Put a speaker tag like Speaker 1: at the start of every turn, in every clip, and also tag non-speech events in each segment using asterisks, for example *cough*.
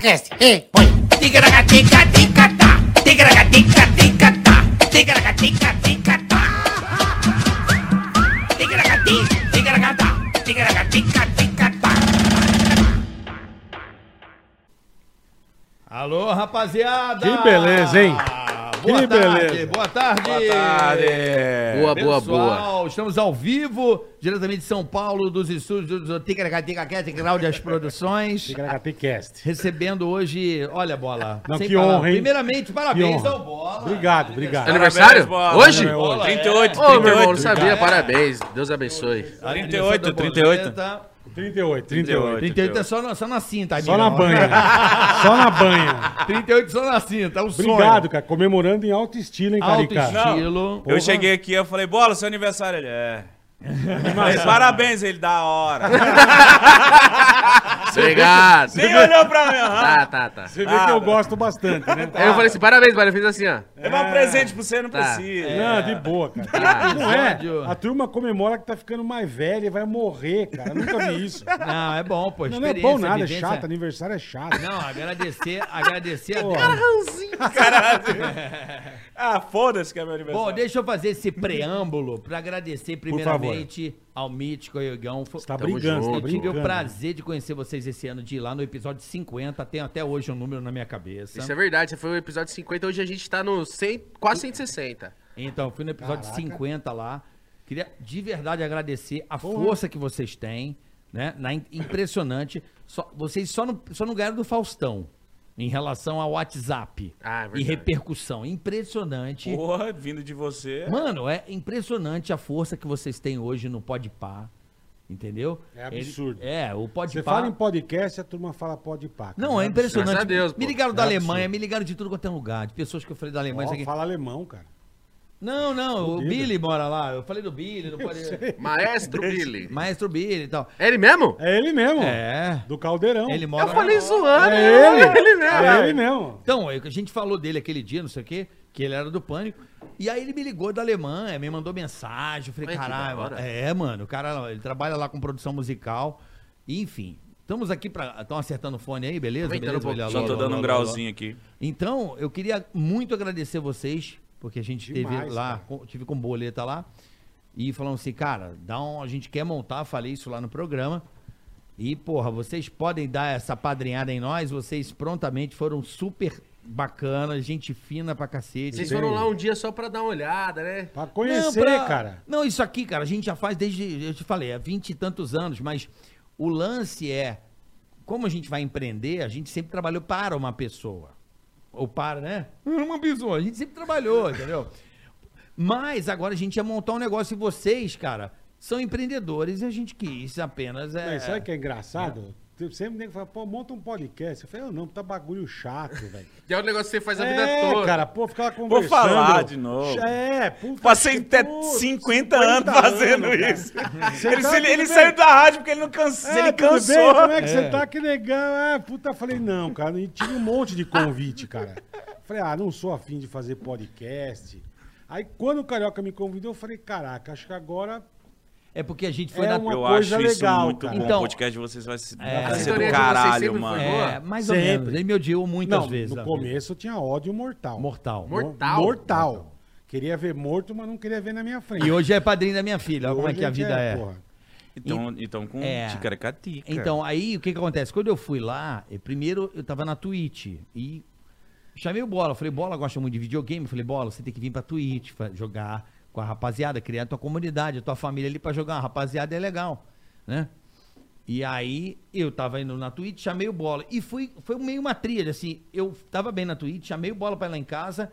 Speaker 1: Cast. Ei, põe.
Speaker 2: Alô, rapaziada!
Speaker 3: Que beleza, hein?
Speaker 2: Boa
Speaker 3: Que
Speaker 2: tarde,
Speaker 3: beleza.
Speaker 2: boa tarde! Boa
Speaker 4: Boa, boa,
Speaker 2: Pessoal,
Speaker 4: boa.
Speaker 2: estamos ao vivo, diretamente de São Paulo, dos estúdios do Ticaracatica Cláudia as Produções.
Speaker 3: Cast.
Speaker 2: Recebendo hoje, olha, Bola.
Speaker 3: Não,
Speaker 2: sem
Speaker 3: que
Speaker 2: palavras.
Speaker 3: honra, hein?
Speaker 2: Primeiramente,
Speaker 3: Que
Speaker 2: parabéns
Speaker 3: honra.
Speaker 2: ao Bola.
Speaker 3: Obrigado, obrigado.
Speaker 4: Aniversário?
Speaker 5: Bola.
Speaker 4: Hoje?
Speaker 3: Aniversário hoje.
Speaker 5: 38,
Speaker 4: Ô, meu irmão, não
Speaker 5: 38.
Speaker 4: sabia, parabéns. Deus abençoe.
Speaker 2: é, Aniversário da
Speaker 5: 38, 38.
Speaker 2: Boleta.
Speaker 3: 38, 38.
Speaker 2: 38 é só na, só na cinta,
Speaker 3: Só na
Speaker 2: amigão. *laughs*
Speaker 3: banha. Só na banha.
Speaker 2: 38 só na cinta, é um sonho.
Speaker 3: Obrigado, cara. Comemorando em alto estilo, hein,
Speaker 2: Alto
Speaker 3: Carica?
Speaker 2: estilo.
Speaker 5: Eu cheguei aqui, eu falei, bola, seu aniversário. Ele, é. Mas parabéns, ele, da hora.
Speaker 4: Obrigado.
Speaker 5: Nem olhou pra mim, aham.
Speaker 4: Tá, tá, tá.
Speaker 3: Você vê que eu gosto
Speaker 2: *laughs*
Speaker 3: bastante, né?
Speaker 4: Aí eu falei assim, parabéns, mas ele fez assim, ó.
Speaker 5: Eu vou um presente pra você, não
Speaker 4: Tá.
Speaker 5: precisa.
Speaker 3: Não, de boa, cara. Não é? A turma comemora que tá ficando mais velha e vai morrer, cara. Eu nunca
Speaker 2: *laughs*
Speaker 3: vi isso.
Speaker 2: Não, é bom, pô.
Speaker 3: Não, não é
Speaker 2: experiência,
Speaker 3: bom nada, é
Speaker 2: vivência.
Speaker 3: chato. Aniversário é chato.
Speaker 2: Não,
Speaker 3: *laughs*
Speaker 2: agradecer, agradecer a
Speaker 3: Pô,
Speaker 2: Deus.
Speaker 5: Ah, foda-se que é meu aniversário.
Speaker 2: Bom, deixa eu fazer esse preâmbulo pra agradecer primeiramente ao Mítico e ao Igão. Foi-
Speaker 3: você tá
Speaker 4: Tamo
Speaker 3: brigando, você
Speaker 4: junto.
Speaker 3: tá
Speaker 2: Eu tive
Speaker 3: brincando.
Speaker 2: o prazer de conhecer vocês esse ano, de ir lá no episódio 50. Tenho até hoje um número na minha cabeça.
Speaker 4: Isso é verdade, esse foi o episódio 50, hoje a gente tá no 100, quase 160.
Speaker 2: Então, fui no episódio 50 lá. Queria de verdade agradecer a força que vocês têm, né? Na im- impressionante. Só, vocês só não, só não ganharam do Faustão em relação ao WhatsApp
Speaker 4: Ah, é verdade.
Speaker 2: e repercussão. Impressionante.
Speaker 5: Porra, vindo de você.
Speaker 2: Mano, é impressionante a força que vocês têm hoje no Podpah, entendeu?
Speaker 3: É absurdo.
Speaker 2: Ele- é, o
Speaker 3: Você
Speaker 2: Podpah...
Speaker 3: fala em podcast, a turma fala pode pá. cara.
Speaker 2: Não, é impressionante.
Speaker 4: Graças a Deus,
Speaker 2: me
Speaker 4: pô.
Speaker 2: ligaram da
Speaker 3: É
Speaker 2: Alemanha,
Speaker 3: absurdo.
Speaker 2: me ligaram de tudo quanto é lugar, de pessoas é que eu falei da Alemanha.
Speaker 3: Ó,
Speaker 2: isso aqui.
Speaker 3: fala alemão, cara.
Speaker 2: Não, não, o
Speaker 3: Duvido.
Speaker 2: Billy mora lá. Eu falei do Billy,
Speaker 3: *laughs*
Speaker 2: não pode...
Speaker 4: Maestro Billy.
Speaker 2: Maestro Billy e tal.
Speaker 4: É ele mesmo?
Speaker 3: É ele mesmo.
Speaker 2: É.
Speaker 3: Do Caldeirão.
Speaker 2: Ele
Speaker 4: Eu
Speaker 2: mora.
Speaker 4: falei zoando.
Speaker 3: É ele.
Speaker 4: mesmo.
Speaker 3: É ele mesmo.
Speaker 2: Então, eu- a gente falou dele aquele dia, não sei o quê, que ele era do pânico. E aí ele me ligou da Alemanha, me mandou mensagem. Eu falei,
Speaker 4: Ué, que da
Speaker 2: caralho,
Speaker 4: hora."
Speaker 2: é, mano, o cara ele trabalha lá com produção musical. Enfim, estamos aqui pra. Estão acertando o fone aí, beleza?
Speaker 4: Aumentando
Speaker 2: Beleza,
Speaker 4: um pouco.
Speaker 2: Olha lá,
Speaker 5: Só
Speaker 2: olha
Speaker 5: tô
Speaker 2: lá,
Speaker 5: dando
Speaker 2: olha
Speaker 5: um
Speaker 2: lá, olha lá.
Speaker 5: grauzinho aqui.
Speaker 2: Então, eu queria muito agradecer vocês, porque a gente teve
Speaker 3: Demais,
Speaker 2: lá,
Speaker 3: cara.
Speaker 2: com- tive com boleta lá, e falando assim, cara, dá um, a gente quer montar, falei isso lá no programa. E, porra, vocês podem dar essa padrinhada em nós, vocês prontamente foram super bacanas, gente fina pra cacete.
Speaker 4: Vocês foram lá um dia só pra dar uma olhada, né?
Speaker 3: Pra conhecer,
Speaker 2: Não, pra-
Speaker 3: cara.
Speaker 2: Não, isso aqui, cara, a gente já faz desde, eu te falei, há 20 e tantos anos, mas o lance é, como a gente vai empreender, a gente sempre trabalhou para uma pessoa. Ou para, né? *laughs* Uma pessoa, a gente sempre trabalhou, entendeu? Mas agora a gente ia montar um negócio e vocês, cara, são empreendedores e a gente quis apenas... É...
Speaker 3: Mas sabe o que é engraçado? Tem- Sempre tem que falar, pô, monta um podcast. Eu falei, eu não, tá bagulho chato,
Speaker 5: *laughs*
Speaker 3: velho.
Speaker 4: Que é o negócio que você faz a vida
Speaker 3: É,
Speaker 4: toda.
Speaker 3: cara, pô, ficar lá conversando.
Speaker 5: falar de novo.
Speaker 3: É, puta
Speaker 5: Passei
Speaker 3: que-
Speaker 5: até
Speaker 3: pô,
Speaker 5: 50 anos fazendo
Speaker 3: cara.
Speaker 5: isso.
Speaker 3: Você
Speaker 5: ele
Speaker 3: tá
Speaker 5: ele- ele
Speaker 3: tudo
Speaker 5: saiu
Speaker 3: bem?
Speaker 5: da rádio porque ele não cansou.
Speaker 3: É,
Speaker 5: ele
Speaker 3: tudo
Speaker 5: cansou.
Speaker 3: bem? Como é que você tá? Que legal. Ah, puta, falei, não, cara. E tive um monte de convite, cara. Falei, ah, não sou afim de fazer podcast. Aí, quando o Carioca me convidou, eu falei, caraca, acho que agora
Speaker 2: É porque a gente foi
Speaker 3: É
Speaker 2: na...
Speaker 3: uma
Speaker 5: Eu
Speaker 3: coisa
Speaker 5: acho isso
Speaker 3: legal,
Speaker 5: muito
Speaker 3: cara.
Speaker 5: bom.
Speaker 2: Então-
Speaker 5: o podcast de vocês vai ser,
Speaker 2: É.
Speaker 5: vai
Speaker 2: A
Speaker 5: ser
Speaker 4: sintonia
Speaker 5: do
Speaker 4: de vocês
Speaker 5: caralho,
Speaker 4: sempre foi
Speaker 5: mano.
Speaker 4: boa.
Speaker 2: É, mais ou
Speaker 3: Sempre.
Speaker 2: menos. Ele me odiou muitas
Speaker 3: não,
Speaker 2: vezes. ah.
Speaker 3: No
Speaker 2: na vida.
Speaker 3: começo eu tinha ódio mortal.
Speaker 2: Mortal.
Speaker 3: Mo-
Speaker 4: Mortal?
Speaker 3: Mortal. Queria ver morto, mas não queria ver na minha frente.
Speaker 2: E hoje é padrinho da minha filha, olha como é
Speaker 3: Hoje
Speaker 2: que a vida é.
Speaker 3: porra.
Speaker 5: Então, então com
Speaker 2: É.
Speaker 5: ticaracatica.
Speaker 2: Então, aí o que que acontece? Quando eu fui lá, eu- primeiro eu tava na Twitch e chamei o Bola. Falei, Bola gosta muito de videogame. Falei, Bola, você tem que vir pra Twitch fa- jogar com a rapaziada, criar a tua comunidade, a tua família ali pra jogar. A rapaziada é legal, né? E aí eu tava indo na Twitch, chamei o Bola. E fui, foi meio uma trilha, assim. Eu tava bem na Twitch, chamei o Bola pra ir lá em casa.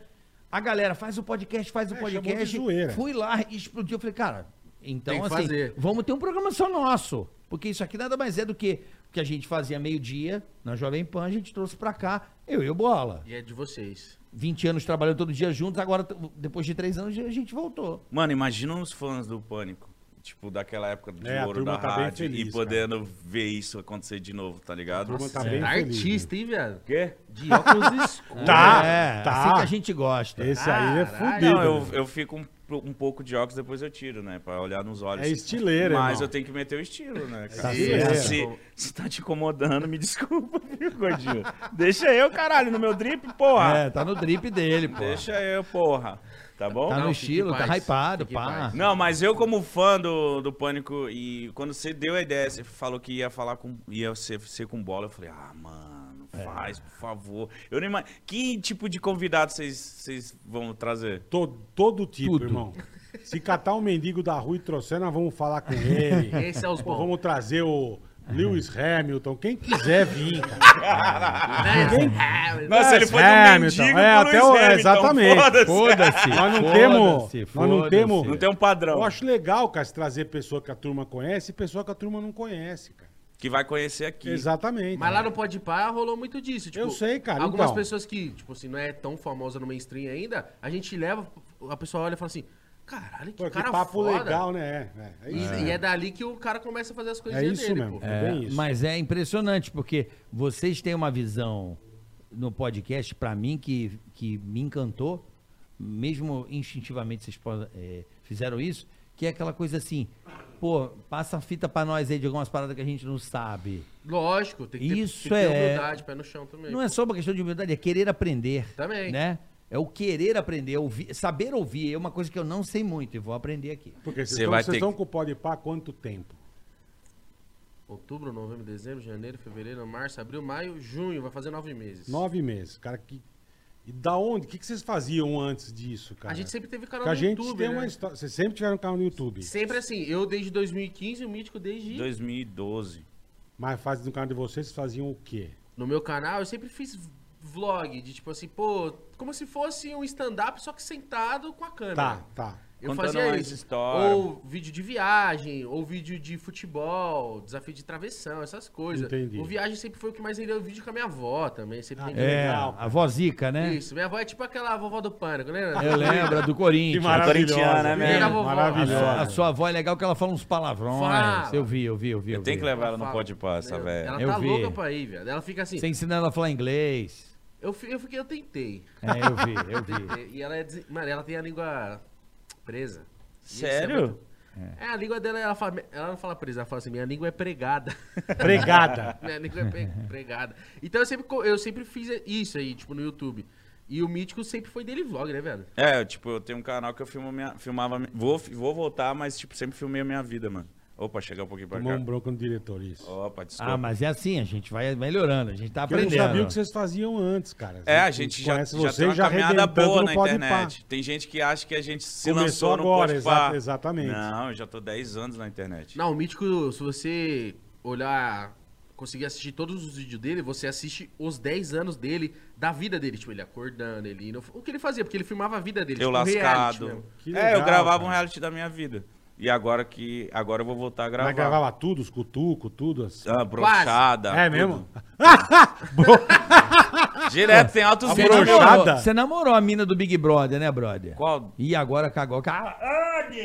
Speaker 2: A galera faz o podcast, faz o
Speaker 3: É, chamou de
Speaker 2: podcast.
Speaker 3: zoeira.
Speaker 2: Fui lá e explodiu. Eu falei, cara, então
Speaker 4: Tem que
Speaker 2: assim,
Speaker 4: fazer.
Speaker 2: vamos ter um programa só nosso. Porque isso aqui nada mais é do que o que a gente fazia meio-dia na Jovem Pan, a gente trouxe pra cá, eu e o Bola.
Speaker 4: E é de vocês.
Speaker 2: 20 anos trabalhando todo dia juntos, agora, t- depois de três anos, a gente voltou.
Speaker 5: Mano, imagina os fãs do Pânico. Tipo, daquela época do
Speaker 3: É, a
Speaker 5: ouro da
Speaker 3: turma tá bem
Speaker 5: rádio.
Speaker 3: feliz,
Speaker 5: e podendo ver isso acontecer de novo, tá ligado?
Speaker 3: turma tá
Speaker 5: O
Speaker 3: bem feliz,
Speaker 4: é Artista, hein, viado?
Speaker 5: quê?
Speaker 4: De óculos *laughs* escuros.
Speaker 3: Tá,
Speaker 2: é,
Speaker 3: tá.
Speaker 2: assim que a gente gosta.
Speaker 3: Esse aí é
Speaker 4: Caralho.
Speaker 3: fudido.
Speaker 5: Não, eu, eu fico um
Speaker 1: pro- um pouco de óculos, depois eu tiro, né? Pra olhar nos olhos.
Speaker 3: É estileira,
Speaker 1: Mas
Speaker 3: irmão.
Speaker 1: eu tenho que meter o estilo, né? cara?
Speaker 3: Tá
Speaker 1: se,
Speaker 3: certo.
Speaker 1: se, se tá te incomodando, me *laughs* desculpa, viu, Godinho? Deixa eu, caralho, no meu drip, porra.
Speaker 2: É, tá no drip dele, pô.
Speaker 1: Deixa eu, porra. Tá bom?
Speaker 2: Tá
Speaker 4: Não,
Speaker 2: no
Speaker 4: fique em
Speaker 2: estilo, tá
Speaker 4: paz,
Speaker 2: hypado,
Speaker 4: fique em
Speaker 2: pá.
Speaker 4: paz.
Speaker 1: Não, mas eu como fã do, do Pânico, e quando você deu a ideia, você falou que ia falar com. ia ser, ser com bola, eu falei, ah, mano,
Speaker 3: É.
Speaker 1: faz, por favor. Eu nem ima- Que tipo de convidado vocês- vocês vão trazer?
Speaker 3: Todo, todo tipo,
Speaker 2: Tudo.
Speaker 3: irmão. Se catar um mendigo da rua e trouxer, nós vamos falar com ele.
Speaker 4: *laughs* Esse é os
Speaker 3: Pô,
Speaker 4: bons.
Speaker 3: vamos trazer o Lewis Hamilton, quem quiser vir,
Speaker 2: *laughs*
Speaker 3: cara.
Speaker 4: né? É,
Speaker 1: Não, se ele
Speaker 3: Lewis
Speaker 1: fosse um
Speaker 3: Hamilton,
Speaker 1: mendigo,
Speaker 3: é,
Speaker 1: pro
Speaker 3: até
Speaker 1: Lewis
Speaker 3: o-
Speaker 1: Hamilton,
Speaker 3: exatamente.
Speaker 1: foda-se.
Speaker 2: Foda-se.
Speaker 3: Nós não
Speaker 2: foda-se,
Speaker 3: temos-
Speaker 2: foda-se.
Speaker 3: nós não temos-
Speaker 1: Não tem um padrão.
Speaker 3: Eu acho legal, cara, se trazer pessoa que a turma conhece e pessoa que a turma não conhece, cara.
Speaker 1: Que vai conhecer aqui.
Speaker 3: Exatamente.
Speaker 4: Mas lá no Pode Par rolou muito disso. Tipo,
Speaker 3: Eu sei, cara,
Speaker 4: Algumas
Speaker 3: então.
Speaker 4: pessoas que, tipo assim, não é tão famosa no mainstream ainda, a gente leva, a pessoa olha e fala assim, caralho,
Speaker 3: Pô,
Speaker 4: que
Speaker 3: que
Speaker 4: cara
Speaker 3: papo
Speaker 4: foda.
Speaker 3: legal, né? É, é, é
Speaker 4: E,
Speaker 3: isso,
Speaker 4: e é dali que o cara começa a fazer as
Speaker 3: é
Speaker 4: coisinhas
Speaker 3: isso
Speaker 4: dele,
Speaker 3: mesmo.
Speaker 4: pô.
Speaker 3: É bem isso.
Speaker 2: Mas é impressionante, porque vocês têm uma visão no podcast, pra mim, que, que me encantou, mesmo instintivamente vocês po- eh, fizeram isso, que é aquela coisa assim, pô, passa a fita pra nós aí de algumas paradas que a gente não sabe.
Speaker 4: Lógico, tem que,
Speaker 2: Isso
Speaker 4: ter, tem que ter
Speaker 2: é-
Speaker 4: humildade, pé no chão também.
Speaker 2: Não é só uma questão de humildade, é querer aprender.
Speaker 4: Também.
Speaker 2: Né? É o querer aprender, é ouvir, saber ouvir. É uma coisa que eu não sei muito e vou aprender aqui.
Speaker 3: Porque vocês
Speaker 1: Você vai
Speaker 3: estão
Speaker 1: ter
Speaker 3: estão
Speaker 1: que-
Speaker 3: com o Pode Pá há quanto tempo?
Speaker 4: Outubro, novembro, dezembro, janeiro, fevereiro, março, abril, maio, junho, vai fazer nove meses.
Speaker 3: Nove meses, cara. Que... E da onde? O que, que vocês faziam antes disso, cara?
Speaker 4: A gente sempre teve canal
Speaker 3: Porque a
Speaker 4: no
Speaker 3: gente
Speaker 4: YouTube,
Speaker 3: tem
Speaker 4: né?
Speaker 3: uma história. Vocês sempre tiveram um canal no YouTube.
Speaker 4: Sempre assim, eu desde 2015, o Mítico desde...
Speaker 1: 2012.
Speaker 3: Mas faz no canal de vocês, vocês faziam o quê?
Speaker 4: No meu canal, eu sempre fiz vlog de tipo assim, pô, como se fosse um stand-up, só que sentado com a câmera.
Speaker 3: Tá, tá.
Speaker 4: Eu
Speaker 1: Contando
Speaker 4: fazia
Speaker 1: mais
Speaker 4: isso.
Speaker 1: história.
Speaker 4: Ou vídeo de viagem, ou vídeo de futebol, desafio de travessão, essas coisas.
Speaker 3: Entendi.
Speaker 4: O viagem sempre foi o que mais rendeu vídeo com a minha avó também. Sempre
Speaker 3: Ah,
Speaker 4: rendeu
Speaker 3: é.
Speaker 2: É,
Speaker 3: legal, cara.
Speaker 2: a voz zica, né?
Speaker 4: Isso, minha avó é tipo aquela vovó do pânico, né?
Speaker 2: Eu lembro, a do Corinthians.
Speaker 1: corintiana, né,
Speaker 3: maravilhosa.
Speaker 4: Menina
Speaker 2: A sua,
Speaker 4: vovó.
Speaker 2: a
Speaker 3: maravilhosa.
Speaker 2: sua avó é legal que ela fala uns palavrões.
Speaker 4: Fala.
Speaker 2: Eu vi, eu vi, eu vi. Eu,
Speaker 1: Eu tenho
Speaker 2: vi.
Speaker 1: que levar ela no
Speaker 4: Fala.
Speaker 1: pó de passa,
Speaker 4: Ela-
Speaker 1: velho.
Speaker 4: Ela
Speaker 2: Eu
Speaker 4: tá
Speaker 2: vi.
Speaker 4: louca pra ir, velho. Ela fica assim.
Speaker 2: Você ensina ela a falar inglês.
Speaker 4: Eu, fi- eu fiquei, eu tentei.
Speaker 2: É, eu vi, eu
Speaker 1: *laughs*
Speaker 2: vi.
Speaker 4: E ela é. desen- Mano, ela tem a língua presa. E isso é muito
Speaker 1: Sério?
Speaker 4: É, a língua dela, ela, fala- ela não fala presa, ela fala assim, minha língua
Speaker 1: *laughs*
Speaker 4: é pregada.
Speaker 3: Pregada.
Speaker 4: *laughs* minha língua é pre- pregada. Então eu sempre, co- eu sempre fiz isso aí, tipo, no YouTube. E o Mítico sempre foi dele vlog, né, velho?
Speaker 1: É, tipo, eu tenho um canal que eu filmo minha, filmava. mi- Vou, fi- vou voltar, mas, tipo, sempre filmei a minha vida, mano. Opa, chegar um pouquinho pra
Speaker 3: Tomou um
Speaker 1: cá.
Speaker 3: bronco no diretor, isso.
Speaker 1: Opa, desculpa.
Speaker 2: Ah, mas é assim, a gente vai melhorando, a gente tá
Speaker 3: Porque Eu não
Speaker 2: aprendendo.
Speaker 3: sabia o que vocês faziam antes, cara.
Speaker 1: É, a gente já,
Speaker 3: conhece
Speaker 1: já tem
Speaker 3: vocês
Speaker 1: uma caminhada
Speaker 3: arrebentando
Speaker 1: boa
Speaker 3: no
Speaker 1: na
Speaker 3: Pode Pá.
Speaker 1: internet. Tem gente que acha que a gente se
Speaker 3: Começou
Speaker 1: lançou no
Speaker 3: agora,
Speaker 1: Pode
Speaker 3: exa-
Speaker 1: Pá.
Speaker 3: exatamente.
Speaker 1: Não, eu já tô 10 anos na internet.
Speaker 4: Não, o Mítico, se você olhar, conseguir assistir todos os vídeos dele, você assiste os 10 anos dele, da vida dele, tipo, ele acordando, ele indo, o que ele fazia, porque ele filmava a vida dele,
Speaker 1: Eu
Speaker 4: tipo, um reality
Speaker 1: lascado.
Speaker 4: mesmo.
Speaker 3: Que
Speaker 1: é,
Speaker 3: legal,
Speaker 1: eu gravava
Speaker 3: cara.
Speaker 1: um reality da minha vida. E agora que. Agora eu vou voltar a gravar.
Speaker 3: Mas gravava tudo, os cutucos, tudo. Assim.
Speaker 1: Ah, brochada.
Speaker 3: é
Speaker 1: tudo.
Speaker 3: mesmo?
Speaker 4: Ah,
Speaker 3: é.
Speaker 1: Direto, tem altos
Speaker 2: Você
Speaker 1: vídeos.
Speaker 2: namorou,
Speaker 1: meu.
Speaker 3: brochada?
Speaker 2: você namorou a mina do Big Brother, né, brother?
Speaker 1: Qual?
Speaker 2: E agora cagou. Ah,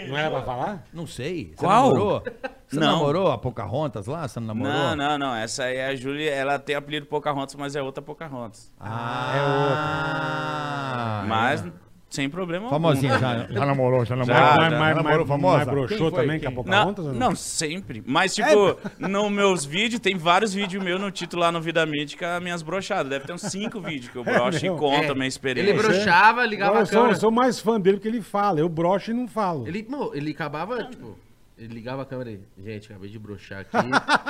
Speaker 3: Não era pra falar?
Speaker 2: não sei. Você
Speaker 1: Qual?
Speaker 2: namorou? Você
Speaker 1: Não.
Speaker 2: namorou a Pocahontas lá? Você não namorou?
Speaker 1: Não, não, não. Essa aí é a Júlia. Ela tem apelido Pocahontas, mas é outra Pocahontas.
Speaker 2: Ah, é outra.
Speaker 1: mas sem problema
Speaker 2: Famosinha
Speaker 3: *laughs*
Speaker 1: algum.
Speaker 2: já. né? Já namorou, já
Speaker 1: namorou. Ah,
Speaker 3: mas,
Speaker 1: já.
Speaker 3: mas,
Speaker 2: namorou
Speaker 3: mas,
Speaker 2: famosa?
Speaker 3: mas broxou
Speaker 2: Quem foi?
Speaker 3: também, que é
Speaker 2: Quem?
Speaker 3: a
Speaker 1: Não,
Speaker 3: Pocahontas? ou
Speaker 1: não, sempre. Mas, tipo, nos meus vídeos, tem vários vídeos meus no título lá no Vida Mítica, minhas brochadas. Deve ter uns cinco vídeos que eu broxo
Speaker 3: meu?
Speaker 1: e conto
Speaker 4: É,
Speaker 1: a minha
Speaker 4: Ele
Speaker 1: experiência.
Speaker 4: broxava, ligava
Speaker 3: Agora
Speaker 4: a
Speaker 3: eu, sou,
Speaker 4: câmera.
Speaker 3: eu sou mais fã dele porque ele fala. Eu broxo e não falo.
Speaker 4: Ele, não, ele acabava, tipo, ele ligava a câmera e, gente, acabei de broxar
Speaker 1: *laughs*
Speaker 4: aqui,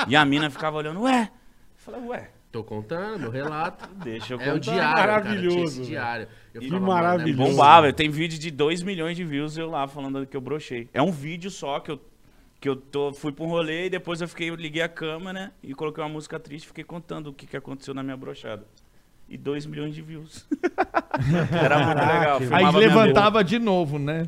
Speaker 1: E a mina ficava olhando, ué. Eu falei, ué,
Speaker 4: tô contando, meu relato.
Speaker 1: deixa eu
Speaker 4: É
Speaker 1: contar.
Speaker 4: o diário, cara, eu tinha
Speaker 3: Maravilhoso,
Speaker 4: esse
Speaker 3: velho.
Speaker 4: diário. Eu
Speaker 3: Que
Speaker 4: falava, mano, é
Speaker 3: maravilhoso.
Speaker 4: bom.
Speaker 1: Bombava, eu tenho vídeo de 2 milhões de views eu lá falando que eu brochei. É um vídeo só que eu, que eu tô, fui pra um rolê e depois eu fiquei, eu liguei a câmera né, e coloquei uma música triste e fiquei contando o que, que aconteceu na minha brochada. E 2 milhões de views. *laughs* Era muito
Speaker 3: Caraca,
Speaker 1: legal.
Speaker 3: velho.
Speaker 1: filmava
Speaker 2: Aí
Speaker 1: minha
Speaker 2: levantava de novo, né?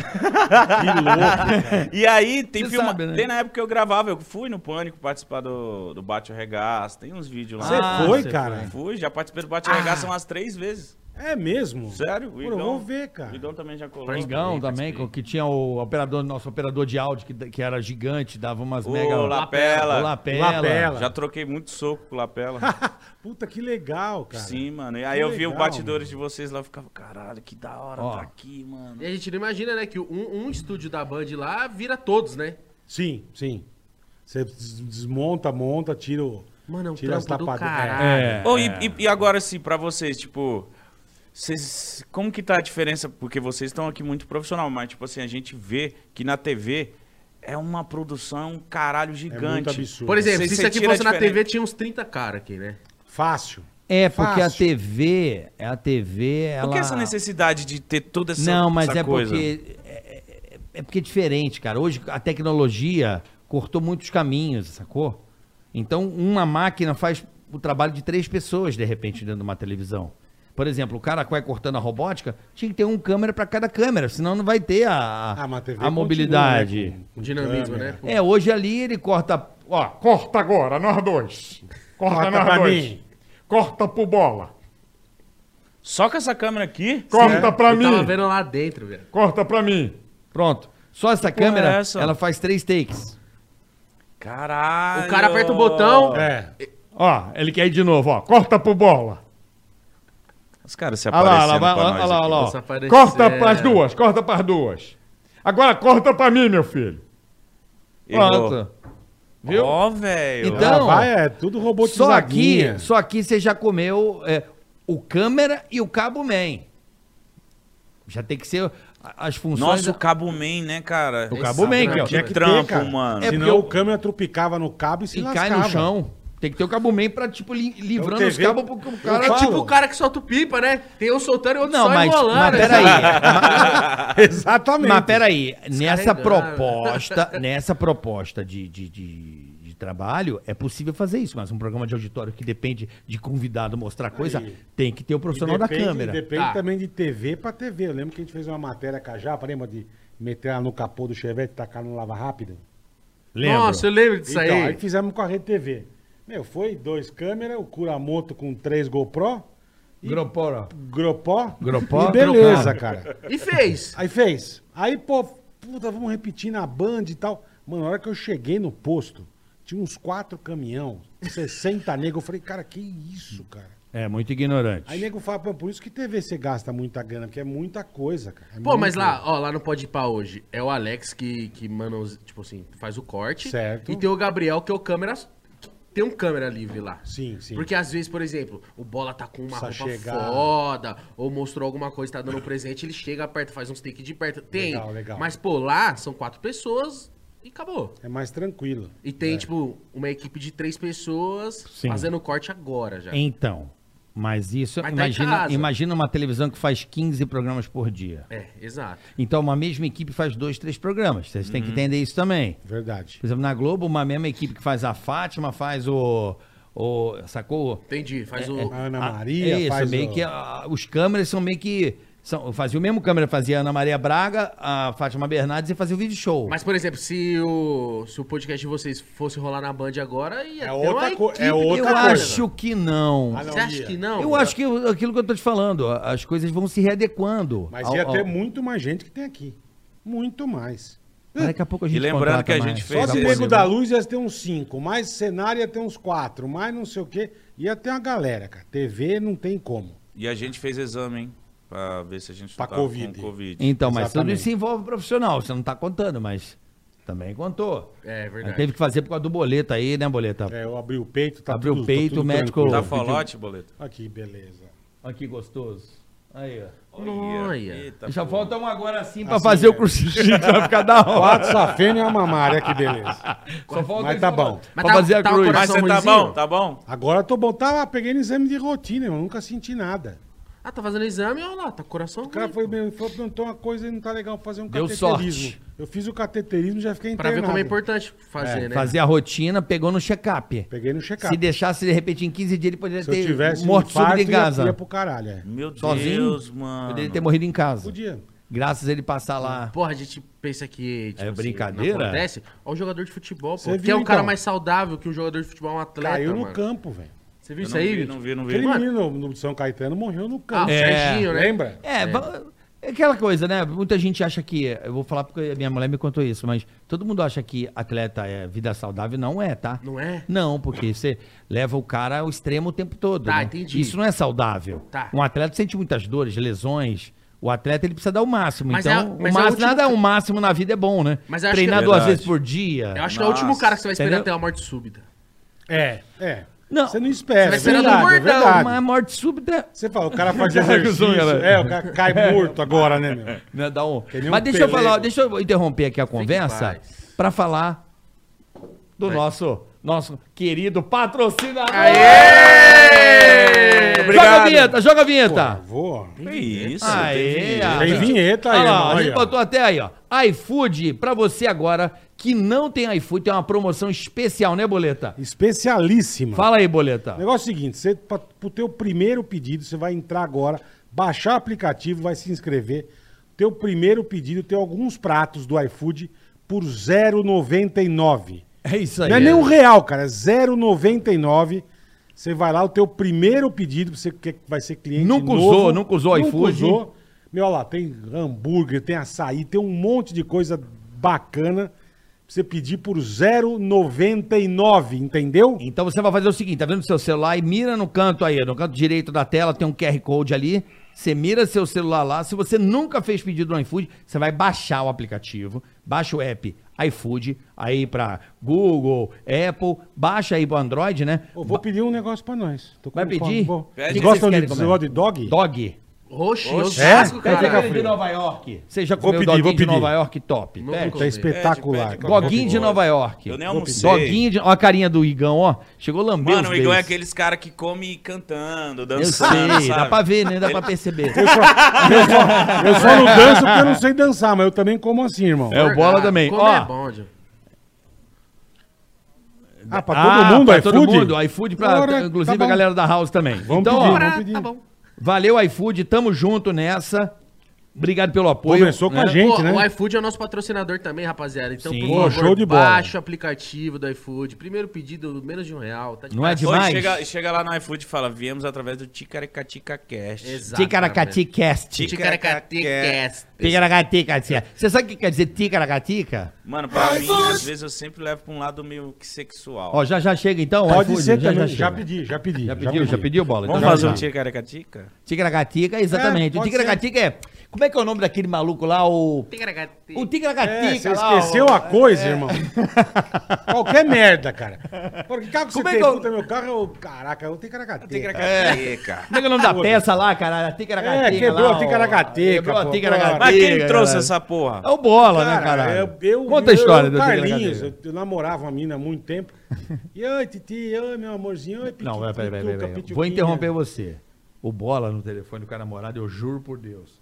Speaker 3: Que
Speaker 4: Ah,
Speaker 3: louco.
Speaker 1: boca. E aí tem
Speaker 2: Você
Speaker 1: filma...
Speaker 2: sabe, né?
Speaker 1: Tem na época que eu gravava, eu fui no Pânico participar do, do Bate o Regaço, tem uns vídeos lá.
Speaker 3: Você
Speaker 2: Ah,
Speaker 3: foi,
Speaker 2: você
Speaker 3: cara?
Speaker 1: Fui, já participei do Bate o Regaço umas três vezes.
Speaker 3: É mesmo?
Speaker 5: Sério?
Speaker 3: Pô, eu vou ver, cara.
Speaker 5: O Igão também já colou.
Speaker 2: O Igão também, com- que tinha o operador, nosso operador de áudio, que, que era gigante, dava umas
Speaker 5: Ô,
Speaker 2: mega.
Speaker 5: Lapela.
Speaker 2: O Lapela.
Speaker 3: Lapela.
Speaker 5: Já troquei muito soco com o
Speaker 3: *laughs*
Speaker 5: Lapela.
Speaker 3: *laughs* Puta, que legal, cara.
Speaker 5: Sim, mano. E aí
Speaker 3: Que
Speaker 5: eu vi
Speaker 3: legal,
Speaker 5: os batidores
Speaker 3: mano.
Speaker 5: de vocês lá, eu ficava, caralho, que da hora
Speaker 2: Ó.
Speaker 5: tá aqui, mano.
Speaker 4: E a gente não imagina, né, que um, um estúdio da Band lá vira todos, né?
Speaker 3: Sim, sim. Você des- desmonta, monta, tira o...
Speaker 4: Mano, é um
Speaker 3: tira as
Speaker 4: trampo do
Speaker 3: tapaduras.
Speaker 4: caralho.
Speaker 2: É.
Speaker 5: Ô, e, e- e agora assim, pra vocês, tipo, vocês, como que tá a diferença? Porque vocês estão aqui muito profissional, mas tipo assim, a gente vê que na TV é uma produção, um caralho
Speaker 3: É, é
Speaker 5: gigante.
Speaker 3: muito absurdo.
Speaker 4: Por exemplo,
Speaker 5: Você-
Speaker 4: se
Speaker 5: você
Speaker 4: isso aqui
Speaker 5: tira
Speaker 4: fosse na
Speaker 5: diferente.
Speaker 4: TV, tinha uns 30 caras aqui, né?
Speaker 3: Fácil.
Speaker 2: É, porque a
Speaker 3: Fácil.
Speaker 2: TV, a TV, ela...
Speaker 5: Por que essa necessidade de ter toda essa
Speaker 2: Não, mas
Speaker 5: essa
Speaker 2: é
Speaker 5: coisa?
Speaker 2: porque é, é- é porque é diferente, cara. Hoje a tecnologia cortou muitos caminhos, sacou? Então uma máquina faz o trabalho de três pessoas de repente dentro de uma televisão. Por exemplo, o cara que vai cortando a robótica tinha que ter um câmera pra cada câmera, senão não vai ter a,
Speaker 3: Ah, mas
Speaker 2: a,
Speaker 3: TV continua,
Speaker 2: mobilidade.
Speaker 3: né, com- com
Speaker 4: O dinamismo,
Speaker 3: câmera.
Speaker 4: né? Pô,
Speaker 2: É, hoje ali ele corta, ó, corta agora nós dois. Corta,
Speaker 3: Corta
Speaker 2: nós
Speaker 3: pra
Speaker 2: dois.
Speaker 3: mim.
Speaker 2: Corta pro bola.
Speaker 5: Só com essa câmera aqui, É.
Speaker 2: Corta
Speaker 6: É.
Speaker 2: pra
Speaker 4: eu
Speaker 2: mim.
Speaker 4: tava vendo lá dentro, velho.
Speaker 2: Corta pra mim. Pronto. Só essa câmera,
Speaker 5: é essa?
Speaker 2: ela faz três takes.
Speaker 5: caralho.
Speaker 4: O cara aperta o botão.
Speaker 3: É.
Speaker 2: Ó, ele quer ir de novo, ó. Corta pro bola.
Speaker 5: Os caras se
Speaker 2: Olha lá,
Speaker 5: aparecendo
Speaker 2: olha lá,
Speaker 5: pra
Speaker 2: olha
Speaker 5: nós
Speaker 2: lá,
Speaker 5: aqui.
Speaker 2: olha lá.
Speaker 4: Essa
Speaker 2: ó.
Speaker 4: aparecendo.
Speaker 2: Corta
Speaker 6: É.
Speaker 2: pras duas, corta pras duas. Agora corta pra mim, meu filho.
Speaker 5: Errou.
Speaker 2: Pronto. Viu?
Speaker 5: Ó, velho.
Speaker 2: Então,
Speaker 3: Ah,
Speaker 2: Não.
Speaker 3: vai, é tudo
Speaker 2: só aqui,
Speaker 3: robotizadinha.
Speaker 2: só aqui você já comeu é, o câmera e o cabo man. Já tem que ser a- as funções.
Speaker 5: Nossa, o Cabo Man, né, cara?
Speaker 2: O Cabo Man, que, ó.
Speaker 5: Que
Speaker 3: Tinha que ter,
Speaker 5: trampo,
Speaker 3: cara.
Speaker 5: mano.
Speaker 2: É
Speaker 3: Senão
Speaker 2: porque eu-
Speaker 3: o câmera trupicava no cabo e se
Speaker 2: e
Speaker 3: lascava.
Speaker 2: cai no chão. Tem que ter o cabo man pra, tipo, li- livrando os
Speaker 3: TV
Speaker 2: cabos pro o
Speaker 3: eu
Speaker 2: cara.
Speaker 4: É tipo
Speaker 3: Fala.
Speaker 4: o cara que solta o pipa, né? Tem um soltando e outro
Speaker 2: Não,
Speaker 4: só
Speaker 2: mas,
Speaker 4: enrolando.
Speaker 2: mas
Speaker 4: né?
Speaker 2: peraí. *laughs* mas-
Speaker 3: Exatamente.
Speaker 2: Mas peraí, nessa
Speaker 4: Descarregando.
Speaker 2: proposta, nessa proposta de, de, de, de trabalho, é possível fazer isso, mas um programa de auditório que depende de convidado mostrar coisa,
Speaker 3: Aí.
Speaker 2: tem que ter o profissional
Speaker 3: depende,
Speaker 2: da câmera.
Speaker 3: Depende
Speaker 4: Tá.
Speaker 3: também de TV pra TV. Eu lembro que a gente fez uma matéria com a Japa, lembra de meter ela no capô do Chevette e tacar no Lava Rápido?
Speaker 2: Lembro.
Speaker 4: Nossa, eu lembro disso
Speaker 3: Então,
Speaker 4: aí.
Speaker 3: aí fizemos com a Rede TV. Meu, foi dois câmeras, o Curamoto com três GoPro,
Speaker 2: Gropora.
Speaker 3: Gropó,
Speaker 2: Gropó,
Speaker 3: e beleza,
Speaker 2: Gropó.
Speaker 3: cara.
Speaker 4: E fez.
Speaker 3: Aí fez. Aí, pô, puta, vamos repetir na Band e tal. Mano, na hora que eu cheguei no posto, tinha uns quatro caminhão, 60 nego. Eu falei, cara, que isso, cara?
Speaker 2: É, muito ignorante.
Speaker 3: Aí nego fala, pô, por isso que TV você gasta muita grana, porque é muita coisa, cara. É
Speaker 4: Pô, mas
Speaker 3: muito.
Speaker 4: lá, ó, lá no Pode Pá hoje, é o Alex que, que manda, os- tipo assim, faz o corte.
Speaker 3: Certo.
Speaker 4: E tem o Gabriel, que é o câmera. Tem um câmera livre lá.
Speaker 3: Sim, sim.
Speaker 4: Porque às vezes, por exemplo, o Bola tá com uma
Speaker 3: Precisa
Speaker 4: roupa
Speaker 3: chegar.
Speaker 4: foda, ou mostrou alguma coisa, tá dando um presente, ele chega perto, faz uns take de perto. Tem.
Speaker 3: Legal, legal.
Speaker 4: Mas, pô, lá são quatro pessoas e acabou.
Speaker 3: É mais tranquilo.
Speaker 4: E tem, tipo, uma equipe de três pessoas
Speaker 2: Sim.
Speaker 4: fazendo o corte agora já.
Speaker 2: Então, mas isso,
Speaker 4: Mas tá em
Speaker 2: imagina,
Speaker 4: casa.
Speaker 2: imagina uma televisão que faz 15 programas por dia.
Speaker 4: É, exato.
Speaker 2: Então, uma mesma equipe faz dois, três programas. Vocês têm que entender isso também.
Speaker 3: Verdade.
Speaker 2: Por exemplo, na Globo, uma mesma equipe que faz a Fátima, faz o. o sacou?
Speaker 4: Entendi. Faz o.
Speaker 3: A Ana
Speaker 2: Ah,
Speaker 3: Maria
Speaker 2: é isso,
Speaker 3: faz
Speaker 2: meio
Speaker 3: o-
Speaker 2: que ah, os câmeras são meio que são, fazia o mesmo câmera, fazia a Ana Maria Braga, a Fátima Bernardes e fazia o vídeo show.
Speaker 4: Mas, por exemplo, se o, se o podcast de vocês fosse rolar na Band agora, ia
Speaker 3: É
Speaker 4: ter
Speaker 3: outra
Speaker 4: uma
Speaker 3: co-
Speaker 4: equipe
Speaker 3: é
Speaker 4: de
Speaker 2: eu
Speaker 3: outra
Speaker 4: câmera.
Speaker 3: coisa.
Speaker 2: acho que não.
Speaker 3: Ah, não,
Speaker 4: Você acha
Speaker 3: ia.
Speaker 4: que não?
Speaker 2: eu acho que eu- aquilo que eu tô te falando, a- as coisas vão se readequando.
Speaker 3: Mas
Speaker 2: ao-
Speaker 3: ia
Speaker 2: ao-
Speaker 3: ter muito mais gente que tem aqui. Muito mais.
Speaker 2: Mas Ah, Daqui a pouco a
Speaker 5: E
Speaker 2: gente
Speaker 5: lembrando
Speaker 2: contrata
Speaker 5: que a gente
Speaker 2: mais.
Speaker 5: fez
Speaker 3: Só
Speaker 5: Fez
Speaker 3: de
Speaker 5: esse-
Speaker 3: Nego da Luz ia ter uns cinco, mais cenário ia ter uns quatro, mais não sei o quê. Ia ter uma galera, cara. TV não tem como.
Speaker 5: E a gente fez exame, hein? Pra ver se a gente
Speaker 3: Pra
Speaker 5: tava
Speaker 3: Covid.
Speaker 5: com Covid.
Speaker 2: Então, mas tudo
Speaker 3: Exatamente.
Speaker 2: isso envolve profissional, você não tá contando, mas também contou.
Speaker 4: É
Speaker 2: Aí
Speaker 4: verdade.
Speaker 2: Teve que fazer por causa do boleto aí, né, boleta?
Speaker 3: É, eu abri o peito, tá
Speaker 2: Abriu o
Speaker 3: tudo- tá
Speaker 2: peito,
Speaker 3: tudo
Speaker 2: o médico-
Speaker 3: tranquilo.
Speaker 5: Tá
Speaker 2: Ô,
Speaker 5: falote, boleto?
Speaker 3: Olha que beleza.
Speaker 2: Olha que gostoso. Aí, ó.
Speaker 4: Olha. Tá
Speaker 5: eita,
Speaker 2: Já
Speaker 5: pô.
Speaker 2: falta um agora assim pra
Speaker 3: Assim
Speaker 2: fazer o
Speaker 3: mesmo.
Speaker 2: crucifixo, vai ficar
Speaker 3: *laughs*
Speaker 2: da hora.
Speaker 3: Quatro safena e é uma mamária, olha que *laughs* beleza.
Speaker 2: Só falta
Speaker 3: Mas
Speaker 2: isso
Speaker 3: tá
Speaker 2: pra-
Speaker 3: bom.
Speaker 2: Pra
Speaker 4: Mas tá-
Speaker 2: fazer a
Speaker 4: tá o
Speaker 2: cruz.
Speaker 5: Mas
Speaker 4: coração-
Speaker 5: você tá
Speaker 4: ruinzinho?
Speaker 5: bom, tá bom?
Speaker 3: Agora eu tô bom, tava peguei no exame de rotina, irmão. Nunca senti nada.
Speaker 4: Ah, tá fazendo exame, olha lá, tá com o coração.
Speaker 3: O cara
Speaker 4: ruim.
Speaker 3: foi, me- falou, perguntou uma coisa e não tá legal fazer um
Speaker 2: Deu
Speaker 3: cateterismo.
Speaker 2: sorte.
Speaker 3: Eu fiz o cateterismo e já fiquei
Speaker 4: Pra
Speaker 3: internado.
Speaker 4: ver como é importante fazer, né?
Speaker 2: Fazer a rotina, pegou no check-up.
Speaker 3: Peguei no
Speaker 2: Se
Speaker 3: check-up.
Speaker 2: deixasse, de repente, em 15 dias, ele poderia
Speaker 3: Se
Speaker 2: ter
Speaker 3: eu tivesse um
Speaker 2: morto
Speaker 3: infarto,
Speaker 2: súbito em
Speaker 3: ia,
Speaker 2: casa.
Speaker 3: ia pro caralho, é.
Speaker 5: Meu
Speaker 2: Sozinho?
Speaker 5: Deus, mano.
Speaker 2: Poderia ter morrido em casa.
Speaker 3: Podia.
Speaker 2: Graças a ele passar lá.
Speaker 4: Porra, a gente pensa que. tipo
Speaker 2: É
Speaker 4: assim,
Speaker 2: brincadeira?
Speaker 4: não acontece. Olha o jogador de futebol, pô.
Speaker 3: Você
Speaker 4: que é
Speaker 3: viu,
Speaker 4: um cara
Speaker 3: então?
Speaker 4: mais saudável que um jogador de futebol, um atleta.
Speaker 3: Caiu no
Speaker 4: mano.
Speaker 3: campo, velho.
Speaker 4: Você Você viu
Speaker 5: Eu
Speaker 4: isso
Speaker 5: não
Speaker 4: aí,
Speaker 5: vi,
Speaker 4: Vitor?
Speaker 5: Não vi, não vi.
Speaker 3: Aquele
Speaker 4: Mano.
Speaker 3: menino no São Caetano morreu no
Speaker 4: Ah, o
Speaker 3: canto.
Speaker 2: É.
Speaker 4: Serginho, né?
Speaker 3: Lembra?
Speaker 2: É, va- é aquela coisa, né? Muita gente acha que. Eu vou falar porque a minha mulher me contou isso, mas todo mundo acha que atleta é vida saudável. Não é, tá?
Speaker 4: Não é?
Speaker 2: Não, porque você leva o cara ao extremo o tempo todo.
Speaker 4: Tá,
Speaker 2: né?
Speaker 4: entendi.
Speaker 2: Isso não é saudável.
Speaker 4: Tá.
Speaker 2: Um atleta sente muitas dores, lesões. O atleta ele precisa dar o máximo.
Speaker 4: Mas é a-
Speaker 2: então,
Speaker 4: mas
Speaker 2: o
Speaker 4: é a
Speaker 2: máximo,
Speaker 4: última-
Speaker 2: nada é um máximo na vida é bom, né?
Speaker 4: Mas eu acho
Speaker 2: Treinar
Speaker 5: que-
Speaker 3: É
Speaker 2: duas
Speaker 5: Verdade.
Speaker 2: vezes por dia.
Speaker 4: Eu acho que é o último
Speaker 5: Nossa.
Speaker 4: cara que você vai esperar
Speaker 2: Entendeu?
Speaker 4: até a morte súbita.
Speaker 3: É, é.
Speaker 2: Não.
Speaker 3: Você não espera.
Speaker 4: Você
Speaker 3: é
Speaker 4: vai esperar no
Speaker 3: verdade, é
Speaker 4: bordão,
Speaker 3: verdade.
Speaker 2: Uma morte súbita
Speaker 3: Você fala, o cara faz
Speaker 2: Cara, que
Speaker 3: exercício.
Speaker 2: zoeira, né?
Speaker 3: É, o cara cai morto agora, né, meu?
Speaker 2: Né, dá um-
Speaker 3: nem um
Speaker 2: Mas deixa eu
Speaker 3: Pelé.
Speaker 2: falar, deixa eu interromper aqui a conversa
Speaker 4: paz.
Speaker 2: para falar do nosso nosso querido patrocinador. Joga a
Speaker 5: Obrigado.
Speaker 2: vinheta, joga a vinheta.
Speaker 3: Vou.
Speaker 5: Que isso? tem
Speaker 2: Aê, ah, ó.
Speaker 3: Tem
Speaker 5: vinheta.
Speaker 3: vinheta aí,
Speaker 2: Tá Olha lá, a
Speaker 3: olha.
Speaker 2: gente botou até aí, ó. iFood, pra você agora que não tem iFood, tem uma promoção especial, né, Boleta?
Speaker 3: Especialíssima.
Speaker 2: Fala aí,
Speaker 3: O
Speaker 2: Boleta.
Speaker 3: negócio é o seguinte, você, pra, pro teu primeiro pedido, você vai entrar agora, baixar o aplicativo, vai se inscrever. Teu primeiro pedido tem alguns pratos do iFood por 0,99.
Speaker 2: É isso aí.
Speaker 3: Não é nem um real, cara, é 0,99. Você vai lá, o teu primeiro pedido, você que vai ser cliente
Speaker 2: Nunca
Speaker 3: novo.
Speaker 2: usou, nunca usou iFood.
Speaker 3: Meu, olha lá, tem hambúrguer, tem açaí, tem um monte de coisa bacana pra você pedir por 0,99, entendeu?
Speaker 2: Então você vai fazer o seguinte, tá vendo seu celular e mira no canto aí, no canto direito da tela tem um QR Code ali. Você mira seu celular lá. Se você nunca fez pedido no iFood, você vai baixar o aplicativo, baixa o app iFood aí pra Google, Apple, baixa aí pro Android, né?
Speaker 3: Ô, vou pedir um negócio pra nós. Tô com
Speaker 2: Vai
Speaker 3: fome,
Speaker 2: pedir?
Speaker 3: vou.
Speaker 5: Pede.
Speaker 3: Vocês
Speaker 5: O que
Speaker 3: gostam
Speaker 2: vocês querem
Speaker 3: de, vocês
Speaker 2: comer?
Speaker 3: gostam de dog?
Speaker 2: Dog.
Speaker 4: Oxe,
Speaker 5: Oxe.
Speaker 4: Osasco,
Speaker 3: É?
Speaker 2: Pede
Speaker 4: cara.
Speaker 2: aquele de Nova York. Você já
Speaker 3: Vou
Speaker 2: comeu o
Speaker 3: pedir, vou
Speaker 2: doguinho de
Speaker 3: pedir.
Speaker 2: Nova York? Top.
Speaker 4: Não
Speaker 2: Pede.
Speaker 4: vou
Speaker 3: Tá
Speaker 4: comer.
Speaker 3: espetacular.
Speaker 5: pede, pede.
Speaker 2: Doguinho de Nova York.
Speaker 5: Eu nem almocei.
Speaker 2: Doguinho de... Ó a carinha do Igão, ó. Chegou lambendo
Speaker 5: Mano, o Igão é aqueles caras que come cantando,
Speaker 2: Eu sei,
Speaker 5: dançando,
Speaker 2: dá
Speaker 5: sabe?
Speaker 2: pra ver, né? Dá pra perceber.
Speaker 3: Eu só não danço porque eu não sei dançar, mas eu também como assim, irmão.
Speaker 2: É o bola também.
Speaker 4: Como
Speaker 2: Ó.
Speaker 4: é bom, João.
Speaker 3: Ah, pra todo mundo,
Speaker 2: pra
Speaker 3: iFood?
Speaker 2: todo mundo, iFood, pra,
Speaker 3: Ora,
Speaker 2: inclusive
Speaker 3: tá
Speaker 2: a
Speaker 3: bom.
Speaker 2: galera da House também.
Speaker 3: Vamos
Speaker 2: então, ó,
Speaker 3: pedir, vamos
Speaker 4: Tá
Speaker 3: pedir.
Speaker 4: bom.
Speaker 2: valeu iFood, tamo junto nessa. Obrigado pelo apoio.
Speaker 3: Começou com a gente.
Speaker 4: Pô,
Speaker 3: né?
Speaker 4: O iFood é o nosso patrocinador também, rapaziada. Então,
Speaker 2: Sim.
Speaker 4: por
Speaker 2: Pô,
Speaker 4: favor,
Speaker 3: show de bola.
Speaker 4: baixa o aplicativo do iFood. Primeiro pedido, menos de um real. Tá
Speaker 2: Não é
Speaker 4: graça.
Speaker 5: Pô,
Speaker 2: demais?
Speaker 5: chega, chega lá no iFood e fala, viemos através do Ticaricatica Cast.
Speaker 4: Exato.
Speaker 2: Ticaracati Cast.
Speaker 5: Tic-
Speaker 4: Ticaracatecast.
Speaker 2: Ticaracati Cast. assim, é. Você sabe o que quer dizer ticaracatica?
Speaker 5: Mano, pra mim, às vezes eu sempre levo pra um lado meio que sexual.
Speaker 2: Ó, já já chega então.
Speaker 3: Pode
Speaker 2: iFood,
Speaker 3: ser também. Já,
Speaker 2: Já, chega.
Speaker 3: pedi, já pedi.
Speaker 2: já pediu, já pediu bola.
Speaker 5: Vamos
Speaker 2: Então
Speaker 5: fazer
Speaker 2: já
Speaker 5: um
Speaker 2: já.
Speaker 5: Ticaricatica?
Speaker 2: Ticaracatica, exatamente.
Speaker 3: É,
Speaker 2: o
Speaker 3: pode
Speaker 2: Ticaracatica é. Como é que é o nome daquele maluco lá? O.
Speaker 4: Ticaracate-
Speaker 2: O
Speaker 3: É,
Speaker 2: Ticaracatica.
Speaker 3: você esqueceu a coisa, irmão. *laughs* Qualquer merda, cara. Porque carro que
Speaker 2: Como é
Speaker 3: você tem,
Speaker 2: que eu-
Speaker 3: puta, meu carro, eu... caraca, eu tenho caracateca.
Speaker 5: Ticaricatica.
Speaker 2: Como é que é
Speaker 3: *laughs*
Speaker 2: o nome da peça lá, cara? A Ticaracatica.
Speaker 3: É, quebrou
Speaker 2: lá,
Speaker 3: a
Speaker 2: ó.
Speaker 3: Ticaracatica,
Speaker 2: Quebrou a
Speaker 3: pô,
Speaker 2: Ticaracatica.
Speaker 5: Mas quem
Speaker 2: cara.
Speaker 5: trouxe essa porra?
Speaker 2: É o bola, né, cara?
Speaker 3: Cara, é eu, eu,
Speaker 2: Conta a
Speaker 3: eu-
Speaker 2: história
Speaker 3: eu,
Speaker 2: do
Speaker 3: é Carlinhos, eu,
Speaker 2: Ticaracatica.
Speaker 3: eu namorava uma mina há muito tempo. E oi, Titi, oi, meu amorzinho, oi,
Speaker 2: Não, peraí, peraí,
Speaker 3: pitu-
Speaker 2: peraí.
Speaker 3: pituca,
Speaker 2: peraí. Vou
Speaker 3: pituquinha.
Speaker 2: interromper você. O bola no telefone do cara namorado, eu juro por
Speaker 3: *laughs*
Speaker 2: Deus.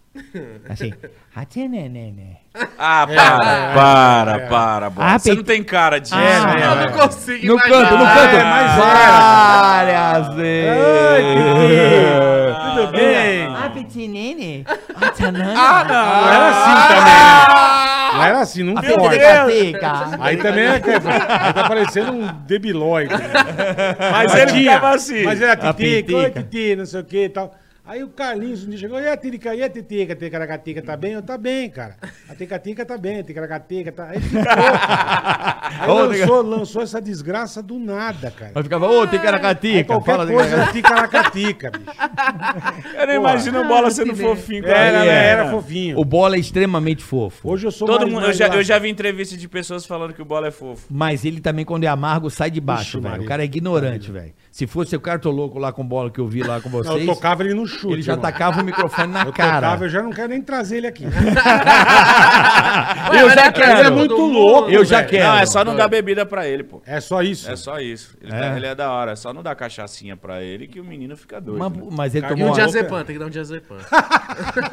Speaker 2: Assim, "Atienenené."
Speaker 5: Ah, para, para, para, bora.
Speaker 2: Ah,
Speaker 5: Você
Speaker 2: Peti-
Speaker 5: não tem cara disso.
Speaker 2: Ah,
Speaker 4: Eu
Speaker 5: né?
Speaker 4: não consigo
Speaker 2: no canto, no canto.
Speaker 3: é, mas é. Ah,
Speaker 2: Várias vezes.
Speaker 6: É.
Speaker 3: Oi, Titi, tudo bem?
Speaker 2: Ah, petinene?
Speaker 5: Ah,
Speaker 3: Não
Speaker 5: é.
Speaker 3: era assim também. né? Não era assim, não
Speaker 2: A
Speaker 3: pode.
Speaker 2: petica.
Speaker 3: Aí também é que aí tá parecendo um debilóide.
Speaker 5: Mas ele ficava assim.
Speaker 3: Mas era
Speaker 2: A
Speaker 3: titica, oi
Speaker 2: pitica.
Speaker 3: titi, não sei o que e tal. Aí o Carlinhos um dia chegou, e a titica, e a titica, ticaracatica, tá bem? Eu, tá bem, cara. A ticatica tá bem, ticaracatica tá...
Speaker 5: *laughs*
Speaker 3: Aí, ficou, cara. aí
Speaker 2: Ô,
Speaker 3: lançou, lançou essa desgraça do nada, cara.
Speaker 2: Aí ficava, ô,
Speaker 3: Aí
Speaker 2: ticaracatica.
Speaker 3: É qualquer
Speaker 2: Fala
Speaker 3: coisa
Speaker 2: ticaracatica.
Speaker 3: é ticaracatica, bicho.
Speaker 5: Eu não imagino o bola sendo fofinho. com a
Speaker 3: Era,
Speaker 5: Lia.
Speaker 3: era fofinho.
Speaker 2: O bola é extremamente fofo.
Speaker 3: Hoje eu sou
Speaker 5: é. Todo
Speaker 3: mais-
Speaker 5: mundo, eu,
Speaker 3: mais
Speaker 5: já,
Speaker 3: lá-
Speaker 5: eu já vi entrevista de pessoas falando que o bola é fofo.
Speaker 2: Mas ele também, quando é amargo, sai de baixo,
Speaker 3: Ixi,
Speaker 2: velho. O
Speaker 3: Maria.
Speaker 2: cara é ignorante, velho. Se fosse o cara tô louco lá com bola que eu vi lá com
Speaker 3: Não, Eu
Speaker 2: vocês,
Speaker 3: tocava ele no chute,
Speaker 2: ele já
Speaker 5: tá
Speaker 3: irmão.
Speaker 2: tacava o microfone na
Speaker 3: Eu
Speaker 2: cara.
Speaker 3: tocava, eu já não quero nem trazer ele aqui.
Speaker 2: Eu já
Speaker 3: quero. Ele é muito louco,
Speaker 2: Eu já
Speaker 3: velho.
Speaker 2: quero.
Speaker 5: Não, é só não dar bebida pra ele, pô.
Speaker 3: É só isso.
Speaker 5: É só isso. Ele
Speaker 2: É.
Speaker 5: tá- ele é da hora. É só não dar cachaçinha pra ele que o menino fica doido.
Speaker 2: Mas,
Speaker 5: né?
Speaker 2: mas ele
Speaker 3: Cara,
Speaker 4: E
Speaker 2: tomou
Speaker 4: um
Speaker 2: uma...
Speaker 4: diazepam, tem que dar um diazepam.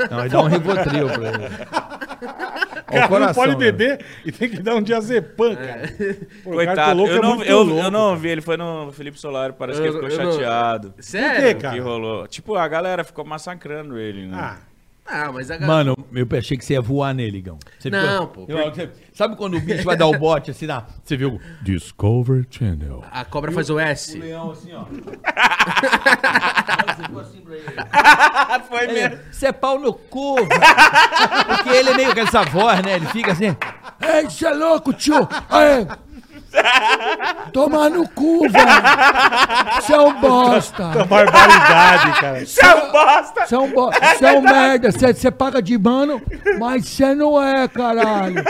Speaker 2: Não, ele dá um ribotril pra ele. Ó, o
Speaker 3: O *laughs* cara
Speaker 2: coração,
Speaker 3: não pode
Speaker 2: velho.
Speaker 3: beber e tem que dar um diazepam, cara. Pô, o cara
Speaker 5: É. Coitado,
Speaker 3: louco
Speaker 5: eu,
Speaker 3: é
Speaker 5: não,
Speaker 3: muito
Speaker 5: eu,
Speaker 3: louco.
Speaker 5: eu não vi, ele foi no Felipe Solari, parece que
Speaker 4: Eu-
Speaker 5: ele ficou
Speaker 4: eu não-
Speaker 5: chateado.
Speaker 4: Sério?
Speaker 3: Por quê, cara?
Speaker 5: Que rolou. Tipo, a galera ficou massacrando ele, né?
Speaker 3: Ah,
Speaker 4: Ah, mas a galera.
Speaker 2: Mano, eu achei que você ia voar nele, Igão. Você
Speaker 4: Não, pô,
Speaker 2: Eu- você- Sabe quando o bicho vai dar o bote assim na. Você viu? Discovery Channel.
Speaker 4: A cobra faz o S.
Speaker 2: leão assim, ó.
Speaker 5: Foi mesmo.
Speaker 2: Você é pau no cu, velho. Porque ele é meio com essa voz, né? Ele fica assim. Ei, você é louco, tio! Aê. Toma no cu, velho! Você é um bosta!
Speaker 3: Barbaridade, cara.
Speaker 5: Seu bosta!
Speaker 2: Você é um, bo... você é um merda! Você, você paga de mano, mas você não é, caralho!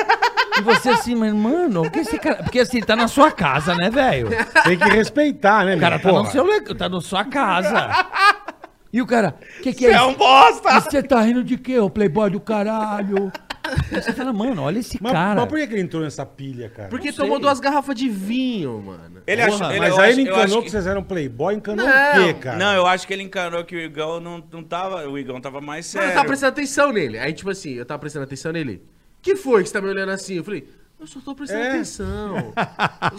Speaker 2: E você assim, mas mano, o que esse cara. Porque assim, tá na sua casa, né, velho?
Speaker 3: Tem que respeitar, né,
Speaker 2: O cara
Speaker 3: meu?
Speaker 2: tá
Speaker 3: Porra.
Speaker 2: no seu le- tá na sua casa. E o cara, que que é
Speaker 5: Você é
Speaker 2: isso?
Speaker 5: um bosta!
Speaker 2: Você tá rindo de quê, ô playboy do caralho? Aí você fala, mano, olha esse
Speaker 3: Mas,
Speaker 2: cara.
Speaker 3: mas por que que ele entrou nessa pilha, cara?
Speaker 4: Porque
Speaker 2: sei.
Speaker 4: tomou duas garrafas de vinho, mano.
Speaker 5: Ele
Speaker 2: Porra,
Speaker 5: achou, ele,
Speaker 3: Mas
Speaker 5: eu
Speaker 3: aí
Speaker 5: acho-
Speaker 3: ele
Speaker 5: eu acho
Speaker 3: encanou que...
Speaker 5: que-
Speaker 3: vocês eram playboy, encanou
Speaker 4: Não,
Speaker 3: o quê, cara?
Speaker 5: Não, eu acho que ele encanou que o Igão não, não tava. O Igão tava mais
Speaker 4: Mano,
Speaker 5: sério.
Speaker 4: eu tava prestando atenção nele. Aí, tipo assim, eu tava prestando atenção nele. Que foi que você tá me olhando assim? Eu falei, eu só tô prestando
Speaker 3: É.
Speaker 4: atenção.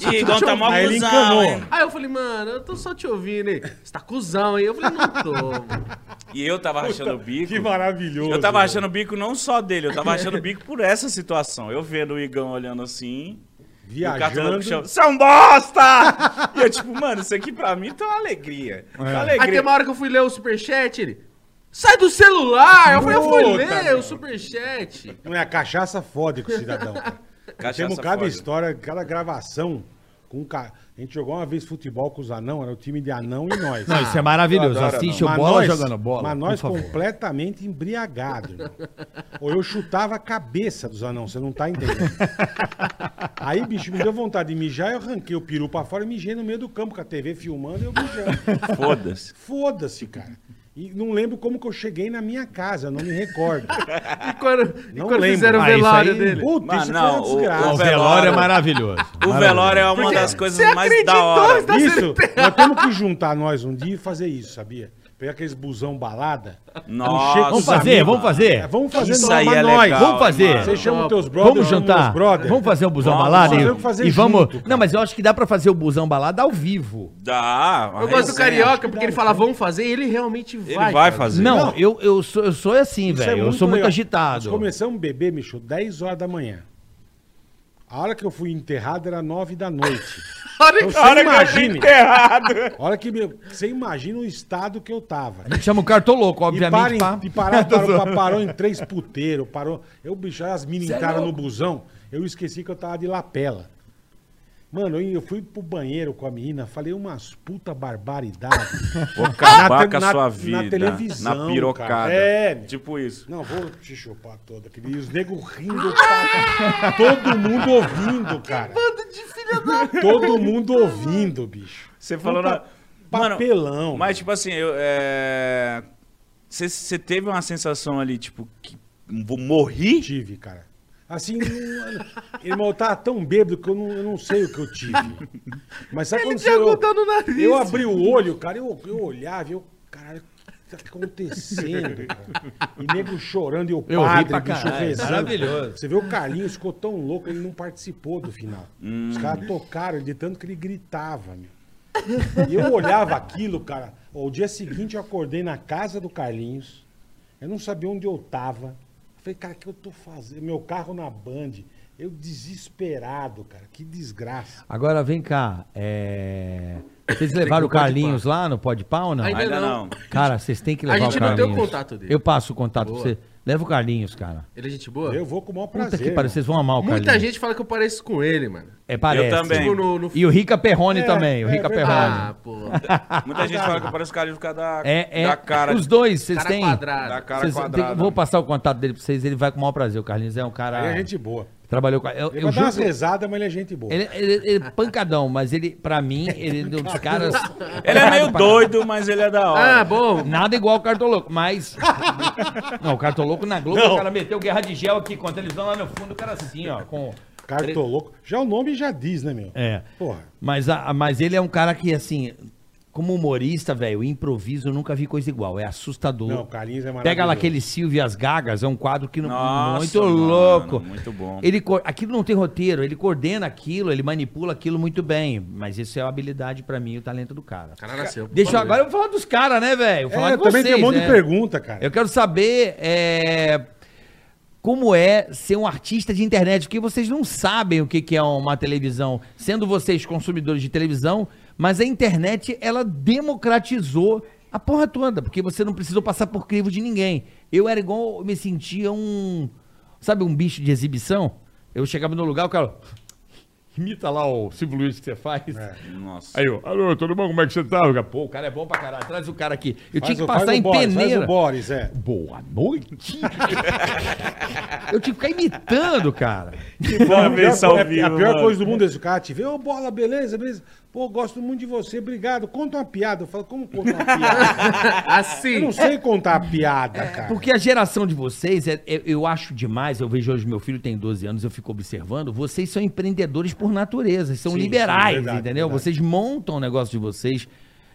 Speaker 4: *laughs*
Speaker 5: E Igão tá mó
Speaker 3: Aí ele
Speaker 5: cuzão,
Speaker 3: encanou.
Speaker 5: hein?
Speaker 4: Aí eu falei, mano, eu tô só te ouvindo, hein? Você tá cuzão, hein? Eu falei, não tô.
Speaker 3: *laughs*
Speaker 4: mano.
Speaker 5: E eu tava rachando o bico.
Speaker 3: Que maravilhoso.
Speaker 5: Eu tava achando o bico não só dele, eu tava achando o bico por essa situação. Eu vendo o Igão olhando assim. e o
Speaker 3: Viajando.
Speaker 5: Catulano puxando, Você é um bosta! *laughs* e eu, tipo, mano, isso aqui pra mim tá uma alegria.
Speaker 3: É.
Speaker 5: Tá uma
Speaker 4: Aí tem
Speaker 5: alegria.
Speaker 4: uma hora que eu fui ler o superchat, ele... Sai do celular! Eu falei, eu fui
Speaker 3: Puta,
Speaker 4: ler
Speaker 3: meu.
Speaker 4: o superchat.
Speaker 3: Não é, a cachaça fode com o cidadão, cara.
Speaker 5: *laughs* Cachaça
Speaker 3: Temos cada
Speaker 5: foda.
Speaker 3: história, cada gravação. Com ca... A gente jogou uma vez futebol com os anão, era o time de anão e nós.
Speaker 2: Não, isso é maravilhoso.
Speaker 5: Eu adoro,
Speaker 2: Assiste
Speaker 3: Mas
Speaker 2: o bola
Speaker 3: nós-
Speaker 2: jogando bola.
Speaker 3: Mas nós
Speaker 2: por favor.
Speaker 3: completamente embriagado, irmão. Ou eu chutava a cabeça dos anãos, você não tá
Speaker 2: *laughs*
Speaker 3: entendendo. Aí, bicho, me deu vontade de mijar, eu arranquei o peru pra fora e mijei no meio do campo, com a TV filmando e eu mijando.
Speaker 5: Foda-se.
Speaker 3: Foda-se, cara. E não lembro como que eu cheguei na minha casa, não me recordo.
Speaker 4: E quando, e
Speaker 3: Não
Speaker 4: quando
Speaker 3: lembro.
Speaker 4: fizeram o
Speaker 2: Ah, isso
Speaker 4: velório
Speaker 2: aí-
Speaker 4: dele?
Speaker 3: Puta,
Speaker 5: Mas
Speaker 3: isso
Speaker 5: não,
Speaker 3: foi uma
Speaker 5: o-
Speaker 3: desgraça.
Speaker 2: O
Speaker 5: o
Speaker 2: velório é
Speaker 5: velório-
Speaker 2: maravilhoso.
Speaker 5: O
Speaker 2: Maravilhoso.
Speaker 5: velório é uma
Speaker 4: Porque
Speaker 5: das coisas
Speaker 4: você
Speaker 5: mais da
Speaker 4: acreditou,
Speaker 5: hora.
Speaker 4: tá
Speaker 3: Isso, nós temos que juntar nós um dia e fazer isso, sabia? Pegar aqueles busão balada.
Speaker 5: Nossa,
Speaker 2: Vamos fazer,
Speaker 3: amigos.
Speaker 2: vamos fazer.
Speaker 3: É, vamos fazer
Speaker 5: Isso
Speaker 3: nós,
Speaker 5: aí
Speaker 3: mas
Speaker 5: é
Speaker 3: nós.
Speaker 5: legal,
Speaker 2: Vamos fazer.
Speaker 5: mano.
Speaker 3: Você chama os teus brothers,
Speaker 2: Vamos
Speaker 3: eu chamo meus
Speaker 2: jantar?
Speaker 3: brothers.
Speaker 2: Vamos fazer um busão
Speaker 5: Vamos
Speaker 2: balada?
Speaker 5: fazer
Speaker 2: e-
Speaker 5: o que
Speaker 3: fazer
Speaker 2: e vamos.
Speaker 3: junto, cara.
Speaker 2: não, mas eu acho que dá pra fazer o busão balada ao vivo.
Speaker 5: Dá. uma
Speaker 4: Eu gosto do
Speaker 3: é,
Speaker 5: resenha.
Speaker 4: Carioca, porque ele fala, vamos fazer, e ele realmente vai.
Speaker 5: Ele vai
Speaker 4: cara.
Speaker 5: fazer.
Speaker 2: Não, eu, eu, sou, eu sou assim,
Speaker 3: Isso é
Speaker 2: velho. eu sou muito
Speaker 3: legal.
Speaker 2: agitado.
Speaker 3: Nós começamos a beber, Micho, 10 horas da manhã. A hora que eu fui enterrado era 9 da noite.
Speaker 4: *laughs* Olha
Speaker 3: Então,
Speaker 4: que-
Speaker 2: *laughs*
Speaker 3: você
Speaker 5: Olha que eu
Speaker 3: imagine.
Speaker 5: fico errado.
Speaker 3: A hora que meu, você imagina o estado que eu tava.
Speaker 2: A gente chama o cartoloco,
Speaker 3: E,
Speaker 2: obviamente.
Speaker 3: para em,
Speaker 2: pá. *laughs*
Speaker 3: e parar, parou, pa- parou em três puteiros, parou. Eu, bicho, as minas
Speaker 2: Cê é
Speaker 3: entraram no
Speaker 2: louco.
Speaker 3: busão, eu esqueci que eu tava de lapela. Mano, eu eu fui pro banheiro com a menina, falei umas puta barbaridade.
Speaker 2: *laughs*
Speaker 5: Vou acabar
Speaker 3: te-
Speaker 5: com a
Speaker 3: na-
Speaker 5: sua
Speaker 3: na
Speaker 5: vida. Na
Speaker 3: televisão,
Speaker 5: televisão. Na pirocada.
Speaker 3: cara. É.
Speaker 5: Tipo isso.
Speaker 3: Não, vou te chupar toda. querido. E os negros rindo, pra... todo mundo ouvindo, cara.
Speaker 4: Bando de filha da
Speaker 3: Todo mundo ouvindo, bicho.
Speaker 5: Você falou.
Speaker 3: Puta
Speaker 5: na-
Speaker 3: papelão.
Speaker 5: mas, tipo assim, eu. é, Você você teve uma sensação ali, tipo, que vou morrer?
Speaker 3: tive, cara. Assim, não- irmão, eu tava tão bêbado que eu não, eu não sei o que eu tive. Mas sabe
Speaker 4: Ele
Speaker 3: quando
Speaker 4: tinha
Speaker 3: você.
Speaker 4: algodão no nariz.
Speaker 3: Eu abri o olho, cara, eu, eu olhava e eu, caralho, o que tá acontecendo, cara? E nego chorando e o
Speaker 2: Eu ri
Speaker 3: padre,
Speaker 2: pra
Speaker 3: bicho,
Speaker 2: caralho,
Speaker 3: rezando.
Speaker 2: maravilhoso.
Speaker 3: Você vê o Carlinhos, ficou tão louco, ele não participou do final. Os caras tocaram ele de tanto que ele gritava, meu. E eu olhava aquilo, cara. Ó, O dia seguinte eu acordei na casa do Carlinhos. Eu não sabia onde eu tava. Eu falei, cara, o que eu tô fazendo? Meu carro na Band. Eu desesperado, cara. Que desgraça.
Speaker 2: Agora vem cá. é, Vocês levaram o
Speaker 4: Tem que ir no
Speaker 2: Carlinhos lá no Pode Pau, não?
Speaker 4: Ainda
Speaker 5: Ainda
Speaker 4: não.
Speaker 5: não.
Speaker 2: Cara, vocês têm que
Speaker 4: A
Speaker 2: levar o
Speaker 4: gente não
Speaker 2: Carlinhos.
Speaker 4: tem o contato dele.
Speaker 2: Eu passo o contato
Speaker 4: Boa.
Speaker 2: pra você. Leva o Carlinhos, cara.
Speaker 4: Ele é gente boa?
Speaker 3: Eu vou com o maior
Speaker 2: Puta
Speaker 3: prazer.
Speaker 2: que pariu,
Speaker 3: irmão.
Speaker 2: vocês vão amar o
Speaker 4: Muita
Speaker 2: Carlinhos.
Speaker 4: gente fala que eu pareço com ele, mano.
Speaker 2: É, parece.
Speaker 5: Eu também.
Speaker 4: Tipo, no, no...
Speaker 2: E o Rica Perrone
Speaker 3: É,
Speaker 2: também, o
Speaker 3: é
Speaker 2: Rica
Speaker 3: verdade.
Speaker 2: Perrone.
Speaker 4: Ah, pô.
Speaker 5: Muita gente fala que eu pareço o Carlinhos por causa da,
Speaker 2: É, é.
Speaker 5: da cara.
Speaker 2: Os dois, vocês
Speaker 4: Cara
Speaker 2: têm.
Speaker 4: quadrado.
Speaker 5: Da cara
Speaker 2: Vocês- tem-
Speaker 5: quadrada.
Speaker 2: vou passar o contato dele pra vocês, ele vai com o maior prazer. O Carlinhos é um cara.
Speaker 3: Ele é gente boa.
Speaker 2: Trabalhou com. Eu,
Speaker 3: Ele
Speaker 2: eu
Speaker 3: vai dar
Speaker 2: juro.
Speaker 3: umas rezadas, mas ele é gente boa.
Speaker 2: Ele, ele- ele é pancadão, mas ele, pra mim, ele é um dos caras.
Speaker 5: *laughs* Ele é meio doido, mas ele é da hora.
Speaker 4: Ah, bom.
Speaker 2: Nada igual o
Speaker 5: *laughs*
Speaker 2: Cartoloco, mas. Não, o Cartoloco na Globo,
Speaker 3: Não.
Speaker 2: o cara meteu guerra de gel aqui, quando eles vão lá no fundo, o cara assim, ó. Com...
Speaker 3: Cartoloco. Já o nome já diz, né, meu?
Speaker 2: É.
Speaker 3: Porra.
Speaker 2: Mas, a, a- mas ele é um cara que, assim. Como humorista, velho, improviso, eu nunca vi coisa igual. É assustador.
Speaker 3: Não, o Carlinhos é
Speaker 2: Pega lá
Speaker 3: maravilhoso.
Speaker 2: aquele Silvio e as Gagas, é um quadro que não.
Speaker 1: Nossa,
Speaker 2: muito
Speaker 1: mano,
Speaker 2: louco.
Speaker 1: muito bom.
Speaker 2: Ele, co- aquilo não tem roteiro, ele coordena aquilo, ele manipula aquilo muito bem. Mas isso é a habilidade pra mim, o talento do cara.
Speaker 4: O cara nasceu.
Speaker 2: Deixa eu,
Speaker 4: Valeu.
Speaker 2: agora eu vou falar dos caras, né, velho? Vou falar
Speaker 3: É,
Speaker 2: de
Speaker 3: também tem um
Speaker 2: vocês,
Speaker 3: monte de
Speaker 2: né?
Speaker 3: pergunta, cara.
Speaker 2: Eu quero saber é, como é ser um artista de internet, porque vocês não sabem o que que é uma televisão, sendo vocês consumidores de televisão, mas a internet ela democratizou a porra toda, porque você não precisou passar por crivo de ninguém. Eu era igual, eu me sentia um, sabe, um bicho de exibição. Eu chegava no lugar, o cara imita lá o Silvio Luiz que você faz.
Speaker 3: É.
Speaker 1: Nossa.
Speaker 2: Aí eu, alô, tudo bom? Como é que você tá? Eu, Pô, o cara é bom pra caralho, traz o cara aqui. Eu
Speaker 3: Faz
Speaker 2: tinha que
Speaker 3: o- faz
Speaker 2: passar
Speaker 3: o
Speaker 2: em
Speaker 3: Boris, Faz
Speaker 2: peneira.
Speaker 3: o Boris, é.
Speaker 2: Boa noite! eu tive que ficar imitando, cara.
Speaker 1: Uma
Speaker 3: a,
Speaker 1: vez
Speaker 3: pior,
Speaker 1: ao
Speaker 3: é-
Speaker 1: vivo,
Speaker 3: a pior
Speaker 1: mano.
Speaker 3: coisa do mundo é isso. O cara te vê, ô bola, beleza, beleza. Pô, gosto muito de você, obrigado. Conta uma piada. Eu falo, como conta uma *laughs*
Speaker 2: *laughs*
Speaker 3: piada? Eu
Speaker 4: assim.
Speaker 3: não sei contar a piada, cara.
Speaker 2: É, Porque a geração de vocês, é- é- eu acho demais, eu vejo hoje, meu filho tem 12 anos, eu fico observando, vocês são empreendedores por natureza, vocês são
Speaker 3: Sim,
Speaker 2: liberais,
Speaker 3: sim, é verdade,
Speaker 2: entendeu?
Speaker 3: verdade.
Speaker 2: Vocês montam o negócio de vocês.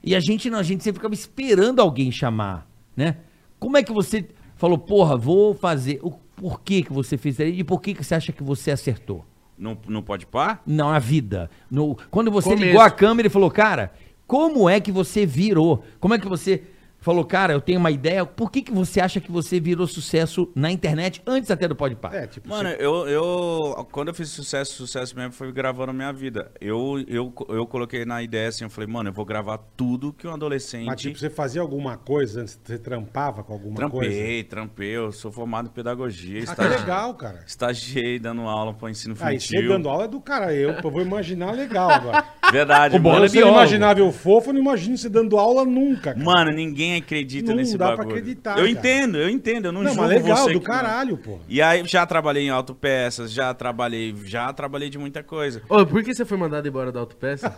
Speaker 2: E a gente não, a gente sempre ficava esperando alguém chamar, né? Como é que você falou, porra, vou fazer... O, por que que você fez isso? E por que que você acha que você acertou?
Speaker 1: Não, não pode par?
Speaker 2: Não, na vida. No, quando você
Speaker 4: Começo.
Speaker 2: ligou a câmera e falou, cara, como é que você virou? Como é que você falou, cara, eu tenho uma ideia. Por que, que você acha que você virou sucesso na internet antes até do Pode Par?
Speaker 3: É, tipo,
Speaker 1: Mano, eu, eu. Quando eu fiz sucesso, sucesso mesmo foi gravando minha vida. Eu, eu, eu coloquei na ideia assim, eu falei, mano, eu vou gravar tudo que um adolescente.
Speaker 3: Mas tipo, você fazia alguma coisa antes? Você trampava com alguma coisa?
Speaker 1: Trampei, trampei, eu sou formado em pedagogia,
Speaker 3: Ah, que
Speaker 2: tá.
Speaker 1: estagi...
Speaker 3: legal, cara.
Speaker 1: estagiei dando aula para ensino
Speaker 3: Aí você
Speaker 1: infantil.
Speaker 3: dando aula é do cara. Eu, eu vou imaginar legal agora.
Speaker 1: Verdade,
Speaker 2: O
Speaker 1: mano.
Speaker 2: Bola é
Speaker 3: eu, se eu
Speaker 2: biólogo.
Speaker 3: imaginava eu fofo, eu não imagino você dando aula nunca, cara.
Speaker 1: Mano, ninguém acredita
Speaker 3: Não
Speaker 1: nesse
Speaker 3: dá pra
Speaker 1: bagulho.
Speaker 3: acreditar,
Speaker 1: Eu
Speaker 3: cara.
Speaker 1: entendo, eu entendo, eu não,
Speaker 3: Não,
Speaker 1: julgo
Speaker 3: mas legal,
Speaker 1: você
Speaker 3: do
Speaker 1: que-
Speaker 3: caralho, pô.
Speaker 1: E aí já trabalhei em autopeças, já trabalhei, já trabalhei de muita coisa.
Speaker 4: Ô, por que você foi mandado embora da autopeça?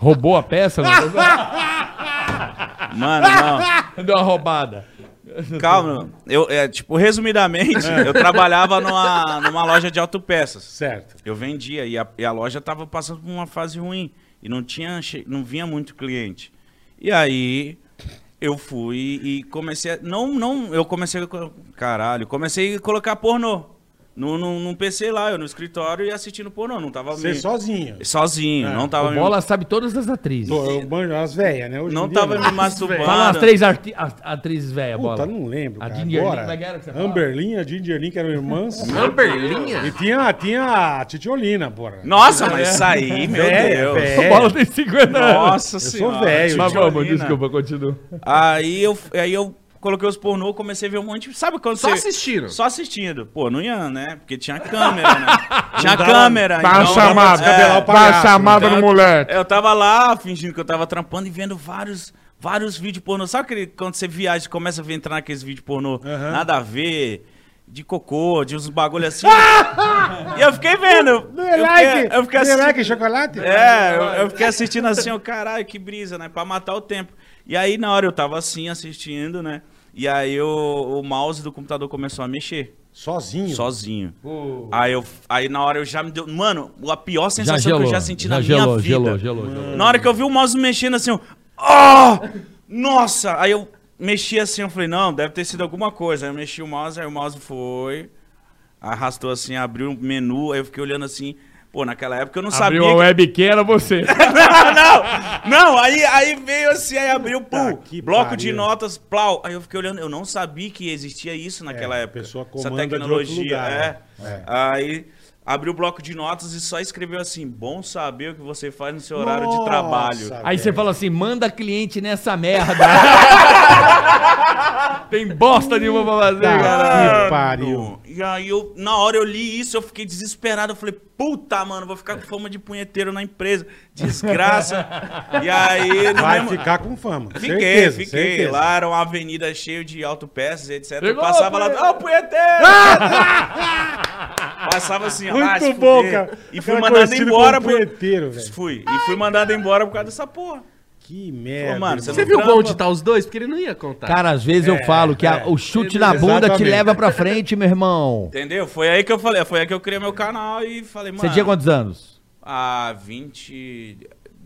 Speaker 2: Roubou a peça?
Speaker 3: *laughs*
Speaker 2: Não?
Speaker 1: Mano, não.
Speaker 2: Deu uma roubada.
Speaker 1: Calma, eu é, tipo, resumidamente,
Speaker 3: É.
Speaker 1: eu trabalhava numa, numa loja de autopeças.
Speaker 3: Certo.
Speaker 1: Eu vendia e a, e a loja tava passando por uma fase ruim e não tinha che- não vinha muito cliente. E aí eu fui e comecei a, não não eu comecei a, co- caralho comecei a colocar pornô no, no, num PC lá eu no escritório e assistindo pornô não tava
Speaker 3: Você É,
Speaker 1: me-
Speaker 3: sozinho.
Speaker 1: sozinho não tava
Speaker 2: o
Speaker 1: me,
Speaker 2: Bola sabe todas as atrizes.
Speaker 3: Pô, eu manjo as velhas, né? Hoje em
Speaker 1: não
Speaker 3: dia,
Speaker 1: tava
Speaker 3: né?
Speaker 1: me masturbando
Speaker 2: Fala as três arti- as- atrizes velhas, Bola.
Speaker 3: Puta, não lembro.
Speaker 2: A
Speaker 3: cara.
Speaker 2: Ginger
Speaker 3: Agora,
Speaker 2: Lin, como é que era que você fala?
Speaker 3: Amberlin, a Ginger Lin, que eram irmãs.
Speaker 4: Amberlinha?
Speaker 3: e tinha, tinha a Titiolina, porra.
Speaker 1: nossa mas isso
Speaker 3: É,
Speaker 1: aí meu
Speaker 3: Véia,
Speaker 1: Deus
Speaker 3: véia.
Speaker 2: O Bola tem 50 anos.
Speaker 1: nossa
Speaker 3: sou
Speaker 1: senhora
Speaker 3: velho,
Speaker 2: Mas
Speaker 1: Titiolina.
Speaker 2: vamos, desculpa, continua.
Speaker 1: Aí eu, aí eu coloquei os pornô, comecei a ver um monte. Sabe quando
Speaker 4: Só
Speaker 1: você-
Speaker 4: assistindo?
Speaker 1: Só assistindo. Pô, não ia, né? Porque tinha câmera, né? tinha câmera.
Speaker 6: Tá
Speaker 1: então-
Speaker 6: chamado,
Speaker 1: É,
Speaker 3: descabelar o palhaço,
Speaker 6: tá chamado
Speaker 1: então
Speaker 6: no
Speaker 1: eu-
Speaker 6: moleque.
Speaker 1: Eu tava lá fingindo que eu tava trampando e vendo vários. Vários vídeos pornô. Sabe aquele, quando você viaja e começa a ver- entrar naqueles vídeos pornô? Nada a ver. De cocô, de uns bagulho assim. e eu fiquei vendo. Eu,
Speaker 3: Dê
Speaker 1: eu
Speaker 3: like,
Speaker 1: fiquei, eu
Speaker 3: dê
Speaker 1: fiquei assistindo.
Speaker 3: like, chocolate.
Speaker 1: É, eu, eu fiquei assistindo assim, eu, caralho, que brisa, né? Pra matar o tempo. E aí, na hora, eu tava assim, assistindo, né? E aí, o, o mouse do computador começou a mexer,
Speaker 3: Sozinho.
Speaker 1: sozinho. Aí, eu, aí, na hora, eu já me deu... Mano, a pior sensação
Speaker 2: Já gelou.
Speaker 1: que eu já senti na minha
Speaker 2: gelou,
Speaker 1: vida.
Speaker 2: gelou, gelou, gelou.
Speaker 1: Na hora que eu vi o mouse mexendo assim, eu... Oh! Nossa! Aí eu mexi assim, eu falei, não, deve ter sido alguma coisa. Aí eu mexi o mouse, aí o mouse foi... Arrastou assim, abriu o menu, aí eu fiquei olhando assim... Pô, naquela época eu não sabia...
Speaker 6: Abriu a
Speaker 1: que-
Speaker 6: webcam,
Speaker 2: *laughs*
Speaker 6: era você.
Speaker 1: não, *laughs* não! Não, aí, aí veio assim, aí abriu,
Speaker 3: Tá,
Speaker 1: pum,
Speaker 3: que
Speaker 1: bloco
Speaker 3: pariu.
Speaker 1: de notas, plau. Aí eu fiquei olhando, eu não sabia que existia isso naquela
Speaker 3: É, a
Speaker 1: época.
Speaker 3: pessoa
Speaker 1: essa
Speaker 3: comanda de
Speaker 1: tecnologia,
Speaker 3: outro lugar,
Speaker 1: é.
Speaker 3: né? É.
Speaker 1: Aí abriu o bloco de notas e só escreveu assim: bom saber o que você faz no seu horário de
Speaker 3: Nossa,
Speaker 1: trabalho.
Speaker 2: Aí você fala assim, manda cliente nessa
Speaker 3: *laughs*
Speaker 2: merda. Tem bosta nenhuma pra fazer,
Speaker 3: Tá,
Speaker 2: cara.
Speaker 3: que pariu.
Speaker 1: E aí eu, na hora eu li isso, eu fiquei desesperado. Eu falei, puta, mano, vou ficar com fama de punheteiro na empresa.
Speaker 3: *laughs*
Speaker 1: Desgraça. e aí, no
Speaker 3: Vai
Speaker 1: mesmo-
Speaker 3: ficar com fama.
Speaker 1: Fiquei,
Speaker 3: certeza,
Speaker 1: fiquei.
Speaker 3: certeza.
Speaker 1: Lá era uma avenida cheia de autopeças, etc. Eu
Speaker 2: Pegou,
Speaker 1: passava lá,
Speaker 2: punheta-
Speaker 1: ó, o punheteiro! passava assim, ó, vai se
Speaker 3: Muito bom,
Speaker 1: fuder.
Speaker 3: cara.
Speaker 1: E fui
Speaker 3: Cara
Speaker 1: mandado
Speaker 3: conhecido como
Speaker 1: embora por...
Speaker 3: punheteiro, velho.
Speaker 1: Fui, e fui mandado embora por causa dessa porra.
Speaker 3: Que merda.
Speaker 1: mano,
Speaker 3: irmão.
Speaker 1: você
Speaker 4: Você viu onde tá os dois? Porque ele não ia contar.
Speaker 2: Cara, às vezes eu falo que a-
Speaker 3: é.
Speaker 2: o chute na bunda te
Speaker 3: Exatamente.
Speaker 2: leva pra frente, meu irmão.
Speaker 1: Entendeu? Foi aí que eu falei, foi aí que eu criei meu canal e falei, mano...
Speaker 2: Você tinha quantos anos?
Speaker 1: Ah, 20...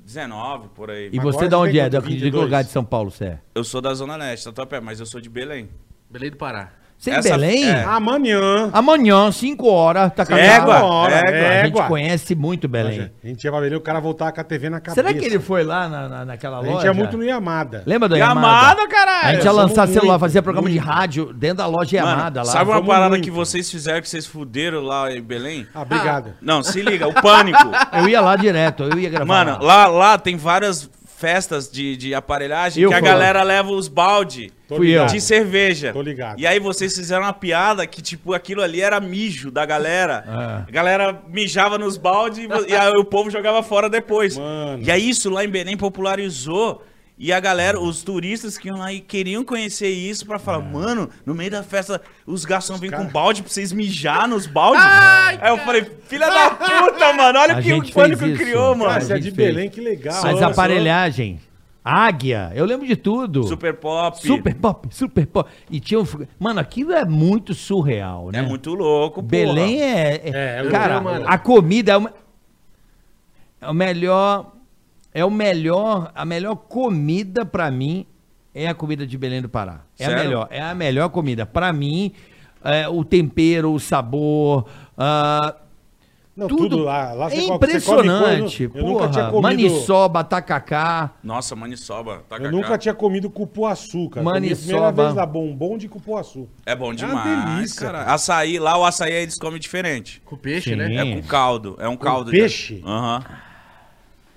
Speaker 1: 19, por aí.
Speaker 2: E
Speaker 3: Agora
Speaker 2: você
Speaker 3: você
Speaker 2: da onde
Speaker 3: tem
Speaker 2: é? Da-
Speaker 3: quanto?
Speaker 2: De que
Speaker 3: 22?
Speaker 2: lugar de São Paulo você é?
Speaker 1: Eu sou da Zona Leste, Tatuapé, mas eu sou de Belém.
Speaker 4: Belém do Pará.
Speaker 2: Você é em
Speaker 1: Essa-
Speaker 2: Belém?
Speaker 1: é.
Speaker 3: Amanhã.
Speaker 2: Amanhã, 5 horas, tá
Speaker 1: Égua,
Speaker 2: caminhando.
Speaker 3: hora,
Speaker 1: égua.
Speaker 2: A gente
Speaker 3: égua.
Speaker 2: conhece muito Belém.
Speaker 3: A gente ia pra Belém, o cara voltava com a TV na cabeça.
Speaker 2: Será que ele foi lá na, na- naquela
Speaker 3: A
Speaker 2: loja?
Speaker 3: gente ia muito no Yamada.
Speaker 2: Lembra da Yamada?
Speaker 1: Yamada, caralho!
Speaker 2: A gente ia
Speaker 3: Somos
Speaker 2: lançar celular,
Speaker 3: muito,
Speaker 2: fazia programa de
Speaker 3: muito.
Speaker 2: rádio dentro da loja
Speaker 1: Mano,
Speaker 2: Yamada lá.
Speaker 1: sabe uma
Speaker 3: fomos
Speaker 1: parada
Speaker 3: muito.
Speaker 1: que vocês fizeram que vocês fuderam lá em Belém?
Speaker 3: Ah, obrigado.
Speaker 1: Não, se liga, o
Speaker 2: *laughs*
Speaker 1: pânico.
Speaker 2: Eu ia lá direto, eu ia gravar.
Speaker 1: Mano, lá, lá tem várias festas de, de aparelhagem
Speaker 2: Eu
Speaker 1: que a
Speaker 2: fui lá.
Speaker 1: galera leva os balde
Speaker 3: Tô
Speaker 2: Fui eu.
Speaker 3: ligado.
Speaker 1: de cerveja.
Speaker 3: Tô ligado.
Speaker 1: E aí vocês fizeram uma piada que, tipo, aquilo ali era mijo da galera.
Speaker 2: É.
Speaker 1: A galera mijava nos balde e vo- e aí o povo jogava fora depois.
Speaker 3: Mano.
Speaker 1: E aí isso lá em Belém popularizou. E a galera, os turistas que iam lá e queriam conhecer isso pra falar, mano, no meio da festa, os garçons vêm com
Speaker 3: cara-
Speaker 1: balde pra vocês mijar nos baldes.
Speaker 4: Ai,
Speaker 1: aí eu falei, filha da puta, mano, olha
Speaker 2: A
Speaker 1: o que
Speaker 2: gente
Speaker 1: o pânico
Speaker 2: fez isso.
Speaker 1: criou, mano.
Speaker 3: Cara,
Speaker 2: a
Speaker 3: você é de
Speaker 2: gente
Speaker 3: Belém,
Speaker 2: fez.
Speaker 3: que legal.
Speaker 2: Mas
Speaker 3: Nossa,
Speaker 2: aparelhagem, águia, eu lembro de tudo.
Speaker 1: Super pop.
Speaker 2: Super pop, super pop. E tinha um... Mano, aquilo é muito surreal, né?
Speaker 1: É muito louco, porra.
Speaker 2: Belém é...
Speaker 3: É,
Speaker 2: é
Speaker 3: eu
Speaker 2: cara,
Speaker 4: lembro, mano.
Speaker 2: a comida é, uma- é o melhor... É o melhor... A melhor comida pra mim é a comida de Belém do Pará. É a
Speaker 1: Sério?
Speaker 2: melhor. É a melhor comida. Pra mim, é, o tempero, o sabor... ah,
Speaker 3: Não,
Speaker 2: tudo,
Speaker 3: tudo, lá. lá
Speaker 2: é
Speaker 3: você come- você come
Speaker 2: impressionante.
Speaker 3: coisa- eu nunca tinha
Speaker 2: Porra,
Speaker 3: comido.
Speaker 2: maniçoba, tacacá.
Speaker 1: Nossa, maniçoba. Tacacá.
Speaker 3: Eu nunca tinha comido cupuaçu, cara. Comi a Primeira
Speaker 2: Maniçoba.
Speaker 3: vez lá, bombom de cupuaçu.
Speaker 1: É bom demais,
Speaker 3: delícia,
Speaker 1: cara.
Speaker 3: cara.
Speaker 1: Açaí, lá o açaí eles comem diferente.
Speaker 4: Com peixe,
Speaker 2: Sim.
Speaker 4: né?
Speaker 1: É
Speaker 2: Sim.
Speaker 1: com caldo, é um caldo. de-
Speaker 3: peixe?
Speaker 1: Aham.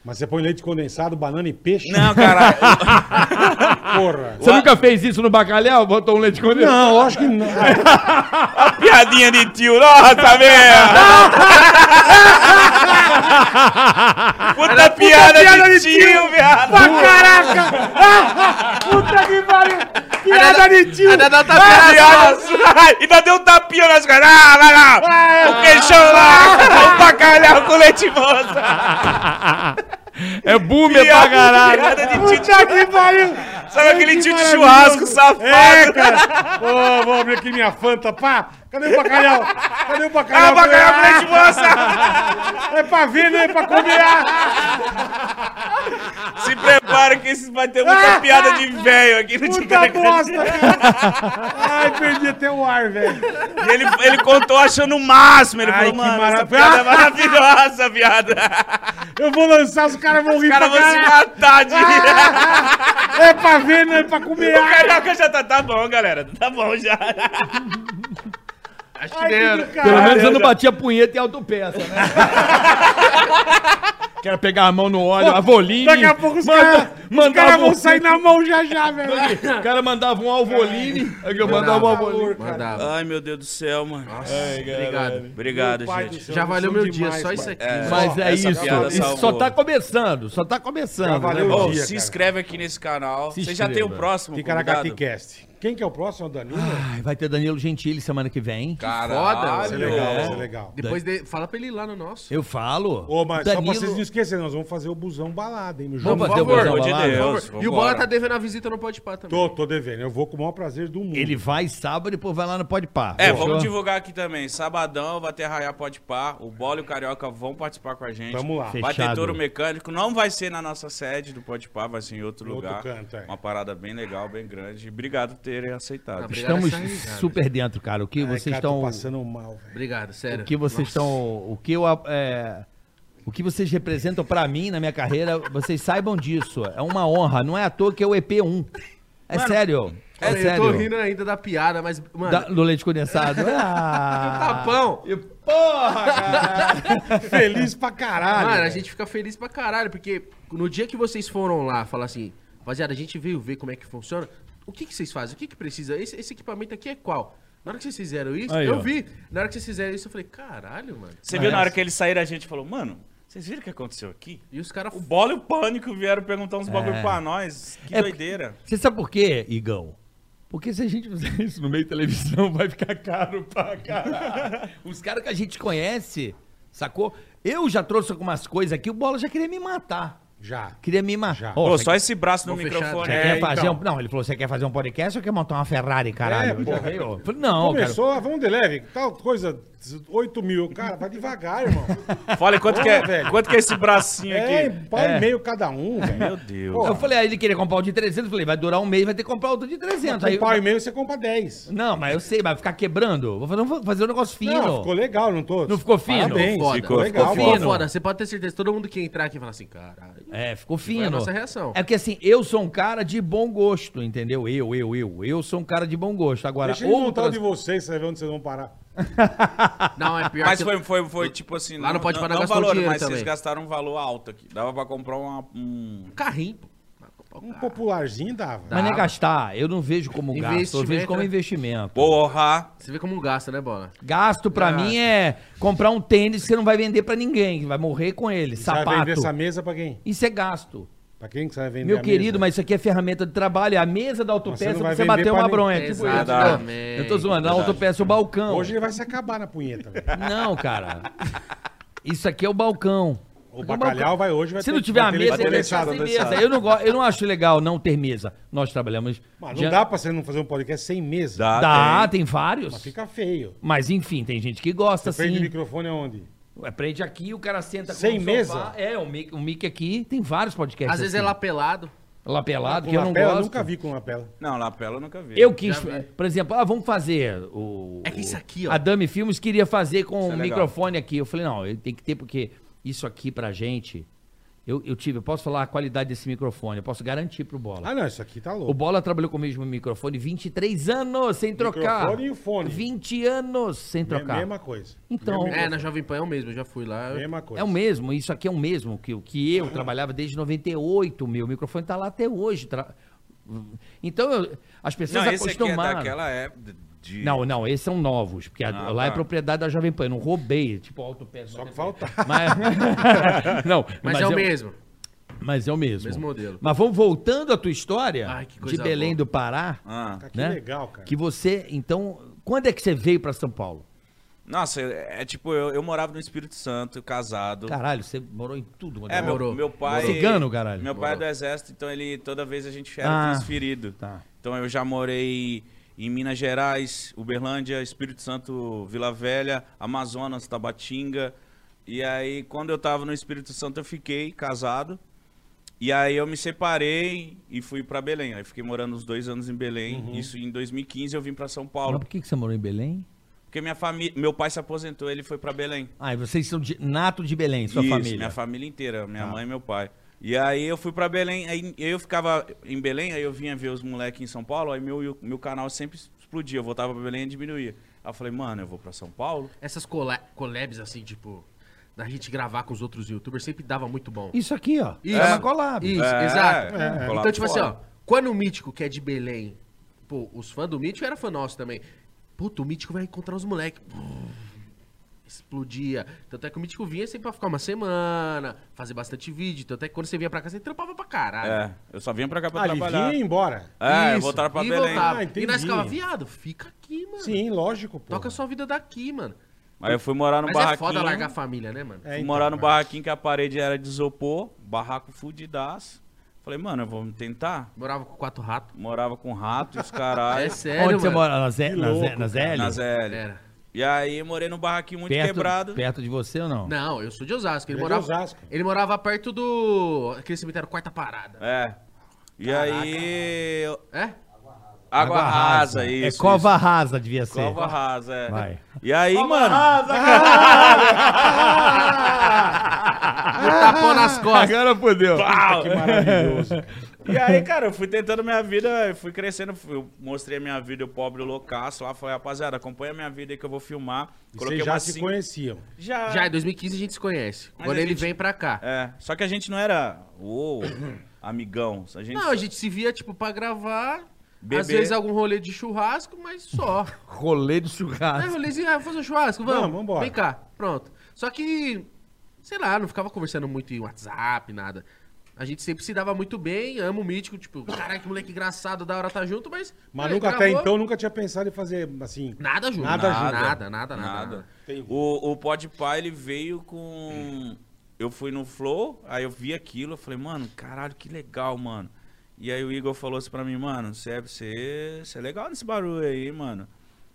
Speaker 3: Mas você põe leite condensado, banana e peixe?
Speaker 1: Não, caralho.
Speaker 3: Porra.
Speaker 2: Você nunca fez isso no bacalhau? Botou um leite condensado?
Speaker 3: Não, lógico *laughs* que não. Ah,
Speaker 1: *laughs* Piadinha de tio, nossa, tá velho! Puta piada, de, tio, viado!
Speaker 4: Piada de tio! Ainda dá outra piada,
Speaker 1: piada. Ainda deu um tapinha nas caras. Ah, vai lá! O peixão lá! O bacalhau com leite moça!
Speaker 2: É boomer pra caralho.
Speaker 1: Piada de tio, Sabe aquele tio de churrasco safado?
Speaker 3: É, cara. Ô, vou abrir aqui minha Fanta, pá. Cadê o bacalhau? Cadê o bacalhau?
Speaker 1: Ah, bacalhau com leite moça!
Speaker 3: *laughs* É pra ver, né? É pra comer. Ah,
Speaker 1: Se prepara que esses vai
Speaker 3: *laughs*
Speaker 1: ter muita piada *laughs* de velho aqui no
Speaker 3: Puta
Speaker 1: Ticaracati.
Speaker 3: bosta, cara. Ai, perdi até o ar, velho.
Speaker 1: E ele, ele contou achando o máximo. Ele
Speaker 3: Ai,
Speaker 1: falou,
Speaker 3: que Tipo,
Speaker 1: mano, essa
Speaker 3: maravilha." *laughs*
Speaker 1: piada é maravilhosa, viada.
Speaker 3: Eu vou lançar, os caras vão
Speaker 1: Os
Speaker 3: rir
Speaker 1: caras
Speaker 3: pra
Speaker 1: vão se
Speaker 3: caralho. *laughs*
Speaker 1: matar de rir.
Speaker 3: É pra ver, né? É pra comer.
Speaker 1: O
Speaker 3: Ah,
Speaker 1: carioca já tá, tá bom, galera. Tá bom já.
Speaker 4: Acho que
Speaker 3: Ai, que do
Speaker 4: ganharam.
Speaker 2: Pelo
Speaker 3: caralho.
Speaker 2: menos eu não batia punheta em autopeça, né? *laughs* Quero pegar a mão no óleo, a voline.
Speaker 3: Daqui a pouco os caras os
Speaker 2: mandava
Speaker 3: caras vão
Speaker 2: um-
Speaker 3: sair na mão já
Speaker 2: *laughs*
Speaker 3: já, velho.
Speaker 2: O cara mandava um alvoline. aí Eu mandava um alvoline.
Speaker 4: Mandava.
Speaker 1: *laughs* Ai, meu Deus do céu, mano. É.
Speaker 4: Obrigado.
Speaker 1: Obrigado,
Speaker 3: Meu pai do
Speaker 1: gente.
Speaker 3: céu,
Speaker 4: Já
Speaker 3: vocês
Speaker 4: valeu
Speaker 3: são
Speaker 4: meu dia,
Speaker 3: demais,
Speaker 4: só isso
Speaker 3: pai.
Speaker 4: aqui.
Speaker 2: Mas é
Speaker 1: Essa
Speaker 2: isso,
Speaker 1: piada
Speaker 2: isso só
Speaker 1: salvou.
Speaker 2: tá começando, só tá começando.
Speaker 3: valeu
Speaker 2: né,
Speaker 3: o
Speaker 1: Ô,
Speaker 2: irmão?
Speaker 3: dia.
Speaker 1: se inscreve aqui nesse canal.
Speaker 2: Se
Speaker 1: Você já tem o
Speaker 2: inscreva.
Speaker 1: próximo
Speaker 3: Ticaracati
Speaker 1: convidado?
Speaker 3: Cast. Quem que é o próximo, Danilo?
Speaker 2: Ai, vai ter Danilo Gentili semana que vem.
Speaker 4: Foda,
Speaker 3: Isso é
Speaker 4: mano.
Speaker 3: legal,
Speaker 1: meu.
Speaker 3: isso é legal.
Speaker 4: Depois de- fala pra ele ir lá no nosso.
Speaker 2: Eu falo.
Speaker 3: Ô, mas só pra
Speaker 2: Danilo-
Speaker 3: vocês não esquecerem, nós vamos fazer o busão balada, hein? No
Speaker 2: Vamos
Speaker 3: João
Speaker 2: fazer o
Speaker 3: Paulo.
Speaker 2: busão
Speaker 1: Pelo amor de
Speaker 2: balada?
Speaker 1: Deus.
Speaker 4: E o Bola
Speaker 1: vambora.
Speaker 4: tá devendo a visita, não pode pá também.
Speaker 3: Tô, tô devendo. Eu vou com o maior prazer do mundo.
Speaker 2: Ele vai sábado e depois vai lá no Pode Par.
Speaker 1: É,
Speaker 2: Fechou?
Speaker 1: vamos divulgar aqui também. Sabadão vai ter Arraiá Pode Par. O Bola e o Carioca vão participar com a gente.
Speaker 3: Vamos lá.
Speaker 1: Vai ter
Speaker 2: Fechado.
Speaker 1: touro mecânico. Não vai ser na nossa sede do Pode Par, vai ser em outro
Speaker 3: Em outro
Speaker 1: lugar.
Speaker 3: canto, é.
Speaker 1: Uma parada bem legal, bem grande. Obrigado por terem aceitado.
Speaker 4: Tá, obrigado.
Speaker 2: Estamos
Speaker 4: Essa
Speaker 1: é
Speaker 4: risada.
Speaker 2: super dentro, É, cara. O que
Speaker 3: Ai,
Speaker 2: vocês
Speaker 3: cara, tô
Speaker 2: estão
Speaker 3: passando mal, velho.
Speaker 4: Obrigado, sério.
Speaker 2: o que vocês estão, o que eu é, o que vocês representam pra mim na minha carreira, vocês saibam disso. É uma honra, não é à toa que é o EP1. É sério. É,
Speaker 4: Olha,
Speaker 2: sério.
Speaker 4: Eu tô rindo ainda da piada, mas, mano, um Tá
Speaker 2: Da- do leite
Speaker 4: *laughs*
Speaker 2: condensado. Ah,
Speaker 4: tapão.
Speaker 3: Tá Feliz pra caralho.
Speaker 4: Mano, a
Speaker 3: velho.
Speaker 4: gente fica feliz pra caralho, porque no dia que vocês foram lá falar assim, rapaziada, a gente veio ver como é que funciona, o que, que vocês fazem? O que, que precisa? Esse, esse equipamento aqui é qual? Na hora que vocês fizeram isso,
Speaker 2: Aí,
Speaker 4: eu
Speaker 2: ó.
Speaker 4: vi. Na hora que vocês fizeram isso, eu falei, caralho, mano.
Speaker 1: Você viu na hora que eles saíram, a gente falou, mano, vocês viram o que aconteceu aqui?
Speaker 4: E os caras.
Speaker 1: O Bola e o Pânico vieram perguntar uns bagulho
Speaker 2: É.
Speaker 1: pra nós. Que
Speaker 2: É,
Speaker 1: doideira.
Speaker 2: Você sabe por quê, Igão? Porque se a gente fizer *laughs* isso no meio da televisão, vai ficar caro pra caralho. Os caras que a gente conhece, sacou? Eu já trouxe algumas coisas aqui, o Bola já queria me matar.
Speaker 3: Já.
Speaker 2: Queria me matar.
Speaker 3: Já.
Speaker 2: Ó,
Speaker 1: Pô,
Speaker 2: você
Speaker 1: só esse braço no
Speaker 4: Vou fechar,
Speaker 1: microfone.
Speaker 2: Você
Speaker 4: É,
Speaker 2: quer
Speaker 4: então.
Speaker 2: fazer um... Não, ele falou, você quer fazer um podcast ou quer montar uma Ferrari, caralho?
Speaker 3: É, porra.
Speaker 2: Porra, eu- Falei, não, cara.
Speaker 3: Começou, ah, vamos de leve, tal coisa, 8 mil. Cara, vai devagar, irmão.
Speaker 1: Fala quanto que,
Speaker 3: Porra, velho.
Speaker 1: é, quanto que é esse bracinho
Speaker 3: É,
Speaker 1: aqui.
Speaker 3: pau e meio cada um, velho.
Speaker 1: Meu Deus.
Speaker 3: Pô,
Speaker 2: Eu falei, aí ele queria comprar o de 300, eu falei, vai durar um mês, vai ter que comprar outro de 300. Aí,
Speaker 3: Com pau e meio você compra 10.
Speaker 2: Não, mas eu sei, vai ficar quebrando. Vou fazer um, vou fazer um negócio fino.
Speaker 3: Não, ficou legal, não tô.
Speaker 2: Não ficou fino?
Speaker 3: Parabéns,
Speaker 4: Ficou
Speaker 3: ficou,
Speaker 4: foda.
Speaker 3: legal.
Speaker 2: Ficou
Speaker 4: Pô,
Speaker 2: fino.
Speaker 4: foda, você pode ter certeza, todo mundo que entrar aqui fala assim, caralho.
Speaker 2: É, ficou fino.
Speaker 4: Foi a nossa reação.
Speaker 2: É porque assim, eu sou um cara de bom gosto, entendeu? Eu, eu, eu. Eu sou um cara de bom gosto. Agora,
Speaker 3: Deixa eu montar o
Speaker 2: outras...
Speaker 3: de vocês, você vai ver onde vocês vão parar.
Speaker 4: Não, é pior
Speaker 1: Mas
Speaker 4: que-
Speaker 1: foi, foi, foi tipo assim.
Speaker 4: Lá não pode parar,
Speaker 1: não,
Speaker 4: gastou
Speaker 1: valor,
Speaker 4: dinheiro
Speaker 1: mas
Speaker 4: também.
Speaker 1: vocês gastaram um valor alto aqui. Dava pra comprar uma, um.
Speaker 4: Um carrinho, pô.
Speaker 3: Um popularzinho dava.
Speaker 2: Mas não é
Speaker 4: Dava.
Speaker 2: gastar. Eu não vejo como gasto, eu
Speaker 4: Tá. Investimento,
Speaker 2: vejo como
Speaker 4: né?
Speaker 2: investimento.
Speaker 1: Porra!
Speaker 4: Você vê como gasta, né, Bola?
Speaker 2: Gasto pra
Speaker 4: Gasto.
Speaker 2: mim é comprar um tênis que você não vai vender pra ninguém, que vai morrer com ele.
Speaker 3: Você vai
Speaker 2: sapato.
Speaker 3: vender essa mesa pra quem?
Speaker 2: Isso é gasto.
Speaker 3: Pra quem que você vai vender
Speaker 2: Meu
Speaker 3: a
Speaker 2: querido,
Speaker 3: mesa?
Speaker 2: mas isso aqui é ferramenta de trabalho. É a mesa da
Speaker 3: Mas
Speaker 2: autopeça
Speaker 3: você não
Speaker 2: pra
Speaker 3: vai
Speaker 2: você
Speaker 3: vender
Speaker 2: bater
Speaker 3: pra
Speaker 2: uma
Speaker 3: ninguém.
Speaker 2: bronha. É tipo isso,
Speaker 4: Exatamente.
Speaker 2: né? Eu tô zoando. A
Speaker 4: Verdade.
Speaker 2: autopeça é o balcão.
Speaker 3: Hoje ele vai se acabar na
Speaker 2: *laughs*
Speaker 3: punheta, velho.
Speaker 2: Não, cara. Isso aqui é o balcão.
Speaker 3: O bacalhau vai hoje, vai
Speaker 2: Se não tiver a
Speaker 3: vai
Speaker 2: mesa,
Speaker 1: vai
Speaker 2: ele
Speaker 1: ter
Speaker 2: vai
Speaker 1: deixado,
Speaker 2: deixar sem
Speaker 1: vai
Speaker 2: mesa.
Speaker 1: deixar.
Speaker 2: Eu não, gosto, eu não acho legal não ter mesa. Nós trabalhamos.
Speaker 3: Mas não
Speaker 2: dia-
Speaker 3: dá pra você não fazer um podcast sem mesa.
Speaker 1: Dá,
Speaker 2: Dá,
Speaker 1: tem.
Speaker 2: tem vários.
Speaker 3: Mas fica feio.
Speaker 2: Mas enfim, tem gente que gosta,
Speaker 3: Você prende o
Speaker 2: assim.
Speaker 3: microfone aonde?
Speaker 2: Ué, Prende aqui, o cara senta com
Speaker 3: Sem
Speaker 2: o
Speaker 3: mesa?
Speaker 2: É, o mic, o mic aqui. Tem vários podcasts.
Speaker 4: Às vezes é
Speaker 2: assim.
Speaker 4: lapelado.
Speaker 2: Lapelado,
Speaker 3: Com
Speaker 2: que eu não
Speaker 3: lapela,
Speaker 2: gosto.
Speaker 3: nunca vi com lapela.
Speaker 1: Não, lapela eu nunca vi.
Speaker 2: Eu quis,
Speaker 4: Já vi.
Speaker 2: por exemplo, ah, vamos fazer o.
Speaker 4: É que isso aqui, ó.
Speaker 2: A Dami Filmes queria fazer com
Speaker 1: Isso
Speaker 2: o
Speaker 1: é legal.
Speaker 2: microfone aqui. Eu falei, não, ele tem que ter, porque isso aqui pra gente. Eu, eu tive, eu posso falar a qualidade desse microfone, eu posso garantir pro Bola.
Speaker 3: Ah, não, isso aqui tá
Speaker 2: O
Speaker 3: louco.
Speaker 2: Bola trabalhou com o mesmo microfone 23 anos sem trocar.
Speaker 3: Microfone e o fone.
Speaker 2: 20 anos sem
Speaker 3: Me-
Speaker 2: é trocar.
Speaker 3: Mesma coisa.
Speaker 2: Então,
Speaker 4: É, na Jovem Pan é o mesmo, eu já fui lá. eu-
Speaker 3: Mesma coisa.
Speaker 2: é o mesmo, isso aqui é o mesmo que o que eu trabalhava desde 98, meu o microfone tá lá até hoje. tra- Então, eu- as pessoas
Speaker 1: Não, esse aqui é
Speaker 2: acostumaram.
Speaker 1: daquela época de.
Speaker 2: Não, não, esses são novos, porque a-
Speaker 1: Ah,
Speaker 2: lá é
Speaker 1: tá.
Speaker 2: propriedade da Jovem Pan. Eu não roubei, tipo, autopeça.
Speaker 3: Só que
Speaker 2: *laughs*
Speaker 3: faltava.
Speaker 2: Mas, não,
Speaker 4: Mas, é, o mesmo.
Speaker 2: Mas é o mesmo.
Speaker 4: Mesmo modelo.
Speaker 2: Mas vamos voltando à tua história
Speaker 4: Ai, que
Speaker 2: de
Speaker 4: coisa
Speaker 2: Belém
Speaker 4: boa.
Speaker 2: do Pará,
Speaker 1: Ah.
Speaker 3: Cara, Tá que
Speaker 2: né?
Speaker 3: legal, cara.
Speaker 2: Que você, então, quando é que você veio pra São Paulo?
Speaker 1: Nossa, é é tipo, eu, eu morava no Espírito Santo, casado.
Speaker 2: Caralho, você morou em tudo, mano.
Speaker 1: É, meu,
Speaker 4: Morou.
Speaker 1: meu pai.
Speaker 2: Morou. Cigano, caralho.
Speaker 1: Meu pai é do
Speaker 4: Morou.
Speaker 1: exército, então ele toda vez a gente era
Speaker 2: Ah,
Speaker 1: transferido.
Speaker 2: tá.
Speaker 1: Então eu já morei em Minas Gerais, Uberlândia, Espírito Santo, Vila Velha, Amazonas, Tabatinga. E aí, quando eu tava no Espírito Santo, eu fiquei casado. E aí eu me separei e fui pra Belém. Aí fiquei morando uns dois anos em Belém.
Speaker 2: Uhum.
Speaker 1: Isso em 2015 eu vim pra São Paulo.
Speaker 2: Mas por que que você morou em Belém?
Speaker 1: Porque minha família, meu pai se aposentou, ele foi pra Belém.
Speaker 2: Ah, e vocês são de, nato de Belém, sua
Speaker 1: Isso,
Speaker 2: família.
Speaker 1: Minha família inteira, minha
Speaker 2: Tá.
Speaker 1: mãe e meu pai. E aí eu fui pra Belém, aí eu ficava em Belém, aí eu vinha ver os moleques em São Paulo, aí meu, meu canal sempre explodia, eu voltava pra Belém e diminuía. Aí eu falei, mano, eu vou pra São Paulo.
Speaker 4: Essas colla- collabs, assim, tipo, da gente gravar com os outros youtubers sempre dava muito bom.
Speaker 2: Isso aqui, ó.
Speaker 4: Isso.
Speaker 2: É uma collab.
Speaker 4: Isso,
Speaker 1: É,
Speaker 4: exato.
Speaker 1: é, é.
Speaker 4: Então,
Speaker 1: Collab
Speaker 4: tipo assim,
Speaker 1: fora.
Speaker 4: ó, quando o Mítico, que é de Belém, pô, os fãs do Mítico eram fã nosso também. Puta, o Mítico vai encontrar os moleques. Explodia. Tanto é que o Mítico vinha sempre pra ficar uma semana, fazer bastante vídeo. Tanto é que quando você vinha pra cá, você trampava pra caralho.
Speaker 1: É, eu só vinha pra cá pra
Speaker 3: Ah, ele
Speaker 1: trabalhar.
Speaker 3: vinha e ia embora.
Speaker 1: É, eu
Speaker 4: Isso.
Speaker 1: voltava pra
Speaker 4: e
Speaker 1: Belém.
Speaker 4: Voltava.
Speaker 3: Ah,
Speaker 4: e nós
Speaker 3: entendi.
Speaker 4: ficava, viado, fica aqui, mano.
Speaker 3: Sim, lógico, pô.
Speaker 4: Toca a sua vida daqui, mano.
Speaker 1: Aí eu fui morar no
Speaker 4: Mas é
Speaker 1: barraquinho.
Speaker 4: foda largar a família, né, mano?
Speaker 3: É,
Speaker 1: Fui
Speaker 3: então,
Speaker 1: morar no
Speaker 3: cara.
Speaker 1: barraquinho que a parede era de isopor, barraco fudidaço. Falei, mano, eu vou tentar.
Speaker 4: Morava com quatro ratos.
Speaker 1: Morava com rato e
Speaker 4: *laughs*
Speaker 1: os caralho.
Speaker 4: É sério,
Speaker 2: Ah, Onde
Speaker 4: mano.
Speaker 2: você mora? Na Zé,
Speaker 3: Que
Speaker 2: na Zé,
Speaker 3: louco,
Speaker 2: na
Speaker 3: cara.
Speaker 2: Zé,
Speaker 1: Na Zélia.
Speaker 4: É, Era.
Speaker 1: E aí morei num barraquinho muito
Speaker 2: perto,
Speaker 1: quebrado.
Speaker 2: perto de você ou não?
Speaker 4: Não, eu sou de Osasco. Ele
Speaker 3: Ele é de
Speaker 4: morava,
Speaker 3: Osasco.
Speaker 4: ele morava perto do. Aquele cemitério Quarta Parada.
Speaker 1: É. E aí. eu-
Speaker 4: É?
Speaker 1: Água, rasa,
Speaker 2: É
Speaker 1: isso.
Speaker 2: cova rasa, devia
Speaker 1: isso.
Speaker 2: ser.
Speaker 1: Cova rasa, é.
Speaker 2: Vai.
Speaker 1: E aí, mano.
Speaker 4: Um
Speaker 2: *laughs*
Speaker 4: tapão nas costas.
Speaker 2: Agora fodeu.
Speaker 1: pau!
Speaker 3: Que maravilhoso. cara.
Speaker 1: *laughs* E aí, cara, eu fui tentando minha vida, eu fui crescendo, fui- eu mostrei a minha vida, o pobre loucaço lá. Falei, rapaziada, acompanha a minha vida aí que eu vou filmar.
Speaker 3: E Vocês já
Speaker 1: umas
Speaker 3: se
Speaker 1: cinco-
Speaker 3: conheciam.
Speaker 1: Já,
Speaker 4: Já é em 2015 a gente se conhece.
Speaker 1: Mas
Speaker 4: Quando
Speaker 1: a
Speaker 4: ele
Speaker 1: gente-
Speaker 4: vem pra cá.
Speaker 1: É. Só que a gente não era. Uou, amigão. A gente.
Speaker 4: Não, a gente se via, tipo, pra gravar.
Speaker 1: Beber.
Speaker 4: Às vezes algum rolê de churrasco,
Speaker 3: *laughs*
Speaker 4: mas só.
Speaker 2: Rolê de
Speaker 4: É,
Speaker 2: churrasco.
Speaker 4: rolezinho, ah, vamos fazer um churrasco, vamos.
Speaker 3: Vamos, vambora.
Speaker 4: Vem cá, pronto. Só que, sei lá, não ficava conversando muito em WhatsApp, nada. A gente sempre se dava muito bem, amo o Mítico, tipo, caralho, que moleque engraçado, da hora tá junto, mas...
Speaker 3: Mas
Speaker 4: ele
Speaker 3: nunca, até
Speaker 4: gravou,
Speaker 3: então, nunca tinha pensado em fazer, assim...
Speaker 4: Nada junto.
Speaker 3: Nada junto.
Speaker 4: Nada, nada, nada. nada.
Speaker 3: Entendi.
Speaker 1: O, o Podpah, ele veio com eu fui no Flow, aí eu vi aquilo, eu falei, mano, caralho, que legal, mano. E aí o Igor falou assim pra mim, mano, você é, você- você é legal nesse barulho aí, mano.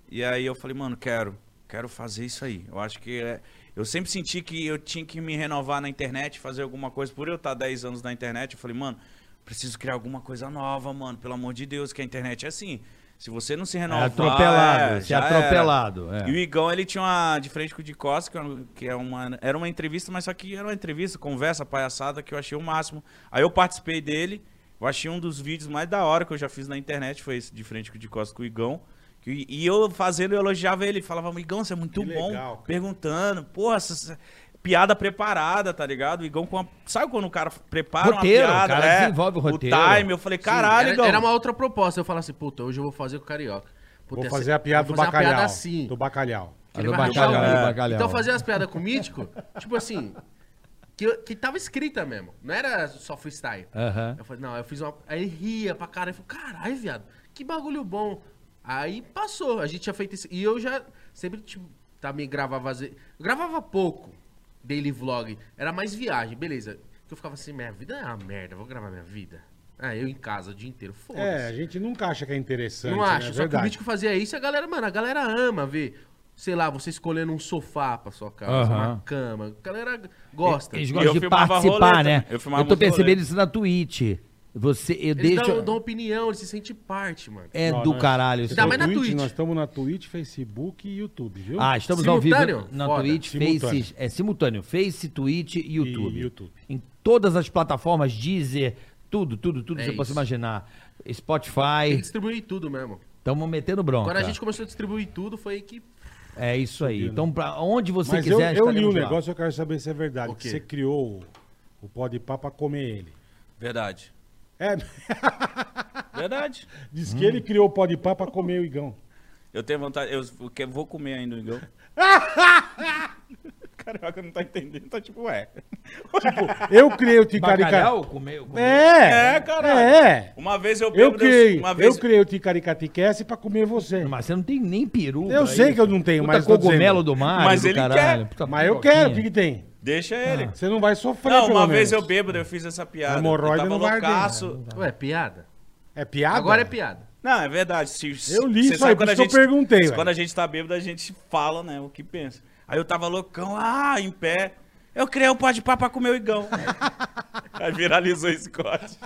Speaker 1: E aí eu falei, mano, quero, quero fazer isso aí. Eu acho que é- eu sempre senti que eu tinha que me renovar na internet, fazer alguma coisa. Por eu estar 10 anos na internet, eu falei, mano, preciso criar alguma coisa nova, mano, pelo amor de Deus, que a internet é assim. Se você não se renovar,
Speaker 2: É atropelado,
Speaker 1: é,
Speaker 2: se
Speaker 1: já era.
Speaker 2: atropelado. é.
Speaker 1: E o Igão, ele tinha uma de frente com o de Costa, que era um- que é uma, era uma entrevista, mas só que era uma entrevista, conversa, palhaçada, que eu achei o máximo. Aí eu participei dele, eu achei um dos vídeos mais da hora que eu já fiz na internet, foi esse de frente com o de Costa com o Igão. Que- E eu fazendo, eu elogiava ele, falava, Igão, você é muito
Speaker 3: Que
Speaker 1: bom.
Speaker 3: legal, cara.
Speaker 1: Perguntando, porra, essa- essa- piada preparada, tá ligado? O Igão com uma... Sabe quando o cara prepara
Speaker 2: Roteiro, o
Speaker 1: uma piada? é,
Speaker 2: cara desenvolve o roteiro.
Speaker 1: O time, eu falei, caralho,
Speaker 4: era,
Speaker 1: Igão.
Speaker 4: era uma outra proposta. Eu falava assim, puta, hoje eu vou fazer com o carioca. Puta,
Speaker 3: Vou
Speaker 4: essa-
Speaker 3: fazer a piada
Speaker 4: vou
Speaker 3: do
Speaker 4: fazer uma
Speaker 3: bacalhau.
Speaker 4: piada assim.
Speaker 3: Do bacalhau.
Speaker 4: que ele
Speaker 2: Do
Speaker 4: vai rachar o
Speaker 2: bacalhau,
Speaker 4: bico.
Speaker 2: é, bacalhau.
Speaker 4: Então fazer as piadas com o mítico, *laughs* tipo assim, que, que tava escrita mesmo. Não era só freestyle.
Speaker 2: Aham.
Speaker 4: Eu falei, não, eu fiz uma. Aí ria pra caralho. Eu falei, caralho, viado, que bagulho bom. Aí passou, a gente tinha feito isso. E eu já sempre, tipo, também gravava. às vezes- Eu gravava pouco daily vlog. Era mais viagem, beleza. Que eu ficava assim, minha vida é uma merda, eu vou gravar minha vida. Ah, eu em casa o dia inteiro, foda-se.
Speaker 3: É, a gente nunca acha que é interessante.
Speaker 4: Não
Speaker 3: né? É
Speaker 4: acho, só que o
Speaker 3: verdade.
Speaker 4: Mítico fazia isso e a galera, mano, a galera ama ver, sei lá, você escolhendo um sofá pra sua casa,
Speaker 2: Aham.
Speaker 4: uma cama. A galera gosta.
Speaker 2: Eles
Speaker 1: E
Speaker 2: gostam
Speaker 1: eu
Speaker 2: de
Speaker 1: filmava
Speaker 2: participar,
Speaker 1: rolê
Speaker 2: né?
Speaker 1: também.
Speaker 2: Eu,
Speaker 1: Eu filmava
Speaker 2: tô
Speaker 1: muito rolê.
Speaker 2: percebendo isso na Twitch. Você, eu
Speaker 4: Eles
Speaker 2: deixo...
Speaker 4: dão, dão opinião, eles se sentem parte, mano.
Speaker 2: É
Speaker 3: Não, né?
Speaker 2: do
Speaker 3: nós-
Speaker 2: caralho. isso
Speaker 4: Ainda
Speaker 2: aí.
Speaker 4: mais na
Speaker 3: Então, Twitch,
Speaker 4: Twitch.
Speaker 3: Nós estamos na Twitch, Facebook e YouTube, viu?
Speaker 2: Ah, estamos ao
Speaker 4: Simultâneo?
Speaker 2: vivo na
Speaker 4: Foda.
Speaker 2: Twitch,
Speaker 3: Simultâneo.
Speaker 2: Face, é simultâneo, Face, Twitch e YouTube.
Speaker 3: YouTube.
Speaker 2: Em todas as plataformas, Deezer, tudo, tudo, tudo
Speaker 4: É
Speaker 2: que você possa
Speaker 4: isso.
Speaker 2: imaginar.
Speaker 4: Tem que
Speaker 2: Spotify,
Speaker 4: distribuir tudo mesmo.
Speaker 2: estamos metendo bronca.
Speaker 3: tá.
Speaker 4: Quando a gente começou a distribuir tudo, foi aí que.
Speaker 2: É isso aí. Então, pra onde você
Speaker 3: Mas eu,
Speaker 2: quiser,
Speaker 3: eu li o
Speaker 2: estaremos lá.
Speaker 3: negócio, eu quero saber se é verdade.
Speaker 4: tá O
Speaker 3: Que
Speaker 4: quê?
Speaker 3: você criou o, o pó de pá pra comer ele.
Speaker 1: Verdade.
Speaker 3: É, *laughs*
Speaker 1: Verdade.
Speaker 3: diz
Speaker 4: Hum.
Speaker 3: que ele criou o pó de pá pra comer o Igão.
Speaker 1: Eu tenho vontade, eu que- vou comer ainda o Igão. *laughs* Carioca não tá entendendo, tá tipo, ué. Tipo,
Speaker 3: Eu criei o Ticarica.
Speaker 2: Bacalhau, comeu, comeu.
Speaker 3: É,
Speaker 1: *laughs* É, caralho.
Speaker 3: É.
Speaker 1: Uma vez eu
Speaker 3: Eu
Speaker 1: bêbado,
Speaker 3: criei,
Speaker 1: uma vez
Speaker 3: eu criei o Ticaricatiquece pra comer você.
Speaker 2: Mas você não tem nem peru.
Speaker 3: Eu
Speaker 2: pra
Speaker 3: sei
Speaker 2: isso.
Speaker 3: que eu não tenho,
Speaker 2: Puta
Speaker 3: mas tô
Speaker 2: cogumelo
Speaker 3: dizendo.
Speaker 2: do mar,
Speaker 1: Mas
Speaker 2: do
Speaker 1: ele
Speaker 2: caralho.
Speaker 1: quer.
Speaker 2: Puta
Speaker 3: Mas eu
Speaker 2: pipoquinha.
Speaker 3: quero, o que, que tem?
Speaker 1: Deixa ele.
Speaker 3: Ah. Você não vai sofrer,
Speaker 1: não,
Speaker 3: pelo
Speaker 1: uma vez eu
Speaker 3: menos.
Speaker 1: bêbado, eu fiz essa piada. Eu
Speaker 3: Hemorroida
Speaker 1: tava
Speaker 3: não né? vai arder.
Speaker 1: loucaço.
Speaker 4: Ué, piada?
Speaker 3: É Tá. piada?
Speaker 4: Agora é piada.
Speaker 1: Não, é verdade. se- se-
Speaker 3: Eu li
Speaker 1: você
Speaker 3: isso
Speaker 1: sabe
Speaker 3: aí, por
Speaker 1: quando a
Speaker 3: isso que eu perguntei,
Speaker 1: se
Speaker 3: ué.
Speaker 1: Quando a gente tá bêbado, a gente fala, né, o que pensa. Aí eu tava loucão, ah, em pé. Eu criei um pó de pá pra comer
Speaker 3: *laughs*
Speaker 1: o Igão. aí viralizou esse corte.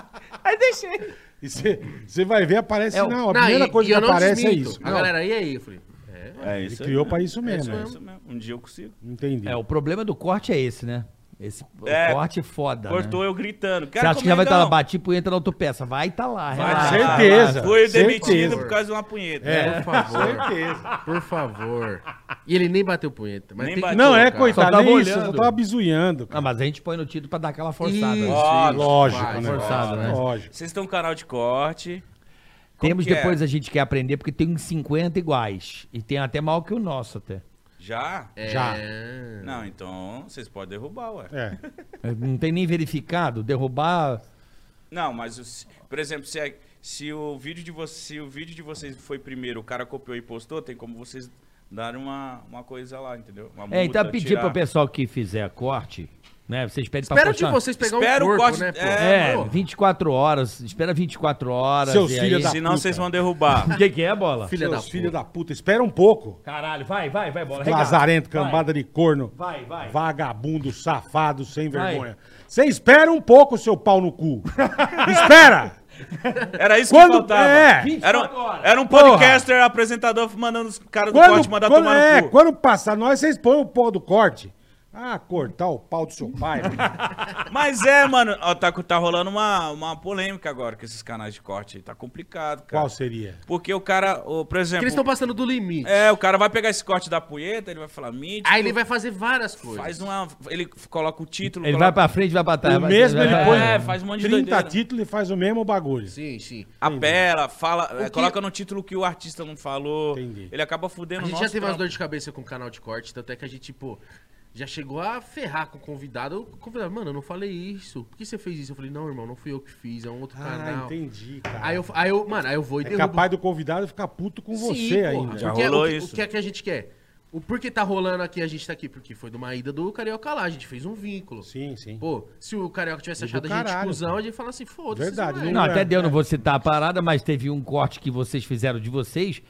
Speaker 1: Aí deixei.
Speaker 3: E Você você vai ver, aparece.
Speaker 2: É o-
Speaker 3: Não, a
Speaker 4: Não,
Speaker 3: primeira
Speaker 4: e-
Speaker 3: coisa
Speaker 4: e
Speaker 3: que
Speaker 4: eu não
Speaker 3: aparece
Speaker 4: desminto.
Speaker 3: é isso.
Speaker 4: A galera, e aí? Eu falei, é.
Speaker 1: É
Speaker 3: Ele
Speaker 1: isso aí
Speaker 3: criou
Speaker 1: mesmo.
Speaker 3: para isso
Speaker 1: É
Speaker 3: mesmo.
Speaker 1: isso
Speaker 3: né?
Speaker 1: mesmo. Um dia eu consigo.
Speaker 3: Entendi.
Speaker 2: É, o problema do corte é esse, né? Esse
Speaker 1: É,
Speaker 2: corte é foda,
Speaker 1: Cortou
Speaker 2: né?
Speaker 1: eu gritando.
Speaker 2: Você
Speaker 1: Cara,
Speaker 2: acha que já vai estar lá, bate punheta na autopeça. Vai tá lá, relaxa.
Speaker 3: certeza.
Speaker 1: Foi demitido
Speaker 3: certeza.
Speaker 1: por causa de uma punheta.
Speaker 4: Por favor,
Speaker 3: É, certeza.
Speaker 4: por favor. E ele nem bateu punheta. Mas
Speaker 1: Nem
Speaker 4: tem que
Speaker 1: bateu.
Speaker 3: Não, é
Speaker 4: colocar.
Speaker 2: Só tá
Speaker 3: coitado,
Speaker 2: tava
Speaker 3: nem isso,
Speaker 2: olhando.
Speaker 3: eu tava bizuiando.
Speaker 2: Ah,
Speaker 3: cara.
Speaker 2: mas a gente põe no título pra dar aquela forçada.
Speaker 4: Isso,
Speaker 1: Ó,
Speaker 4: isso,
Speaker 3: Lógico,
Speaker 4: vai,
Speaker 3: né?
Speaker 2: Tá forçado, né?
Speaker 3: Lógico.
Speaker 1: Vocês têm um canal de corte. Como
Speaker 2: Temos
Speaker 1: que
Speaker 2: depois,
Speaker 1: é?
Speaker 2: a gente quer aprender, porque tem uns 50 iguais. E tem até maior que o nosso, até.
Speaker 1: Já?
Speaker 3: Já.
Speaker 4: É.
Speaker 1: Não, então vocês podem derrubar, ué.
Speaker 3: É.
Speaker 2: Não tem nem verificado, derrubar...
Speaker 1: Não, mas, os- por exemplo, se, é- se o vídeo de você, se o vídeo de vocês foi primeiro, o cara copiou e postou, tem como vocês darem uma, uma coisa lá, entendeu? Uma
Speaker 2: É, então
Speaker 1: multa,
Speaker 2: pedir
Speaker 1: tirar.
Speaker 2: pro pessoal que fizer corte, né? Vocês pedem pra
Speaker 4: Espero de
Speaker 2: postar-
Speaker 4: vocês pegar
Speaker 1: Espero
Speaker 4: um
Speaker 1: o
Speaker 4: corpo,
Speaker 1: corte-
Speaker 4: né, pô?
Speaker 1: é,
Speaker 2: É,
Speaker 4: Pô,
Speaker 2: 24 horas. Espera 24 horas.
Speaker 3: Seus
Speaker 2: e
Speaker 3: filhos
Speaker 2: aí- *laughs*
Speaker 3: da
Speaker 1: Senão
Speaker 3: puta.
Speaker 1: vocês vão derrubar.
Speaker 2: O que que é, Bola?
Speaker 4: Filha da
Speaker 3: Seus filhos
Speaker 4: puta.
Speaker 3: da puta, espera um pouco.
Speaker 2: Caralho, vai, vai, vai, Bola. regata.
Speaker 3: Lazarento,
Speaker 2: Vai.
Speaker 3: cambada de corno.
Speaker 2: Vai, vai.
Speaker 3: Vagabundo, safado, sem
Speaker 2: Vai.
Speaker 3: vergonha. Você espera um pouco, seu pau
Speaker 2: *laughs*
Speaker 3: no cu. espera!
Speaker 1: Era isso
Speaker 3: Quando-
Speaker 1: que faltava.
Speaker 3: é.
Speaker 1: Era,
Speaker 2: 24
Speaker 1: um-
Speaker 2: horas.
Speaker 1: era um
Speaker 3: Porra.
Speaker 1: podcaster, apresentador, mandando os caras do corte mandar
Speaker 3: quando,
Speaker 1: tomar
Speaker 3: é,
Speaker 1: no cu.
Speaker 3: quando passar nós, vocês põem o pó do corte. Ah, cortar o pau do seu
Speaker 2: *laughs*
Speaker 3: pai.
Speaker 1: Mas é, mano, ó, tá, tá rolando uma, uma polêmica agora com esses canais de corte aí. Tá complicado, cara.
Speaker 3: Qual seria?
Speaker 1: Porque o cara, o, por
Speaker 4: Porque
Speaker 1: exemplo.
Speaker 4: eles estão passando do limite.
Speaker 1: É, o cara vai pegar esse corte da punheta, ele vai falar, mídia.
Speaker 4: Aí ele vai fazer várias coisas.
Speaker 1: Faz uma. Ele coloca o título.
Speaker 2: Ele vai
Speaker 1: coloca,
Speaker 2: pra frente e vai pra trás.
Speaker 3: o
Speaker 2: vai-
Speaker 3: mesmo ele
Speaker 2: vai-
Speaker 3: põe
Speaker 1: É, faz um monte de
Speaker 3: 30
Speaker 1: doideira.
Speaker 3: títulos e faz o mesmo bagulho.
Speaker 4: Sim, sim.
Speaker 1: Apela, fala, é,
Speaker 4: que-
Speaker 1: coloca no título que o artista não falou.
Speaker 3: Entendi.
Speaker 1: Ele acaba
Speaker 4: A
Speaker 1: fudendo o
Speaker 4: gente
Speaker 1: nosso
Speaker 4: já teve umas
Speaker 1: trampo.
Speaker 4: dores de cabeça com o canal de corte, tanto é que a gente, tipo, já chegou a ferrar com o convidado. O convidado, mano, eu não falei isso. Por que você fez isso? Eu falei, não, irmão, não fui eu que fiz, é um outro
Speaker 3: Ah,
Speaker 4: canal.
Speaker 3: entendi, cara.
Speaker 4: Aí eu, aí eu, mano, aí eu vou
Speaker 3: É
Speaker 4: e derrubo.
Speaker 3: capaz do convidado ficar puto com
Speaker 4: Sim,
Speaker 3: você
Speaker 4: porra.
Speaker 3: ainda.
Speaker 1: Já
Speaker 4: O que é-
Speaker 1: rolou
Speaker 4: o que-
Speaker 1: isso.
Speaker 4: O que é que a gente quer? O porquê tá rolando aqui, a gente tá aqui? Porque foi de uma ida do Carioca lá, a gente fez um vínculo.
Speaker 3: Sim, sim.
Speaker 4: Pô, se o Carioca
Speaker 3: E
Speaker 4: tivesse
Speaker 3: do
Speaker 4: achado a gente
Speaker 3: caralho,
Speaker 4: cuzão,
Speaker 3: pô.
Speaker 4: a gente ia falar assim, foda-se.
Speaker 3: Verdade,
Speaker 4: vai.
Speaker 3: né?
Speaker 2: Não, até
Speaker 3: É,
Speaker 2: deu, não
Speaker 3: é.
Speaker 2: vou citar a parada, mas teve um corte que vocês fizeram de vocês.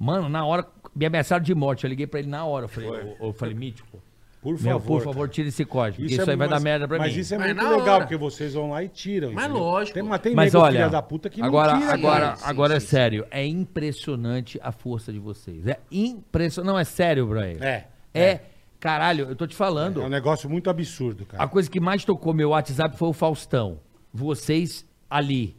Speaker 2: Mano, na hora, me ameaçaram de morte. Eu liguei pra ele na hora. Eu falei, eu, eu falei mítico,
Speaker 3: Por favor.
Speaker 2: meu, por
Speaker 3: cara.
Speaker 2: favor, tira esse código. Isso,
Speaker 3: é-
Speaker 2: aí vai
Speaker 3: mas-
Speaker 2: dar merda pra
Speaker 3: mas
Speaker 2: mim.
Speaker 3: isso é
Speaker 4: Mas
Speaker 3: muito
Speaker 4: na
Speaker 3: legal,
Speaker 4: hora.
Speaker 3: porque vocês vão lá e tiram.
Speaker 4: Mas
Speaker 3: entendeu?
Speaker 4: lógico.
Speaker 3: Tem, mas tem
Speaker 2: Mas
Speaker 3: nego,
Speaker 2: olha,
Speaker 3: filha da puta que
Speaker 2: agora,
Speaker 3: não tira.
Speaker 2: agora,
Speaker 4: cara. Sim,
Speaker 2: agora é
Speaker 4: sim, sim.
Speaker 2: sério. É impressionante a força de vocês. É impressionante. Não, é sério, Brian.
Speaker 3: É,
Speaker 2: É, caralho, eu tô te falando.
Speaker 3: É um negócio muito absurdo,
Speaker 2: A
Speaker 3: cara.
Speaker 2: coisa que mais tocou meu WhatsApp foi o Faustão. Vocês ali.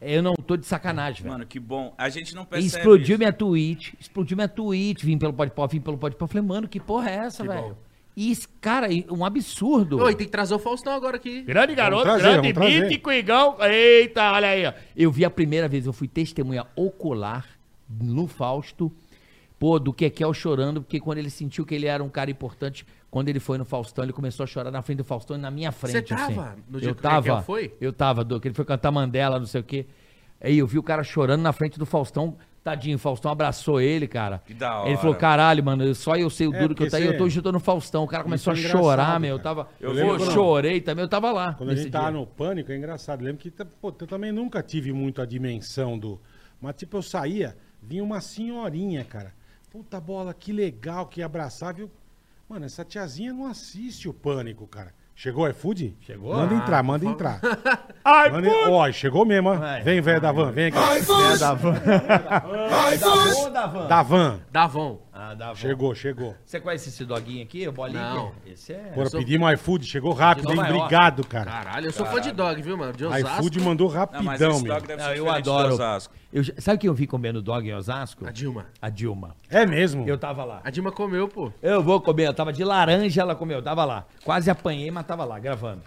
Speaker 2: Eu não tô de sacanagem, velho.
Speaker 5: Mano, que bom. A gente não
Speaker 2: E
Speaker 5: percebe.
Speaker 2: explodiu
Speaker 5: isso.
Speaker 2: minha tweet, explodiu minha tweet, vim pelo podpop, vim pelo podpop. Falei, mano, que porra é essa, velho? E, esse- cara, e- um absurdo.
Speaker 4: Ô, e tem que trazer o Faustão agora aqui.
Speaker 2: Grande garoto,
Speaker 3: trazer,
Speaker 4: é um
Speaker 2: grande
Speaker 3: vamos trazer.
Speaker 2: mítico, Igão. Eita, olha aí. ó. Eu vi a primeira vez, eu fui testemunha ocular no Fausto, pô, do Kekel chorando, porque quando ele sentiu que ele era um cara importante, quando ele foi no Faustão, ele começou a chorar na frente do Faustão e na minha frente.
Speaker 4: tava
Speaker 2: assim.
Speaker 4: no dia
Speaker 2: eu
Speaker 4: que o
Speaker 2: tava,
Speaker 4: Kekel foi?
Speaker 2: Eu tava, do, que ele foi cantar Mandela, não sei o quê. Aí eu vi o cara chorando na frente do Faustão. Tadinho, o Faustão abraçou ele, cara.
Speaker 5: Que da hora.
Speaker 2: Ele falou, caralho, mano, eu- só eu sei o
Speaker 3: É,
Speaker 2: duro que eu
Speaker 3: porque
Speaker 2: tô aí, eu
Speaker 3: cê-
Speaker 2: tô ajudando o Faustão. O cara começou a
Speaker 3: é
Speaker 2: chorar,
Speaker 3: engraçado,
Speaker 2: meu. Eu
Speaker 3: cara.
Speaker 2: tava.
Speaker 5: Eu
Speaker 2: Eu,
Speaker 5: lembro quando-
Speaker 2: chorei também, eu tava lá.
Speaker 3: Quando a gente
Speaker 2: nesse
Speaker 3: tava
Speaker 2: dia.
Speaker 3: no pânico, é engraçado. Lembro que tá- pô, eu também nunca tive muito a dimensão do. Mas, tipo, eu saía, vinha uma senhorinha, cara. Puta bola, que legal, que abraçável. Mano, essa tiazinha não assiste o pânico, cara. Chegou o iFood? Chegou.
Speaker 2: Ah,
Speaker 3: Manda entrar, manda entrar.
Speaker 2: Ai,
Speaker 3: Manda en- Ó, chegou mesmo, ó.
Speaker 2: Vai.
Speaker 3: Vem, velho da van, vem aqui.
Speaker 2: Davan.
Speaker 3: Da van.
Speaker 4: Davon.
Speaker 2: Ah, Davan.
Speaker 3: Chegou, chegou.
Speaker 2: Você conhece esse doguinho aqui, o bolinho?
Speaker 4: Não.
Speaker 2: Esse é.
Speaker 3: Bora,
Speaker 4: sou-
Speaker 3: pedimos iFood, chegou rápido,
Speaker 2: De
Speaker 3: hein?
Speaker 2: Nova York.
Speaker 3: Obrigado, cara.
Speaker 4: Caralho, eu sou fã de dog, viu, mano? De Osasco.
Speaker 3: iFood mandou
Speaker 5: Não, mas
Speaker 3: rapidão,
Speaker 5: esse
Speaker 3: meu.
Speaker 5: dog deve ser
Speaker 2: Não, eu
Speaker 5: diferente do
Speaker 2: adoro.
Speaker 5: Osasco.
Speaker 2: Eu já- sabe quem eu vi comendo dog em Osasco?
Speaker 4: A Dilma.
Speaker 2: A Dilma.
Speaker 3: É mesmo?
Speaker 2: Eu tava lá.
Speaker 4: A Dilma comeu, pô.
Speaker 2: Eu vou comer, eu tava de laranja, ela comeu, eu tava lá. Quase apanhei, mas tava lá, gravando.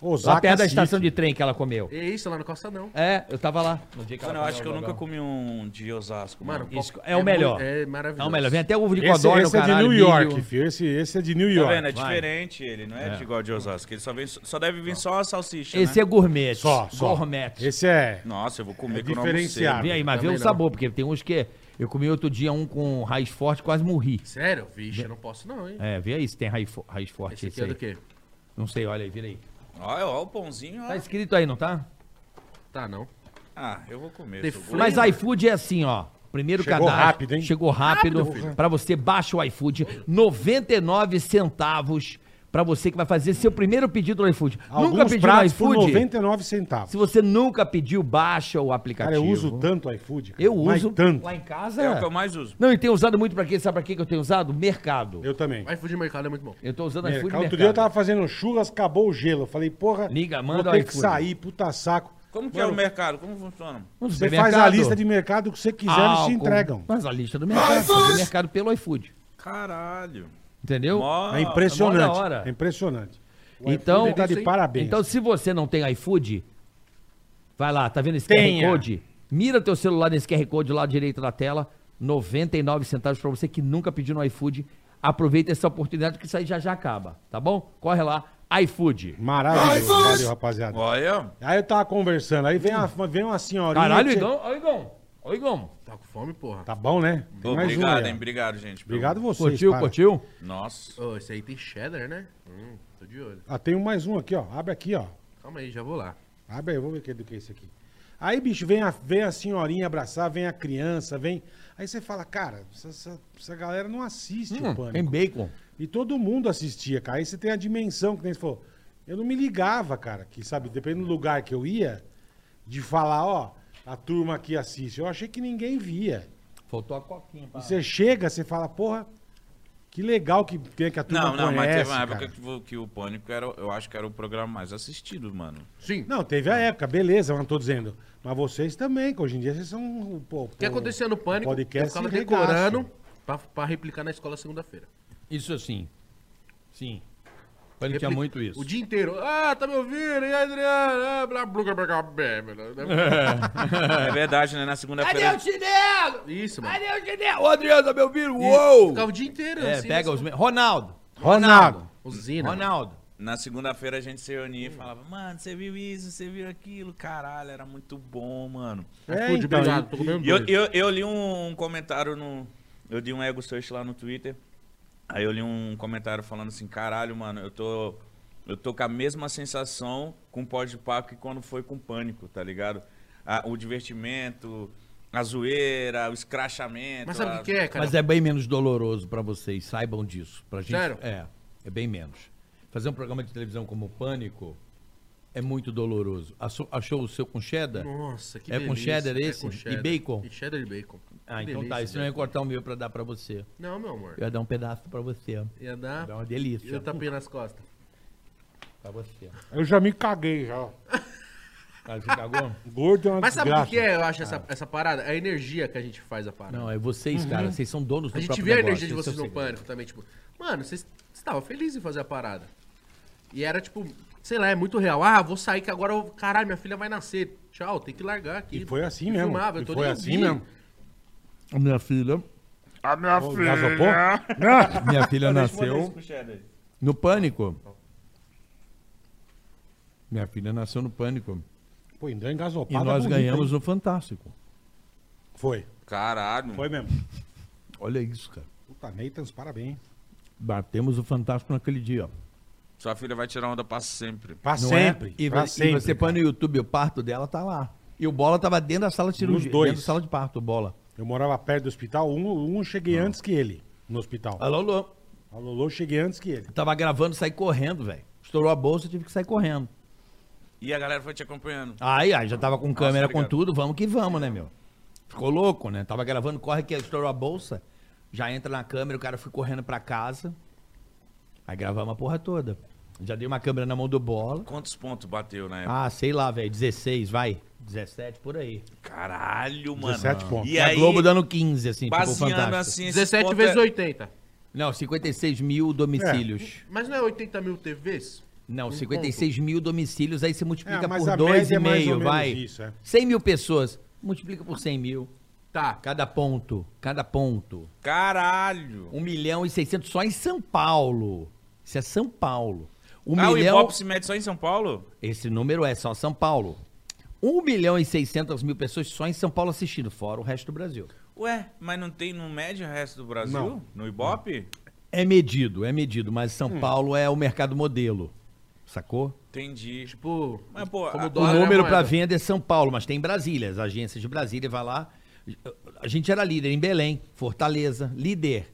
Speaker 3: Osaka
Speaker 2: Lá perto da
Speaker 3: City.
Speaker 2: estação de trem que ela comeu.
Speaker 4: E isso, lá no Costa não.
Speaker 2: É, eu tava lá. No dia
Speaker 5: Mano, eu
Speaker 2: ela
Speaker 5: acho que eu
Speaker 2: comeu o
Speaker 5: nunca
Speaker 2: dogão.
Speaker 5: comi um de Osasco, mano.
Speaker 4: Mano,
Speaker 2: Isso
Speaker 4: qual-
Speaker 2: é o melhor.
Speaker 4: mu- É maravilhoso.
Speaker 2: É o melhor. Vem até ovo de
Speaker 3: Esse,
Speaker 2: codorna,
Speaker 3: esse é de
Speaker 2: caralho,
Speaker 3: New York,
Speaker 2: milho.
Speaker 3: filho. Esse, esse é de New
Speaker 5: Tá
Speaker 3: York.
Speaker 5: vendo? É
Speaker 2: Vai.
Speaker 5: diferente ele, não é, de igual de Osasco. Ele só, vem, só deve vir só a salsicha,
Speaker 2: Esse
Speaker 5: né?
Speaker 2: é gourmet.
Speaker 3: Só, só.
Speaker 2: Gourmet.
Speaker 3: Esse é.
Speaker 5: Nossa, eu vou comer
Speaker 3: É
Speaker 5: que eu não almocei.
Speaker 3: diferenciado.
Speaker 2: Vem aí, mas vê
Speaker 4: Também
Speaker 2: o
Speaker 4: não.
Speaker 2: sabor, porque tem uns que. Eu comi outro dia um com raiz forte, quase morri.
Speaker 4: Sério? Vixe, eu não posso não, hein?
Speaker 2: É, vê aí se tem raiz, fo- raiz forte.
Speaker 4: Esse aqui é
Speaker 2: aí.
Speaker 4: do quê?
Speaker 2: Não sei, olha aí, vira aí.
Speaker 5: Olha, olha o pãozinho,
Speaker 1: Ah.
Speaker 5: ó.
Speaker 2: Tá escrito aí, não tá?
Speaker 4: Tá, não.
Speaker 5: Ah, eu vou comer.
Speaker 4: The
Speaker 5: seu gordo.
Speaker 4: Flame.
Speaker 2: Mas iFood é assim, ó. Primeiro
Speaker 3: Chegou
Speaker 2: cadastro.
Speaker 3: rápido, hein?
Speaker 2: Chegou rápido. pra você, baixa o iFood. 99 centavos pra você que vai fazer seu primeiro pedido no iFood. nunca
Speaker 3: Alguns
Speaker 2: pediu no
Speaker 3: pratos por
Speaker 2: iFood? é
Speaker 3: 99
Speaker 2: Se
Speaker 3: centavos.
Speaker 2: você nunca pediu, baixa o aplicativo.
Speaker 3: Cara, eu uso tanto iFood. cara,
Speaker 2: Eu
Speaker 3: mas
Speaker 2: uso
Speaker 3: tanto.
Speaker 2: lá em casa.
Speaker 5: É o que eu mais uso.
Speaker 2: Não, e tenho usado muito pra quê? Sabe pra quê que eu tenho usado? Mercado. Eu,
Speaker 3: Eu também.
Speaker 4: O iFood de mercado é muito bom.
Speaker 2: tô usando
Speaker 3: Mercado.
Speaker 2: iFood
Speaker 3: Outro dia eu tava fazendo churras, acabou o gelo. Eu falei, porra,
Speaker 2: Liga,
Speaker 3: vou
Speaker 2: manda
Speaker 3: ter
Speaker 2: o
Speaker 3: que
Speaker 2: iFood.
Speaker 3: sair, puta saco.
Speaker 5: Como que é
Speaker 3: Mano,
Speaker 5: o mercado? Como funciona?
Speaker 2: No
Speaker 3: Você
Speaker 2: supermercado,
Speaker 3: faz a lista de mercado que você quiser, eles
Speaker 2: álcool, Ah, tá
Speaker 3: te entregam. É
Speaker 2: Mas a lista do mercado. Do mercado pelo iFood.
Speaker 5: Caralho.
Speaker 2: Entendeu?
Speaker 5: Mó-
Speaker 3: É impressionante.
Speaker 2: Mó da hora.
Speaker 3: É impressionante. O
Speaker 2: Então,
Speaker 3: iFood tá de parabéns.
Speaker 2: então, se você não tem iFood, vai lá, tá vendo esse
Speaker 3: Tenha.
Speaker 2: QR Code? Mira teu celular nesse QR Code lá direito da tela, 99 centavos pra você que nunca pediu no iFood. Aproveita essa oportunidade que isso aí já já acaba, tá bom? Corre lá, iFood.
Speaker 3: Maravilhoso. Valeu, rapaziada.
Speaker 5: Olha.
Speaker 3: Aí eu tava conversando, aí vem uma, vem uma senhorinha.
Speaker 2: Caralho,
Speaker 3: que você-
Speaker 2: Igão, ó Igão, ó Igão.
Speaker 4: Tá com fome, porra.
Speaker 3: Tá bom, né? Tem
Speaker 5: Pô,
Speaker 3: mais um
Speaker 5: obrigado,
Speaker 3: aí, ó.
Speaker 5: hein? Obrigado, gente. pelo-
Speaker 3: Obrigado vocês.
Speaker 2: Curtiu,
Speaker 3: para.
Speaker 2: curtiu?
Speaker 5: Nossa.
Speaker 4: Ô, esse aí tem cheddar, né? Hum, tô de olho.
Speaker 3: Ah, tem um mais um aqui, ó. Abre aqui, ó.
Speaker 4: Calma aí, já vou lá.
Speaker 3: Abre aí, vamos ver que- do que é esse aqui. Aí, bicho, vem a, vem a senhorinha abraçar, vem a criança, vem. Aí você fala, cara, essa, essa- essa galera não assiste o
Speaker 2: Hum, tem
Speaker 3: pânico.
Speaker 2: bacon.
Speaker 3: E todo mundo assistia, cara. Aí você tem a dimensão que nem você falou. Eu não me ligava, cara, que sabe, dependendo do lugar que eu ia, de falar, ó, a turma aqui assiste. Eu achei que ninguém via.
Speaker 2: Faltou a coquinha.
Speaker 3: E você chega, você fala, porra, que legal que tem que a turma
Speaker 5: Não, não, mas
Speaker 3: conhece,
Speaker 5: teve uma época
Speaker 3: cara.
Speaker 5: que, vo- que o Pânico era, eu acho que era o programa mais assistido, mano.
Speaker 4: Sim.
Speaker 3: Não, teve a
Speaker 4: Ah.
Speaker 3: época, beleza, mas não tô dizendo. Mas vocês também, que hoje em dia vocês são. um, Pô, um
Speaker 4: O que acontecia no Pânico, eu
Speaker 3: podcast
Speaker 4: ficava
Speaker 3: regaço.
Speaker 4: decorando pra, pra replicar na escola segunda-feira.
Speaker 2: Isso assim. Sim. Ele tinha
Speaker 4: Repli-
Speaker 2: muito isso.
Speaker 4: O dia inteiro. Ah, tá me ouvindo? E aí, Adriano? Ah, blá, blá, blá, blá, blá,
Speaker 2: *laughs*
Speaker 4: blá.
Speaker 5: É verdade, né? Na segunda-feira.
Speaker 2: chinelo!
Speaker 4: Isso, mano.
Speaker 2: o chinelo? Ô, Adriano, meu filho,
Speaker 4: E
Speaker 2: uou!
Speaker 4: Ficava o dia inteiro
Speaker 2: É,
Speaker 4: assim.
Speaker 2: pega
Speaker 4: nessa
Speaker 2: os. me- Ronaldo.
Speaker 3: Ronaldo.
Speaker 4: Usina.
Speaker 2: Ronaldo.
Speaker 5: Na segunda-feira a gente se reunia
Speaker 4: Hum.
Speaker 5: e falava, mano, você viu isso, você viu aquilo, caralho, era muito bom, mano.
Speaker 3: É,
Speaker 4: IFood,
Speaker 3: então,
Speaker 4: obrigado, tô
Speaker 3: e-
Speaker 4: comendo
Speaker 5: E eu,
Speaker 4: dois.
Speaker 5: eu, eu li um comentário no, Eu dei um ego search lá no Twitter. Aí eu li um comentário falando assim, caralho, mano, eu tô. Eu tô com a mesma sensação com o pode que quando foi com o pânico, tá ligado? A- o divertimento, a zoeira, o escrachamento.
Speaker 4: Mas sabe
Speaker 5: a-
Speaker 4: o que que é, cara?
Speaker 2: Mas é bem menos doloroso pra vocês, saibam disso. Pra gente,
Speaker 4: Sério?
Speaker 2: É, é bem menos. Fazer um programa de televisão como o Pânico é muito doloroso. Asso- Achou o seu com cheddar?
Speaker 4: Nossa, que
Speaker 2: É com
Speaker 4: delícia.
Speaker 2: cheddar esse?
Speaker 4: com
Speaker 2: E bacon?
Speaker 4: E cheddar e bacon.
Speaker 2: Ah,
Speaker 4: Que
Speaker 2: então tá.
Speaker 4: delícia,
Speaker 2: Isso não ia
Speaker 4: bacon.
Speaker 2: cortar o meu pra dar pra você.
Speaker 4: Não, meu amor.
Speaker 2: Eu ia dar um pedaço pra você.
Speaker 4: Ia dar...
Speaker 2: Dá é uma delícia.
Speaker 4: Eu tapei nas costas.
Speaker 2: Pra você.
Speaker 3: Eu já me caguei, já.
Speaker 2: Ah, você
Speaker 4: *laughs*
Speaker 2: cagou?
Speaker 3: Gordo é uma
Speaker 4: Mas sabe o
Speaker 3: desgraça.
Speaker 4: que que é, eu acho,
Speaker 2: Ah.
Speaker 4: essa, essa parada? É a energia que a gente faz a parada.
Speaker 2: Não, é vocês, cara. Vocês são donos do
Speaker 4: Uhum. a gente
Speaker 2: próprio
Speaker 4: vê a
Speaker 2: negócio.
Speaker 4: energia
Speaker 2: esse é
Speaker 4: de
Speaker 2: o
Speaker 4: vocês no
Speaker 2: segredo.
Speaker 4: pânico também, tipo... Mano, vocês estavam felizes em fazer a parada. E era, tipo... Sei lá, é muito real. Ah, vou sair que agora... eu- Caralho, minha filha vai nascer. Tchau, tem que largar aqui.
Speaker 3: E foi assim mesmo.
Speaker 4: Filmava, eu
Speaker 3: E
Speaker 4: tô
Speaker 3: foi
Speaker 4: nem
Speaker 3: assim
Speaker 4: vi.
Speaker 3: mesmo.
Speaker 2: A minha filha...
Speaker 5: A minha
Speaker 3: Ô, gasopor?
Speaker 5: filha. *laughs*
Speaker 2: Minha filha
Speaker 5: Deixa eu mandar isso
Speaker 2: nasceu
Speaker 5: pro Cheddar aí.
Speaker 2: no pânico. Minha filha nasceu no pânico.
Speaker 3: Pô, então ainda
Speaker 2: E
Speaker 3: engasopada.
Speaker 2: nós
Speaker 3: bonita,
Speaker 2: ganhamos
Speaker 3: hein?
Speaker 2: no Fantástico.
Speaker 3: Foi.
Speaker 5: Caralho.
Speaker 3: Foi mesmo.
Speaker 2: Olha isso, cara.
Speaker 3: Puta, Neitans, parabéns.
Speaker 2: Batemos o Fantástico naquele dia.
Speaker 5: Sua filha vai tirar onda pra sempre.
Speaker 3: Pra
Speaker 2: Não
Speaker 3: sempre.
Speaker 2: É? E,
Speaker 3: pra
Speaker 2: e
Speaker 3: sempre.
Speaker 2: você põe no YouTube, o parto dela tá lá. E o Bola tava dentro da sala de
Speaker 3: Nos
Speaker 2: cirurgia.
Speaker 3: dois.
Speaker 2: Dentro da sala de parto, o Bola.
Speaker 3: Eu morava perto do hospital, um, um cheguei antes que ele no hospital.
Speaker 2: Ah. Alô, alô.
Speaker 3: A Lolo cheguei antes que ele.
Speaker 2: Eu tava gravando, saí correndo, velho. Estourou a bolsa, eu tive que sair correndo.
Speaker 5: E a galera foi te acompanhando.
Speaker 2: Aí, aí, já tava com câmera, com
Speaker 5: obrigado.
Speaker 2: tudo, vamos que vamos, né, meu? Ficou louco, né? Tava gravando, corre que estourou a bolsa. Já entra na câmera, o cara foi correndo pra casa. Aí gravamos a porra toda. Já dei uma câmera na mão do Bola.
Speaker 5: Quantos pontos bateu na época?
Speaker 2: Ah, sei lá, velho, 16, vai. 17, por aí.
Speaker 5: Caralho, mano.
Speaker 3: 17 pontos.
Speaker 5: E
Speaker 2: a
Speaker 5: aí,
Speaker 2: Globo dando 15, assim, tipo,
Speaker 5: baseando
Speaker 2: fantástico.
Speaker 5: assim... esses
Speaker 4: 17
Speaker 5: pontos
Speaker 4: vezes
Speaker 5: é-
Speaker 4: 80.
Speaker 2: Não, 56 mil domicílios.
Speaker 4: Mas não é 80 mil TVs?
Speaker 2: Não,
Speaker 4: Um
Speaker 2: 56 mil domicílios, aí você multiplica
Speaker 3: É, mas
Speaker 2: por
Speaker 3: a média é mais ou
Speaker 2: 2,5,
Speaker 3: menos
Speaker 2: vai.
Speaker 3: isso, é.
Speaker 2: 100 mil pessoas, multiplica por 100 mil.
Speaker 4: ponto. Tá.
Speaker 2: Cada ponto, cada ponto.
Speaker 5: Caralho.
Speaker 2: 1 milhão e 600 só em São Paulo. Isso é São Paulo. 1
Speaker 5: ah, o
Speaker 2: milhão...
Speaker 5: Ibope se mede só em São Paulo?
Speaker 2: Esse número é só São Paulo. 1 milhão e 600 mil pessoas só em São Paulo assistindo, fora o resto do Brasil.
Speaker 5: Ué, mas não tem no médio o resto do Brasil?
Speaker 3: Não.
Speaker 5: No Ibope?
Speaker 2: É medido, é medido, mas São Paulo é o mercado modelo. Sacou?
Speaker 5: Entendi.
Speaker 4: Tipo,
Speaker 5: Mas, pô,
Speaker 4: como
Speaker 5: a-
Speaker 2: O
Speaker 5: Dólar é
Speaker 2: número para
Speaker 4: pra
Speaker 2: venda é São Paulo, mas tem Brasília. As agências de Brasília vai lá. A gente era líder em Belém, Fortaleza, líder.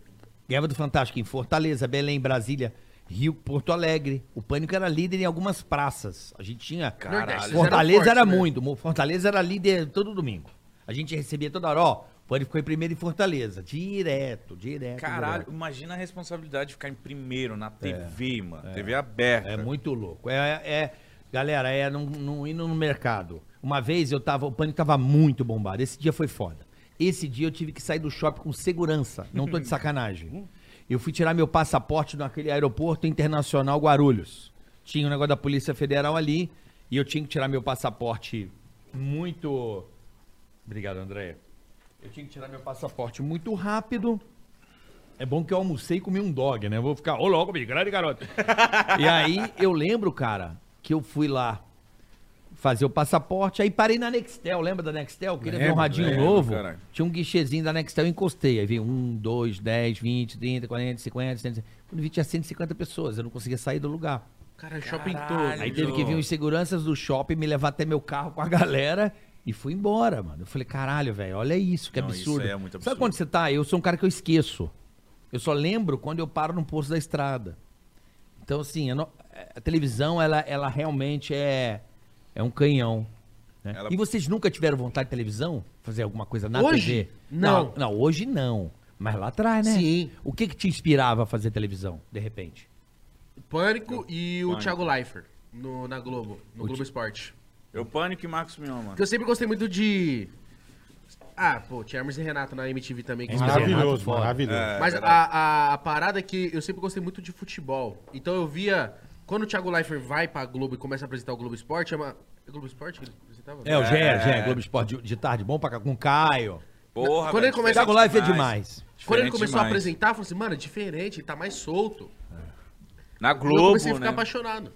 Speaker 2: Guerra do Fantástico em Fortaleza, Belém, Brasília, Rio, Porto Alegre. O Pânico era líder em algumas praças. A gente tinha.
Speaker 5: Caralho.
Speaker 4: Nordeste, vocês eram
Speaker 2: Fortaleza era
Speaker 4: fortes, né?
Speaker 2: muito. Mo- Fortaleza era líder todo domingo. A gente recebia toda hora, ó. O Pânico ficou em primeiro em Fortaleza. Direto, direto.
Speaker 5: Caralho,
Speaker 2: direto.
Speaker 5: imagina a responsabilidade de ficar em primeiro
Speaker 4: É.
Speaker 5: na TV, mano. TV aberta.
Speaker 2: É muito louco. É, é- galera, é não, não indo no mercado. Uma vez eu tava, o pânico tava muito bombado. Esse dia foi foda. Esse dia eu tive que sair do shopping com segurança. Não tô de sacanagem. Eu fui tirar meu passaporte naquele aeroporto internacional Guarulhos. Tinha um negócio da Polícia Federal ali e eu tinha que tirar meu passaporte muito. Obrigado, André. Eu tinha que tirar meu passaporte muito rápido. É bom que eu almocei e comi um dog, né? Eu vou ficar, ô louco, bicho, grande garoto. *laughs* e aí eu lembro, cara, que eu fui lá fazer o passaporte, aí parei na Nextel, lembra da Nextel? Queria ver um
Speaker 3: Lembro,
Speaker 2: radinho
Speaker 5: lembro,
Speaker 2: novo.
Speaker 5: caralho.
Speaker 2: Tinha um guichezinho da Nextel, eu encostei. Aí veio um, dois, dez, vinte, trinta, quarenta, cinquenta, cento. Quando vi, tinha 150 pessoas, eu não conseguia sair do lugar.
Speaker 4: Cara, shopping
Speaker 5: Caralho.
Speaker 4: todo.
Speaker 2: Aí teve que vir os seguranças do shopping me levar até meu carro com a galera e fui embora, mano. Eu falei, caralho, velho, olha isso, que
Speaker 5: Não, isso
Speaker 2: absurdo.
Speaker 5: é muito
Speaker 2: Sabe
Speaker 5: absurdo.
Speaker 2: quando você tá? Eu sou um cara que eu esqueço. Eu só lembro quando eu paro no posto da estrada. Então, assim, eu não- a televisão, ela, ela realmente é, é um canhão. né?
Speaker 5: Ela-
Speaker 2: E vocês nunca tiveram vontade de televisão? Fazer alguma coisa na
Speaker 4: Hoje?
Speaker 2: TV?
Speaker 4: Não.
Speaker 2: não. Não, hoje não. Mas lá atrás, né?
Speaker 4: Sim.
Speaker 2: O que que te inspirava a fazer televisão, de repente?
Speaker 4: Pânico e o Thiago Leifert no, na Globo, no Globo Esporte.
Speaker 5: Eu pânico e Marcos Mion, mano.
Speaker 4: Porque eu sempre gostei muito de. Ah, pô, tinha Hermes e Renato na MTV também. Que
Speaker 2: Hermes e
Speaker 4: eles faziam.
Speaker 2: Renato
Speaker 3: Maravilhoso,
Speaker 2: fora.
Speaker 3: maravilhoso.
Speaker 5: É.
Speaker 4: Mas
Speaker 5: verdade.
Speaker 4: a, a, a parada é que eu sempre gostei muito de futebol. Então eu via. Quando o Thiago Leifert vai pra Globo e começa a apresentar o Globo Esporte, é uma. É Globo Esporte que ele apresentava?
Speaker 2: É, o GE, GE, Globo Esporte de, de tarde, bom pra cá, com o Caio.
Speaker 5: Porra,
Speaker 4: Quando
Speaker 5: velho,
Speaker 4: ele começa-
Speaker 5: diferente
Speaker 2: Thiago Life é demais.
Speaker 4: Quando ele
Speaker 5: Diferente
Speaker 4: começou a
Speaker 5: demais.
Speaker 4: apresentar, eu falei assim, mano, é diferente, tá mais solto.
Speaker 5: Na
Speaker 4: E eu
Speaker 5: Globo,
Speaker 4: comecei a ficar
Speaker 5: né?
Speaker 4: apaixonado.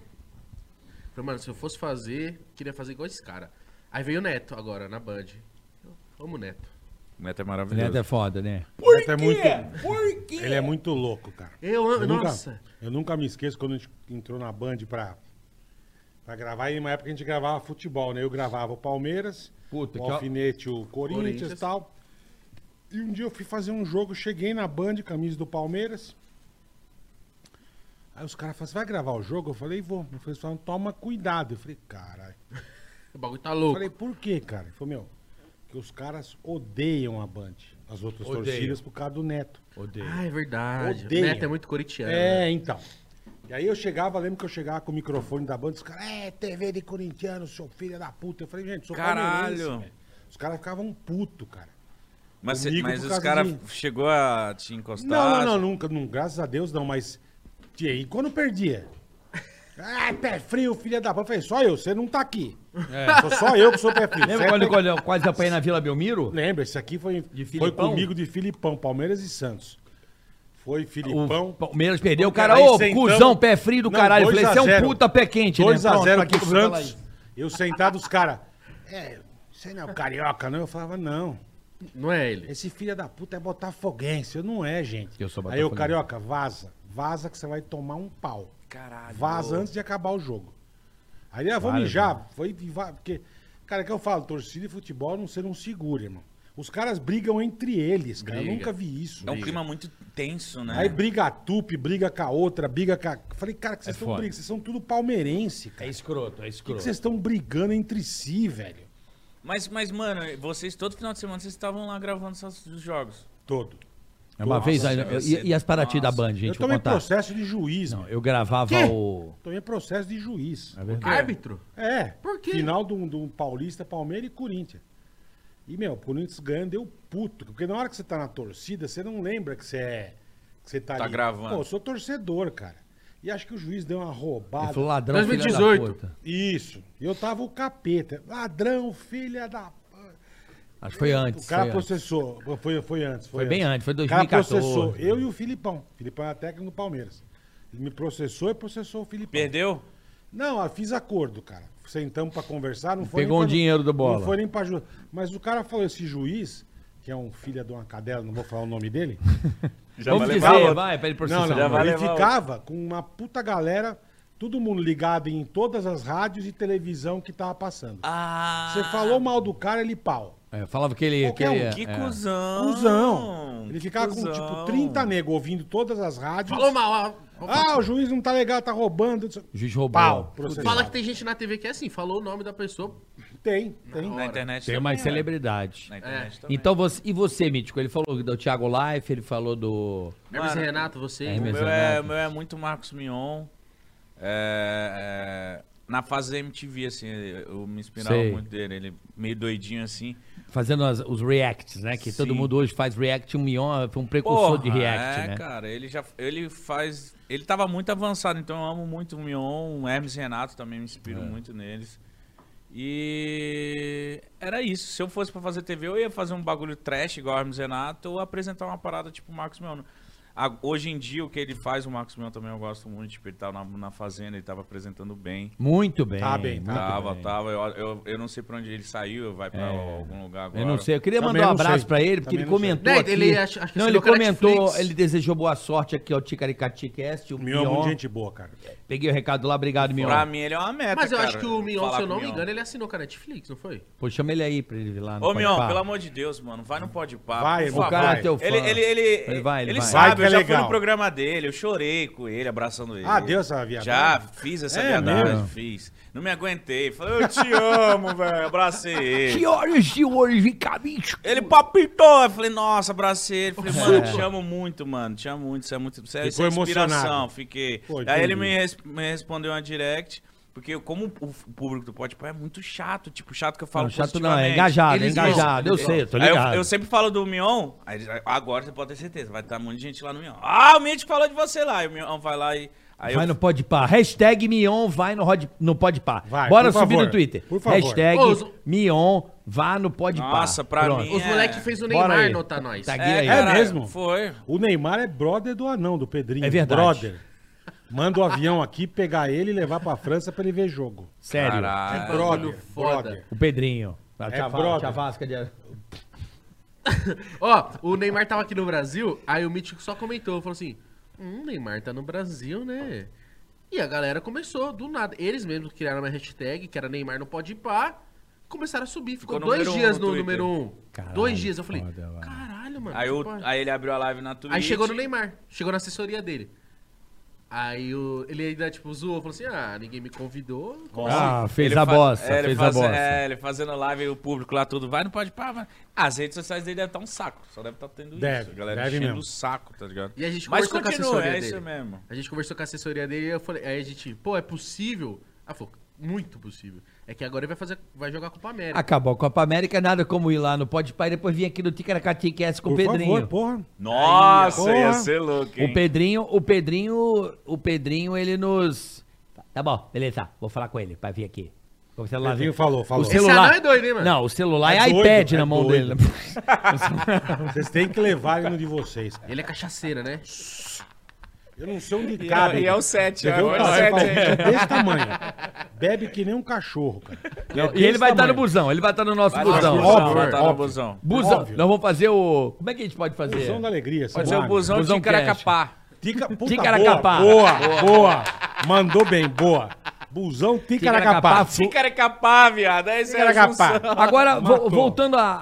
Speaker 4: Falei, mano, se eu fosse fazer, queria fazer igual esse cara. Aí veio o Neto agora, na Band. Eu amo o Neto.
Speaker 1: O Neto é
Speaker 2: O Neto
Speaker 1: maravilhoso.
Speaker 2: é foda, né?
Speaker 3: O Neto é muito, ele é muito louco, cara.
Speaker 4: Eu amo.
Speaker 3: Eu
Speaker 4: Nossa.
Speaker 3: Nunca, eu nunca me esqueço quando a gente entrou na Band pra, pra gravar. E uma época a gente gravava futebol, né? Eu gravava o Palmeiras,
Speaker 2: Puta,
Speaker 3: o
Speaker 2: que ó-
Speaker 3: Alfinete, o Corinthians e
Speaker 4: Corinthians.
Speaker 3: tal. E um dia eu fui fazer um jogo, cheguei na Band, camisa do Palmeiras. Aí os caras falaram, você vai gravar o jogo? Eu falei, vou. Eu falei, só toma cuidado. Eu falei, caralho.
Speaker 4: O bagulho tá
Speaker 3: Eu
Speaker 4: louco.
Speaker 3: falei, por quê, cara? Ele falou, meu, que os caras odeiam a Band. As outras torcidas por causa do Neto.
Speaker 4: Ah, é verdade.
Speaker 3: Odeio.
Speaker 4: O Neto é muito corintiano.
Speaker 3: É, então. E aí eu chegava, lembro que eu chegava com o microfone da banda, os caras, é, TV de corintiano, seu filho da puta. Eu falei, gente, sou
Speaker 1: Caralho.
Speaker 3: palmeirense, velho. Os caras ficavam puto, cara.
Speaker 1: Mas, cê-
Speaker 3: Comigo
Speaker 1: mas
Speaker 3: por
Speaker 1: os
Speaker 3: causa
Speaker 1: caras
Speaker 3: de mim.
Speaker 1: chegou a te encostar.
Speaker 3: Não, não, não, nunca, não, graças a Deus não, mas. E aí,
Speaker 2: *laughs*
Speaker 3: quando perdia? Ah, pé frio, filha da puta. Eu falei, só eu, você não tá aqui. Sou só eu que sou pé frio.
Speaker 2: É. Lembra
Speaker 3: Você
Speaker 2: quando,
Speaker 3: é Né, pé-
Speaker 2: quando eu quase apanhei na Vila Belmiro?
Speaker 3: Lembra, isso aqui foi,
Speaker 2: De
Speaker 3: foi
Speaker 2: Filipão?
Speaker 3: comigo de Filipão, Palmeiras e Santos. Foi Filipão.
Speaker 2: O Palmeiras perdeu, o cara,
Speaker 3: Aí
Speaker 2: ô,
Speaker 3: sentamos-
Speaker 2: cuzão, pé frio do
Speaker 3: Não,
Speaker 2: caralho. Eu
Speaker 3: 2
Speaker 2: falei,
Speaker 3: a
Speaker 2: você é um
Speaker 3: 0.
Speaker 2: puta pé quente,
Speaker 3: 2x0
Speaker 2: Pronto,
Speaker 3: aqui
Speaker 2: aqui
Speaker 3: pro
Speaker 2: pra falar
Speaker 3: Santos.
Speaker 2: isso.
Speaker 3: Eu sentado, os caras. É, você não é o carioca, não? Eu falava, não.
Speaker 4: Não é ele.
Speaker 3: Esse filho da puta é botafoguense. Eu não é, gente.
Speaker 2: Eu sou
Speaker 3: Aí o
Speaker 2: botafoguense.
Speaker 3: carioca, vaza. Vaza que você vai tomar um pau.
Speaker 1: Caralho.
Speaker 3: Vaza antes de acabar o jogo. Aí eu vou
Speaker 2: Vale, né?
Speaker 3: mijar. Foi, de va- porque, cara, é que eu falo, torcida e futebol não você não segura, irmão. Os caras brigam entre eles, cara. Eu
Speaker 4: Briga.
Speaker 3: nunca vi isso.
Speaker 1: É um clima muito tenso, né?
Speaker 3: Aí briga a tupe, briga com a outra, briga com a. Falei, cara, que
Speaker 2: É
Speaker 3: vocês estão
Speaker 2: foda.
Speaker 3: brigando. Vocês são tudo palmeirense,
Speaker 2: É
Speaker 3: cara.
Speaker 2: escroto, é
Speaker 3: Por que
Speaker 2: escroto.
Speaker 3: vocês estão brigando entre si, velho?
Speaker 1: Mas, mas, mano, vocês todo final de semana vocês estavam lá gravando esses jogos.
Speaker 3: Todo.
Speaker 2: Uma
Speaker 3: Nossa,
Speaker 2: vez, aí,
Speaker 1: eu
Speaker 2: eu-
Speaker 1: sei.
Speaker 2: e, e as Paraty da
Speaker 1: Nossa.
Speaker 2: Band, gente,
Speaker 3: eu
Speaker 2: vou
Speaker 3: tomei
Speaker 2: contar.
Speaker 3: processo de juiz, mano.
Speaker 2: Eu gravava
Speaker 4: Quê?
Speaker 2: o...
Speaker 3: Tomei processo de juiz.
Speaker 2: É verdade.
Speaker 4: Árbitro?
Speaker 3: É.
Speaker 4: Por quê?
Speaker 3: Final do, do um Paulista, Palmeiras e Corinthians. E, meu, o Corinthians ganhando, deu puto. Porque na hora que você tá na torcida, você não lembra que você é. Que você tá,
Speaker 1: Tá
Speaker 3: ali.
Speaker 1: gravando.
Speaker 3: Pô, eu sou torcedor, cara. E acho que o juiz deu uma roubada.
Speaker 2: Ele falou ladrão,
Speaker 4: 2018.
Speaker 2: filha da puta.
Speaker 3: Isso. E eu tava o capeta. Ladrão, filha da.
Speaker 2: Acho que foi antes.
Speaker 3: O cara
Speaker 2: foi antes.
Speaker 3: processou. Foi, foi antes.
Speaker 2: Foi bem antes, foi
Speaker 3: O cara
Speaker 2: 2014.
Speaker 3: processou eu e o Filipão. O Filipão era técnico do Palmeiras. Ele me processou e processou o Filipão.
Speaker 1: Perdeu?
Speaker 3: Não, eu fiz acordo, cara. Sentamos pra conversar, não foi
Speaker 2: Pegou
Speaker 3: nem
Speaker 2: um dinheiro do bola.
Speaker 3: Não foi nem pra ju... Mas o cara falou, esse juiz, que é um filho de uma cadela, não vou falar o nome dele.
Speaker 2: *laughs*
Speaker 1: Já
Speaker 2: Vamos
Speaker 1: vai
Speaker 2: dizer,
Speaker 1: levar outro.
Speaker 2: vai, pra ele processar.
Speaker 3: não, não,
Speaker 1: Já vai
Speaker 3: ele
Speaker 1: levar
Speaker 3: ficava com uma puta galera, todo mundo ligado em todas as rádios e televisão que tava passando.
Speaker 1: Ah,
Speaker 3: Você falou mal do cara, ele pau.
Speaker 2: É, falava que ele... Que
Speaker 3: Qualquer
Speaker 2: ele
Speaker 3: um,
Speaker 1: que
Speaker 2: é.
Speaker 1: cuzão.
Speaker 3: Cusão. Ele
Speaker 1: Que
Speaker 3: ficava com,
Speaker 1: cuzão.
Speaker 3: tipo, 30 nego ouvindo todas as rádios.
Speaker 4: É. Falou mal. ó.
Speaker 3: Ah, o juiz não tá legal, tá roubando.
Speaker 2: O juiz roubou.
Speaker 3: Pau, processado.
Speaker 4: Fala que tem gente na TV que é assim, falou o nome da pessoa.
Speaker 3: Tem, tem.
Speaker 1: Na internet
Speaker 2: Tem mais
Speaker 3: é.
Speaker 1: também,
Speaker 2: celebridade.
Speaker 1: né? Na internet também.
Speaker 2: Então, você, e você, Mítico? Ele falou do Thiago Life, ele falou do...
Speaker 4: Hermes e
Speaker 1: Mano.
Speaker 4: Renato, você.
Speaker 2: É,
Speaker 1: O
Speaker 2: Hermes.
Speaker 1: meu é,
Speaker 2: Renato.
Speaker 1: o meu é muito Marcos Mion. É, é, na fase da MTV, assim, eu me inspirava
Speaker 2: Sei.
Speaker 1: muito dele. Ele meio doidinho, assim.
Speaker 2: Fazendo as- os reacts, né? Que todo
Speaker 1: Sim.
Speaker 2: mundo hoje faz react, um Mion foi um precursor de
Speaker 1: Porra,
Speaker 2: react,
Speaker 1: é,
Speaker 2: né?
Speaker 1: cara, ele já ele faz... Ele tava muito avançado, então eu amo muito o Mion. O Hermes e Renato também
Speaker 2: É.
Speaker 1: me inspiro muito neles. E era isso. Se eu fosse pra fazer TV, eu ia fazer um bagulho trash igual o Hermes e Renato ou apresentar uma parada tipo o Marcos Mion. A- Hoje em dia, o que ele faz, o Marcos Mion também eu gosto muito. Tipo, ele tava na, na Fazenda, ele tava apresentando bem.
Speaker 2: Muito bem.
Speaker 3: Tá bem,
Speaker 2: muito
Speaker 1: Tava,
Speaker 2: bem. É.
Speaker 1: tava. Eu, eu, eu não sei pra onde ele saiu, vai pra algum lugar agora.
Speaker 2: Eu não sei, eu queria
Speaker 3: Também
Speaker 2: mandar um
Speaker 3: não sei.
Speaker 2: abraço pra ele, porque
Speaker 3: Também
Speaker 2: ele
Speaker 3: não sei.
Speaker 2: comentou
Speaker 4: Né,
Speaker 2: aqui.
Speaker 4: ele acha- acho que
Speaker 2: não,
Speaker 4: você
Speaker 1: é
Speaker 2: ele
Speaker 4: colocou na
Speaker 2: comentou,
Speaker 4: Netflix.
Speaker 2: ele desejou boa sorte aqui ao Ticaricaticast, o
Speaker 3: Meu é muito
Speaker 2: Mion.
Speaker 3: gente boa, cara.
Speaker 2: Peguei o recado lá, obrigado, Mion.
Speaker 1: Pra mim, ele é uma meta.
Speaker 4: Mas eu
Speaker 1: cara,
Speaker 4: acho que o Mion,
Speaker 1: falar
Speaker 4: se eu
Speaker 1: com o
Speaker 4: não me
Speaker 1: Mion.
Speaker 4: engano, ele assinou com a Netflix, não foi?
Speaker 2: Pô, chama ele aí pra ele vir lá no
Speaker 1: Ô, Mion,
Speaker 2: Podpah.
Speaker 1: pelo amor de Deus, mano, vai no Pode Papo.
Speaker 3: Vai,
Speaker 1: por
Speaker 3: irmão,
Speaker 1: favor.
Speaker 2: O cara
Speaker 3: vai.
Speaker 2: é teu fã.
Speaker 1: Ele, ele, ele,
Speaker 2: Ele vai, ele vai.
Speaker 1: sabe,
Speaker 3: Vai que é
Speaker 1: eu já fui
Speaker 3: legal.
Speaker 1: no programa dele, eu chorei com ele, abraçando ele.
Speaker 2: Ah,
Speaker 3: Adeus, essa viadagem.
Speaker 1: Já fiz essa
Speaker 3: É
Speaker 1: viadagem,
Speaker 3: mesmo?
Speaker 1: fiz. Não me aguentei, falei, eu te amo, *laughs* velho, abracei
Speaker 2: *laughs*
Speaker 1: ele.
Speaker 2: Que horas, senhores, vem cá, bicho.
Speaker 1: Ele papitou, eu falei, nossa, abracei ele. Falei, mano,
Speaker 4: É.
Speaker 1: te amo muito, mano, te amo muito, você é muito, você é,
Speaker 3: Ficou
Speaker 1: você é inspiração,
Speaker 3: emocionado.
Speaker 1: fiquei.
Speaker 3: Pô,
Speaker 1: Aí ele
Speaker 3: entendi.
Speaker 1: me, res- me respondeu uma direct, porque como o f- público do Pode Pá é muito chato, tipo, chato que eu falo
Speaker 2: Não, chato não, é
Speaker 1: positivamente.
Speaker 2: engajado, é
Speaker 4: Eles
Speaker 2: engajado. Eu
Speaker 4: gostam.
Speaker 2: sei, eu tô
Speaker 1: Aí É, eu-
Speaker 2: ligado.
Speaker 1: Eu, sempre falo do Mion, aí eles- agora você pode ter certeza, vai estar um monte de gente lá no Mion. Ah, o Mitch falou de você lá, e o Mion vai lá e... Aí
Speaker 2: vai
Speaker 1: eu,
Speaker 2: no Podpah. Hashtag Mion vai no, Rod- no Podpah.
Speaker 3: Vai,
Speaker 2: Bora
Speaker 3: por
Speaker 2: subir
Speaker 3: favor.
Speaker 2: no Twitter.
Speaker 3: Por favor.
Speaker 2: Hashtag
Speaker 4: Ô, os-
Speaker 2: Mion vá no Podpah.
Speaker 1: Nossa, pra
Speaker 2: Pronto.
Speaker 1: mim
Speaker 4: Os
Speaker 1: É.
Speaker 4: moleque fez o
Speaker 2: Bora
Speaker 4: Neymar
Speaker 2: aí.
Speaker 4: notar nós.
Speaker 2: Tá
Speaker 1: é,
Speaker 2: aí.
Speaker 1: caralho,
Speaker 3: É mesmo?
Speaker 1: Foi.
Speaker 3: O Neymar é brother do anão, do Pedrinho.
Speaker 2: É verdade.
Speaker 3: Brother. Manda o avião aqui, pegar ele e levar pra França pra ele ver jogo.
Speaker 2: Sério.
Speaker 1: Caralho.
Speaker 4: Bagulho É. foda.
Speaker 2: O Pedrinho. A
Speaker 3: É brother.
Speaker 2: Vasca de...
Speaker 4: Ó, o Neymar tava aqui no Brasil, aí o Mítico só comentou, falou assim: Hum, Neymar tá no Brasil, né? E a galera começou, do nada. Eles mesmos criaram uma hashtag, que era Neymar não pode ir pá, começaram a subir. Ficou,
Speaker 1: Ficou
Speaker 4: dois
Speaker 1: número um
Speaker 4: dias
Speaker 1: no
Speaker 4: no
Speaker 1: Twitter.
Speaker 4: número um.
Speaker 2: Caralho,
Speaker 4: dois dias. Eu falei,
Speaker 2: foda, mano.
Speaker 4: caralho, mano.
Speaker 1: Aí,
Speaker 4: que
Speaker 1: o-
Speaker 4: porra."
Speaker 1: aí ele abriu a live na Twitch.
Speaker 4: Aí chegou no Neymar, chegou na assessoria dele. Aí o, ele ainda, tipo, zoou, falou assim: ah, ninguém me convidou. como assim?"
Speaker 2: Ah, fez
Speaker 1: Ele
Speaker 2: a
Speaker 1: fa-
Speaker 2: bossa,
Speaker 1: é, ele
Speaker 2: fez a
Speaker 1: faz-
Speaker 2: bossa.
Speaker 1: É, ele fazendo live e o público lá tudo vai, não pode parar. vai. As redes sociais dele devem estar um saco. Só deve estar tendo
Speaker 3: Deve,
Speaker 1: isso. A galera
Speaker 3: deve
Speaker 1: enchendo
Speaker 3: mesmo.
Speaker 1: o saco, tá ligado?
Speaker 4: E a gente
Speaker 1: Mas
Speaker 4: conversou com a
Speaker 1: continua,
Speaker 4: assessoria
Speaker 1: é
Speaker 4: dele.
Speaker 1: isso mesmo.
Speaker 4: A gente conversou com a assessoria dele e eu falei, aí a gente, pô, é possível? Ela falou, muito possível. É que agora ele vai fazer, vai jogar a Copa América.
Speaker 2: Acabou a Copa América, nada como ir lá no Pode Pai, depois vir aqui no Ticaracatiquess é com o
Speaker 3: Por
Speaker 2: Pedrinho.
Speaker 3: favor, porra. Aí,
Speaker 1: Nossa,
Speaker 3: ó.
Speaker 1: ia ser louco, hein?
Speaker 2: o Pedrinho, o Pedrinho, o Pedrinho, ele nos. Tá, Tá bom, beleza, vou falar com ele pra vir aqui. Com o celular.
Speaker 3: Pedrinho falou, falou.
Speaker 2: O
Speaker 3: Esse
Speaker 2: celular
Speaker 4: anão é
Speaker 1: né,
Speaker 4: doido, hein, mano?
Speaker 2: Não, o celular é,
Speaker 3: É doido,
Speaker 2: iPad
Speaker 3: é
Speaker 2: na mão
Speaker 3: doido.
Speaker 2: dele. *laughs*
Speaker 3: Vocês têm que levar ele no de vocês. cara.
Speaker 4: Ele é cachaceiro, né?
Speaker 3: Eu não sei onde
Speaker 1: E,
Speaker 3: cabe.
Speaker 1: é- e é o 7,
Speaker 3: Você vê um
Speaker 1: agora é o
Speaker 3: cara
Speaker 1: 7
Speaker 3: fala,
Speaker 1: aí.
Speaker 3: "É desse tamanho. Bebe que nem um cachorro, cara.
Speaker 2: e ele vai estar no busão, ele vai estar no nosso busão.
Speaker 3: no
Speaker 2: Óbvio.
Speaker 1: Busão, vai tá no
Speaker 3: óbvio.
Speaker 1: busão.
Speaker 2: Busão,
Speaker 3: Óbvio.
Speaker 2: nós vamos fazer o. Como é que a gente pode fazer?
Speaker 3: Busão da alegria.
Speaker 1: Pode
Speaker 3: seu
Speaker 1: ser o
Speaker 3: magro.
Speaker 1: busão de
Speaker 2: Busão Cast.
Speaker 1: Caracapá.
Speaker 3: Tica, puta,
Speaker 2: Ticaracapá.
Speaker 3: Boa, boa, boa. Mandou bem, boa. Busão Ticaracapá.
Speaker 2: Ticaracapá,
Speaker 1: Sim, Caracapá, viado. É isso aí, a
Speaker 3: Ticaracapá.
Speaker 1: junção.
Speaker 2: Agora, vo-
Speaker 3: Matou.
Speaker 2: voltando a,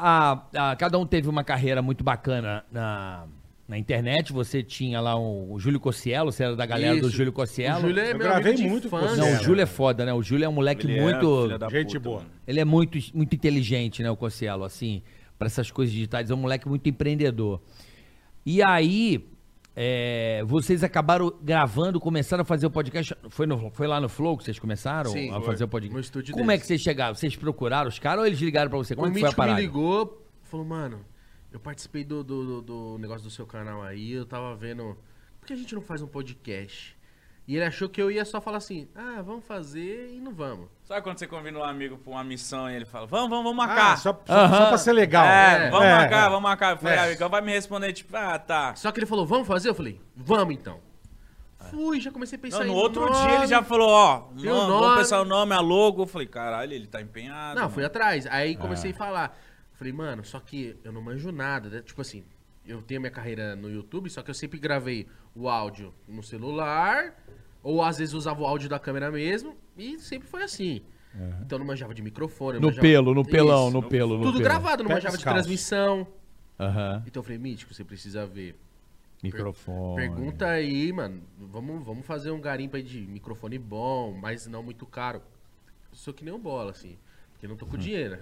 Speaker 2: a- a- Cada um teve uma carreira muito bacana na, na internet. Você tinha lá um, o Júlio Cossielo, você era da galera do
Speaker 4: Isso.
Speaker 2: Júlio
Speaker 4: O
Speaker 2: Cossielo.
Speaker 4: Júlio é
Speaker 3: Eu
Speaker 4: meu
Speaker 3: gravei
Speaker 4: amigo de
Speaker 3: muito com
Speaker 4: infância.
Speaker 3: você.
Speaker 2: Não, o
Speaker 3: Era.
Speaker 2: Júlio é foda, né? O Júlio é um moleque
Speaker 1: Ele é
Speaker 2: muito.
Speaker 1: filho da
Speaker 3: Gente
Speaker 1: puta,
Speaker 3: boa.
Speaker 1: mano.
Speaker 2: Ele é muito, muito inteligente, né, o Cossielo, assim, pra essas coisas digitais. É um moleque muito empreendedor. E aí, é, vocês acabaram gravando, começaram a fazer o podcast. Foi, no- foi lá no Flow que vocês começaram
Speaker 4: Sim,
Speaker 2: a
Speaker 4: foi.
Speaker 2: fazer o podcast?
Speaker 4: No estúdio
Speaker 2: Como é
Speaker 4: deles.
Speaker 2: que vocês chegaram? Vocês procuraram os caras ou eles ligaram pra você? Como
Speaker 4: o
Speaker 2: é que foi a
Speaker 4: Mítico me
Speaker 2: parada?
Speaker 4: ligou, falou, mano, eu participei do, do, do- do negócio do seu canal aí, eu tava vendo. Por que a gente não faz um podcast? E ele achou que eu ia só falar assim, ah, vamos fazer e não vamos.
Speaker 1: Sabe quando você convida um amigo pra uma missão e ele fala, vamos, vamos, vamos marcar.
Speaker 3: Ah, só, só, só pra ser legal.
Speaker 1: É, vamos
Speaker 3: É.
Speaker 1: marcar, vamos marcar. Eu falei,
Speaker 3: É.
Speaker 1: ah, o Igão vai me responder, tipo, ah, tá.
Speaker 4: Só que ele falou, vamos fazer? Eu falei, vamos então. Fui, já comecei a pensar
Speaker 1: É. Não,
Speaker 4: em
Speaker 1: no outro
Speaker 4: nome.
Speaker 1: dia ele já falou, ó,
Speaker 4: Tem o
Speaker 1: nome,
Speaker 4: nome.
Speaker 1: vamos pensar o nome, a logo. Eu falei, caralho, ele tá empenhado.
Speaker 4: Não,
Speaker 1: mano.
Speaker 4: fui atrás. Aí
Speaker 2: Ah.
Speaker 4: comecei a falar. Falei, mano, só que eu não manjo nada. né? Tipo assim, eu tenho minha carreira no YouTube, só que eu sempre gravei o áudio no celular, ou às vezes usava o áudio da câmera mesmo, e sempre foi assim. Então eu não manjava de microfone. eu
Speaker 2: No
Speaker 4: manjava-
Speaker 2: pelo, no pelão,
Speaker 4: Isso.
Speaker 2: no pelo. No
Speaker 4: Tudo
Speaker 2: pelo.
Speaker 4: gravado, não
Speaker 3: Pé
Speaker 4: manjava de
Speaker 3: descalço.
Speaker 4: transmissão.
Speaker 2: Aham.
Speaker 4: Então eu falei, Mítico, você precisa ver.
Speaker 2: Microfone.
Speaker 4: Pergunta aí, mano. Vamos, vamos fazer um garimpo aí de microfone bom, mas não muito caro. Eu sou que nem um bola, assim. Porque eu não tô
Speaker 2: Uhum.
Speaker 4: com dinheiro. né?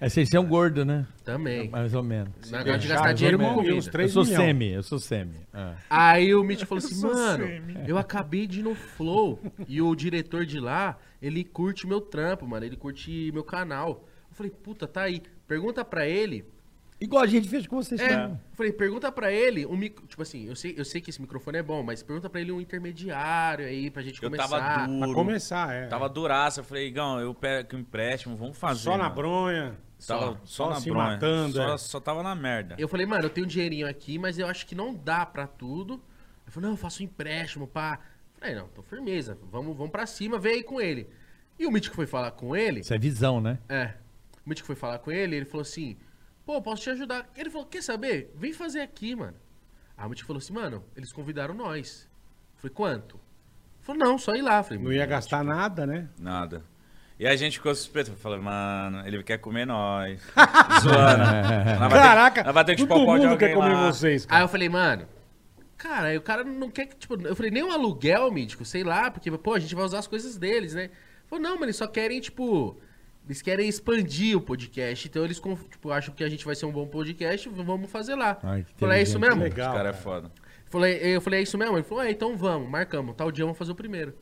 Speaker 2: É, vocês são gordos, né?
Speaker 4: Também.
Speaker 2: Mais ou menos.
Speaker 4: Não gosto de
Speaker 3: deixar,
Speaker 4: gastar
Speaker 3: eu
Speaker 4: dinheiro
Speaker 3: vou
Speaker 4: com
Speaker 3: morrer uns
Speaker 4: comida.
Speaker 3: três
Speaker 2: eu sou
Speaker 3: milhão.
Speaker 2: semi, eu sou semi. Ah.
Speaker 4: Aí o Mitch falou assim, mano, eu acabei de ir no Flow e o diretor de lá, ele curte meu trampo, mano, ele curte meu canal. Eu falei, puta, tá aí. Pergunta pra ele.
Speaker 2: Igual a gente fez com vocês.
Speaker 4: É,
Speaker 2: também.
Speaker 4: eu falei, pergunta pra ele um micro, tipo assim, eu sei, eu sei que esse microfone é bom, mas pergunta pra ele um intermediário aí pra gente
Speaker 1: Eu
Speaker 4: começar.
Speaker 1: tava
Speaker 3: Pra
Speaker 1: duro.
Speaker 3: começar, é.
Speaker 1: Tava duraço. Eu falei, Igão, eu pego um empréstimo, vamos fazer.
Speaker 3: só na
Speaker 1: mano.
Speaker 3: bronha.
Speaker 1: Tava
Speaker 3: Só-
Speaker 1: só,
Speaker 3: só
Speaker 1: na
Speaker 3: se
Speaker 1: bronha.
Speaker 3: matando,
Speaker 1: Só,
Speaker 3: é.
Speaker 1: só tava na merda.
Speaker 4: Eu falei, mano, eu tenho um dinheirinho aqui, mas eu acho que não dá pra tudo. Ele falou, não, eu faço um empréstimo, pá. Eu Falei, não, tô firmeza, vamos, vamos pra cima, vem aí com ele. E o Mítico foi falar com ele,
Speaker 2: Isso é visão, né?
Speaker 4: É. O Mítico foi falar com ele, ele falou assim: pô, posso te ajudar. Ele falou: quer saber? Vem fazer aqui, mano. Aí o Mítico falou assim: mano, eles convidaram nós. Foi quanto? Ele Falou: não, só ir lá. Eu Falei,
Speaker 3: Não ia gastar nada, né?
Speaker 1: Nada. E a gente ficou suspeito. Eu falei, mano, ele quer comer nós. *laughs* Zoando.
Speaker 2: É.
Speaker 1: Nós vai ter que-
Speaker 3: Caraca,
Speaker 1: nós vai ter que
Speaker 3: todo
Speaker 1: popó de
Speaker 3: mundo
Speaker 1: alguém
Speaker 3: quer comer
Speaker 1: lá.
Speaker 3: vocês, cara.
Speaker 4: Aí Ah, eu falei, mano. Cara, aí o cara não quer que, tipo, eu falei, nem um aluguel, mítico, sei lá, porque, pô, a gente vai usar as coisas deles, né? Falou, não, mas eles só querem, tipo, eles querem expandir o podcast, então eles, conf- tipo, acham que a gente vai ser um bom podcast, v- vamos fazer lá.
Speaker 2: Ai, que
Speaker 4: falei, é isso
Speaker 2: inteligente.
Speaker 4: mesmo?
Speaker 1: Os
Speaker 3: Legal,
Speaker 1: caras é
Speaker 3: cara.
Speaker 1: foda.
Speaker 4: Falei, eu falei, é isso mesmo? Ele falou, é, então vamos, marcamos. Tal dia vamos fazer o primeiro.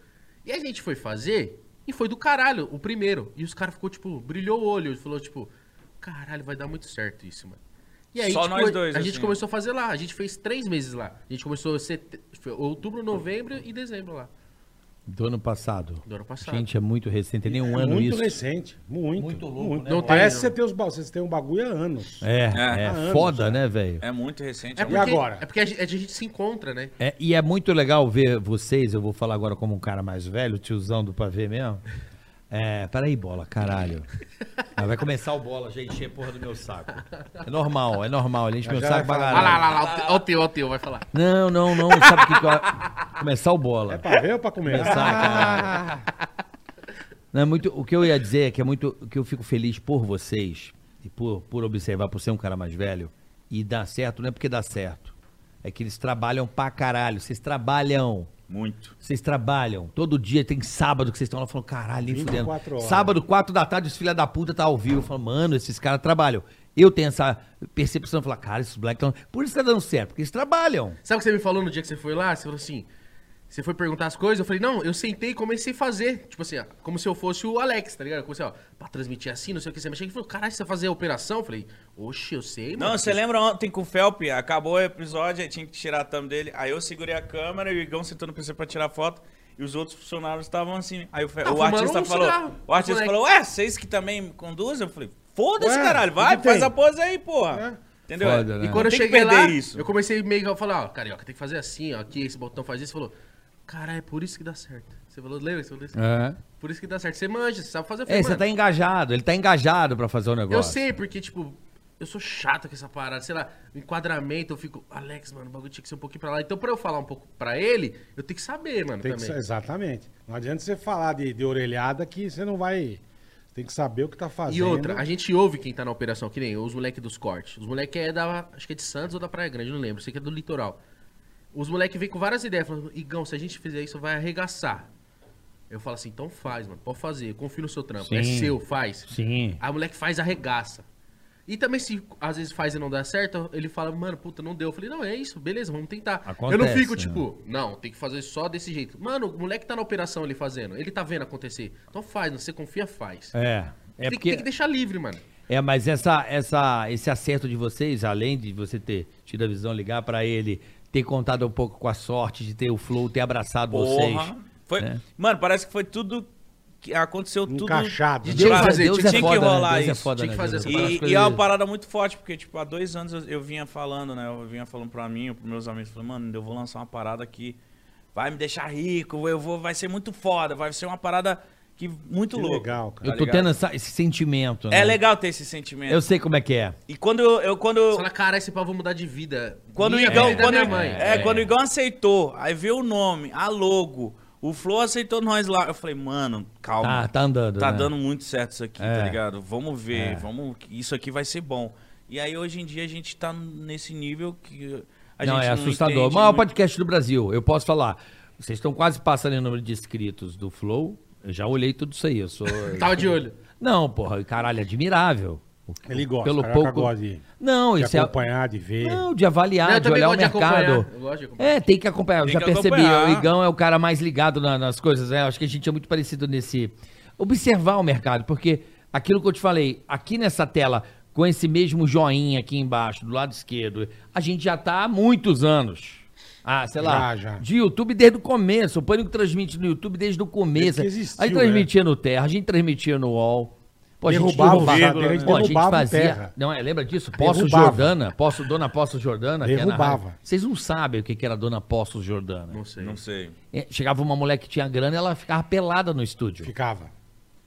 Speaker 4: E a gente foi fazer e foi do caralho o primeiro. E os caras ficou, tipo, brilhou o olho. Falou, tipo, caralho, vai dar muito certo isso, mano. E aí,
Speaker 1: Só
Speaker 4: tipo,
Speaker 1: nós dois,
Speaker 4: a gente
Speaker 1: assim.
Speaker 4: começou a fazer lá. A gente fez três meses lá. A gente começou set... foi outubro, novembro e dezembro lá.
Speaker 2: Do ano passado.
Speaker 4: Do ano passado.
Speaker 2: Gente, é muito recente, tem nem um
Speaker 3: É
Speaker 2: ano
Speaker 3: muito
Speaker 2: isso.
Speaker 3: recente. Muito.
Speaker 2: Muito louco, né?
Speaker 4: Não
Speaker 3: Parece
Speaker 4: tem,
Speaker 3: que você tem, os, ba- vocês têm um bagulho há anos.
Speaker 2: É,
Speaker 1: É.
Speaker 2: é,
Speaker 3: Há anos,
Speaker 2: foda, né, velho?
Speaker 1: É muito recente.
Speaker 4: É
Speaker 1: muito-
Speaker 4: porque,
Speaker 3: agora?
Speaker 4: É porque a gente, a gente se encontra, né?
Speaker 2: É, e é muito legal ver vocês, eu vou falar agora como um cara mais velho, tiozão do pavê mesmo. É, peraí, bola, caralho. Ah, Vai começar o bola já encher a porra do meu saco. É normal, é normal, ele enche meu
Speaker 3: já
Speaker 2: saco pra
Speaker 3: vai falar.
Speaker 4: Olha lá,
Speaker 2: caralho.
Speaker 4: olha lá, olha lá, ó o teu, ó o teu, vai falar.
Speaker 2: Não, não, não, sabe o que que eu... Começar o bola.
Speaker 3: É pra ver ou pra comer? Ah,
Speaker 2: Começar, caralho. Não, é muito, o que eu ia dizer é que é muito o que eu fico feliz por vocês e por, por observar, por ser um cara mais velho e dar certo, não é porque dá certo. É que eles trabalham pra caralho. Vocês trabalham.
Speaker 1: Muito.
Speaker 2: Vocês trabalham. Todo dia tem sábado que vocês estão lá falando, caralho, nem fudendo.
Speaker 3: 24 horas.
Speaker 2: Sábado, 4 da tarde, os filha da puta tá ao vivo. Falando, mano, esses caras trabalham. Eu tenho essa percepção, falar, cara, esses black estão. Por isso que tá dando certo, porque eles trabalham.
Speaker 4: Sabe o que você me falou no dia que você foi lá? Você falou assim. Você foi perguntar as coisas, eu falei, não, eu sentei e comecei a fazer. Tipo assim, ó, como se eu fosse o Alex, tá ligado? Eu comecei, ó, pra transmitir assim, não sei o que. Você mexeu e falou, caralho, você vai fazer a operação? Eu falei, oxe, eu sei, mano.
Speaker 1: Não, você lembra ontem com o Felp? Acabou o episódio, aí tinha que tirar a thumb dele. Aí eu segurei a câmera e o Igão sentou no PC pra tirar foto. E os outros funcionários estavam assim. Aí o, Fe-
Speaker 3: Tá
Speaker 4: Ah,
Speaker 1: o artista
Speaker 4: fumaram um
Speaker 1: falou.
Speaker 4: cigarro,
Speaker 1: O artista
Speaker 4: moleque.
Speaker 1: falou, ué, vocês que também conduzem? Eu falei, foda-se,
Speaker 3: Ué,
Speaker 1: caralho, vai,
Speaker 3: o que
Speaker 1: faz
Speaker 3: tem? É.
Speaker 1: a pose aí, porra. Entendeu?
Speaker 2: Foda,
Speaker 1: E
Speaker 2: né?
Speaker 4: E quando eu
Speaker 1: tem que
Speaker 4: cheguei
Speaker 1: perder
Speaker 4: lá,
Speaker 1: isso.
Speaker 4: eu comecei meio que a falar, ó, carioca, tem que fazer assim, ó, aqui, esse botão faz isso. Você falou, cara, é por isso que dá certo. Você falou, lembra? que Você falou isso?
Speaker 2: É.
Speaker 4: Por isso que dá certo. Você manja, você sabe fazer. Eu falei,
Speaker 2: É, você
Speaker 4: mano,
Speaker 2: tá engajado, ele tá engajado pra fazer o
Speaker 4: Eu
Speaker 2: negócio.
Speaker 4: sei, porque, tipo, eu sou chato com essa parada. Sei lá, o enquadramento, eu fico, Alex, mano, o bagulho tinha que ser um pouquinho pra lá. Então, pra eu falar um pouco pra ele, eu tenho que saber, mano,
Speaker 3: Tem que
Speaker 4: também.
Speaker 3: sa- exatamente. Não adianta você falar de, de orelhada que você não vai. Você tem que saber o que tá fazendo.
Speaker 4: E outra, a gente ouve quem tá na operação, que nem os moleques dos cortes. Os moleques é da. Acho que é de Santos ou da Praia Grande, não lembro. Sei que é do litoral. Os moleques vêm com várias ideias, falando, Igão, se a gente fizer isso, vai arregaçar. Eu falo assim, então faz, mano, pode fazer, eu confio no seu trampo. É
Speaker 2: Sim.
Speaker 4: seu, faz.
Speaker 2: Sim.
Speaker 4: Aí o moleque faz, arregaça. E também, se às vezes faz e não dá certo, ele fala, mano, puta, não deu. Eu falei, não, é isso, beleza, vamos tentar. eu não
Speaker 2: Acontece,
Speaker 4: fico,
Speaker 2: né?
Speaker 4: tipo, não, tem que fazer só desse jeito. Mano, o moleque tá na operação ali fazendo, ele tá vendo acontecer. Então faz, não, você confia, faz.
Speaker 2: É. É
Speaker 4: tem,
Speaker 2: porque.
Speaker 4: tem que deixar livre, mano.
Speaker 2: É, mas essa, essa, esse acerto de vocês, além de você ter tido a visão, ligar pra ele, ter contado um pouco com a sorte de ter o flow, ter abraçado vocês.
Speaker 1: Foi,
Speaker 2: né?
Speaker 1: Mano, parece que foi tudo. Que aconteceu tudo.
Speaker 3: Encaixado. né?
Speaker 1: De
Speaker 4: Deus
Speaker 1: Deus,
Speaker 4: fazer,
Speaker 1: tinha,
Speaker 4: é
Speaker 1: que rolar
Speaker 2: né? Deus
Speaker 1: isso.
Speaker 2: É foda,
Speaker 4: Tinha
Speaker 2: né?
Speaker 4: que fazer
Speaker 2: Deus?
Speaker 4: essa parada.
Speaker 1: E,
Speaker 2: As
Speaker 1: e é uma
Speaker 2: coisas-
Speaker 1: parada muito forte, porque, tipo, há dois anos eu, eu vinha falando, né? Eu vinha falando pra mim, pros meus amigos, falando, mano, eu vou lançar uma parada que vai me deixar rico, eu vou, vai ser muito foda, vai ser uma parada que muito
Speaker 3: Que
Speaker 1: louca. Tá
Speaker 3: legal, cara.
Speaker 2: Eu tô tendo essa- esse sentimento, né?
Speaker 1: É legal ter esse sentimento.
Speaker 2: Eu sei como é que é.
Speaker 1: E quando eu, eu-
Speaker 4: Você
Speaker 1: quando
Speaker 4: fala, cara, esse pau eu vou mudar de vida.
Speaker 1: quando o
Speaker 4: Minha
Speaker 1: Igão,
Speaker 4: vida,
Speaker 1: quando,
Speaker 4: minha
Speaker 1: o-
Speaker 4: mãe.
Speaker 1: é, quando o Igão aceitou, aí veio o nome, a logo, o Flow aceitou nós lá. Eu falei, mano, calma.
Speaker 2: Tá, tá andando.
Speaker 1: Tá
Speaker 2: né?
Speaker 1: dando muito certo isso aqui,
Speaker 2: É.
Speaker 1: tá ligado? Vamos ver, vamos. Isso aqui vai ser bom. E aí hoje em dia a gente tá nesse nível que. A
Speaker 2: não,
Speaker 1: gente
Speaker 2: é assustador.
Speaker 1: entende
Speaker 2: O maior
Speaker 1: muito.
Speaker 2: podcast do Brasil, eu posso falar. Vocês estão quase passando em número de inscritos do Flow. Eu já olhei tudo isso aí. Eu sou.
Speaker 4: Tava Tá de olho.
Speaker 2: Não, porra, caralho, admirável. O-
Speaker 3: Ele gosta,
Speaker 2: pelo
Speaker 3: caraca,
Speaker 2: pouco.
Speaker 3: gosta de-
Speaker 2: Não,
Speaker 3: De
Speaker 2: isso é.
Speaker 3: acompanhar, de ver.
Speaker 2: Não, de avaliar,
Speaker 4: Não, eu
Speaker 2: de
Speaker 4: também
Speaker 2: olhar o
Speaker 4: gosto de acompanhar.
Speaker 2: mercado.
Speaker 4: Eu gosto de acompanhar.
Speaker 2: é, tem que acompanhar. Eu
Speaker 1: Tem
Speaker 2: já
Speaker 1: que
Speaker 2: percebi.
Speaker 1: acompanhar.
Speaker 2: O Igão é o cara mais ligado na- nas coisas. Né? Acho que a gente é muito parecido nesse. Observar o mercado, porque aquilo que eu te falei, aqui nessa tela, com esse mesmo joinha aqui embaixo, do lado esquerdo, a gente já tá há muitos anos. Ah, sei lá.
Speaker 3: Já, já.
Speaker 2: De YouTube desde o começo. O Pânico transmite no YouTube desde o começo.
Speaker 3: Desde É que existiu, né?
Speaker 2: Aí transmitia no Terra, a gente transmitia no UOL. Pô, a gente
Speaker 3: Derrubava o
Speaker 2: derrubava,
Speaker 3: Vírgula, né?
Speaker 2: pô, a gente
Speaker 3: Derrubava o
Speaker 2: fazia.
Speaker 3: Terra.
Speaker 2: Não, é, lembra disso? Posso
Speaker 3: Derrubava.
Speaker 2: Jordana, Posso Dona Posso Jordana. que é na
Speaker 3: Derrubava.
Speaker 2: rádio. Vocês não sabem o que que era Dona Poços Jordana.
Speaker 4: Não sei.
Speaker 1: Não sei.
Speaker 2: É, Chegava uma mulher que tinha grana e ela ficava pelada no estúdio.
Speaker 3: Ficava.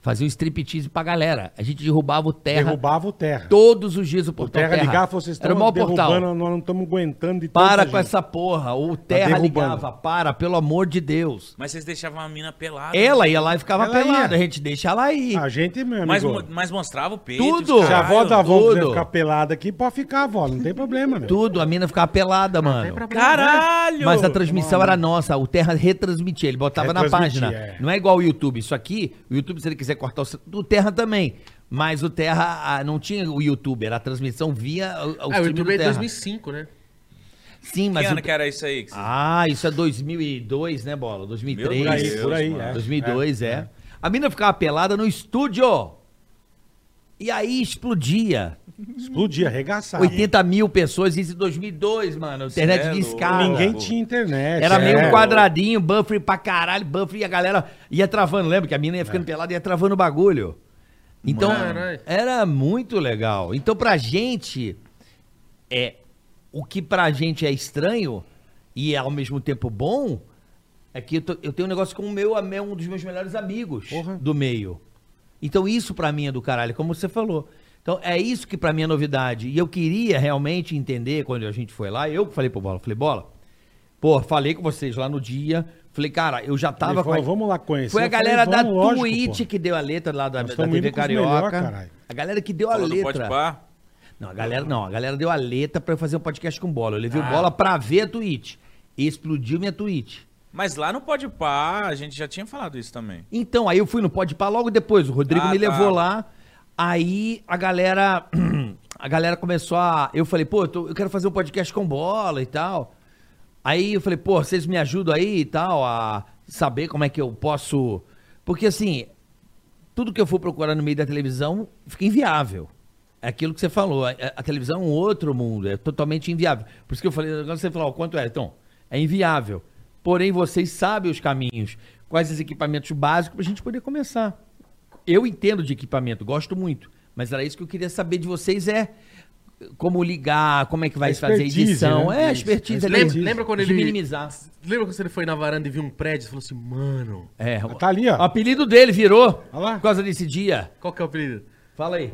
Speaker 2: Fazia um striptease pra galera. A gente derrubava o terra
Speaker 3: Derrubava o terra.
Speaker 2: todos os dias o
Speaker 3: O
Speaker 2: portal
Speaker 3: terra,
Speaker 2: terra.
Speaker 3: ligava e falou, vocês
Speaker 2: Era o
Speaker 3: estão
Speaker 2: maior portal.
Speaker 3: derrubando, nós não estamos aguentando de
Speaker 2: Para
Speaker 3: tanta
Speaker 2: com
Speaker 3: gente." Tá
Speaker 2: essa porra. O terra
Speaker 3: derrubando.
Speaker 2: ligava. Para, pelo amor de Deus.
Speaker 1: Mas vocês deixavam a mina pelada. né?
Speaker 2: Ela ia lá e ficava
Speaker 3: Ela
Speaker 2: pelada.
Speaker 3: ia. Ah.
Speaker 2: A gente deixa ela aí.
Speaker 3: A gente, meu
Speaker 1: Mas,
Speaker 3: amigo.
Speaker 1: mo- mas mostrava o peito.
Speaker 2: Tudo!
Speaker 1: os
Speaker 3: Se a avó
Speaker 1: caralho.
Speaker 3: da avó quiser
Speaker 2: tudo.
Speaker 3: ficar pelada aqui, pode ficar, avó. Não tem problema, meu.
Speaker 2: Tudo, a mina ficava pelada, mano.
Speaker 1: Caralho!
Speaker 2: Mas a transmissão era nossa, o Terra retransmitia, ele botava na
Speaker 3: Retransmitia,
Speaker 2: página.
Speaker 3: é.
Speaker 2: Não é igual o YouTube. Isso aqui, o YouTube, se ele quiser cortar o. O Terra também. Mas o Terra ah, não tinha o YouTube, era a transmissão via o, o
Speaker 4: Ah, o
Speaker 2: streaming
Speaker 4: YouTube é
Speaker 2: do Terra.
Speaker 4: 2005, né?
Speaker 2: Sim,
Speaker 1: Que
Speaker 2: mas.
Speaker 1: ano
Speaker 2: o-
Speaker 1: que
Speaker 4: é?
Speaker 1: era isso aí? que vocês-
Speaker 2: Ah, isso é 2002, né, Bola? 2003.
Speaker 1: Meu
Speaker 3: Por aí, por aí.
Speaker 1: Deus,
Speaker 3: é.
Speaker 2: 2002, é. A mina ficava pelada no estúdio. E aí explodia.
Speaker 3: Explodia, arregaçava.
Speaker 2: 80 mil pessoas, isso em 2002, mano. Internet
Speaker 1: Cê é
Speaker 2: de
Speaker 1: louco.
Speaker 2: escala.
Speaker 3: Ninguém tinha internet.
Speaker 2: Era meio
Speaker 3: é.
Speaker 2: quadradinho, buffer pra caralho, buffer e a galera ia travando. Lembra que a mina ia ficando pelada e ia travando o bagulho? Então,
Speaker 4: Mano.
Speaker 2: era muito legal. Então, pra gente, é o que pra gente é estranho e é ao mesmo tempo bom, é que eu, tô- eu tenho um negócio com o meu, é um dos meus melhores amigos do meio. Então isso pra mim é do caralho, como você falou. Então é isso que pra mim é novidade. E eu queria realmente entender quando a gente foi lá, eu que falei pro Bola, falei, Bola, pô, falei com vocês lá no dia, falei, cara, eu já tava
Speaker 3: Ele falou,
Speaker 2: a-
Speaker 3: "Vamos lá conhecer."
Speaker 2: Foi a
Speaker 3: Eu falei,
Speaker 2: galera da
Speaker 3: "Vamos, lógico,
Speaker 2: Twitch
Speaker 3: pô."
Speaker 2: que deu a letra lá da,
Speaker 3: Nós
Speaker 2: da
Speaker 3: tamo
Speaker 2: TV
Speaker 3: indo com os melhor,
Speaker 2: Carioca.
Speaker 3: caralho.
Speaker 2: a galera que deu a
Speaker 1: Falou do
Speaker 2: letra.
Speaker 1: Pode Pá?
Speaker 2: Não, a galera não, a galera deu a letra pra eu fazer um podcast com bola. Eu levei
Speaker 1: Ah.
Speaker 2: o bola pra ver a Twitch. Explodiu minha Twitch.
Speaker 1: Mas lá no Pode Pá, a gente já tinha falado isso também.
Speaker 2: Então, aí eu fui no Pode Par logo depois. O Rodrigo
Speaker 1: Ah,
Speaker 2: me
Speaker 1: tá.
Speaker 2: levou lá. Aí a galera. *clears throat* A galera começou a. Eu falei, pô, eu, tô- eu quero fazer um podcast com bola e tal. Aí eu falei, pô, vocês me ajudam aí e tal, a saber como é que eu posso. Porque assim, tudo que eu for procurar no meio da televisão fica inviável. É aquilo que você falou. A, a televisão é um outro mundo, é totalmente inviável. Por isso que eu falei, quando você falou, ó, quanto é? Então, é inviável. Porém, vocês sabem os caminhos, quais os equipamentos básicos para a gente poder começar. Eu entendo de equipamento, gosto muito, mas era isso que eu queria saber de vocês é como ligar, como é que vai fazer
Speaker 3: Expertise,
Speaker 2: edição,
Speaker 3: né?
Speaker 2: é
Speaker 3: Isso.
Speaker 2: expertise, ali,
Speaker 4: Lembra, lembra quando
Speaker 2: de
Speaker 4: ele.
Speaker 2: minimizar.
Speaker 4: Lembra quando ele foi na varanda e viu um prédio e falou assim, mano,
Speaker 2: É,
Speaker 3: Tá ali, ó.
Speaker 2: o apelido dele virou
Speaker 3: Olha lá.
Speaker 2: por causa desse dia.
Speaker 4: qual que é o apelido?
Speaker 2: Fala aí.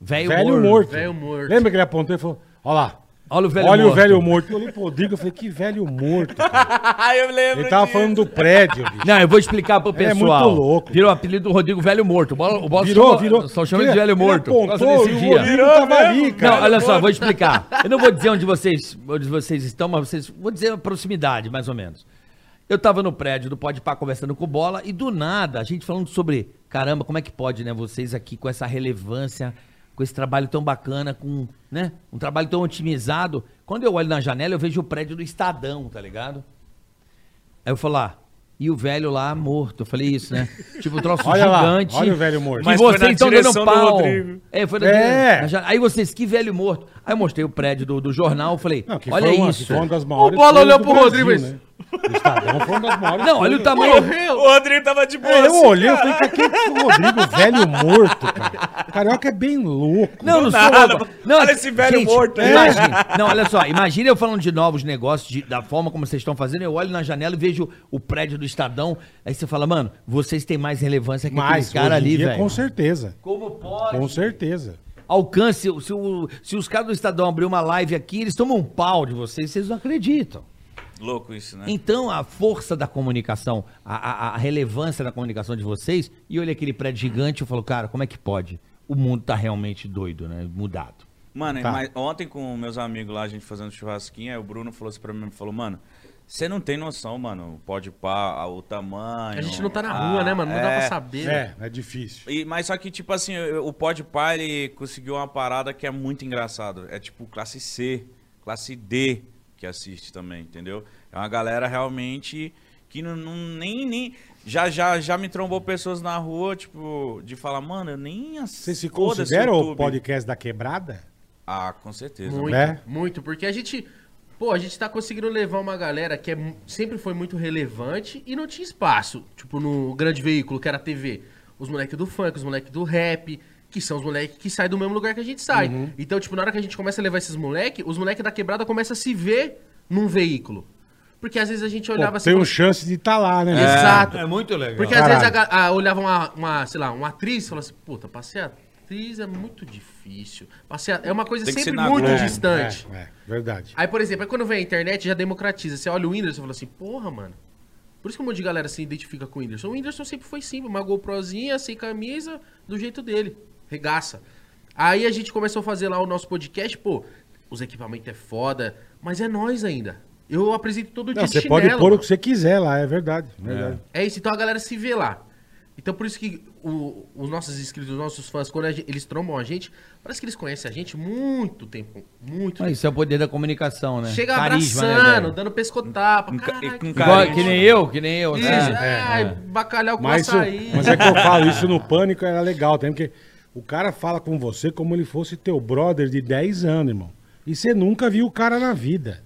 Speaker 2: Velho,
Speaker 3: Velho
Speaker 2: morto.
Speaker 3: morto.
Speaker 4: Velho morto.
Speaker 3: Lembra que ele apontou e falou: Olha lá.
Speaker 2: Olha o velho
Speaker 3: Olha o
Speaker 2: morto.
Speaker 3: velho morto. Eu olhei pro Rodrigo e falei: Que velho morto. cara."
Speaker 1: *laughs* eu lembro.
Speaker 3: Ele tava falando do prédio, bicho.
Speaker 2: Não, eu vou explicar pro
Speaker 3: Ele é
Speaker 2: pessoal.
Speaker 3: muito louco.
Speaker 2: Virou o apelido do Rodrigo Velho Morto. O Bola, o Bola
Speaker 3: Virou,
Speaker 2: só,
Speaker 3: virou.
Speaker 2: Só chama ele de Velho
Speaker 3: Ele
Speaker 2: Morto. por causa
Speaker 3: apontou
Speaker 2: desse
Speaker 3: e o
Speaker 2: dia.
Speaker 3: Rodrigo tava ali,
Speaker 2: Não,
Speaker 3: cara.
Speaker 2: olha só, eu vou explicar. Eu não vou dizer onde vocês, onde vocês estão, mas vocês, vou dizer a proximidade, mais ou menos. Eu tava no prédio do Pode Pá conversando com o Bola e do nada a gente falando sobre, caramba, como é que pode, né, vocês aqui com essa relevância, com esse trabalho tão bacana, com, né, um trabalho tão otimizado. Quando eu olho na janela, eu vejo o prédio do Estadão, tá ligado? Aí eu falo, ah, e o velho lá morto. Eu falei isso, né? Tipo, um troço
Speaker 3: Olha lá,
Speaker 2: gigante.
Speaker 3: olha o velho morto.
Speaker 2: Que
Speaker 1: Mas foi
Speaker 2: vocês
Speaker 1: na
Speaker 2: estão dando
Speaker 1: direção do
Speaker 2: pau.
Speaker 1: Rodrigo.
Speaker 2: É, foi na
Speaker 3: então É.
Speaker 2: direção. Já- Aí vocês, que velho morto. Aí eu mostrei o prédio do, do jornal, falei,
Speaker 3: Não, que
Speaker 2: olha
Speaker 3: foi uma- que
Speaker 2: isso.
Speaker 3: foi uma das maiores
Speaker 4: O Bola
Speaker 3: coisas
Speaker 4: olhou
Speaker 3: do
Speaker 4: pro
Speaker 3: Brasil,
Speaker 4: Rodrigo e-
Speaker 3: né? O Estadão foi uma das maiores.
Speaker 2: Não, olha o
Speaker 3: coisas.
Speaker 2: tamanho.
Speaker 1: O Rodrigo tava de boa.
Speaker 3: É, eu
Speaker 1: assim,
Speaker 3: olhei e
Speaker 1: cara.
Speaker 3: falei: "Cara, Quem que é o Rodrigo, velho morto, cara? Carioca é bem louco.
Speaker 2: Não, não sou
Speaker 1: nada,
Speaker 2: louco.
Speaker 1: pô.
Speaker 2: Não,
Speaker 1: Olha esse velho morto aí.
Speaker 2: Imagina. Não, olha só. Imagina eu falando de novos negócios, de- da forma como vocês estão fazendo. Eu olho na janela e vejo o prédio do Estadão. Aí você fala, mano, vocês têm mais relevância que
Speaker 3: Mas,
Speaker 2: aqueles caras
Speaker 3: hoje em
Speaker 2: ali,
Speaker 3: dia,
Speaker 2: velho.
Speaker 3: Com certeza.
Speaker 2: Como pode?
Speaker 3: Com certeza.
Speaker 2: Alcance, se, o- se os caras do Estadão abrir uma live aqui, eles tomam um pau de vocês, vocês não acreditam.
Speaker 1: Louco isso,
Speaker 3: É.
Speaker 1: né?
Speaker 2: Então, a força da comunicação, a, a- a relevância da comunicação de vocês, e olha aquele prédio gigante, eu falo, cara, como é que pode? O mundo tá realmente doido, né? Mudado.
Speaker 1: Mano,
Speaker 3: Tá.
Speaker 1: mas ontem com meus amigos lá, a gente fazendo churrasquinho, aí o Bruno falou assim pra mim, falou, mano, você não tem noção, mano, pode pá, o tamanho...
Speaker 4: A gente não tá na
Speaker 1: a-
Speaker 4: rua, né, mano? Não dá
Speaker 1: é.
Speaker 4: pra saber. né?
Speaker 3: É, é difícil.
Speaker 1: E- mas só que, tipo assim, eu- o Podpah, ele conseguiu uma parada que é muito engraçado. É tipo classe C, classe D que assiste também, entendeu? É uma galera realmente que não, não- nem, nem... Já, já, já me trombou pessoas na rua, tipo, de falar, mano, eu nem assisto.
Speaker 3: Você se considera o podcast da quebrada?
Speaker 1: Ah, com certeza.
Speaker 4: Muito,
Speaker 3: né?
Speaker 4: muito, porque a gente, pô, a gente tá conseguindo levar uma galera que é, mu- sempre foi muito relevante e não tinha espaço, tipo no grande veículo que era a TV. Os moleques do funk, os moleques do rap, que são os moleques que saem do mesmo lugar que a gente sai.
Speaker 3: Uhum.
Speaker 4: Então, tipo, na hora que a gente começa a levar esses moleques, os moleques da quebrada começam a se ver num veículo. Porque às vezes a gente
Speaker 3: Pô, tem
Speaker 4: olhava
Speaker 2: assim,
Speaker 4: e
Speaker 3: um
Speaker 4: falava,
Speaker 3: chance de estar lá, né? velho?
Speaker 1: É,
Speaker 4: Exato.
Speaker 2: muito legal.
Speaker 4: Porque às
Speaker 3: Caralho.
Speaker 4: vezes a, ga- a- olhava uma, uma, sei lá, uma atriz e falava assim, puta, pra ser atriz é muito difícil. Pra ser a- é uma coisa
Speaker 1: Tem que
Speaker 4: sempre
Speaker 1: ser na
Speaker 4: muito
Speaker 1: Globo. né?
Speaker 3: É,
Speaker 4: distante.
Speaker 3: É, é, verdade.
Speaker 4: Aí, por exemplo, aí quando vem a internet, já democratiza. Você olha o Whindersson e fala assim, porra, mano. Por isso que um monte de galera se identifica com o Whindersson. O Whindersson sempre foi simples, uma GoProzinha, sem camisa, do jeito dele. Regaça. Aí a gente começou a fazer lá o nosso podcast, pô, os equipamentos é foda, mas é nós ainda. Eu apresento todo dia
Speaker 3: Não,
Speaker 4: de
Speaker 3: você pode
Speaker 4: chinelo,
Speaker 3: pôr o
Speaker 4: mano.
Speaker 3: que você quiser lá, é verdade. verdade.
Speaker 4: É isso, então a galera se vê lá. Então por isso que o- os nossos inscritos, os nossos fãs, quando a gen- eles trombam a gente, parece que eles conhecem a gente muito tempo. Muito tempo.
Speaker 2: Isso é o poder da comunicação, né?
Speaker 4: Chega
Speaker 2: Carisma, né,
Speaker 4: abraçando,
Speaker 2: velho?
Speaker 4: dando pescotapa.
Speaker 1: Um ca-
Speaker 4: Caraca,
Speaker 1: com
Speaker 4: que
Speaker 1: carisma.
Speaker 4: foda.
Speaker 2: Igual, que nem eu, que nem eu.
Speaker 4: Isso,
Speaker 2: né?
Speaker 4: ai, bacalhau com
Speaker 3: É, Mas, isso-
Speaker 4: açaí.
Speaker 3: mas é que eu falo, isso no pânico era legal, também, porque o cara fala com você como ele fosse teu brother de 10 anos, irmão. E você nunca viu o cara na vida.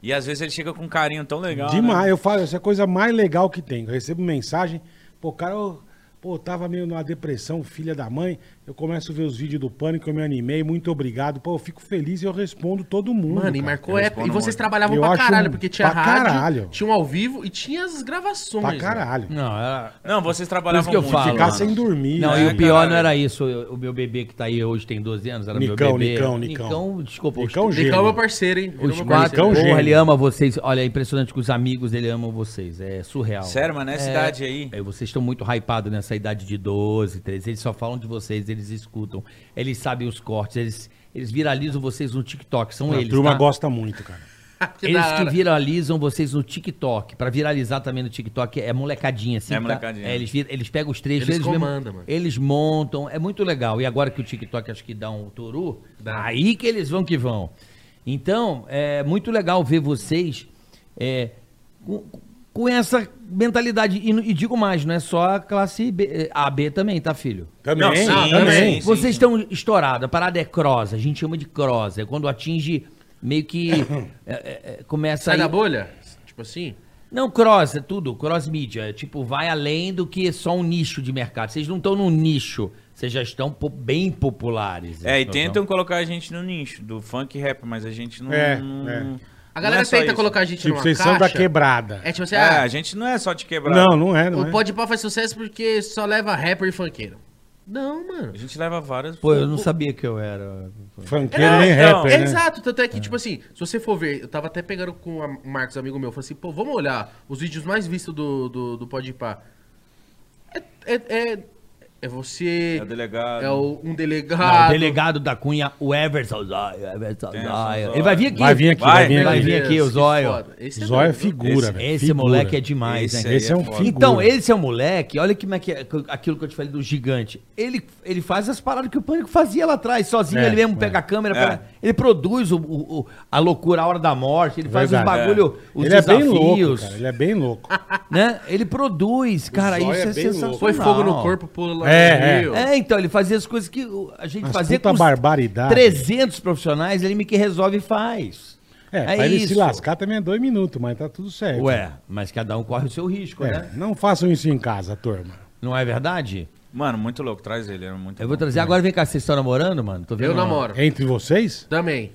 Speaker 1: E às vezes ele chega com um
Speaker 2: Ah,
Speaker 1: carinho tão legal. né?
Speaker 3: Demais, eu falo, essa é a coisa mais legal que tem. Eu recebo mensagem, pô, cara, ô, Pô, tava meio numa depressão, filha da mãe. Eu começo a ver os vídeos do Pânico, eu me animei, muito obrigado. Pô, eu fico feliz e eu respondo todo mundo. *laughs*
Speaker 4: Mano, e
Speaker 3: cara.
Speaker 4: marcou
Speaker 1: eu
Speaker 4: época. E
Speaker 1: respondo
Speaker 4: vocês
Speaker 1: muito.
Speaker 4: trabalhavam
Speaker 3: Eu
Speaker 4: pra
Speaker 3: acho um
Speaker 4: caralho, porque tinha
Speaker 3: pra
Speaker 4: rádio,
Speaker 3: caralho.
Speaker 4: tinha um ao vivo e tinha as gravações.
Speaker 3: Pra
Speaker 4: né?
Speaker 3: caralho.
Speaker 2: Não, era...
Speaker 1: Não, vocês
Speaker 2: Por isso
Speaker 1: trabalhavam
Speaker 2: que eu
Speaker 1: muito,
Speaker 2: falo. né?
Speaker 3: Ficar
Speaker 1: mano.
Speaker 3: sem dormir. né?
Speaker 2: Não,
Speaker 1: É,
Speaker 2: e o pior
Speaker 1: caralho.
Speaker 2: não era isso. O meu bebê que tá aí hoje tem 12 anos, era
Speaker 3: Nicão,
Speaker 2: meu bebê.
Speaker 3: Nicão, Nicão.
Speaker 2: desculpa.
Speaker 3: Nicão
Speaker 2: os,
Speaker 4: Nicão é
Speaker 3: Gênio.
Speaker 4: meu parceiro, hein? Ele é
Speaker 2: os quatro,
Speaker 4: meu parceiro.
Speaker 3: Nicão
Speaker 2: porra,
Speaker 3: gênio.
Speaker 2: ele ama vocês. Olha, é impressionante que os amigos dele amam vocês. É surreal.
Speaker 1: Sério, mano, nessa idade aí.
Speaker 2: É, vocês estão muito hypados nessa idade de 12, 13. Eles só falam de vocês, eles escutam. Eles sabem os cortes, eles, eles viralizam vocês no TikTok. São
Speaker 3: A
Speaker 2: eles.
Speaker 3: turma
Speaker 2: tá?
Speaker 3: gosta muito, cara.
Speaker 4: Ah, Que da
Speaker 2: Eles que
Speaker 4: hora.
Speaker 2: viralizam vocês no TikTok. Pra viralizar também no TikTok é molecadinha, assim.
Speaker 1: É
Speaker 2: tá?
Speaker 1: molecadinha.
Speaker 2: É, eles, vir- eles pegam os trechos,
Speaker 4: Eles
Speaker 2: mesmo-
Speaker 4: comandam, mano.
Speaker 2: eles montam. É muito legal. E agora que o TikTok acho que dá um toru,
Speaker 4: Dá.
Speaker 2: aí que eles vão que vão. Então, é muito legal ver vocês é, com, com essa mentalidade. E, n- e digo mais, não é só a classe B, eh, A, B também, tá, filho?
Speaker 3: Também,
Speaker 1: Não, sim,
Speaker 3: também.
Speaker 1: sim.
Speaker 2: Vocês estão estourados, a parada é cross, a gente chama de cross, é quando atinge meio que é, é, é, começa
Speaker 4: Sai
Speaker 2: aí-
Speaker 4: da bolha? Tipo assim?
Speaker 2: Não, cross, é tudo, cross mídia, é, tipo, vai além do que só um nicho de mercado. Vocês não estão num nicho, vocês já estão po- bem populares.
Speaker 1: É, e
Speaker 2: Então,
Speaker 1: tentam colocar a gente no nicho do funk e rap, mas a gente não.
Speaker 3: É,
Speaker 1: não-
Speaker 3: é.
Speaker 4: A
Speaker 1: não
Speaker 4: galera
Speaker 1: é só
Speaker 4: tenta
Speaker 1: isso.
Speaker 4: colocar a gente
Speaker 3: Tipo,
Speaker 4: numa
Speaker 3: vocês
Speaker 4: caixa.
Speaker 3: são da quebrada.
Speaker 4: É tipo assim,
Speaker 1: É,
Speaker 4: ah,
Speaker 1: a gente não é só de quebrar.
Speaker 3: Não, não é, não
Speaker 4: o
Speaker 3: é.
Speaker 4: Pode Pá faz sucesso porque só leva rapper e funkeiro. Não, mano.
Speaker 1: A gente leva várias.
Speaker 2: Pô, eu não sabia que eu era.
Speaker 3: Funkeiro
Speaker 1: É,
Speaker 3: nem
Speaker 1: então,
Speaker 3: rapper,
Speaker 4: É
Speaker 3: né?
Speaker 4: exato, tanto é que, tipo assim, se você for ver, eu tava até pegando com a- o Marcos, amigo meu, eu falei assim, pô, vamos olhar os vídeos mais vistos do, do, do Pode Pá. É, é, é, é você,
Speaker 1: É o delegado.
Speaker 4: é o- um
Speaker 2: Não, o
Speaker 4: delegado,
Speaker 2: delegado da Cunha, o Everson Zóio, Everson
Speaker 1: Tem,
Speaker 2: Zóio.
Speaker 1: Zóio.
Speaker 2: Ele vai vir aqui.
Speaker 3: Vai vir aqui, vai
Speaker 1: Vai,
Speaker 3: vir
Speaker 2: vai
Speaker 3: aqui.
Speaker 2: vir. aqui, o
Speaker 4: Né, que
Speaker 2: Zóio.
Speaker 4: foda. Esse
Speaker 3: Zóio é
Speaker 4: doido, viu?
Speaker 3: figura,
Speaker 1: Esse-
Speaker 3: velho.
Speaker 2: Esse
Speaker 3: figura.
Speaker 2: moleque é demais, né?
Speaker 1: aí
Speaker 3: Esse é um
Speaker 1: foda.
Speaker 3: figura.
Speaker 2: Então, esse é um moleque, olha como é que é aquilo que eu te falei do gigante. Ele, ele faz as paradas que o Pânico fazia lá atrás, sozinho,
Speaker 3: É,
Speaker 2: ele mesmo
Speaker 3: é.
Speaker 2: pega a câmera,
Speaker 1: É.
Speaker 2: pega- ele produz o, o- o- a loucura, a hora da morte, ele faz
Speaker 3: Verdade.
Speaker 2: os bagulho, os
Speaker 3: Ele é bem
Speaker 2: desafios,
Speaker 3: louco, cara. Ele é bem louco.
Speaker 2: né? Ele produz, cara,
Speaker 3: Zóio
Speaker 2: isso é,
Speaker 3: é bem louco.
Speaker 2: sensacional.
Speaker 4: Foi fogo no corpo, pula lá
Speaker 3: É,
Speaker 4: no
Speaker 3: é.
Speaker 4: rio.
Speaker 2: É, então, ele fazia as coisas que o- a gente
Speaker 3: Mas
Speaker 2: fazia
Speaker 3: puta
Speaker 2: os
Speaker 3: barbaridade.
Speaker 2: 300 profissionais, ele meio que resolve e faz.
Speaker 3: É, pra ele se lascar também é dois minutos, mas tá tudo certo.
Speaker 2: Ué, mas cada um corre o seu risco,
Speaker 3: É,
Speaker 2: né?
Speaker 3: Não façam isso em casa, turma.
Speaker 2: Não é verdade?
Speaker 1: Mano, muito louco. Traz ele. Era muito
Speaker 2: Eu vou
Speaker 1: bom.
Speaker 2: trazer agora, vem cá, vocês estão namorando, mano? Tô
Speaker 4: Eu
Speaker 2: uma-
Speaker 4: namoro,
Speaker 3: Entre vocês?
Speaker 4: também.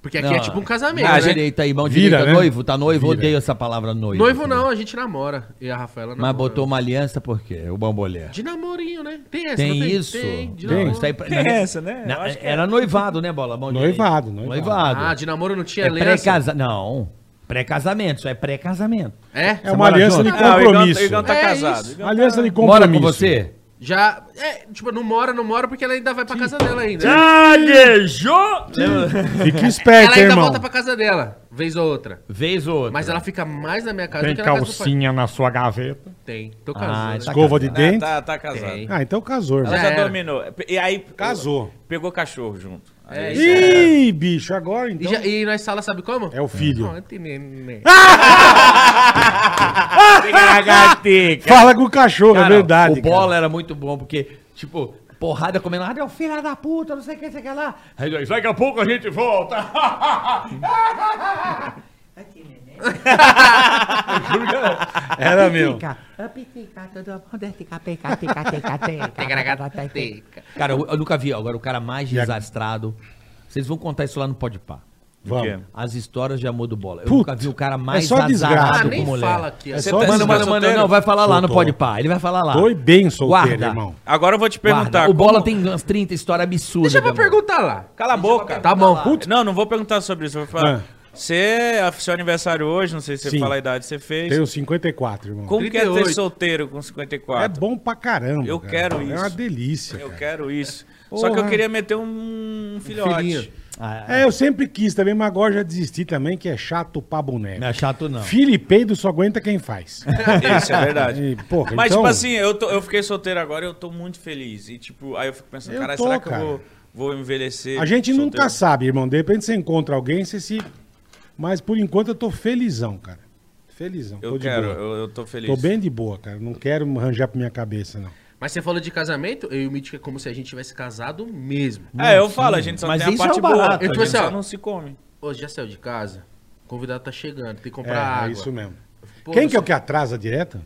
Speaker 4: Porque aqui
Speaker 2: Não,
Speaker 4: é tipo um casamento,
Speaker 2: Mão
Speaker 4: né?
Speaker 2: direita Ah, aí, mão
Speaker 3: Vira,
Speaker 2: direita,
Speaker 3: né?
Speaker 2: noivo, tá noivo,
Speaker 3: Vira.
Speaker 2: odeio essa palavra noivo.
Speaker 4: Noivo não, a gente namora. E a Rafaela namora.
Speaker 2: Mas botou uma aliança por quê? O bambolé.
Speaker 4: De namorinho, né? Tem essa,
Speaker 2: Tem
Speaker 4: não
Speaker 2: isso?
Speaker 4: Tem, de
Speaker 3: Tem.
Speaker 4: namoro.
Speaker 2: Isso tá aí pra-
Speaker 1: Tem
Speaker 2: na-
Speaker 1: essa, né?
Speaker 2: na-
Speaker 1: Eu acho que é.
Speaker 2: era noivado, né, Bola? Mão direita.
Speaker 3: Noivado, noivado.
Speaker 2: Noivado.
Speaker 4: Ah, de namoro não tinha
Speaker 2: é
Speaker 4: aliança?
Speaker 2: pré-casa... Não, pré-casamento, isso é pré-casamento.
Speaker 4: É?
Speaker 3: É uma
Speaker 2: mora
Speaker 3: aliança
Speaker 2: junto?
Speaker 3: de
Speaker 2: É,
Speaker 1: Ah, o Igão-
Speaker 3: compromisso.
Speaker 1: O Igão tá
Speaker 4: É
Speaker 1: casado.
Speaker 4: isso.
Speaker 1: O Igão tá-
Speaker 3: Aliança de compromisso.
Speaker 2: Mora com você?
Speaker 4: Já. É, tipo, não mora, não mora porque ela ainda vai pra casa dela ainda.
Speaker 3: Ah,
Speaker 2: Alejou!
Speaker 3: Fica
Speaker 4: Ela
Speaker 3: esperto, hein,
Speaker 4: ainda
Speaker 3: irmão.
Speaker 4: volta pra casa dela, vez ou outra.
Speaker 2: Vez ou outra.
Speaker 4: Mas ela fica mais na minha casa do que na casa do pai.
Speaker 6: na sua gaveta.
Speaker 4: Tem, tô
Speaker 2: Ah,
Speaker 4: casado.
Speaker 2: tá
Speaker 3: Escova de
Speaker 1: Ah,
Speaker 3: dente.
Speaker 1: tá, tá casado.
Speaker 4: Tem.
Speaker 3: Ah, então casou,
Speaker 1: Ela
Speaker 3: irmão.
Speaker 4: Já
Speaker 1: já
Speaker 4: era.
Speaker 1: dominou. E aí.
Speaker 3: Casou.
Speaker 1: Pegou cachorro junto.
Speaker 4: É, isso aí.
Speaker 3: Ih, bicho, agora
Speaker 4: E,
Speaker 3: então.
Speaker 4: já, e nós sala sabe como?
Speaker 3: É o filho. Ah!
Speaker 4: Não, tem neném.
Speaker 3: Fala com o cachorro,
Speaker 2: Cara,
Speaker 3: é verdade.
Speaker 2: O bola era muito bom, porque, tipo, porrada comendo. Ah, meu filho da puta, não sei o que, não sei o que lá. Aí nós, daqui a pouco a gente volta. *laughs* Juro que era-
Speaker 3: Era meu.
Speaker 2: Cara, eu, eu nunca vi. Agora, o cara mais desastrado. Vocês vão contar isso lá no Pode Pá.
Speaker 3: Vamos.
Speaker 2: As histórias de amor do bola. Eu
Speaker 3: Puta,
Speaker 2: nunca vi o cara mais
Speaker 3: é só desgraça.
Speaker 4: Ah,
Speaker 2: azarado
Speaker 4: nem
Speaker 2: com mulher.
Speaker 4: fala aqui. ó.
Speaker 3: É
Speaker 1: Você
Speaker 3: só
Speaker 1: tá-
Speaker 2: Mano,
Speaker 3: mano,
Speaker 2: mano, mano,
Speaker 1: solteiro?
Speaker 2: não, vai falar lá no
Speaker 3: Soltou.
Speaker 2: Pode Pá. Ele vai falar lá.
Speaker 3: Foi bem solteiro,
Speaker 2: Guarda.
Speaker 3: irmão.
Speaker 1: Agora eu vou te perguntar.
Speaker 2: Guarda. O bola
Speaker 1: como-
Speaker 2: tem umas 30 histórias absurdas.
Speaker 4: Deixa pra
Speaker 2: de amor.
Speaker 4: perguntar lá.
Speaker 1: Cala a boca.
Speaker 4: Tá bom.
Speaker 1: Putz. Não, não vou perguntar sobre isso. Eu vou falar. Você, a- seu aniversário hoje, não sei se você
Speaker 3: Ah. Sim.
Speaker 1: fala a idade que você fez.
Speaker 3: Tenho 54, irmão.
Speaker 1: Como que é
Speaker 4: 38?
Speaker 1: ter solteiro com
Speaker 3: É
Speaker 1: 54?
Speaker 3: bom pra caramba.
Speaker 1: Eu
Speaker 3: cara.
Speaker 1: quero
Speaker 3: É uma
Speaker 1: isso.
Speaker 3: delícia.
Speaker 1: Eu
Speaker 3: cara.
Speaker 1: quero isso. Só que eu
Speaker 3: Porra.
Speaker 1: queria meter um filhote.
Speaker 4: filhinho.
Speaker 2: Ah,
Speaker 3: É, eu sempre quis também, mas agora já desisti também, que é chato pra boneco.
Speaker 2: Não é chato, não.
Speaker 3: Filipeido só aguenta quem faz.
Speaker 1: *laughs* *laughs* Isso, é verdade.
Speaker 3: E, porra,
Speaker 1: Mas,
Speaker 3: então-
Speaker 1: tipo assim, eu, tô- eu fiquei solteiro agora e eu tô muito feliz. E, tipo, aí eu fico pensando,
Speaker 3: Eu
Speaker 1: caralho,
Speaker 3: tô,
Speaker 1: será que
Speaker 3: cara.
Speaker 1: eu vou, vou envelhecer?
Speaker 3: A gente
Speaker 1: solteiro?"
Speaker 3: nunca sabe, irmão. De repente você encontra alguém, você se. Mas por enquanto eu tô felizão, cara. Felizão.
Speaker 1: Eu
Speaker 3: tô de
Speaker 1: quero,
Speaker 3: boa.
Speaker 1: eu, eu tô feliz.
Speaker 3: Tô bem de boa, cara. Não quero arranjar pra minha cabeça, não.
Speaker 4: Mas você falou de casamento, eu e o Mítico é como se a gente tivesse casado mesmo.
Speaker 1: É, eu falo, a gente só
Speaker 2: Mas
Speaker 1: tem a
Speaker 2: isso é o
Speaker 1: parte
Speaker 2: barato.
Speaker 1: boa.
Speaker 3: né?
Speaker 2: Eu,
Speaker 1: A
Speaker 4: tipo
Speaker 1: gente
Speaker 4: assim, ó.
Speaker 1: só não se come.
Speaker 4: Hoje já saiu de casa, o convidado tá chegando, tem que
Speaker 3: É,
Speaker 4: comprar água.
Speaker 3: é isso mesmo.
Speaker 4: Pô,
Speaker 3: Quem
Speaker 4: não
Speaker 3: que é o
Speaker 4: sei-
Speaker 3: que atrasa direto?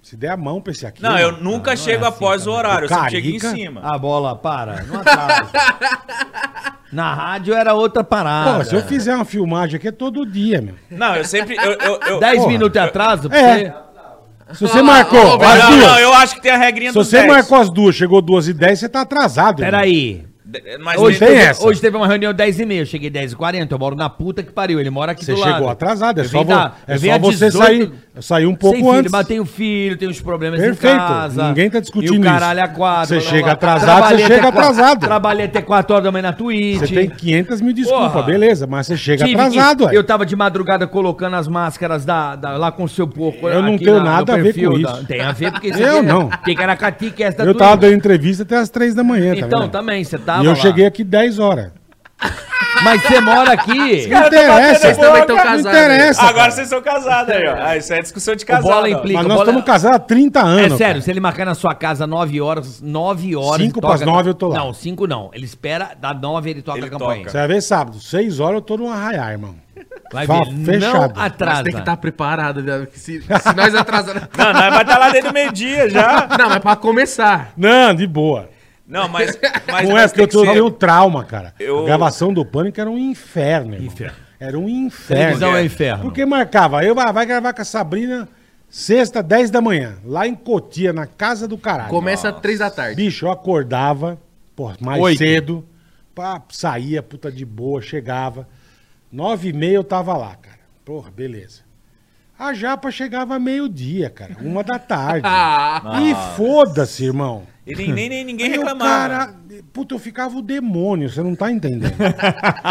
Speaker 3: Se der a mão pra esse aqui.
Speaker 1: Não, eu nunca chego
Speaker 3: é
Speaker 1: após
Speaker 3: assim
Speaker 1: o horário, eu sempre chego em
Speaker 3: Carica?
Speaker 1: cima.
Speaker 2: A Ah, bola, para. Não atrasa.
Speaker 3: *laughs*
Speaker 2: Na rádio era outra parada.
Speaker 3: Pô, se eu fizer uma filmagem aqui é todo dia, meu.
Speaker 1: Não, eu sempre. Eu, eu, eu-
Speaker 2: 10
Speaker 3: Porra.
Speaker 2: minutos atraso, pra
Speaker 3: É.
Speaker 2: você-
Speaker 3: Se você marcou
Speaker 4: ó,
Speaker 3: as
Speaker 1: Não,
Speaker 3: duas.
Speaker 1: não, eu acho que tem a regrinha
Speaker 3: se
Speaker 1: dos
Speaker 3: você
Speaker 1: 10.
Speaker 3: marcou as duas, chegou duas e dez, você tá atrasado. irmão.
Speaker 2: Peraí.
Speaker 1: De- Mas
Speaker 2: Hoje
Speaker 1: hoje
Speaker 3: tem
Speaker 2: teve,
Speaker 3: essa.
Speaker 2: hoje teve uma reunião 10 e meia, eu cheguei 10 e 40 eu moro na puta que pariu, ele mora aqui
Speaker 3: Você
Speaker 2: do lado.
Speaker 3: chegou atrasado, é
Speaker 2: Eu
Speaker 3: só,
Speaker 2: vim
Speaker 3: vo-
Speaker 2: da-
Speaker 3: é
Speaker 2: eu vim
Speaker 3: só
Speaker 2: a
Speaker 3: você
Speaker 2: 18
Speaker 3: sair, sair um pouco
Speaker 2: sem filho,
Speaker 3: antes.
Speaker 2: mas tenho filho, tenho os problemas
Speaker 3: Perfeito,
Speaker 2: em casa.
Speaker 3: ninguém tá discutindo
Speaker 2: E o
Speaker 3: isso.
Speaker 2: caralho a quatro.
Speaker 3: Você
Speaker 2: blá, blá,
Speaker 3: chega
Speaker 2: blá.
Speaker 3: atrasado, você
Speaker 2: Trabalhei
Speaker 3: chega
Speaker 2: até qua-
Speaker 3: atrasado.
Speaker 2: Trabalhei até 4 horas da manhã na Twitch.
Speaker 3: Você tem 500 mil desculpa,
Speaker 2: Porra.
Speaker 3: beleza, mas você chega
Speaker 2: Tive que-
Speaker 3: atrasado, ué.
Speaker 2: Eu tava de madrugada colocando as máscaras da, da- lá com o seu porco.
Speaker 3: Eu não
Speaker 2: aqui
Speaker 3: tenho
Speaker 2: no
Speaker 3: nada a ver
Speaker 2: perfil
Speaker 3: com
Speaker 2: da-
Speaker 3: isso.
Speaker 2: Tem a ver
Speaker 3: *laughs*
Speaker 2: porque
Speaker 3: Eu
Speaker 2: aqui é-
Speaker 3: não.
Speaker 2: Tem Caracati que é essa da
Speaker 3: Eu tava
Speaker 2: Twitch.
Speaker 3: dando entrevista até as três da manhã, tá
Speaker 2: Então,
Speaker 3: vendo?
Speaker 2: também, você tava
Speaker 3: E eu
Speaker 2: lá.
Speaker 3: cheguei aqui 10 horas.
Speaker 2: Mas você mora aqui.
Speaker 3: Não interessa.
Speaker 4: Vocês também estão
Speaker 3: Não
Speaker 4: casados. né?
Speaker 3: interessa.
Speaker 1: Agora vocês são casados aí, ó. Ah, isso é discussão de casal.
Speaker 2: bola
Speaker 1: ó.
Speaker 2: implica-
Speaker 3: Mas
Speaker 2: Liga,
Speaker 3: nós
Speaker 2: bola-
Speaker 3: estamos casados há 30 anos.
Speaker 2: tá é sério,
Speaker 3: cara.
Speaker 2: se ele marcar na sua casa 9 horas, 9 horas.
Speaker 3: Cinco
Speaker 2: ele toca-
Speaker 3: pras nove eu tô lá.
Speaker 2: Não, 5 não. Ele espera, dá 9 ele toca
Speaker 1: Ele
Speaker 2: a campanha.
Speaker 1: toca.
Speaker 3: Você vai ver sábado, 6 horas eu tô num arraiar, irmão.
Speaker 2: Vai
Speaker 3: Fa-
Speaker 2: ver,
Speaker 3: fechado.
Speaker 2: não atrasa.
Speaker 4: Mas tem que
Speaker 3: tá
Speaker 4: estar preparado, viado. que Se, se nós atrasarmos.
Speaker 1: Não, é- nós vai estar lá dentro do meio-dia já.
Speaker 4: Não, mas é pra começar.
Speaker 3: Não, de boa.
Speaker 1: Não, mas. mas
Speaker 3: não é
Speaker 1: mas
Speaker 3: porque eu
Speaker 1: tem que
Speaker 3: tô- eu
Speaker 1: ser-
Speaker 3: tenho um trauma, cara.
Speaker 1: Eu-
Speaker 3: A gravação do Pânico era um inferno, irmão. Era um inferno.
Speaker 2: Televisão é inferno.
Speaker 3: Porque marcava, eu ah, vai gravar com a Sabrina sexta, 10 da manhã, lá em Cotia, na casa do caralho.
Speaker 4: Começa às três da tarde.
Speaker 3: Bicho, eu acordava, pô, mais
Speaker 2: Oito.
Speaker 3: cedo, pá, saía, puta de boa, chegava. Nove e meia eu tava lá, cara. Porra, beleza. A japa chegava meio-dia, cara. Uma da tarde.
Speaker 2: *laughs*
Speaker 4: Ah,
Speaker 3: E foda-se, irmão.
Speaker 1: E nem, nem, nem ninguém
Speaker 3: Aí o
Speaker 1: reclamava.
Speaker 3: cara, puta, eu ficava o demônio, você não tá entendendo. *laughs*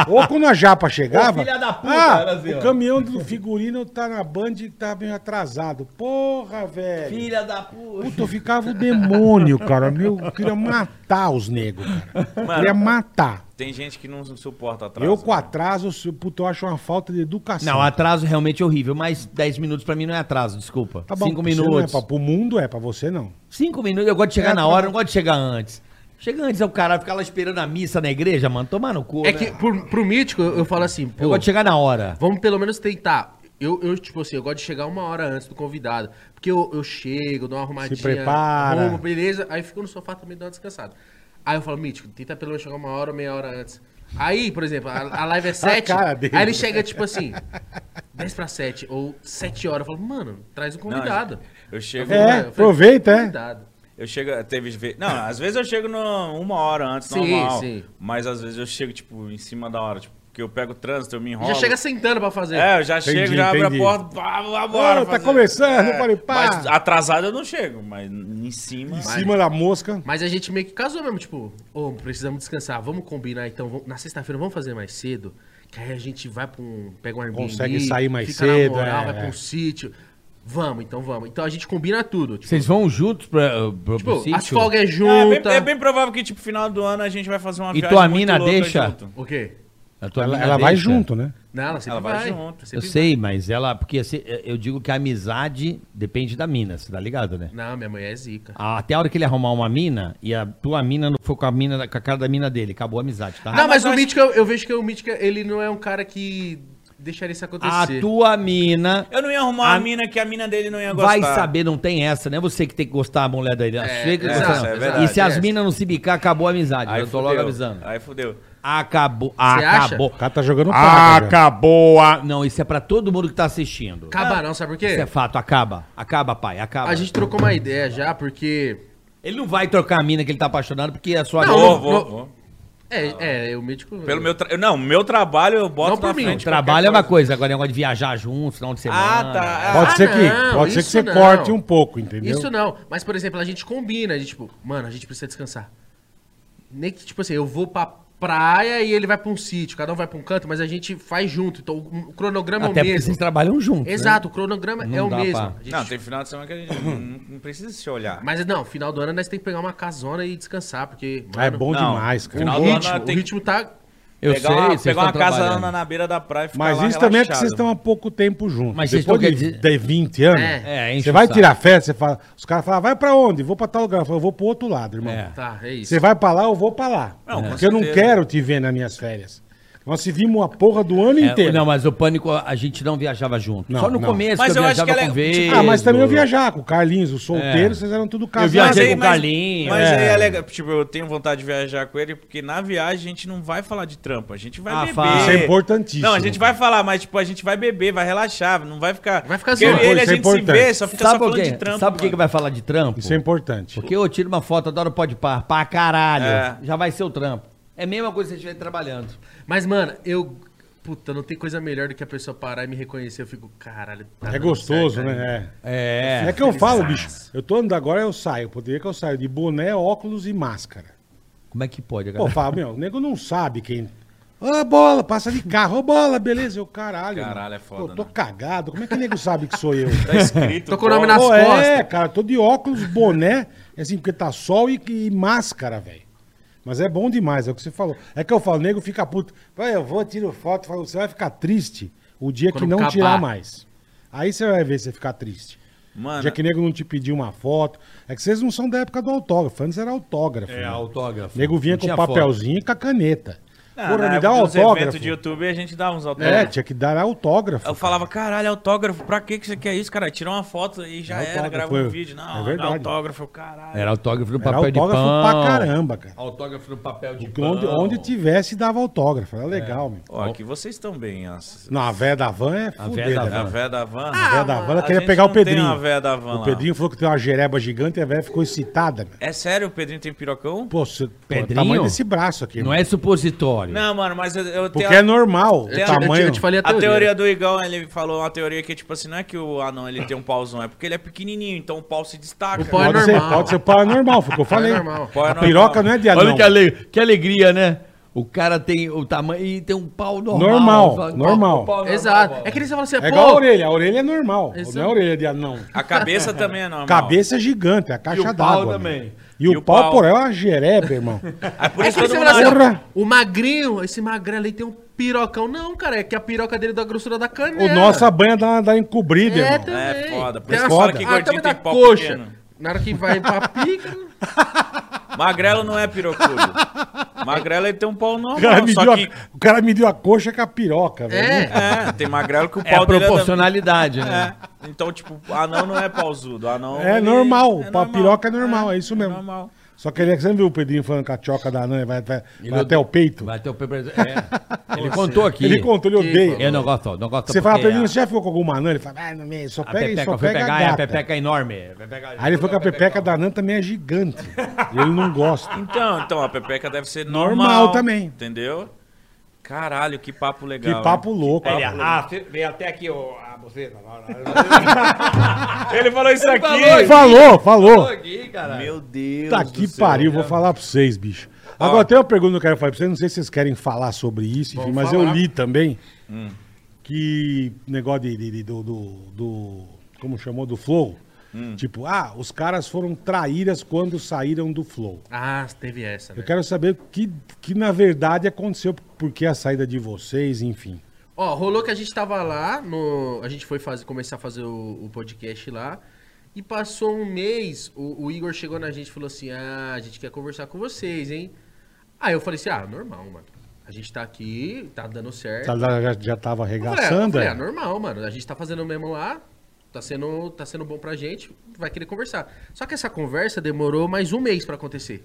Speaker 3: Ou quando a japa chegava,
Speaker 2: Ô, filha da puta, era
Speaker 3: ah,
Speaker 2: assim, ó.
Speaker 3: o caminhão do figurino tá na Band e tá meio atrasado. Porra, velho.
Speaker 2: Filha da puta.
Speaker 3: Puta, eu ficava o demônio, cara. Meu, eu queria matar os negros, cara. Eu queria matar.
Speaker 1: Tem gente que não suporta atraso.
Speaker 3: Eu com atraso, eu- puta, eu acho uma falta de educação.
Speaker 2: Não, atraso realmente é horrível, mas 10 minutos pra mim não é atraso, desculpa.
Speaker 3: Tá
Speaker 2: 5
Speaker 3: bom,
Speaker 2: Cinco
Speaker 3: pra você Não é
Speaker 2: minutos.
Speaker 3: pra, pro mundo é, pra você não.
Speaker 2: Cinco minutos, eu gosto de chegar
Speaker 3: É,
Speaker 2: na
Speaker 3: tá
Speaker 2: hora, eu não
Speaker 3: bom.
Speaker 2: gosto de chegar antes. Chega antes é o caralho ficar lá esperando a missa na igreja, mano. Tomar no cu.
Speaker 4: é
Speaker 2: né?
Speaker 4: que pro, pro mítico, eu, eu falo assim,
Speaker 2: Eu
Speaker 4: pô,
Speaker 2: gosto de chegar na hora.
Speaker 4: vamos pelo menos tentar. Eu, eu, tipo assim, eu gosto de chegar uma hora antes do convidado. Porque eu, eu chego, dou uma arrumadinha.
Speaker 3: Se prepara.
Speaker 4: arrumo, beleza. Aí fico no sofá também, dou uma descansada. Aí eu falo, mítico, tenta pelo menos chegar uma hora, meia hora antes. Aí, por exemplo, a, a live é sete
Speaker 3: cara dele.
Speaker 4: aí ele chega, tipo assim, 10 pra sete ou sete horas. Eu falo, mano, traz um convidado.
Speaker 1: Eu chego.
Speaker 3: É,
Speaker 4: Mano, eu falei,
Speaker 3: aproveita, é.
Speaker 4: convidado.
Speaker 1: Eu chego. Teve. ve- Não, às vezes eu chego no, uma hora antes,
Speaker 4: Sim,
Speaker 1: normal.
Speaker 4: sim.
Speaker 1: Mas às vezes eu chego, tipo, em cima da hora. Tipo, porque eu pego o trânsito, eu me enrolo.
Speaker 4: Já chega sentando pra fazer.
Speaker 1: É, eu já
Speaker 3: Entendi,
Speaker 1: chego, já abro a
Speaker 3: entendi.
Speaker 1: porta, pá, vambora.
Speaker 3: Ah, tá
Speaker 1: fazer. É,
Speaker 3: começando, eu falei, pá.
Speaker 1: Mas atrasado eu não chego, mas em cima.
Speaker 3: Em cima da mosca.
Speaker 4: Mas a gente meio que casou mesmo, tipo, ô, precisamos descansar, vamos combinar então, vamos- na sexta-feira vamos fazer mais cedo, que aí a gente vai pra um, pega um Airbnb,
Speaker 3: Consegue sair mais
Speaker 4: fica
Speaker 3: cedo,
Speaker 4: na moral,
Speaker 3: é,
Speaker 4: vai pra
Speaker 3: é.
Speaker 4: um sítio. Vamos, então vamos. Então a gente combina tudo, tipo,
Speaker 2: Vocês vão juntos pra, pro, pro
Speaker 4: tipo as
Speaker 2: sítio?
Speaker 4: folgas é
Speaker 1: É, é
Speaker 4: junta.
Speaker 1: bem, é bem provável que, tipo, final do ano a gente vai fazer uma
Speaker 2: E
Speaker 1: viagem
Speaker 2: tua
Speaker 1: muito
Speaker 2: mina
Speaker 1: louca
Speaker 2: deixa?
Speaker 1: junto.
Speaker 4: O quê?
Speaker 2: A tua
Speaker 3: Ela,
Speaker 2: mina
Speaker 3: ela vai
Speaker 2: deixa?
Speaker 3: junto, né?
Speaker 4: Não, ela sempre
Speaker 1: Ela vai
Speaker 4: vai.
Speaker 1: junto.
Speaker 2: Eu
Speaker 4: Sempre
Speaker 2: sei, mas ela. Porque assim, eu digo que a amizade depende da mina, você tá ligado, né?
Speaker 4: vai. Não, minha mãe é zica.
Speaker 2: Ah, Até a hora que ele arrumar uma mina e a tua mina não for com a mina da- com a cara da mina dele, acabou a amizade, tá?
Speaker 4: não, mas,
Speaker 1: Ah, mas eu
Speaker 4: o
Speaker 1: acho
Speaker 4: Mítico, eu, eu vejo que o Mítico, ele não é um cara que deixaria
Speaker 1: Ah,
Speaker 4: isso
Speaker 2: a
Speaker 4: acontecer.
Speaker 2: tua mina
Speaker 1: Eu não ia arrumar
Speaker 2: A-
Speaker 1: a mina que a mina dele não ia gostar.
Speaker 2: vai saber, não tem essa, né? Você que tem que gostar da mulher dele.
Speaker 4: É,
Speaker 2: Chega que você
Speaker 4: exato,
Speaker 2: não.
Speaker 1: é verdade,
Speaker 2: e se as
Speaker 4: é.
Speaker 2: minas não se bicar, acabou a amizade.
Speaker 1: Aí
Speaker 2: eu tô
Speaker 1: fudeu.
Speaker 2: logo avisando.
Speaker 1: Aí fudeu.
Speaker 2: Acabou,
Speaker 4: acha?
Speaker 2: acabou.
Speaker 3: O cara tá jogando
Speaker 2: Ah,
Speaker 3: paca já.
Speaker 2: Acabou a... Não, isso é pra todo mundo que tá assistindo.
Speaker 4: Acaba não, sabe por quê?
Speaker 2: Isso é fato, acaba. Acaba, pai,
Speaker 1: Tá
Speaker 2: acaba.
Speaker 4: A gente trocou uma ideia já, porque...
Speaker 2: Ele não vai trocar a mina que ele tá apaixonado porque a sua...
Speaker 4: Não,
Speaker 2: mina-
Speaker 1: Vou,
Speaker 4: não-
Speaker 1: vou,
Speaker 4: não-
Speaker 1: vou.
Speaker 4: É, é, o Mítico...
Speaker 1: Pelo meu tra... Não, meu trabalho eu boto
Speaker 4: Não por
Speaker 1: na
Speaker 4: mim.
Speaker 1: frente.
Speaker 2: Trabalho é
Speaker 1: qualquer
Speaker 2: uma coisa, agora é negócio de viajar junto, final de semana.
Speaker 1: Ah, tá.
Speaker 3: Pode
Speaker 4: Ah,
Speaker 3: ser que,
Speaker 4: não,
Speaker 3: pode ser que
Speaker 4: isso
Speaker 3: você
Speaker 4: não.
Speaker 3: corte um pouco, entendeu?
Speaker 4: Isso não. Mas, por exemplo, a gente combina. A gente, tipo, mano, a gente precisa descansar. Nem que, tipo assim, eu vou pra praia e ele vai pra um sítio. Cada um vai pra um canto, mas a gente faz junto. Então, o cronograma
Speaker 2: Até
Speaker 4: é o
Speaker 2: porque
Speaker 4: mesmo.
Speaker 2: vocês trabalham
Speaker 3: né?
Speaker 2: juntos. né?
Speaker 4: Exato, o cronograma
Speaker 2: Não
Speaker 4: é o
Speaker 2: dá
Speaker 4: mesmo.
Speaker 2: pra-
Speaker 4: A gente-
Speaker 1: Não, tem final de semana que a gente não, não precisa se olhar.
Speaker 4: Mas, não, final do ano nós temos que pegar uma casona e descansar, porque, mano,
Speaker 3: Ah, é bom
Speaker 1: Não.
Speaker 3: demais, cara.
Speaker 1: Final
Speaker 4: o
Speaker 1: do ano
Speaker 4: ritmo,
Speaker 1: nós tem
Speaker 4: o
Speaker 1: que
Speaker 4: ritmo tá...
Speaker 2: Eu
Speaker 1: pegar
Speaker 2: sei,
Speaker 1: uma,
Speaker 2: vocês
Speaker 1: pegar
Speaker 2: estão
Speaker 1: uma casa
Speaker 2: trabalhando.
Speaker 1: na, na beira da praia e ficar
Speaker 3: Mas
Speaker 1: lá
Speaker 3: isso também é porque
Speaker 1: relaxado.
Speaker 3: vocês estão há pouco tempo juntos.
Speaker 2: Mas vocês
Speaker 3: Depois
Speaker 2: estão
Speaker 3: de,
Speaker 2: quer dizer-
Speaker 3: de 20 anos,
Speaker 4: É,
Speaker 2: é, enche
Speaker 3: você
Speaker 2: o
Speaker 3: vai
Speaker 2: saco.
Speaker 3: tirar férias, você fala, os caras falam, vai pra onde? Vou pra tal lugar. Eu falo, eu vou pro outro lado, irmão.
Speaker 2: É.
Speaker 4: Tá, é isso.
Speaker 3: Você vai pra lá, eu vou pra lá.
Speaker 1: Não, com
Speaker 3: porque eu não
Speaker 1: certeza.
Speaker 3: quero te ver nas minhas férias. Nós se vimos a porra do ano
Speaker 2: É,
Speaker 3: inteiro.
Speaker 2: não, mas o pânico a gente não viajava junto.
Speaker 3: Não,
Speaker 2: Só no
Speaker 3: não.
Speaker 2: começo
Speaker 1: Mas
Speaker 2: que eu,
Speaker 1: eu acho
Speaker 2: viajava
Speaker 1: que ela
Speaker 2: com
Speaker 1: é-
Speaker 2: vez.
Speaker 3: Ah, mas também eu viajava com o Carlinhos, o solteiro,
Speaker 2: É.
Speaker 3: vocês eram tudo
Speaker 2: Eu
Speaker 3: casados.
Speaker 2: viajei
Speaker 1: aí-
Speaker 2: com o Carlinhos.
Speaker 1: Mas
Speaker 3: É.
Speaker 1: aí é legal. Tipo, eu tenho vontade de viajar com ele, porque na viagem a gente não vai falar de trampa. A gente vai
Speaker 2: Ah,
Speaker 1: beber.
Speaker 2: fala.
Speaker 3: Isso é importantíssimo.
Speaker 1: Não, a gente vai falar, mas tipo, a gente vai beber, vai relaxar, não vai ficar.
Speaker 4: Vai ficar
Speaker 1: Porque
Speaker 4: zoando.
Speaker 1: Ele,
Speaker 3: Isso
Speaker 1: a
Speaker 3: é
Speaker 1: gente se
Speaker 3: importante.
Speaker 1: vê, só fica
Speaker 2: Sabe
Speaker 1: só
Speaker 2: por
Speaker 1: falando
Speaker 2: quê?
Speaker 1: de trampo.
Speaker 2: Sabe por que, que vai
Speaker 1: mano.
Speaker 2: falar de trampo?
Speaker 3: Isso é importante.
Speaker 2: Porque eu tiro uma foto, adoro pode par, pra caralho.
Speaker 1: É.
Speaker 2: Já vai ser o trampo. É a mesma coisa se você estiver trabalhando.
Speaker 4: Mas, mano, eu. Puta, não tem coisa melhor do que a pessoa parar e me reconhecer. Eu fico, caralho. tá
Speaker 3: É
Speaker 4: dando
Speaker 3: gostoso,
Speaker 4: certo,
Speaker 3: né? É.
Speaker 2: É.
Speaker 3: É que eu falo, bicho. Eu tô andando agora, eu saio. Poderia que eu saio de boné, óculos e máscara.
Speaker 2: Como é que pode,
Speaker 3: Pô,
Speaker 2: cara?
Speaker 3: eu falo, meu, o nego não sabe quem. Ô, bola, passa de carro, ô, bola, beleza, eu caralho.
Speaker 1: Caralho,
Speaker 3: mano.
Speaker 1: é foda,
Speaker 3: Pô, eu tô
Speaker 1: né?
Speaker 3: cagado, como é que o nego sabe que sou eu?
Speaker 1: Tá escrito.
Speaker 4: Tô com o nome nas
Speaker 3: Pô, é,
Speaker 4: costas.
Speaker 3: cara, tô de óculos, boné, assim, porque tá sol e, e máscara, velho. Mas é bom demais, é o que você falou. É que eu falo, o nego fica puto. Vai, eu vou, tiro foto, falo, você vai ficar triste o dia que
Speaker 4: Quando
Speaker 3: não
Speaker 4: acabar.
Speaker 3: tirar mais. Aí você vai ver você ficar triste.
Speaker 1: Mano,
Speaker 3: Já que o nego não te pediu uma foto. É que vocês não são da época do autógrafo. Antes era autógrafo. né?
Speaker 2: É autógrafo.
Speaker 3: O nego vinha
Speaker 2: Não
Speaker 3: com
Speaker 2: tinha
Speaker 3: papelzinho e com a caneta.
Speaker 1: na-
Speaker 3: Porra,
Speaker 1: Ah, na
Speaker 3: me
Speaker 1: época
Speaker 3: dá um
Speaker 1: dos
Speaker 3: autógrafo.
Speaker 1: eventos de YouTube a gente dá uns
Speaker 3: É,
Speaker 2: tipo,
Speaker 1: autógrafos.
Speaker 3: tinha que dar autógrafo.
Speaker 1: Eu falava, caralho, autógrafo, pra que que você quer isso, cara? Tira uma foto e já
Speaker 3: É
Speaker 1: era,
Speaker 3: autógrafo,
Speaker 1: grava
Speaker 3: é.
Speaker 1: um vídeo.
Speaker 3: É
Speaker 1: Não, é
Speaker 3: verdade.
Speaker 1: autógrafo, caralho.
Speaker 2: foto. Era autógrafo no
Speaker 3: Era
Speaker 2: papel de pão.
Speaker 3: autógrafo pra caramba, cara.
Speaker 2: Autógrafo no papel de
Speaker 3: Porque onde, onde tivesse, dava autógrafo. Era legal, meu.
Speaker 1: É. Ó, aqui vocês estão bem, ó.
Speaker 3: Não, a véia da van é
Speaker 2: véia da
Speaker 3: fudida.
Speaker 1: A
Speaker 3: né?
Speaker 1: véia da van. Ah,
Speaker 3: A
Speaker 2: Ah,
Speaker 3: véia da van, ela
Speaker 1: A
Speaker 3: queria
Speaker 1: gente
Speaker 3: pegar o
Speaker 1: não tem
Speaker 3: Pedrinho.
Speaker 1: uma véia da van
Speaker 3: o
Speaker 1: lá.
Speaker 3: Pedrinho falou que tem uma jereba gigante e a véia ficou excitada. Meu.
Speaker 1: É sério, o Pedrinho tem pirocão?
Speaker 3: Pô, você, pô,
Speaker 2: Pedrinho?
Speaker 3: tamanho desse braço aqui.
Speaker 2: Não
Speaker 3: meu.
Speaker 2: é supositório.
Speaker 1: Não, mano, mas eu, eu
Speaker 3: Porque
Speaker 1: tenho.
Speaker 3: é né? normal o
Speaker 1: tem a-
Speaker 4: Eu, te-
Speaker 3: tamanho.
Speaker 4: eu te falei a
Speaker 1: A
Speaker 4: teoria.
Speaker 1: teoria do Igão, ele falou uma teoria que, tipo assim, não é que o anão ele tem um pauzão, é porque ele é pequenininho, então o pau se destaca.
Speaker 4: O pau é
Speaker 3: pode, ser,
Speaker 4: normal. é
Speaker 3: pode ser paranormal, foi o que eu falei.
Speaker 4: normal.
Speaker 3: A piroca não é de anão.
Speaker 2: Olha que, ale- que alegria, né? O cara tem o tamanho e tem um pau normal.
Speaker 3: Normal,
Speaker 2: Um pau- um
Speaker 3: normal.
Speaker 2: pau
Speaker 4: Exato. É que eles falam assim,
Speaker 3: É igual a
Speaker 4: pô,
Speaker 3: orelha, a orelha é normal.
Speaker 4: Isso
Speaker 3: Não é a orelha de anão.
Speaker 1: A cabeça também é normal.
Speaker 3: Cabeça gigante, é a
Speaker 2: E
Speaker 3: caixa
Speaker 2: o pau
Speaker 3: d'água.
Speaker 2: também.
Speaker 3: meu. E, o pau, por aí é uma jereba, irmão.
Speaker 1: É por
Speaker 4: É
Speaker 1: isso
Speaker 4: que
Speaker 1: que todo
Speaker 4: você
Speaker 1: mundo
Speaker 4: fala assim,
Speaker 1: acha-
Speaker 3: Porra!
Speaker 4: ó, o magrinho, esse magrelo ali tem um pirocão. Não, cara, é que a piroca dele é da grossura da canela.
Speaker 3: o nosso a banha dá, dá encobrida,
Speaker 4: é,
Speaker 3: irmão.
Speaker 4: também.
Speaker 1: É foda, por
Speaker 4: Tem Ah,
Speaker 1: isso
Speaker 4: a-
Speaker 3: que fala que
Speaker 4: a
Speaker 1: gordinho
Speaker 4: tampa da
Speaker 1: tem pau
Speaker 4: tá, coxa.
Speaker 1: pequeno.
Speaker 4: Na hora que vai pra
Speaker 3: *laughs*
Speaker 4: pica...
Speaker 1: Magrelo não é pirocudo. Magrelo ele tem um pau
Speaker 3: O cara,
Speaker 1: normal,
Speaker 3: me
Speaker 1: só
Speaker 3: deu
Speaker 1: que.
Speaker 3: a, o cara me deu a coxa com a piroca, velho.
Speaker 4: É.
Speaker 1: É, tem magrelo que o
Speaker 2: É a
Speaker 1: pau dele
Speaker 2: proporcionalidade,
Speaker 1: é.
Speaker 2: né?
Speaker 1: da- É. Então, tipo, anão não é pauzudo. Anão
Speaker 3: É
Speaker 1: ele-
Speaker 3: normal,
Speaker 1: é
Speaker 3: pra piroca é normal, é isso mesmo.
Speaker 1: normal.
Speaker 3: Só que ele, é, você não viu o Pedrinho falando que a tioca da anã vai, vai- vai até o peito?
Speaker 2: Vai ter o pé pra- é. Ele contou aqui.
Speaker 3: Ele contou, ele
Speaker 4: Que-
Speaker 3: odeia.
Speaker 2: Eu não gosto, não gosto.
Speaker 3: Você fala,
Speaker 2: porque
Speaker 3: Pedrinho,
Speaker 2: a-
Speaker 3: você já ficou com alguma anã? Ele fala, ah, não, meu, só
Speaker 2: a
Speaker 3: pega,
Speaker 2: pepeca,
Speaker 3: só
Speaker 2: eu fui
Speaker 3: pega
Speaker 2: pegar,
Speaker 3: a
Speaker 2: é, a
Speaker 3: gata.
Speaker 2: pepeca é enorme. Pepeca-
Speaker 3: Aí ele falou que a pepeca da anã também
Speaker 2: *laughs*
Speaker 3: é gigante. Ele não gosta.
Speaker 1: Então, então, a pepeca deve ser normal.
Speaker 3: Normal também.
Speaker 1: Entendeu? Caralho, que papo legal.
Speaker 3: Que papo
Speaker 1: hein?
Speaker 3: louco.
Speaker 2: Ele,
Speaker 3: cara.
Speaker 2: ah, você- vem até aqui o a buceta.
Speaker 1: *laughs* Ele falou isso aqui.
Speaker 3: Falou, falou.
Speaker 2: aqui, cara.
Speaker 1: Meu Deus.
Speaker 3: Tá
Speaker 1: do
Speaker 3: que
Speaker 1: céu. né?
Speaker 3: pariu, vou falar pra vocês, bicho. Agora tem uma pergunta que eu quero falar pra vocês, não sei se vocês querem falar sobre isso, enfim,
Speaker 4: Vamos
Speaker 3: mas
Speaker 4: falar.
Speaker 3: eu li também que negócio de, de- de- do, do- do- Como chamou? Do Flow. Tipo, ah, os caras foram traíras quando saíram do Flow.
Speaker 4: Ah, teve essa, né?
Speaker 3: Eu quero saber o que, que na verdade aconteceu, por que a saída de vocês, enfim.
Speaker 4: Ó, rolou que a gente tava lá, no... a gente foi fazer, começar a fazer o, o podcast lá, e passou um mês, o, o Igor chegou na gente e falou assim, ah, a gente quer conversar com vocês, hein? Aí eu falei assim, ah, normal, mano. A gente tá aqui, tá dando certo.
Speaker 3: Sabe, Já, já tava
Speaker 4: Eu falei, ah, eu
Speaker 3: arregaçando.
Speaker 4: falei, ah,
Speaker 3: é?
Speaker 4: normal, mano. A gente tá fazendo o mesmo lá, tá sendo, tá sendo bom pra gente, vai querer conversar. Só que essa conversa demorou mais um mês pra acontecer.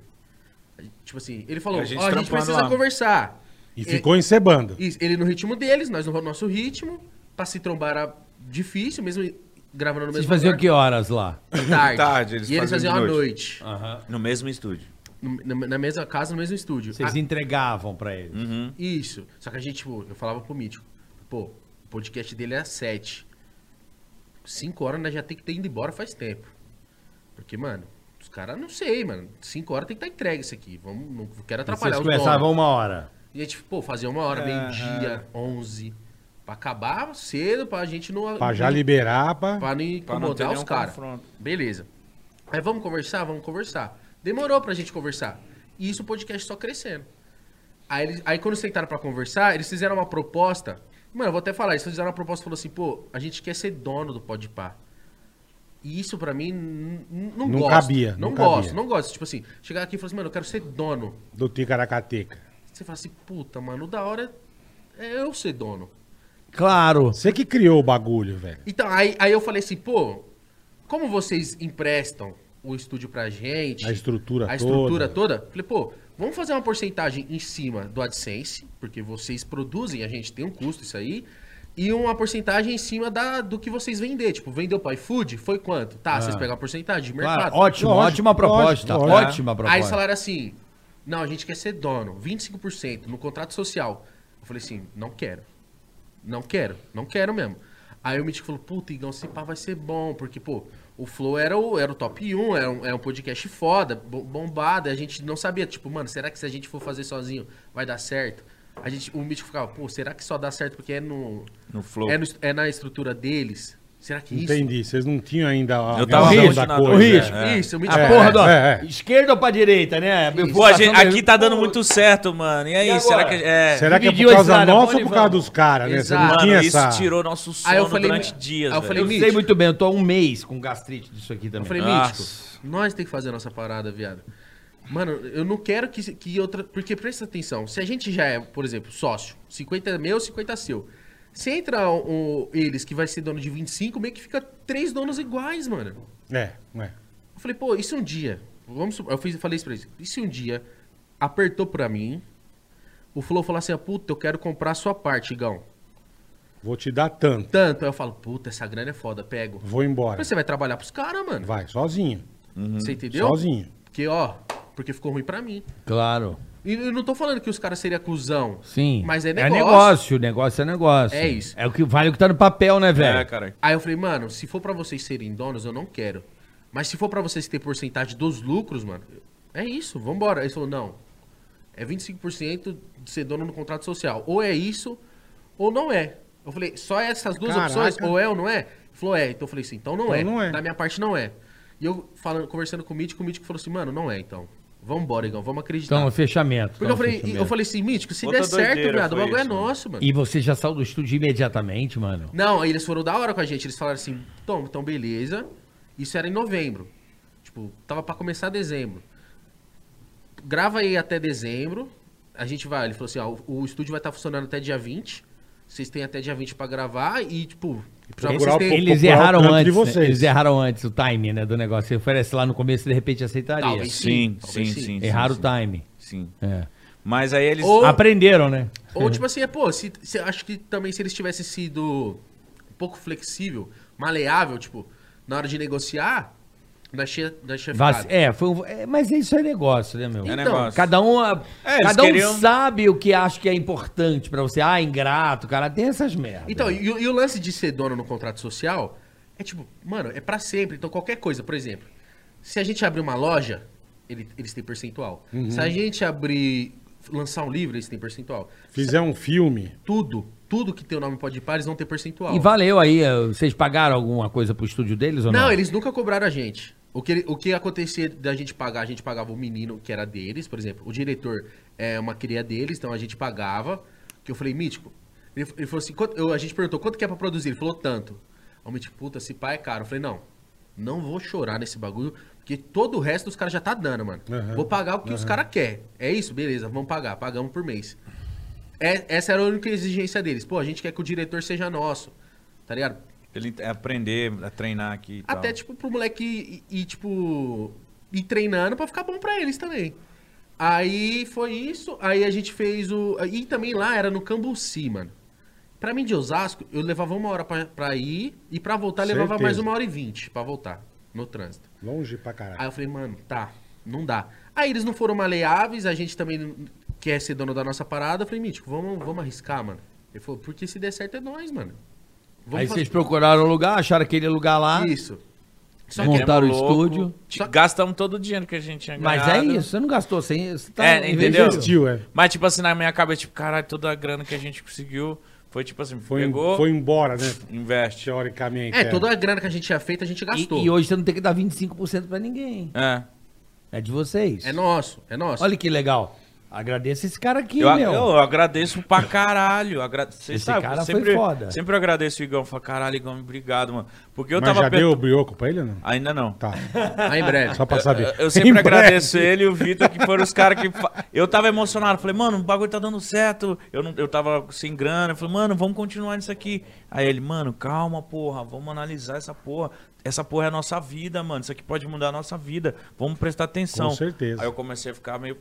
Speaker 4: Tipo assim, ele falou, ó,
Speaker 1: A
Speaker 4: a gente,
Speaker 1: gente trampando
Speaker 4: precisa
Speaker 1: lá.
Speaker 4: conversar.
Speaker 3: E ficou encebando.
Speaker 4: Isso, ele no ritmo deles, nós no nosso ritmo. Pra se trombar era difícil, mesmo gravando no
Speaker 2: Vocês
Speaker 4: mesmo
Speaker 2: faziam
Speaker 4: lugar.
Speaker 2: que horas lá?
Speaker 1: *coughs*
Speaker 4: Tarde.
Speaker 1: Tarde, eles
Speaker 4: e eles
Speaker 1: faziam
Speaker 4: faziam à
Speaker 1: de
Speaker 4: noite.
Speaker 2: Ah.
Speaker 1: No mesmo estúdio.
Speaker 4: No- Na, na mesma casa, no mesmo estúdio.
Speaker 2: Vocês
Speaker 4: Ah,
Speaker 2: entregavam pra eles.
Speaker 4: Isso. Só que a gente, tipo, eu falava pro Mítico. Pô, o podcast dele é às sete. Cinco horas nós já tem que ter ido embora faz tempo. Porque, mano, os caras, não sei, mano. Cinco horas tem que estar entregue isso aqui. Vamos, não quero atrapalhar
Speaker 2: Vocês
Speaker 4: os
Speaker 2: começavam
Speaker 4: donos.
Speaker 2: uma hora.
Speaker 4: E a gente, pô, fazia uma hora, meio-dia, onze. Pra acabar cedo, pra gente não...
Speaker 3: Pra já
Speaker 4: não-
Speaker 3: liberar, pra...
Speaker 1: Pra
Speaker 4: Pra não
Speaker 1: não ter
Speaker 4: incomodar os
Speaker 1: nenhum
Speaker 4: caras.
Speaker 1: confronto.
Speaker 4: Beleza. Aí vamos conversar? Vamos conversar. Demorou pra gente conversar. E isso o podcast só crescendo. Aí, eles, aí quando sentaram pra conversar, eles fizeram uma proposta. Mano, eu vou até falar, eles fizeram uma proposta e falou assim, pô, a gente quer ser dono do Podpah. E isso pra mim n- n- não
Speaker 3: Não
Speaker 4: gosto.
Speaker 3: cabia,
Speaker 4: Não,
Speaker 3: não
Speaker 4: gosto,
Speaker 3: cabia.
Speaker 4: não gosto. Tipo assim, chegar aqui e falar assim, mano, eu quero ser dono.
Speaker 3: do Ticaracateca.
Speaker 4: Você fala assim, puta, mano, o da hora é é eu ser dono.
Speaker 2: Claro.
Speaker 3: Você que criou o bagulho, velho.
Speaker 4: Então, aí, aí eu falei assim, pô, como vocês emprestam o estúdio pra gente?
Speaker 3: A estrutura
Speaker 4: a
Speaker 3: toda.
Speaker 4: estrutura toda. Falei, pô, vamos fazer uma porcentagem em cima do AdSense, porque vocês produzem, a gente tem um custo isso aí. E uma porcentagem em cima da, do que vocês vender. Tipo, vendeu para iFood? Foi quanto? Tá, vocês pegam a porcentagem de mercado.
Speaker 2: Claro, ótimo,
Speaker 3: Lógico,
Speaker 2: ótima proposta.
Speaker 3: lógico, lógico.
Speaker 2: Ótima proposta.
Speaker 4: Aí falaram assim: não, a gente quer ser dono, 25% no contrato social. Eu falei assim: não quero. Não quero, não quero mesmo. Aí o Mítico falou: puta, Igão, esse pá vai ser bom, porque, pô, o Flow era o, era o top 1, era um, era um podcast foda, bo- bombado, e a gente não sabia, tipo, mano, será que se a gente for fazer sozinho vai dar certo? A gente, o Mítico ficava, pô, será que só dá certo porque é no.
Speaker 1: No flow.
Speaker 4: É, no est- é na estrutura deles? Será que isso? Tipo
Speaker 3: Entendi. Vocês não tinham ainda a
Speaker 1: Eu tava
Speaker 3: visão
Speaker 1: longe
Speaker 3: da
Speaker 1: na-
Speaker 3: coisa.
Speaker 1: o risco.
Speaker 3: É.
Speaker 1: É.
Speaker 4: Isso, o Mítico
Speaker 2: A
Speaker 3: É,
Speaker 2: porra do...
Speaker 3: é, é.
Speaker 2: Esquerda ou pra direita, né? Eu
Speaker 1: Pô, a gente-
Speaker 2: passando-
Speaker 1: aqui tá dando muito certo, mano. E aí,
Speaker 2: E
Speaker 1: será que.
Speaker 2: agora?
Speaker 1: É,
Speaker 3: Será que é
Speaker 2: Dividiu
Speaker 3: por
Speaker 2: a
Speaker 3: causa
Speaker 2: estrada,
Speaker 3: nossa
Speaker 2: vamos
Speaker 3: ou
Speaker 2: e
Speaker 3: por causa
Speaker 2: vamos.
Speaker 3: dos caras, né? Você não
Speaker 4: Exato.
Speaker 1: mano,
Speaker 3: tinha
Speaker 1: isso
Speaker 3: essa...
Speaker 1: tirou nosso sono
Speaker 4: Aí eu falei,
Speaker 1: durante dias.
Speaker 4: aí eu
Speaker 1: velho.
Speaker 4: falei,
Speaker 2: Eu sei muito bem, eu tô há um mês com gastrite disso aqui
Speaker 4: Eu
Speaker 2: também.
Speaker 4: falei,
Speaker 1: Nossa.
Speaker 4: Mítico, nós tem que fazer a nossa parada, viado. Mano, eu não quero que, que outra. Porque presta atenção, se a gente já é, por exemplo, sócio, 50 meu, 50 seu. Se entra o- o- eles que vai ser dono de 25, meio que fica três donos iguais, mano.
Speaker 3: É, é.
Speaker 4: Eu falei, pô, e se um dia. Vamos, supor- eu fiz, falei isso pra eles. E se um dia apertou pra mim, o Flow falou assim: ah, puta, eu quero comprar a sua parte, Igão.
Speaker 3: Vou te dar tanto.
Speaker 4: Tanto. Aí eu falo, puta, essa grana é foda, pego.
Speaker 3: Vou embora.
Speaker 4: Mas você vai trabalhar pros caras, mano.
Speaker 3: Vai, sozinho.
Speaker 4: Você entendeu?
Speaker 3: Sozinho.
Speaker 4: Porque, ó, porque ficou ruim pra mim.
Speaker 2: Claro.
Speaker 4: E eu não tô falando que os caras seriam cuzão.
Speaker 2: Sim.
Speaker 4: Mas é
Speaker 2: É
Speaker 4: negócio.
Speaker 2: negócio, negócio é negócio.
Speaker 4: É isso.
Speaker 2: É o que vale o que tá no papel, né, velho?
Speaker 1: É, cara.
Speaker 4: Aí eu falei, mano, se for pra vocês serem donos, eu não quero. Mas se for pra vocês ter porcentagem dos lucros, mano, é isso, vambora. Aí ele falou, não. É 25% de ser dono no contrato social. Ou é isso, ou não é. Eu falei, só essas duas
Speaker 3: Caraca.
Speaker 4: opções, ou é ou não é? Ele falou, é. Então eu falei assim, então não,
Speaker 3: Então
Speaker 4: é.
Speaker 3: não é.
Speaker 4: Da minha parte não é. E eu falando, conversando com o Mítico, o Mítico falou assim, mano, não é então. Vambora, Igão, vamos acreditar.
Speaker 2: Então, é fechamento.
Speaker 4: Porque
Speaker 2: então,
Speaker 4: eu falei,
Speaker 2: fechamento.
Speaker 4: eu falei assim, Mítico, se
Speaker 5: Outra
Speaker 4: der certo,
Speaker 5: doideira
Speaker 4: viado, o
Speaker 5: foi
Speaker 4: bagulho é
Speaker 5: isso, mano.
Speaker 4: nosso, mano.
Speaker 2: E você já saiu do estúdio imediatamente, mano?
Speaker 4: Não, aí eles foram da hora com a gente. Eles falaram assim, Tom, então beleza. Isso era em novembro. Tipo, tava pra começar dezembro. Grava aí até dezembro. A gente vai. Ele falou assim, ó, o, o estúdio vai estar funcionando até dia 20. Vocês têm até dia 20 pra gravar e, tipo, já
Speaker 3: procurar
Speaker 4: vocês
Speaker 3: o
Speaker 4: têm.
Speaker 3: povo-
Speaker 2: Eles
Speaker 3: procurar o
Speaker 2: erraram
Speaker 3: canto de
Speaker 2: antes, né?
Speaker 3: vocês.
Speaker 2: Eles erraram antes o time, né, do negócio. Você oferece lá no começo, de repente aceitaria.
Speaker 4: Talvez
Speaker 1: Sim, sim,
Speaker 4: Talvez
Speaker 1: sim.
Speaker 4: sim.
Speaker 1: sim,
Speaker 2: Erraram
Speaker 1: sim,
Speaker 3: tá-
Speaker 2: o time.
Speaker 1: Sim.
Speaker 2: É.
Speaker 1: Mas aí eles.
Speaker 4: Ou-
Speaker 2: Aprenderam, né?
Speaker 4: Ou tipo assim, é, pô, se, se- acho que também se eles tivessem sido um pouco flexível, maleável, tipo, na hora de negociar, nós tinha, nós tinha
Speaker 2: Vac-
Speaker 4: ficado.
Speaker 2: É, foi um- é, mas isso é negócio, né, meu?
Speaker 1: É
Speaker 4: Então,
Speaker 1: negócio.
Speaker 2: Cada um, a-
Speaker 1: É, eles
Speaker 2: cada um
Speaker 1: queriam-
Speaker 2: sabe o que acha que é importante pra você. Ah, ingrato, cara, tem essas merdas.
Speaker 4: Então, e, o- e o lance de ser dono no contrato social é tipo, mano, é pra sempre. Então, qualquer coisa, por exemplo, se a gente abrir uma loja, ele- eles têm percentual. Se a gente abrir, lançar um livro, eles têm percentual.
Speaker 3: Fizer um filme.
Speaker 4: Tudo, tudo que tem o nome pode ir eles vão ter percentual.
Speaker 2: E valeu aí, eh, vocês pagaram alguma coisa pro estúdio deles ou não?
Speaker 4: Não, eles nunca cobraram a gente. O que, ele- o que acontecia da gente pagar, a gente pagava o menino que era deles, por exemplo. O diretor é uma cria deles, então a gente pagava. Que eu falei, Mítico. Ele, ele falou assim: quanto- eu- a gente perguntou quanto que é pra produzir? Ele falou tanto. Aí o Mítico, puta, esse pai é caro. Eu falei, não, não vou chorar nesse bagulho, porque todo o resto dos caras já tá dando, mano.
Speaker 3: Aham.
Speaker 4: Vou pagar o que os caras querem. É isso? Beleza, vamos pagar. Pagamos por mês. É- essa era a única exigência deles. Pô, a gente quer que o diretor seja nosso. Tá ligado?
Speaker 1: Ele é aprender a treinar aqui e tal.
Speaker 4: Até, tipo, pro moleque ir, ir, tipo, ir treinando pra ficar bom pra eles também. Aí foi isso, aí a gente fez o... E também lá era no Cambuci, mano. Pra mim de Osasco, eu levava uma hora pra, pra ir e pra voltar levava
Speaker 3: Certeza.
Speaker 4: mais uma hora e vinte pra voltar no trânsito.
Speaker 3: Longe pra caralho.
Speaker 4: Aí eu falei, mano, tá, não dá. Aí eles não foram maleáveis, a gente também não- quer ser dono da nossa parada. Eu falei, Mítico, vamos, vamos arriscar, mano. Ele falou, porque se der certo é nós, mano. Vamos
Speaker 2: Aí
Speaker 4: fazer
Speaker 2: vocês procuraram o lugar, acharam aquele lugar lá,
Speaker 4: isso. Só que
Speaker 2: montaram o
Speaker 1: Queremos é louco.
Speaker 2: estúdio.
Speaker 1: Só- Gastamos todo o dinheiro que a gente tinha
Speaker 2: Mas é
Speaker 1: ganhado.
Speaker 2: isso, você não gastou sem. Você tá
Speaker 1: É, entendeu?
Speaker 2: investindo.
Speaker 3: Investiu, é.
Speaker 1: Mas, tipo assim, na minha cabeça, tipo, caralho, toda a grana que a gente conseguiu foi, tipo assim,
Speaker 3: Foi,
Speaker 1: pegou,
Speaker 3: foi embora, né?
Speaker 1: investe.
Speaker 3: Teoricamente.
Speaker 4: É, toda a grana que a gente tinha feito, a gente gastou.
Speaker 2: E, e hoje você não tem que dar 25% pra ninguém.
Speaker 1: É.
Speaker 2: É de vocês.
Speaker 4: É nosso, é nosso.
Speaker 2: Olha que legal. Agradeça esse cara aqui,
Speaker 1: Eu, a-
Speaker 2: meu.
Speaker 1: eu agradeço pra caralho. Agra... Cê
Speaker 2: Esse
Speaker 1: sabe,
Speaker 2: cara foi
Speaker 1: sempre,
Speaker 2: foda.
Speaker 1: Sempre eu agradeço o Igão. Falo, caralho, Igão, obrigado, mano. Porque eu
Speaker 3: Mas
Speaker 1: tava.
Speaker 3: já
Speaker 1: pe-
Speaker 3: deu o brioco pra ele ou não?
Speaker 1: Ainda não.
Speaker 3: Tá,
Speaker 4: Aí em breve.
Speaker 3: só pra saber.
Speaker 1: Eu-
Speaker 3: *laughs*
Speaker 1: Eu sempre
Speaker 3: Em
Speaker 1: agradeço ele e o Vitor, que foram os caras que. fa- Eu tava emocionado. Falei, mano, o bagulho tá dando certo. Eu, não, eu tava sem grana. Eu falei, mano, vamos continuar nisso aqui. Aí ele, mano, calma, porra. Vamos analisar essa porra. Essa porra é a nossa vida, mano. Isso aqui pode mudar a nossa vida. Vamos prestar atenção.
Speaker 3: Com certeza.
Speaker 1: Aí eu comecei a ficar meio.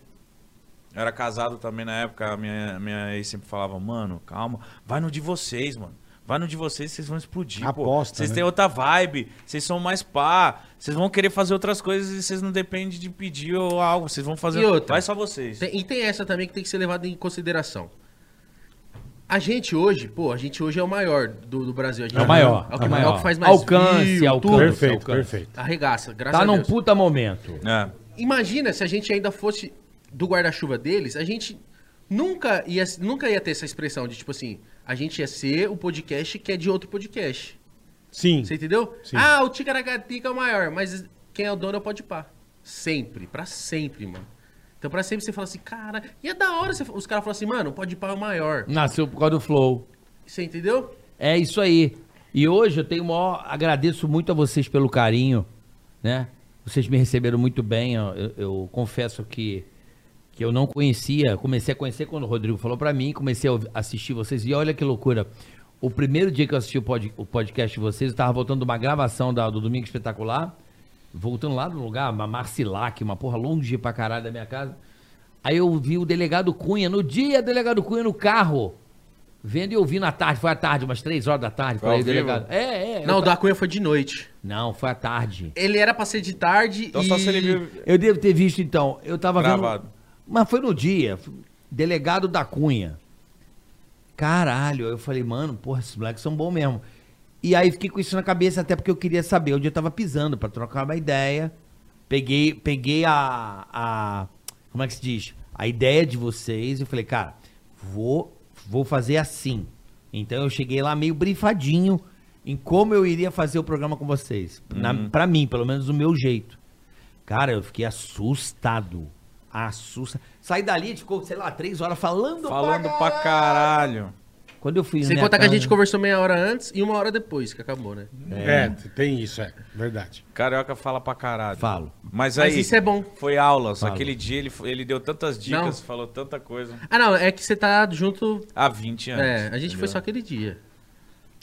Speaker 1: Eu era casado também na época. A minha, minha ex sempre falava, mano, calma. Vai no de vocês, mano. Vai no de vocês, vocês vão explodir. pô.
Speaker 3: Aposta,
Speaker 1: Vocês
Speaker 3: né?
Speaker 1: têm É outra vibe, vocês são mais pá, vocês vão querer fazer outras coisas e vocês não dependem de pedir ou algo, vocês vão fazer.
Speaker 4: E outra?
Speaker 1: Vai só vocês.
Speaker 4: Tem- e tem essa também que tem que ser levada em consideração. A gente hoje, pô, a gente hoje é o maior do, do Brasil. A gente
Speaker 2: É o maior.
Speaker 4: É o que, maior. que faz mais
Speaker 2: Alcance,
Speaker 4: view,
Speaker 2: alcance.
Speaker 4: tudo.
Speaker 3: Perfeito,
Speaker 2: Alcance.
Speaker 3: perfeito.
Speaker 4: Arregaça, graças
Speaker 2: Tá
Speaker 4: a
Speaker 2: num
Speaker 4: Deus.
Speaker 2: puta momento.
Speaker 1: É.
Speaker 4: Imagina se a gente ainda fosse do guarda-chuva deles, a gente nunca ia, nunca ia ter essa expressão de tipo assim, a gente ia ser o podcast que é de outro podcast.
Speaker 3: Sim.
Speaker 4: Você entendeu?
Speaker 3: Sim.
Speaker 4: Ah, o Ticaracatica é o maior, mas quem é o dono é o pode pá. Sempre, pra sempre, mano. Então pra sempre você fala assim, cara, e é da hora você- os caras falam assim, mano, o pode pá é o maior.
Speaker 2: Nasceu por causa do Flow.
Speaker 4: Você entendeu?
Speaker 2: É isso aí. E hoje eu tenho o maior. Agradeço muito a vocês pelo carinho, né? Vocês me receberam muito bem. Eu, eu- eu confesso que, que eu não conhecia. Comecei a conhecer quando o Rodrigo falou pra mim. Comecei a ouvir- assistir vocês. E olha que loucura. O primeiro dia que eu assisti o, pod- o podcast de vocês, eu tava voltando de uma gravação da- do Domingo Espetacular. Voltando lá do lugar, uma Marcilac, uma porra longe pra caralho da minha casa. Aí eu vi o delegado Cunha, no dia, delegado Cunha no carro. Vendo e ouvindo à tarde, foi à tarde, umas três horas da tarde, por
Speaker 1: Ao
Speaker 2: aí,
Speaker 1: vivo?
Speaker 2: delegado. É, é. eu
Speaker 4: Não, o
Speaker 2: ta-
Speaker 4: da Cunha foi de noite.
Speaker 2: Não, foi à tarde.
Speaker 4: Ele era pra ser de tarde
Speaker 1: Então
Speaker 4: e...
Speaker 1: só se ele viu.
Speaker 2: Eu devo ter visto, então. Eu tava
Speaker 1: Gravado.
Speaker 2: vendo. Mas foi no dia. f- Delegado da Cunha. Caralho. Eu falei, mano, porra, esses moleques são bons mesmo. E aí fiquei com isso na cabeça, até porque eu queria saber onde eu tava pisando, pra trocar uma ideia. Peguei, peguei a, a. Como é que se diz? A ideia de vocês. Eu falei, cara, vou, vou fazer assim. Então eu cheguei lá meio brifadinho em como eu iria fazer o programa com vocês. Na,
Speaker 1: Uhum.
Speaker 2: pra mim, pelo menos do meu jeito. Cara, eu fiquei assustado. Assustado. Saí dali, ficou, sei lá, três horas falando,
Speaker 1: Falando pra caralho.
Speaker 2: Quando eu fui
Speaker 4: Sem
Speaker 2: na minha
Speaker 4: contar que a
Speaker 2: casa-
Speaker 4: gente conversou meia hora antes e uma hora depois que acabou, né?
Speaker 3: É, tem isso, é. Verdade.
Speaker 1: Carioca fala pra caralho.
Speaker 2: Falo.
Speaker 1: Mas aí.
Speaker 4: Mas isso é bom.
Speaker 1: Foi aulas.
Speaker 2: Falo.
Speaker 1: Aquele dia ele, ele deu tantas dicas,
Speaker 4: Não.
Speaker 1: falou tanta coisa.
Speaker 4: Ah, não, é que você tá junto...
Speaker 1: Há 20 anos.
Speaker 4: É, a gente foi
Speaker 1: entendeu?
Speaker 4: só aquele dia.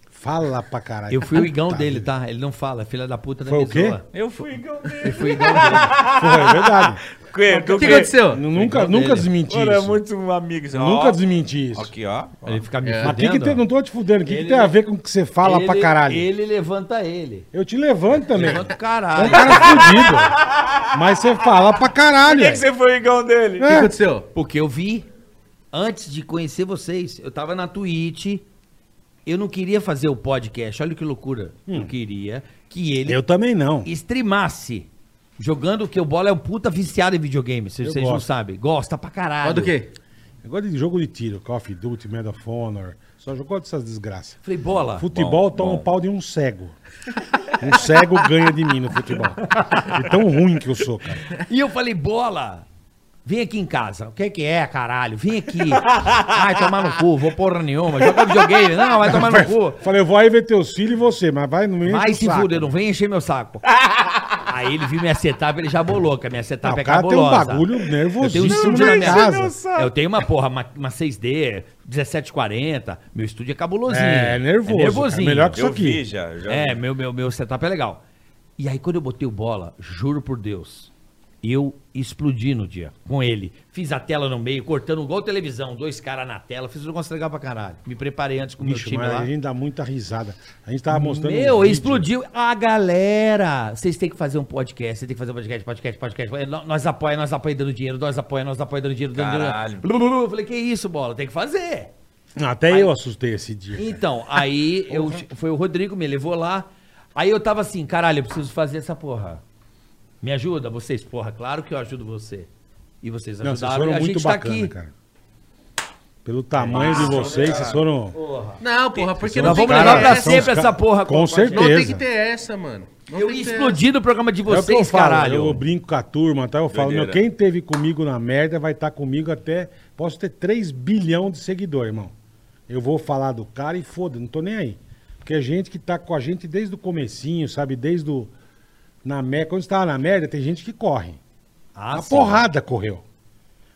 Speaker 3: Fala pra caralho.
Speaker 2: Eu
Speaker 3: *laughs*
Speaker 2: fui o igão
Speaker 3: Puta
Speaker 2: dele,
Speaker 3: vida.
Speaker 2: tá? Ele não fala, é filha da puta da
Speaker 3: Foi o quê?
Speaker 1: Eu fui *laughs* igual
Speaker 2: Eu fui
Speaker 4: *laughs*
Speaker 2: igão dele.
Speaker 3: Foi, é
Speaker 2: *laughs*
Speaker 3: verdade.
Speaker 1: Que,
Speaker 4: O que aconteceu?
Speaker 3: Nu- nunca
Speaker 2: Legal
Speaker 3: nunca
Speaker 2: dele.
Speaker 3: desmenti
Speaker 1: Mano, é
Speaker 3: isso.
Speaker 1: muito amigo. assim,
Speaker 3: Nunca
Speaker 1: ó. tá
Speaker 3: desmenti isso.
Speaker 1: Aqui, ó. ó.
Speaker 2: Ele fica me
Speaker 4: É.
Speaker 2: fudendo.
Speaker 3: Mas que que tem, não tô te fudendo. O que, que
Speaker 2: Ele-
Speaker 3: tem a ver com o que você fala
Speaker 2: ele,
Speaker 3: pra caralho?
Speaker 2: Ele levanta ele.
Speaker 3: Eu te levanto também.
Speaker 2: Levanta o
Speaker 3: É um
Speaker 2: caralho.
Speaker 3: cara fudido. Mas você fala pra caralho.
Speaker 1: Por que, que você foi igual dele?
Speaker 4: O
Speaker 3: é.
Speaker 4: que aconteceu?
Speaker 2: Porque eu vi, antes de conhecer vocês, eu tava na Twitch, eu não queria fazer o podcast, olha que loucura. Eu queria que ele
Speaker 3: Hum. Eu também não.
Speaker 2: streamasse. Jogando que o Bola é um puta viciado em videogame, se
Speaker 3: Eu
Speaker 2: vocês não
Speaker 3: gosto.
Speaker 2: sabem. Gosta pra caralho.
Speaker 4: Ó do quê?
Speaker 3: Eu gosto de jogo de tiro, Call of Duty, Medal of Honor. Só jogou dessas desgraças.
Speaker 2: Falei, Bola,
Speaker 3: Futebol
Speaker 1: Tá bom,
Speaker 3: toma
Speaker 1: bom.
Speaker 3: um pau de um cego. Um cego ganha de mim no futebol. É tão ruim que eu sou, cara.
Speaker 2: E eu falei, bola, vem aqui em casa. O que é que é, caralho? Vem
Speaker 3: *laughs*
Speaker 2: aqui. Vai tomar no cu, vou porra nenhuma. Joga videogame. Não, vai tomar no cu.
Speaker 3: Falei, eu vou aí ver teus filhos e você, mas vai no meio.
Speaker 2: Vai se fuder, não vem encher meu
Speaker 3: *laughs*
Speaker 2: saco. Aí ele viu minha setup, ele já bolou, que a minha setup
Speaker 3: Não,
Speaker 2: é
Speaker 3: o cara tem um
Speaker 2: cabulosa.
Speaker 3: bagulho nervosíssimo
Speaker 2: Eu tenho um estúdio
Speaker 3: na
Speaker 2: na
Speaker 3: minha
Speaker 2: minha
Speaker 3: casa.
Speaker 2: casa. Eu tenho uma porra, uma, uma 6D, 1740. Meu estúdio é cabulosinho.
Speaker 3: É, é nervoso, cara.
Speaker 2: nervosinho.
Speaker 3: Melhor que
Speaker 1: Eu
Speaker 3: Isso aqui.
Speaker 1: vi já. já
Speaker 2: É,
Speaker 1: vi.
Speaker 2: meu, meu, meu setup é legal. E aí, quando eu botei o bola, juro por Deus, eu explodi no dia com ele. Fiz a tela no meio, cortando igual televisão, dois caras na tela, fiz um negócio legal pra caralho. Me preparei antes com o meu
Speaker 3: Bicho,
Speaker 2: time
Speaker 3: mas
Speaker 2: lá.
Speaker 3: a gente dá muita risada. A gente tava mostrando.
Speaker 2: Meu,
Speaker 3: um vídeo.
Speaker 2: explodiu. A galera, vocês têm que fazer um podcast, vocês têm que fazer um podcast, podcast, podcast. Eh, nó- Nós apoia, nós apoia dando dinheiro, nós apoia, nós apoia dando dinheiro, dando
Speaker 1: Caralho.
Speaker 2: dinheiro. Blu, blu, blu. Eu falei, que isso, bola, tem que fazer.
Speaker 3: Até eu assustei esse dia. cara.
Speaker 2: Então, aí eu, foi o Rodrigo, me levou lá. Aí eu tava assim, caralho, eu preciso fazer essa porra. Me ajuda, vocês, porra, claro que eu ajudo você. E vocês
Speaker 3: Não, vocês
Speaker 2: ajudaram
Speaker 3: foram
Speaker 2: e Então, a
Speaker 3: muito
Speaker 2: gente
Speaker 3: bacana,
Speaker 2: tá aqui.
Speaker 3: cara. Pelo tamanho de vocês, vocês foram.
Speaker 4: Não, porra, porque
Speaker 2: Nós
Speaker 4: não tem
Speaker 2: vamos
Speaker 4: que
Speaker 2: levar
Speaker 4: ter
Speaker 2: pra
Speaker 4: essa.
Speaker 2: sempre essa porra.
Speaker 3: Com
Speaker 4: Não tem
Speaker 3: certeza.
Speaker 4: que ter essa, mano. Não
Speaker 2: Eu
Speaker 4: tem
Speaker 2: ia
Speaker 4: que ter-
Speaker 2: explodir no programa de
Speaker 3: é o que eu
Speaker 2: vocês,
Speaker 3: falo,
Speaker 2: caralho.
Speaker 3: Eu brinco com a turma, tá? Eu falo, meu,
Speaker 1: Doideira.
Speaker 3: quem teve comigo na merda vai estar comigo até. Posso ter 3 bilhão de seguidor, irmão. Eu vou falar do cara e foda, não tô nem aí. Porque é gente que tá com a gente desde o comecinho, sabe? Desde o. Na merda. Quando você tava na merda, tem gente que corre.
Speaker 2: Ah,
Speaker 3: a
Speaker 2: sim.
Speaker 3: porrada correu.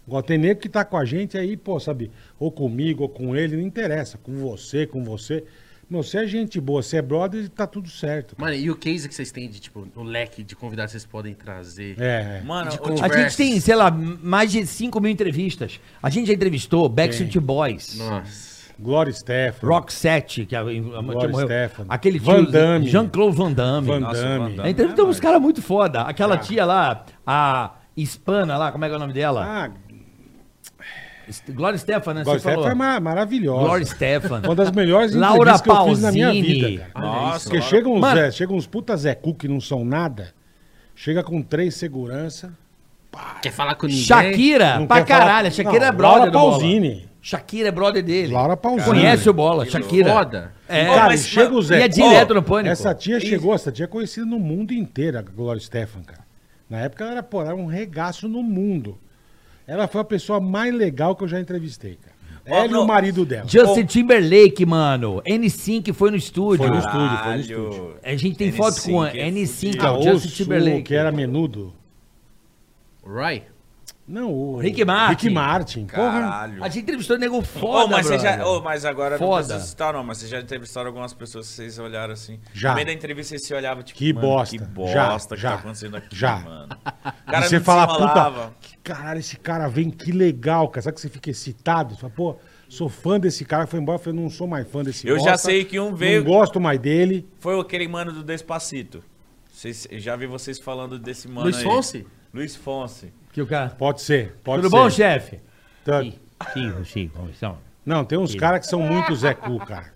Speaker 3: Agora tem nego que tá com a gente aí, pô, sabe? Ou comigo, ou com ele, não interessa. Com você, com você. Meu, você é gente boa, você é brother, tá tudo certo.
Speaker 4: Mano, e o case que vocês têm de, tipo, o leque de convidados que vocês podem trazer?
Speaker 3: É. é.
Speaker 1: Mano,
Speaker 4: De
Speaker 1: o-
Speaker 4: conversa.
Speaker 2: A gente tem, sei lá, mais de 5 mil entrevistas. A gente já entrevistou Backstreet Boys,
Speaker 4: Nossa.
Speaker 3: Glória Stefan.
Speaker 2: Roxette, que, é a, a- que morreu.
Speaker 3: Stefano,
Speaker 2: Aquele
Speaker 3: Van Damme.
Speaker 2: Jean-Claude Van Damme.
Speaker 3: Van
Speaker 1: Nossa,
Speaker 3: Damme.
Speaker 1: Van
Speaker 2: A
Speaker 1: Damme.
Speaker 2: entrevista Então, uns caras muito foda.
Speaker 1: É.
Speaker 2: Aquela tia lá, a hispana lá, como é que é o nome dela?
Speaker 3: Ah,
Speaker 2: Est- Gloria Stefan, né?
Speaker 3: Glória
Speaker 2: Você falou.
Speaker 3: Stefan é ma- maravilhosa.
Speaker 2: Gloria Stefan.
Speaker 3: Uma das melhores
Speaker 2: Laura
Speaker 3: entrevistas que eu fiz na minha
Speaker 2: Pausini.
Speaker 3: vida, cara.
Speaker 1: Nossa,
Speaker 3: Porque
Speaker 1: Laura-
Speaker 3: chegam uns,
Speaker 2: Mano.
Speaker 3: Zé, chegam uns puta Zé Cu que não são nada, chega com três segurança.
Speaker 4: Quer falar com
Speaker 2: *laughs*
Speaker 4: ninguém?
Speaker 2: Shakira,
Speaker 3: não
Speaker 2: Ah, pra
Speaker 3: quer falar-
Speaker 2: caralho. Shakira
Speaker 3: Não,
Speaker 2: é brother
Speaker 3: Laura
Speaker 2: do Bola.
Speaker 3: Pausini.
Speaker 2: Shakira é brother dele.
Speaker 3: Laura Pausini.
Speaker 2: Conhece o Bola, Shakira.
Speaker 4: Foda.
Speaker 2: É.
Speaker 1: Ó,
Speaker 3: Cara,
Speaker 1: mas,
Speaker 3: chega
Speaker 1: mano,
Speaker 3: o Zé
Speaker 2: e é
Speaker 3: Cu-
Speaker 2: direto no Pânico.
Speaker 3: Essa tia chegou, essa tia é conhecida no mundo inteiro, a Glória Stefan, cara. Na época ela era, pô, era um regaço no mundo. Ela foi a pessoa mais legal que eu já entrevistei, cara.
Speaker 1: Ó,
Speaker 3: Ela e
Speaker 1: não.
Speaker 3: o marido dela.
Speaker 2: Justin Timberlake, mano. N5 foi no estúdio.
Speaker 3: Foi no estúdio.
Speaker 1: Caralho.
Speaker 2: A gente tem foto com a N5,
Speaker 1: é fudido.
Speaker 2: ó,
Speaker 3: Ah,
Speaker 2: o Justin
Speaker 3: Su,
Speaker 2: Timberlake.
Speaker 3: que era menudo.
Speaker 4: Right.
Speaker 3: Não, o...
Speaker 2: Rick Martin.
Speaker 3: Rick Martin, porra.
Speaker 1: Caralho.
Speaker 2: A gente entrevistou o nego
Speaker 1: Ô,
Speaker 2: foda,
Speaker 1: mas, você
Speaker 2: brother.
Speaker 1: já, ô, mas agora não
Speaker 2: Foda.
Speaker 1: precisa citar, não, mas você já entrevistaram algumas pessoas que vocês olharam assim.
Speaker 3: Já.
Speaker 1: No meio da entrevista vocês se olhavam tipo,
Speaker 3: Que
Speaker 1: mano,
Speaker 3: bosta.
Speaker 1: que
Speaker 3: Já,
Speaker 1: bosta que
Speaker 3: já,
Speaker 1: tá acontecendo aqui,
Speaker 3: já. *laughs*
Speaker 1: mano. O
Speaker 3: E
Speaker 1: cara
Speaker 3: você
Speaker 1: não
Speaker 3: fala,
Speaker 1: desenrolava.
Speaker 3: puta, que caralho, esse cara vem, que legal, cara. Sabe que você fica excitado? Você fala, pô, sou fã desse cara, foi embora, eu falei, não sou mais fã desse
Speaker 1: Eu
Speaker 3: bosta,
Speaker 1: já sei que um veio-
Speaker 3: Não gosto mais dele.
Speaker 1: Foi aquele mano do Despacito. Vocês, eu já vi vocês falando desse mano
Speaker 4: Luiz
Speaker 1: aí.
Speaker 4: Fonsi?
Speaker 1: Luiz Fonse.
Speaker 2: Que o cara...
Speaker 3: Pode ser, pode
Speaker 2: Tudo
Speaker 3: ser.
Speaker 2: bom, chefe?
Speaker 3: Tá-
Speaker 2: Sim, sim, comissão.
Speaker 3: Não, tem uns caras que são muito Zé Cu,
Speaker 2: *laughs*
Speaker 3: cara.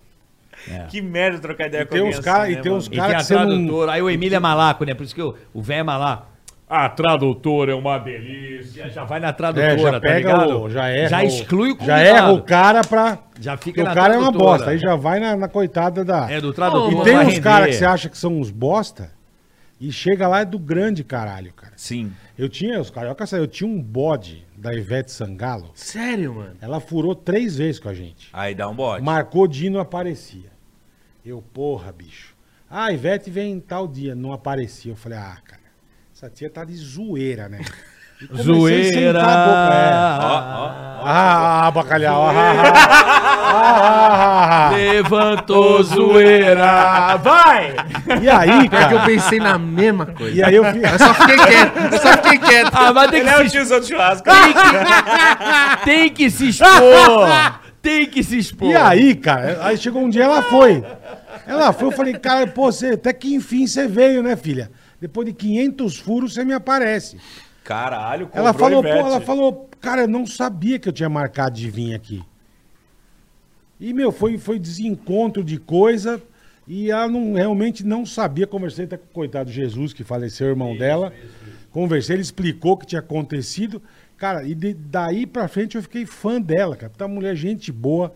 Speaker 1: Que merda trocar ideia
Speaker 3: É. E
Speaker 1: com
Speaker 3: tem
Speaker 1: alguém
Speaker 3: uns cara-
Speaker 1: assim,
Speaker 3: e
Speaker 1: né,
Speaker 3: tem uns
Speaker 1: mano?
Speaker 2: E
Speaker 3: Cara
Speaker 2: tem a
Speaker 3: que você não-
Speaker 2: tradutora. Aí o Emílio é malaco, né? Por isso que o, o velho é malaco. A tradutora é uma delícia. Já vai na tradutora,
Speaker 3: É, já
Speaker 2: tá
Speaker 3: pega
Speaker 2: ligado?
Speaker 3: o. Já erra.
Speaker 2: Já
Speaker 3: o-
Speaker 2: exclui o
Speaker 3: Já
Speaker 2: convidado.
Speaker 3: erra o cara pra.
Speaker 2: Já fica
Speaker 3: Porque o
Speaker 2: na
Speaker 3: cara é uma
Speaker 2: tradutora.
Speaker 3: bosta. Aí já vai na, na coitada da.
Speaker 2: É do tradutor.
Speaker 4: Pô,
Speaker 3: E tem
Speaker 2: vai
Speaker 3: uns
Speaker 2: render.
Speaker 3: caras que você acha que são uns bosta e chega lá é do grande caralho, cara.
Speaker 1: Sim.
Speaker 3: Eu tinha, os cariocas, eu tinha um bode da Ivete Sangalo.
Speaker 4: Sério, mano.
Speaker 3: Ela furou três vezes com a gente.
Speaker 1: Aí dá um bote.
Speaker 3: Marcou dia e não aparecia. Eu, porra, bicho. Ah, a Ivete vem tal dia, não aparecia. Eu falei, ah, cara, essa tia tá de zoeira, né? E comecei a
Speaker 2: Zoeira.
Speaker 3: sentar a boca, é.
Speaker 1: Ó, ó.
Speaker 3: Ah, ah, bacalhau. Ah, ah, ah, ah, ah, ah,
Speaker 2: Levantou zoeira. Vai!
Speaker 3: ah. E aí,
Speaker 4: Pior É que eu
Speaker 3: cara?
Speaker 4: pensei na mesma coisa.
Speaker 3: E aí eu fiz.
Speaker 4: Eu só fiquei quieto. Eu só fiquei quieto.
Speaker 2: Ah, mas tem
Speaker 1: Ele é o
Speaker 2: que, se,
Speaker 1: tiozão de churrasco.
Speaker 2: tem,
Speaker 3: Ah!
Speaker 2: que, tem que se expor. Tem que se expor.
Speaker 3: E aí, cara? Aí chegou um dia, ela foi. Ela foi, eu falei, cara, pô, você, até que enfim você veio, né, filha? Depois de 500 furos, você me aparece.
Speaker 1: Caralho, comprou
Speaker 3: Ela falou, pô,
Speaker 1: Ivete.
Speaker 3: ela falou, cara, eu não sabia que eu tinha marcado de vir aqui. E, meu, foi, foi desencontro de coisa. E ela não, realmente não sabia. Conversei até com o coitado Jesus, que faleceu, irmão dela. Conversei, ele explicou o que tinha acontecido. Cara, e de- daí pra frente eu fiquei fã dela, cara. Porque é uma mulher gente boa,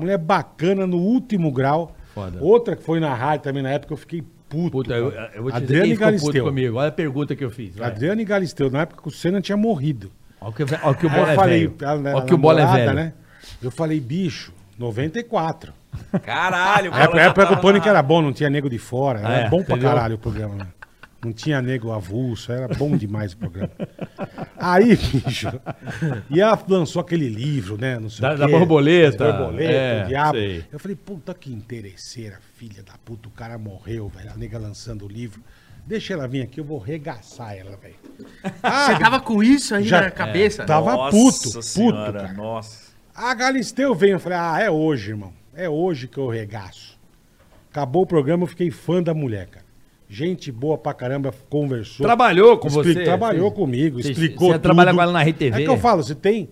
Speaker 3: mulher bacana no último grau.
Speaker 2: Foda.
Speaker 3: Outra que foi na rádio também na época, eu fiquei puto.
Speaker 2: Puta, eu,
Speaker 3: cara.
Speaker 2: eu vou te dizer
Speaker 3: Adriane
Speaker 2: quem ficou puto
Speaker 3: Galisteu.
Speaker 2: comigo. Olha a pergunta que eu fiz. vai.
Speaker 3: Adriane Galisteu, na época que o Senna tinha morrido.
Speaker 2: Olha o que, olha o que o
Speaker 3: Aí
Speaker 2: bola é
Speaker 3: Ah, eu falei,
Speaker 2: velho.
Speaker 3: a- a
Speaker 2: Olha o que o bola é
Speaker 3: namorada, né?
Speaker 2: velho.
Speaker 3: Eu falei, bicho, 94.
Speaker 1: Caralho,
Speaker 3: A época,
Speaker 1: já
Speaker 3: a época que
Speaker 1: tava
Speaker 3: o Pânico
Speaker 1: na-
Speaker 3: era bom, não tinha nego de fora.
Speaker 2: Ah,
Speaker 3: Era
Speaker 2: é,
Speaker 3: bom pra
Speaker 2: entendeu?
Speaker 3: caralho o programa. né? Não tinha nego avulso, era bom demais o programa. Aí, bicho, e ela lançou aquele livro, né? Não sei
Speaker 2: Da-
Speaker 3: o
Speaker 2: da
Speaker 3: quê,
Speaker 2: borboleta.
Speaker 3: Da borboleta,
Speaker 2: É,
Speaker 3: o diabo.
Speaker 2: sei.
Speaker 3: Eu falei, puta que interesseira, filha da puta, o cara morreu, velho. A nega lançando o livro. Deixa ela vir aqui, eu vou regaçar ela,
Speaker 2: *laughs*
Speaker 3: velho. Ah,
Speaker 4: Você tava com isso aí
Speaker 3: Já-
Speaker 4: na cabeça?
Speaker 3: Tá. Tava
Speaker 1: Nossa
Speaker 3: puto, puto,
Speaker 1: senhora,
Speaker 3: cara.
Speaker 1: Nossa.
Speaker 3: A Galisteu veio, eu falei, ah, é hoje, irmão. É hoje que eu regaço. Acabou o programa, eu fiquei fã da mulher, cara. Gente boa pra caramba, conversou.
Speaker 2: Trabalhou com você,
Speaker 3: Trabalhou
Speaker 2: vocês-
Speaker 3: assim? comigo,
Speaker 2: vocês-
Speaker 3: explicou
Speaker 2: você trabalha com ela na RedeTV?
Speaker 3: É que eu falo, você tem...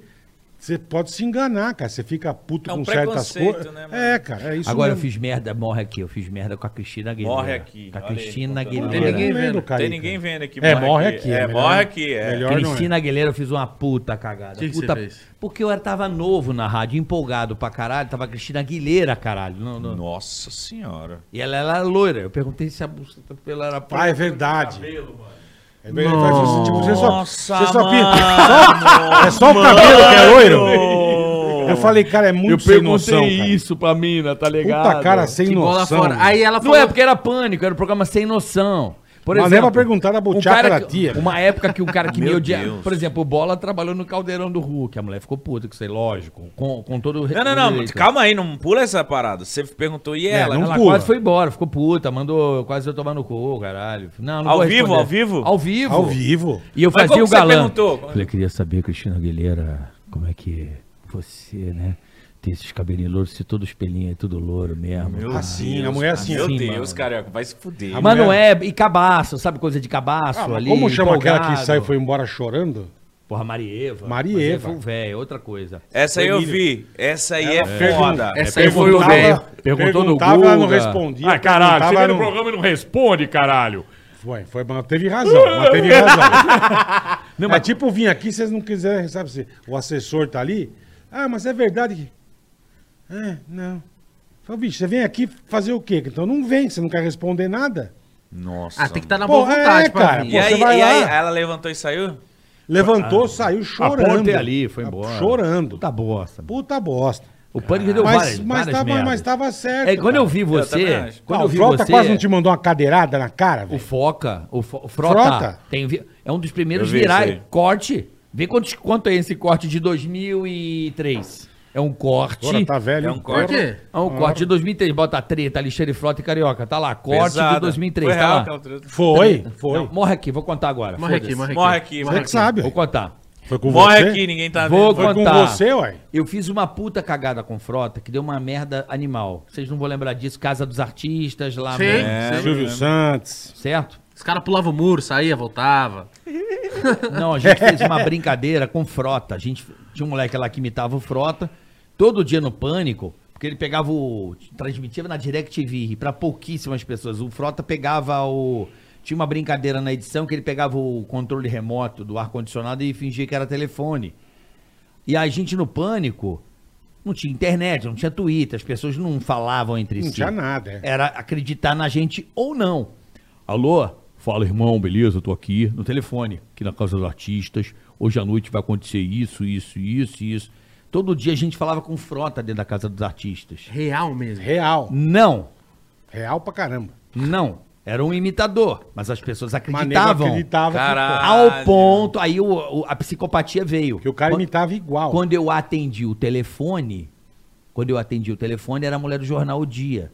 Speaker 3: Você pode se enganar, cara. Você fica puto
Speaker 1: É
Speaker 3: com
Speaker 1: um
Speaker 3: certas
Speaker 1: preconceito,
Speaker 3: coisas.
Speaker 1: né, mano?
Speaker 3: é, cara, é isso
Speaker 2: Agora eu
Speaker 3: mesmo.
Speaker 2: fiz merda, morre aqui. Eu fiz merda com a Cristina Aguilera.
Speaker 1: Morre aqui,
Speaker 2: Com a
Speaker 1: olha aí,
Speaker 2: Cristina
Speaker 1: contando.
Speaker 3: Eu
Speaker 2: Aguilera.
Speaker 3: não
Speaker 4: ninguém
Speaker 3: lembro,
Speaker 4: vendo.
Speaker 3: cara.
Speaker 1: Tem ninguém vendo aqui.
Speaker 3: É, morre aqui, é
Speaker 1: É,
Speaker 3: melhor-
Speaker 1: morre aqui. É.
Speaker 3: melhor. não é.
Speaker 2: Cristina Aguilera, eu fiz uma puta cagada.
Speaker 4: Que que você
Speaker 2: puta-
Speaker 4: fez?
Speaker 2: Porque eu era- tava novo na rádio, empolgado pra caralho. Tava a Cristina Aguilera, caralho. no- no-
Speaker 1: Nossa senhora.
Speaker 2: E ela era loira. Eu perguntei se a bucha ela era
Speaker 3: Ah,
Speaker 2: preta.
Speaker 3: é verdade. É verdade. Ele faz assim, tipo, você só,
Speaker 1: Nossa,
Speaker 3: você só, pi-
Speaker 1: mano.
Speaker 3: só- é só o cabelo que é loiro. Eu falei, cara, é muito sem noção, cara.
Speaker 2: pra mina, tá
Speaker 3: Puta cara sem
Speaker 4: Que bola
Speaker 3: noção.
Speaker 4: fora. Aí ela
Speaker 2: Não é porque era pânico, era um programa sem noção. Por
Speaker 3: Mas
Speaker 2: exemplo, um
Speaker 3: leva pra perguntar da buchaca
Speaker 2: cara
Speaker 3: da
Speaker 2: que-
Speaker 3: tia. né?
Speaker 2: Uma época que um cara que me
Speaker 1: Ah, Meu
Speaker 2: odiava.
Speaker 1: Deus.
Speaker 2: Por exemplo, o Bola trabalhou no Caldeirão do Hulk. A mulher ficou puta com isso aí, lógico. Com, com todo o re-
Speaker 1: Não, não, não.
Speaker 2: direito.
Speaker 1: Calma aí, não pula essa parada. Você perguntou e ela?
Speaker 3: É, não
Speaker 2: Ela
Speaker 3: pula.
Speaker 2: quase foi embora, ficou puta, mandou quase eu tomar no cu, caralho. Não, não
Speaker 1: Ao
Speaker 2: vou
Speaker 1: vivo,
Speaker 2: responder.
Speaker 1: ao vivo?
Speaker 2: Ao vivo.
Speaker 3: Ao vivo.
Speaker 2: E eu
Speaker 1: Mas
Speaker 2: fazia
Speaker 1: como
Speaker 2: o
Speaker 1: que você
Speaker 2: galã.
Speaker 1: perguntou?
Speaker 2: Falei, queria saber, Cristina Aguilera, como é que você, né, tem esses cabelinhos louros, se todos pelinhos, é tudo louro mesmo.
Speaker 3: Assim, a mulher assim.
Speaker 1: Ah, Meu
Speaker 2: Sim,
Speaker 1: Deus,
Speaker 2: mano.
Speaker 1: carioca, vai se fuder.
Speaker 3: A
Speaker 2: Mas não
Speaker 3: mulher-
Speaker 2: é, e cabaço, sabe coisa de cabaço
Speaker 3: Ah, mas
Speaker 2: ali,
Speaker 3: como chama aquela que
Speaker 2: empolgado.
Speaker 3: sai e foi embora chorando?
Speaker 2: Porra, Marieva.
Speaker 3: Maria
Speaker 2: Mas aí
Speaker 3: Eva.
Speaker 2: foi um velho, outra coisa.
Speaker 1: Essa aí eu
Speaker 3: Emílio.
Speaker 1: vi. Essa aí é,
Speaker 3: Ela
Speaker 1: foda.
Speaker 4: Essa aí foi o Ah,
Speaker 3: Perguntava-
Speaker 4: velho.
Speaker 2: Perguntou no
Speaker 3: perguntava, ela não
Speaker 2: Guga.
Speaker 3: respondia.
Speaker 6: Ah, caralho, você
Speaker 3: perguntava,
Speaker 6: vem no
Speaker 3: não-
Speaker 6: programa e não responde, caralho.
Speaker 3: Foi, foi, mas teve razão,
Speaker 2: *laughs*
Speaker 3: mas teve razão. não, mas tipo, vim aqui, vocês não quiserem, sabe, se o assessor tá ali. Ah, mas é verdade que... Ah, não. Falei, bicho, você vem aqui fazer o quê? Então não vem, você não quer responder nada.
Speaker 1: Nossa.
Speaker 4: Ah, tem que estar na
Speaker 3: Pô,
Speaker 4: boa vontade
Speaker 3: é,
Speaker 4: pra
Speaker 3: cara,
Speaker 4: vir.
Speaker 1: E
Speaker 3: pô,
Speaker 1: aí,
Speaker 3: Você vai
Speaker 1: e aí,
Speaker 3: lá.
Speaker 1: ela levantou e saiu?
Speaker 3: Levantou, saiu chorando.
Speaker 2: Ah,
Speaker 3: Tá
Speaker 2: A porta é ali, foi embora.
Speaker 3: Chorando.
Speaker 2: Puta bosta.
Speaker 3: Puta bosta.
Speaker 2: O pânico deu várias,
Speaker 3: Mas, mas,
Speaker 2: várias
Speaker 3: tava,
Speaker 2: merdas.
Speaker 3: mas tava certo.
Speaker 2: É, quando eu
Speaker 3: cara.
Speaker 2: vi
Speaker 1: também
Speaker 2: você,
Speaker 1: acho.
Speaker 2: quando
Speaker 3: Ah,
Speaker 2: eu
Speaker 3: o
Speaker 2: vi
Speaker 3: Frota
Speaker 2: você, é-
Speaker 3: quase não te mandou uma cadeirada na cara,
Speaker 2: o
Speaker 3: velho.
Speaker 2: Foca, o Fo- Frota,
Speaker 3: Frota?
Speaker 2: tem vi- é um dos primeiros
Speaker 1: Eu vi isso
Speaker 2: virais,
Speaker 1: aí.
Speaker 2: corte. Vê quantos, quanto é esse corte de 2003. É um corte.
Speaker 3: Agora tá velho.
Speaker 1: É
Speaker 3: hein?
Speaker 1: um
Speaker 4: Por
Speaker 1: corte.
Speaker 4: quê?
Speaker 2: É um corte de 2003, bota treta, lixeira e frota e carioca, tá lá, corte de
Speaker 1: Pesada.
Speaker 2: 2003,
Speaker 1: Foi
Speaker 2: tá
Speaker 1: real
Speaker 2: lá.
Speaker 1: aquela treta.
Speaker 3: Foi, foi.
Speaker 2: Não, morre aqui, vou contar agora.
Speaker 4: Morre
Speaker 2: foda-se.
Speaker 4: aqui, morre aqui.
Speaker 1: Morre aqui, morre
Speaker 3: Você que
Speaker 1: aqui.
Speaker 3: sabe.
Speaker 2: Vou contar.
Speaker 3: Foi com
Speaker 1: Morre
Speaker 3: você?
Speaker 1: aqui, ninguém tá
Speaker 2: Vou
Speaker 1: vendo.
Speaker 3: Foi com
Speaker 2: contar.
Speaker 3: você, ué.
Speaker 2: Eu fiz uma puta cagada com frota que deu uma merda animal. Vocês não vão lembrar disso, Casa dos Artistas lá,
Speaker 4: Sim.
Speaker 2: né?
Speaker 1: É,
Speaker 3: Silvio Santos.
Speaker 2: certo?
Speaker 4: Os caras pulavam o muro, saía, voltava.
Speaker 2: Não, a gente fez uma brincadeira com frota. A gente tinha um moleque lá que imitava o frota, todo dia no pânico, porque ele pegava o transmitia na DirecTV e para pouquíssimas pessoas. O frota pegava o tinha uma brincadeira na edição que ele pegava o controle remoto do ar condicionado e fingia que era telefone. E a gente no pânico não tinha internet, não tinha Twitter, as pessoas não falavam entre si
Speaker 3: Não tinha nada. é.
Speaker 2: era acreditar na gente ou não. Alô? Fala, irmão, beleza? Eu tô aqui no telefone, aqui na Casa dos Artistas. Hoje à noite vai acontecer isso, isso, isso, isso. Todo dia a gente falava com frota dentro da Casa dos Artistas.
Speaker 4: Real mesmo.
Speaker 3: Real.
Speaker 2: Não,
Speaker 3: Real pra caramba.
Speaker 2: não. Era um imitador, mas as pessoas
Speaker 3: Mas nego
Speaker 2: acreditavam.
Speaker 3: acreditava que,
Speaker 1: Caralho.
Speaker 2: Ao ponto, aí o- o- a psicopatia veio.
Speaker 3: pô, que o cara
Speaker 2: Quando-
Speaker 3: imitava igual.
Speaker 2: Quando eu atendi o telefone, quando eu atendi o telefone, era a mulher do jornal O Dia.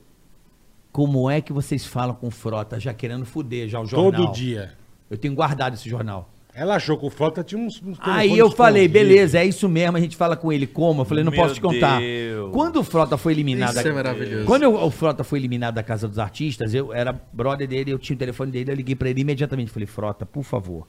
Speaker 2: Como é que vocês falam com frota já querendo fuder já o jornal?
Speaker 3: Todo dia.
Speaker 2: Eu tenho guardado esse jornal.
Speaker 3: Ela achou que o Frota tinha uns, uns
Speaker 2: Aí
Speaker 3: telefones
Speaker 2: eu falei,
Speaker 3: escondidos.
Speaker 2: beleza, é isso mesmo, a gente fala com ele como? Eu falei, não
Speaker 1: Meu
Speaker 2: posso te contar.
Speaker 1: Deus.
Speaker 2: Quando o Frota foi eliminado.
Speaker 4: Isso é maravilhoso.
Speaker 2: Quando eu- o Frota foi eliminado da Casa dos Artistas, eu era brother dele, eu tinha o telefone dele, eu liguei pra ele imediatamente. Falei, Frota, por favor,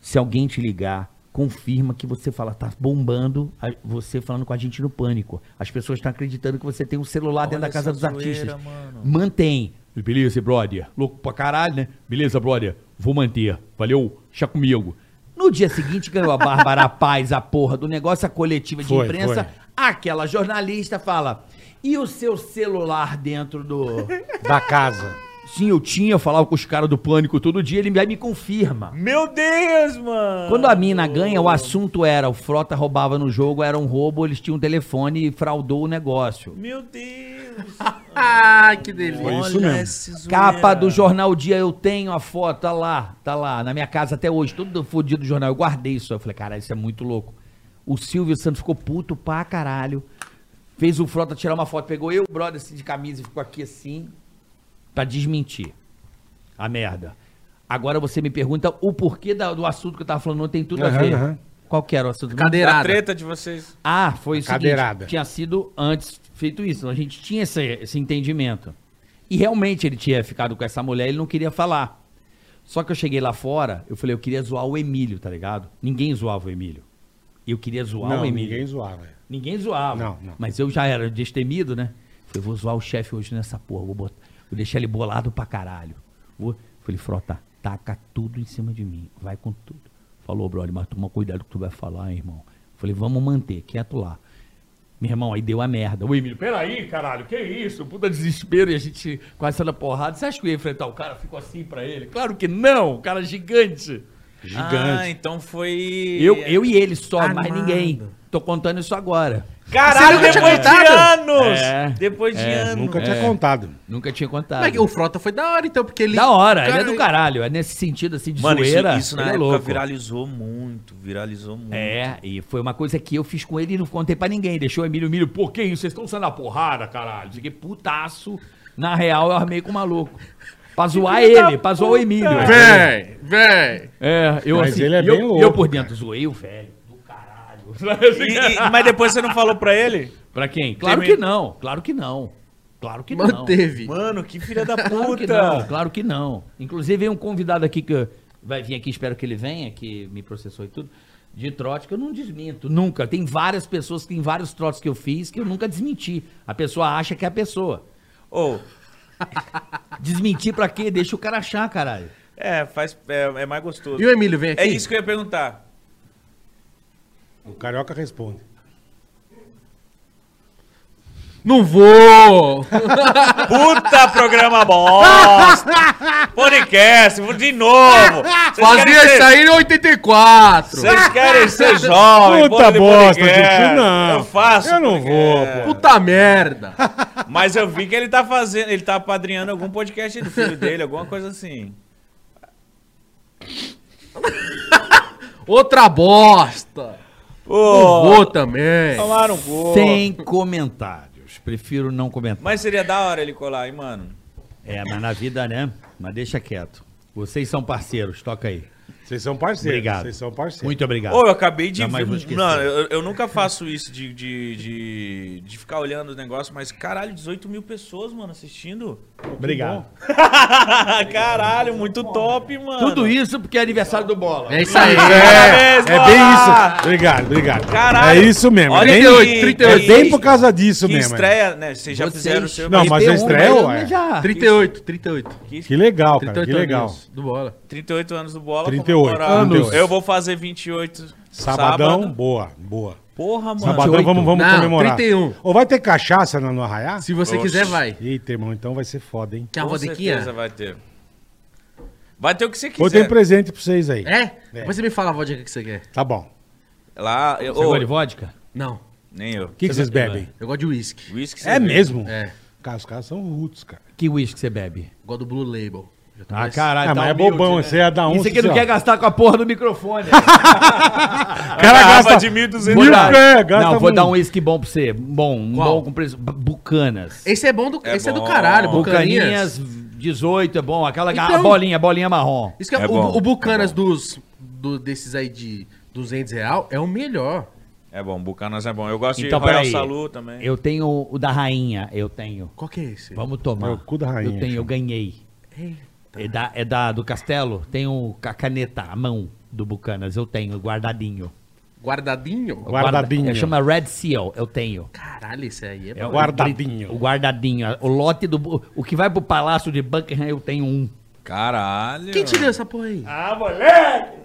Speaker 2: se alguém te ligar, confirma que você fala, tá bombando a- você falando com a gente no pânico. As pessoas estão acreditando que você tem um celular dentro da
Speaker 1: Olha
Speaker 2: Casa
Speaker 1: essa
Speaker 2: dos
Speaker 1: zoeira,
Speaker 2: Artistas.
Speaker 1: mano.
Speaker 2: Mantém. Ele, Beleza, brother. Louco pra caralho, né? Beleza, brother. Vou manter. Valeu, chá comigo. No dia seguinte ganhou a Bárbara *laughs* Paz, a porra do negócio, a coletiva de
Speaker 3: Foi,
Speaker 2: imprensa.
Speaker 3: foi.
Speaker 2: Aquela jornalista fala: e o seu celular dentro do. *laughs*
Speaker 3: Da casa.
Speaker 2: Sim, eu tinha, eu falava com os caras do pânico todo dia, ele vai e me confirma.
Speaker 1: Meu Deus, mano.
Speaker 2: Quando a mina ganha, o assunto era: o Frota roubava no jogo, era um roubo, eles tinham um telefone e fraudou o negócio.
Speaker 1: Meu Deus.
Speaker 4: Ah, que delícia.
Speaker 3: isso mesmo.
Speaker 1: esse
Speaker 2: Capa
Speaker 1: zoeira.
Speaker 2: do Jornal Dia, eu tenho a foto, tá lá, tá lá, na minha casa até hoje, todo fodido do jornal. Eu guardei isso. Eu falei, cara, isso é muito louco. O Silvio Santos ficou puto pra caralho. Fez o Frota tirar uma foto, pegou eu, o brother, assim, de camisa, e ficou aqui assim, pra desmentir a merda. Agora você me pergunta o porquê da- do assunto que eu tava falando, não tem tudo a
Speaker 3: Aham,
Speaker 2: ver.
Speaker 3: aham.
Speaker 2: Qual que era o assunto?
Speaker 1: A
Speaker 4: Cadeirada.
Speaker 1: treta de vocês.
Speaker 2: Ah, foi o
Speaker 3: Cadeirada.
Speaker 2: seguinte, tinha sido antes feito isso, a gente tinha esse, esse entendimento. E realmente ele tinha ficado com essa mulher, ele não queria falar. Só que eu cheguei lá fora, eu falei, eu queria zoar o Emílio, tá ligado? Ninguém zoava o Emílio. Eu queria zoar
Speaker 3: Não,
Speaker 2: o Emílio.
Speaker 3: ninguém zoava. é.
Speaker 2: Ninguém zoava.
Speaker 3: Não, não.
Speaker 2: Mas eu já era destemido, né? Falei, vou zoar o chefe hoje nessa porra. Vou, botar, vou deixar ele bolado pra caralho. Vou, falei, frota, taca tudo em cima de mim. Vai com tudo. Falou, brother, mas toma cuidado com o que tu vai falar, hein, irmão. Falei, vamos manter, quieto lá. Meu irmão, aí deu a merda. O Emílio, peraí, caralho, que isso? Puta desespero e a gente quase saindo porrada. Você acha que eu ia enfrentar o cara? Ficou assim pra ele? Claro que não, o cara é gigante.
Speaker 1: Ah, então foi.
Speaker 2: Eu,
Speaker 4: é
Speaker 2: eu e ele só, mais ninguém. Tô contando isso agora.
Speaker 1: Caralho,
Speaker 4: Você nunca tinha
Speaker 1: depois de
Speaker 4: contado?
Speaker 1: anos!
Speaker 2: É.
Speaker 1: Depois de anos.
Speaker 3: Nunca tinha contado.
Speaker 2: Nunca tinha contado.
Speaker 4: Mas o Frota foi da hora, então, porque ele.
Speaker 2: Da hora, ele
Speaker 4: Cara,
Speaker 2: é do caralho. É nesse sentido, assim, de
Speaker 1: Mano, isso,
Speaker 2: zoeira.
Speaker 1: isso na
Speaker 2: ele é
Speaker 1: época
Speaker 2: louco.
Speaker 1: viralizou muito, viralizou muito.
Speaker 2: É, e foi uma coisa que eu fiz com ele e não contei pra ninguém. Deixou o Emílio, Emílio, pô, que isso? Vocês estão saindo na porrada, caralho. Fiquei putaço. Na real, eu armei com o maluco. Pra zoar ele, pra zoar o Emílio.
Speaker 4: Véi, véi.
Speaker 2: É, eu
Speaker 3: Mas
Speaker 2: assim,
Speaker 3: ele é
Speaker 2: e eu,
Speaker 3: bem
Speaker 2: e
Speaker 3: louco,
Speaker 2: eu por dentro zoei o velho. Do caralho.
Speaker 1: E- e- mas depois você não falou pra ele?
Speaker 2: *laughs* pra quem? Claro que não, claro que não. Claro que não.
Speaker 4: Manteve.
Speaker 1: Mano, que filha da
Speaker 2: Claro que
Speaker 1: puta!
Speaker 2: não, claro que não. Inclusive, veio um convidado aqui que vai vir aqui, espero que ele venha, que me processou e tudo, de trote, que eu não desminto, nunca. Tem várias pessoas, tem vários trotes que eu fiz que eu nunca desmenti. A pessoa acha que é a pessoa.
Speaker 1: Ou,
Speaker 2: Desmentir pra quê? Deixa o cara achar, caralho.
Speaker 1: é, faz, é, é mais gostoso.
Speaker 4: E o Emílio vem aqui?
Speaker 1: É isso que eu ia perguntar.
Speaker 3: O carioca responde.
Speaker 4: Não vou!
Speaker 1: Puta programa bosta! Podcast, de novo! Vocês querem
Speaker 4: Fazia
Speaker 1: ser-
Speaker 4: isso aí em 84!
Speaker 1: Vocês querem ser jovem,
Speaker 3: Puta
Speaker 1: podem
Speaker 3: bosta,
Speaker 1: podcast.
Speaker 3: gente, não.
Speaker 1: Eu faço.
Speaker 3: Eu não vou,
Speaker 1: podcast.
Speaker 4: Puta merda!
Speaker 1: Mas eu vi que ele tá fazendo, ele tá apadrinhando algum podcast do filho dele, alguma coisa assim.
Speaker 4: Outra bosta! Não
Speaker 1: Pô,
Speaker 4: vou também!
Speaker 1: tomaram gol.
Speaker 2: Sem comentários. Prefiro não comentar.
Speaker 1: Mas seria da hora ele colar, hein, mano?
Speaker 2: É, mas na vida, né? Mas deixa quieto. Vocês são parceiros, toca aí.
Speaker 3: Vocês são parceiros.
Speaker 2: Obrigado.
Speaker 3: Vocês são parceiros.
Speaker 2: Muito obrigado.
Speaker 1: Ô, eu acabei de
Speaker 2: Jamais
Speaker 1: ver.
Speaker 2: vou esquecer.
Speaker 1: Não, eu, eu nunca faço isso de, de, de, de ficar olhando o negócio, mas caralho, 18 mil pessoas, mano, assistindo.
Speaker 2: obrigado.
Speaker 1: caralho, muito top, mano.
Speaker 2: Tudo isso porque é aniversário do Bola.
Speaker 4: É isso aí!
Speaker 3: É,
Speaker 1: Parabéns,
Speaker 3: é bem
Speaker 1: bola!
Speaker 3: isso. Obrigado, obrigado.
Speaker 1: Caralho.
Speaker 3: É isso mesmo.
Speaker 1: Olha
Speaker 3: é bem,
Speaker 1: que-
Speaker 3: É
Speaker 4: 38.
Speaker 3: bem por causa disso
Speaker 1: Que
Speaker 3: mesmo. é.
Speaker 1: estreia, né? Vocês já fizeram o seu.
Speaker 3: Não, mas a
Speaker 2: eu
Speaker 3: estreia, ué.
Speaker 2: um Já.
Speaker 4: É. 38, 38.
Speaker 3: Que legal, cara.
Speaker 4: 38
Speaker 3: Que legal.
Speaker 4: anos do bola.
Speaker 1: 38 anos do bola.
Speaker 3: 38
Speaker 1: comemorar.
Speaker 3: anos.
Speaker 1: Eu vou fazer 28.
Speaker 3: Sabadão,
Speaker 1: sábado.
Speaker 3: boa, boa.
Speaker 1: Porra, mano.
Speaker 3: Sabadão, vamos, vamos
Speaker 4: Não,
Speaker 3: comemorar.
Speaker 4: 31.
Speaker 3: Ou vai ter cachaça na- no Arraiá?
Speaker 4: Se você
Speaker 1: Oxe.
Speaker 4: quiser, vai.
Speaker 3: Eita, irmão, então vai ser foda, hein?
Speaker 4: Quer a
Speaker 1: Com certeza
Speaker 4: vodiquinha?
Speaker 1: vai ter. Vai ter o que você
Speaker 3: Vou
Speaker 2: é-
Speaker 3: ter
Speaker 1: quiser.
Speaker 3: um presente pra vocês aí.
Speaker 4: É?
Speaker 3: É.
Speaker 4: Você me fala a vodka que você quer.
Speaker 3: Tá bom.
Speaker 1: Lá, eu,
Speaker 2: Você
Speaker 1: ô,
Speaker 2: gosta de vodka?
Speaker 4: Não,
Speaker 1: nem eu.
Speaker 3: O que, que vocês bebem?
Speaker 4: eu gosto de whisky.
Speaker 1: Whisky
Speaker 3: É
Speaker 1: cerveja.
Speaker 2: Hum.
Speaker 3: mesmo?
Speaker 4: É,
Speaker 3: Cara, os caras são rudes, cara.
Speaker 2: Que uísque você bebe?
Speaker 4: gosto do Blue Label. Já tô
Speaker 2: Ah,
Speaker 4: mais-
Speaker 2: caralho,
Speaker 3: ah,
Speaker 2: tá
Speaker 3: mas é
Speaker 2: humilde,
Speaker 3: bobão,
Speaker 2: né?
Speaker 3: você ia dar um.
Speaker 2: Isso aqui não
Speaker 3: ó.
Speaker 2: quer gastar com a porra do
Speaker 3: *laughs*
Speaker 2: microfone.
Speaker 3: O cara
Speaker 1: Garrafa
Speaker 3: gasta
Speaker 1: de 1.200
Speaker 3: mil,
Speaker 2: Vou dar-
Speaker 3: é, gasta
Speaker 2: não, vou
Speaker 3: um-
Speaker 2: dar um uísque bom pra você. Bom, um
Speaker 4: Qual?
Speaker 2: bom com preço. bu- Bucanas.
Speaker 4: Esse é bom do,
Speaker 1: É
Speaker 4: esse é do
Speaker 1: bom.
Speaker 4: caralho, Bucaninhas.
Speaker 2: Bucaninhas 18 é bom. Aquela ga- a
Speaker 4: Então-
Speaker 2: bolinha, a bolinha marrom.
Speaker 4: Isso que é-
Speaker 1: É
Speaker 4: o,
Speaker 1: bom,
Speaker 4: o Bucanas
Speaker 1: é
Speaker 4: dos do- desses aí de 200 real é o melhor.
Speaker 1: É bom, Bucanas é bom. Eu gosto
Speaker 2: Então,
Speaker 1: de Royal
Speaker 2: peraí.
Speaker 1: Salu também.
Speaker 2: Eu tenho o da rainha, eu tenho.
Speaker 4: Qual que é esse?
Speaker 2: Vamos tomar.
Speaker 3: É o cu da rainha,
Speaker 2: Eu tenho, eu
Speaker 3: chama.
Speaker 2: ganhei. É da, é da do castelo? Tenho a caneta, a mão do Bucanas. Eu tenho, guardadinho.
Speaker 4: Guardadinho?
Speaker 3: Guardadinho.
Speaker 2: Guarda- é, chama Red Seal, eu tenho.
Speaker 4: Caralho, esse aí é,
Speaker 2: É o
Speaker 4: bom.
Speaker 3: Guardadinho.
Speaker 2: gri- O guardadinho. O lote do. bu- O que vai pro palácio de Buckingham, eu tenho um.
Speaker 1: Caralho.
Speaker 4: Quem te deu essa porra aí?
Speaker 5: Ah, moleque!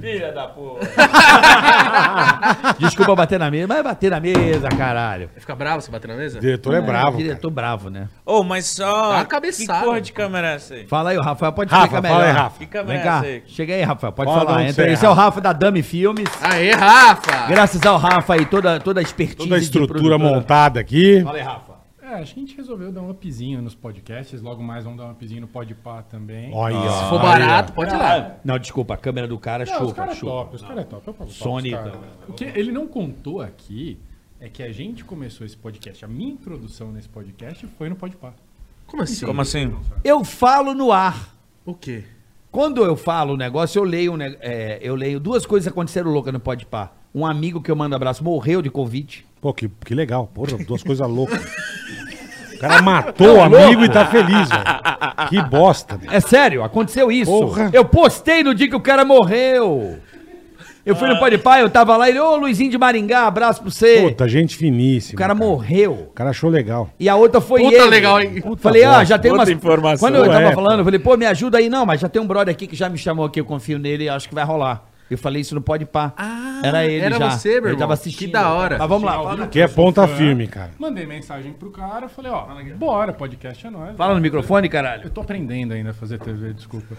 Speaker 5: Filha da porra!
Speaker 2: Desculpa bater na mesa, mas bater na mesa, caralho.
Speaker 4: Fica bravo se bater na mesa?
Speaker 3: O diretor é, bravo.
Speaker 2: Diretor bravo, né?
Speaker 1: Ô, mas só.
Speaker 4: Dá uma cabeçada.
Speaker 1: Que porra de câmera é essa aí?
Speaker 2: Fala aí, o Rafael pode
Speaker 3: Rafa,
Speaker 2: explicar
Speaker 3: fala
Speaker 2: melhor.
Speaker 3: aí, Rafa.
Speaker 1: Que câmera
Speaker 2: Vem
Speaker 1: é
Speaker 2: cá.
Speaker 1: essa aí?
Speaker 2: Chega aí, Rafael, pode
Speaker 3: Fala
Speaker 2: falar.
Speaker 3: onde
Speaker 2: Entra.
Speaker 3: você é,
Speaker 2: aí. Esse é o Rafa da Dami Filmes.
Speaker 4: Aê, Rafa!
Speaker 2: Graças ao Rafa aí, toda, toda a expertise.
Speaker 3: Toda a
Speaker 2: de
Speaker 3: estrutura
Speaker 2: produtora.
Speaker 3: montada aqui.
Speaker 2: Fala aí, Rafa.
Speaker 6: É, acho que a gente resolveu dar um upzinho nos podcasts. Logo mais vamos dar um upzinho no Podpah também.
Speaker 3: Olha.
Speaker 2: Ah.
Speaker 4: se for barato, pode ir lá.
Speaker 2: Não, desculpa, a câmera do cara
Speaker 6: Não, os
Speaker 2: chupa,
Speaker 6: caras é
Speaker 2: chupa.
Speaker 6: top, os caras é top. Eu falo top,
Speaker 2: Sony,
Speaker 6: os cara.
Speaker 2: então.
Speaker 6: O que ele não contou aqui é que a gente começou esse podcast. A minha introdução nesse podcast foi no Podpah.
Speaker 4: Como assim?
Speaker 1: Como assim?
Speaker 2: Eu falo no ar.
Speaker 4: O quê?
Speaker 2: Quando eu falo o negócio, eu leio, um neg- é, eu leio duas coisas aconteceram loucas no Podpah. Um amigo que eu mando abraço morreu de Covid.
Speaker 3: Pô, que, que legal. Porra, duas coisas loucas. O cara matou o amigo e tá feliz, velho. Que bosta, velho.
Speaker 2: É sério, aconteceu isso.
Speaker 3: Porra.
Speaker 2: Eu postei no dia que o cara morreu. Eu fui no Pode Pai, eu tava lá e ele, ô Luizinho de Maringá, abraço pra você.
Speaker 3: Puta, gente finíssima.
Speaker 2: o cara morreu.
Speaker 3: O cara achou legal.
Speaker 2: E a outra foi
Speaker 4: Puta
Speaker 2: ele.
Speaker 4: legal, hein?
Speaker 2: Puta falei, ah,
Speaker 3: bosta,
Speaker 2: já tem
Speaker 1: puta
Speaker 2: uma
Speaker 1: informação.
Speaker 2: Quando eu tava
Speaker 3: É,
Speaker 2: falando, eu falei, pô, me ajuda aí. Não, mas já tem um brother aqui que já me chamou aqui, eu confio nele, acho que vai rolar. Eu falei isso no Pode Pá.
Speaker 4: Ah,
Speaker 2: era ele
Speaker 4: era
Speaker 2: já.
Speaker 4: você, meu
Speaker 2: Ele
Speaker 4: irmão.
Speaker 2: tava assistindo.
Speaker 4: Que da hora.
Speaker 2: Mas vamos lá.
Speaker 6: Ao vivo,
Speaker 2: Fala,
Speaker 3: Que é
Speaker 6: eu sou
Speaker 3: ponta
Speaker 6: fã.
Speaker 3: firme, cara.
Speaker 6: Mandei mensagem pro cara, falei, ó, bora, podcast é nóis.
Speaker 2: fala no microfone,
Speaker 6: Eu
Speaker 2: caralho.
Speaker 6: tô aprendendo ainda a fazer TV, desculpa.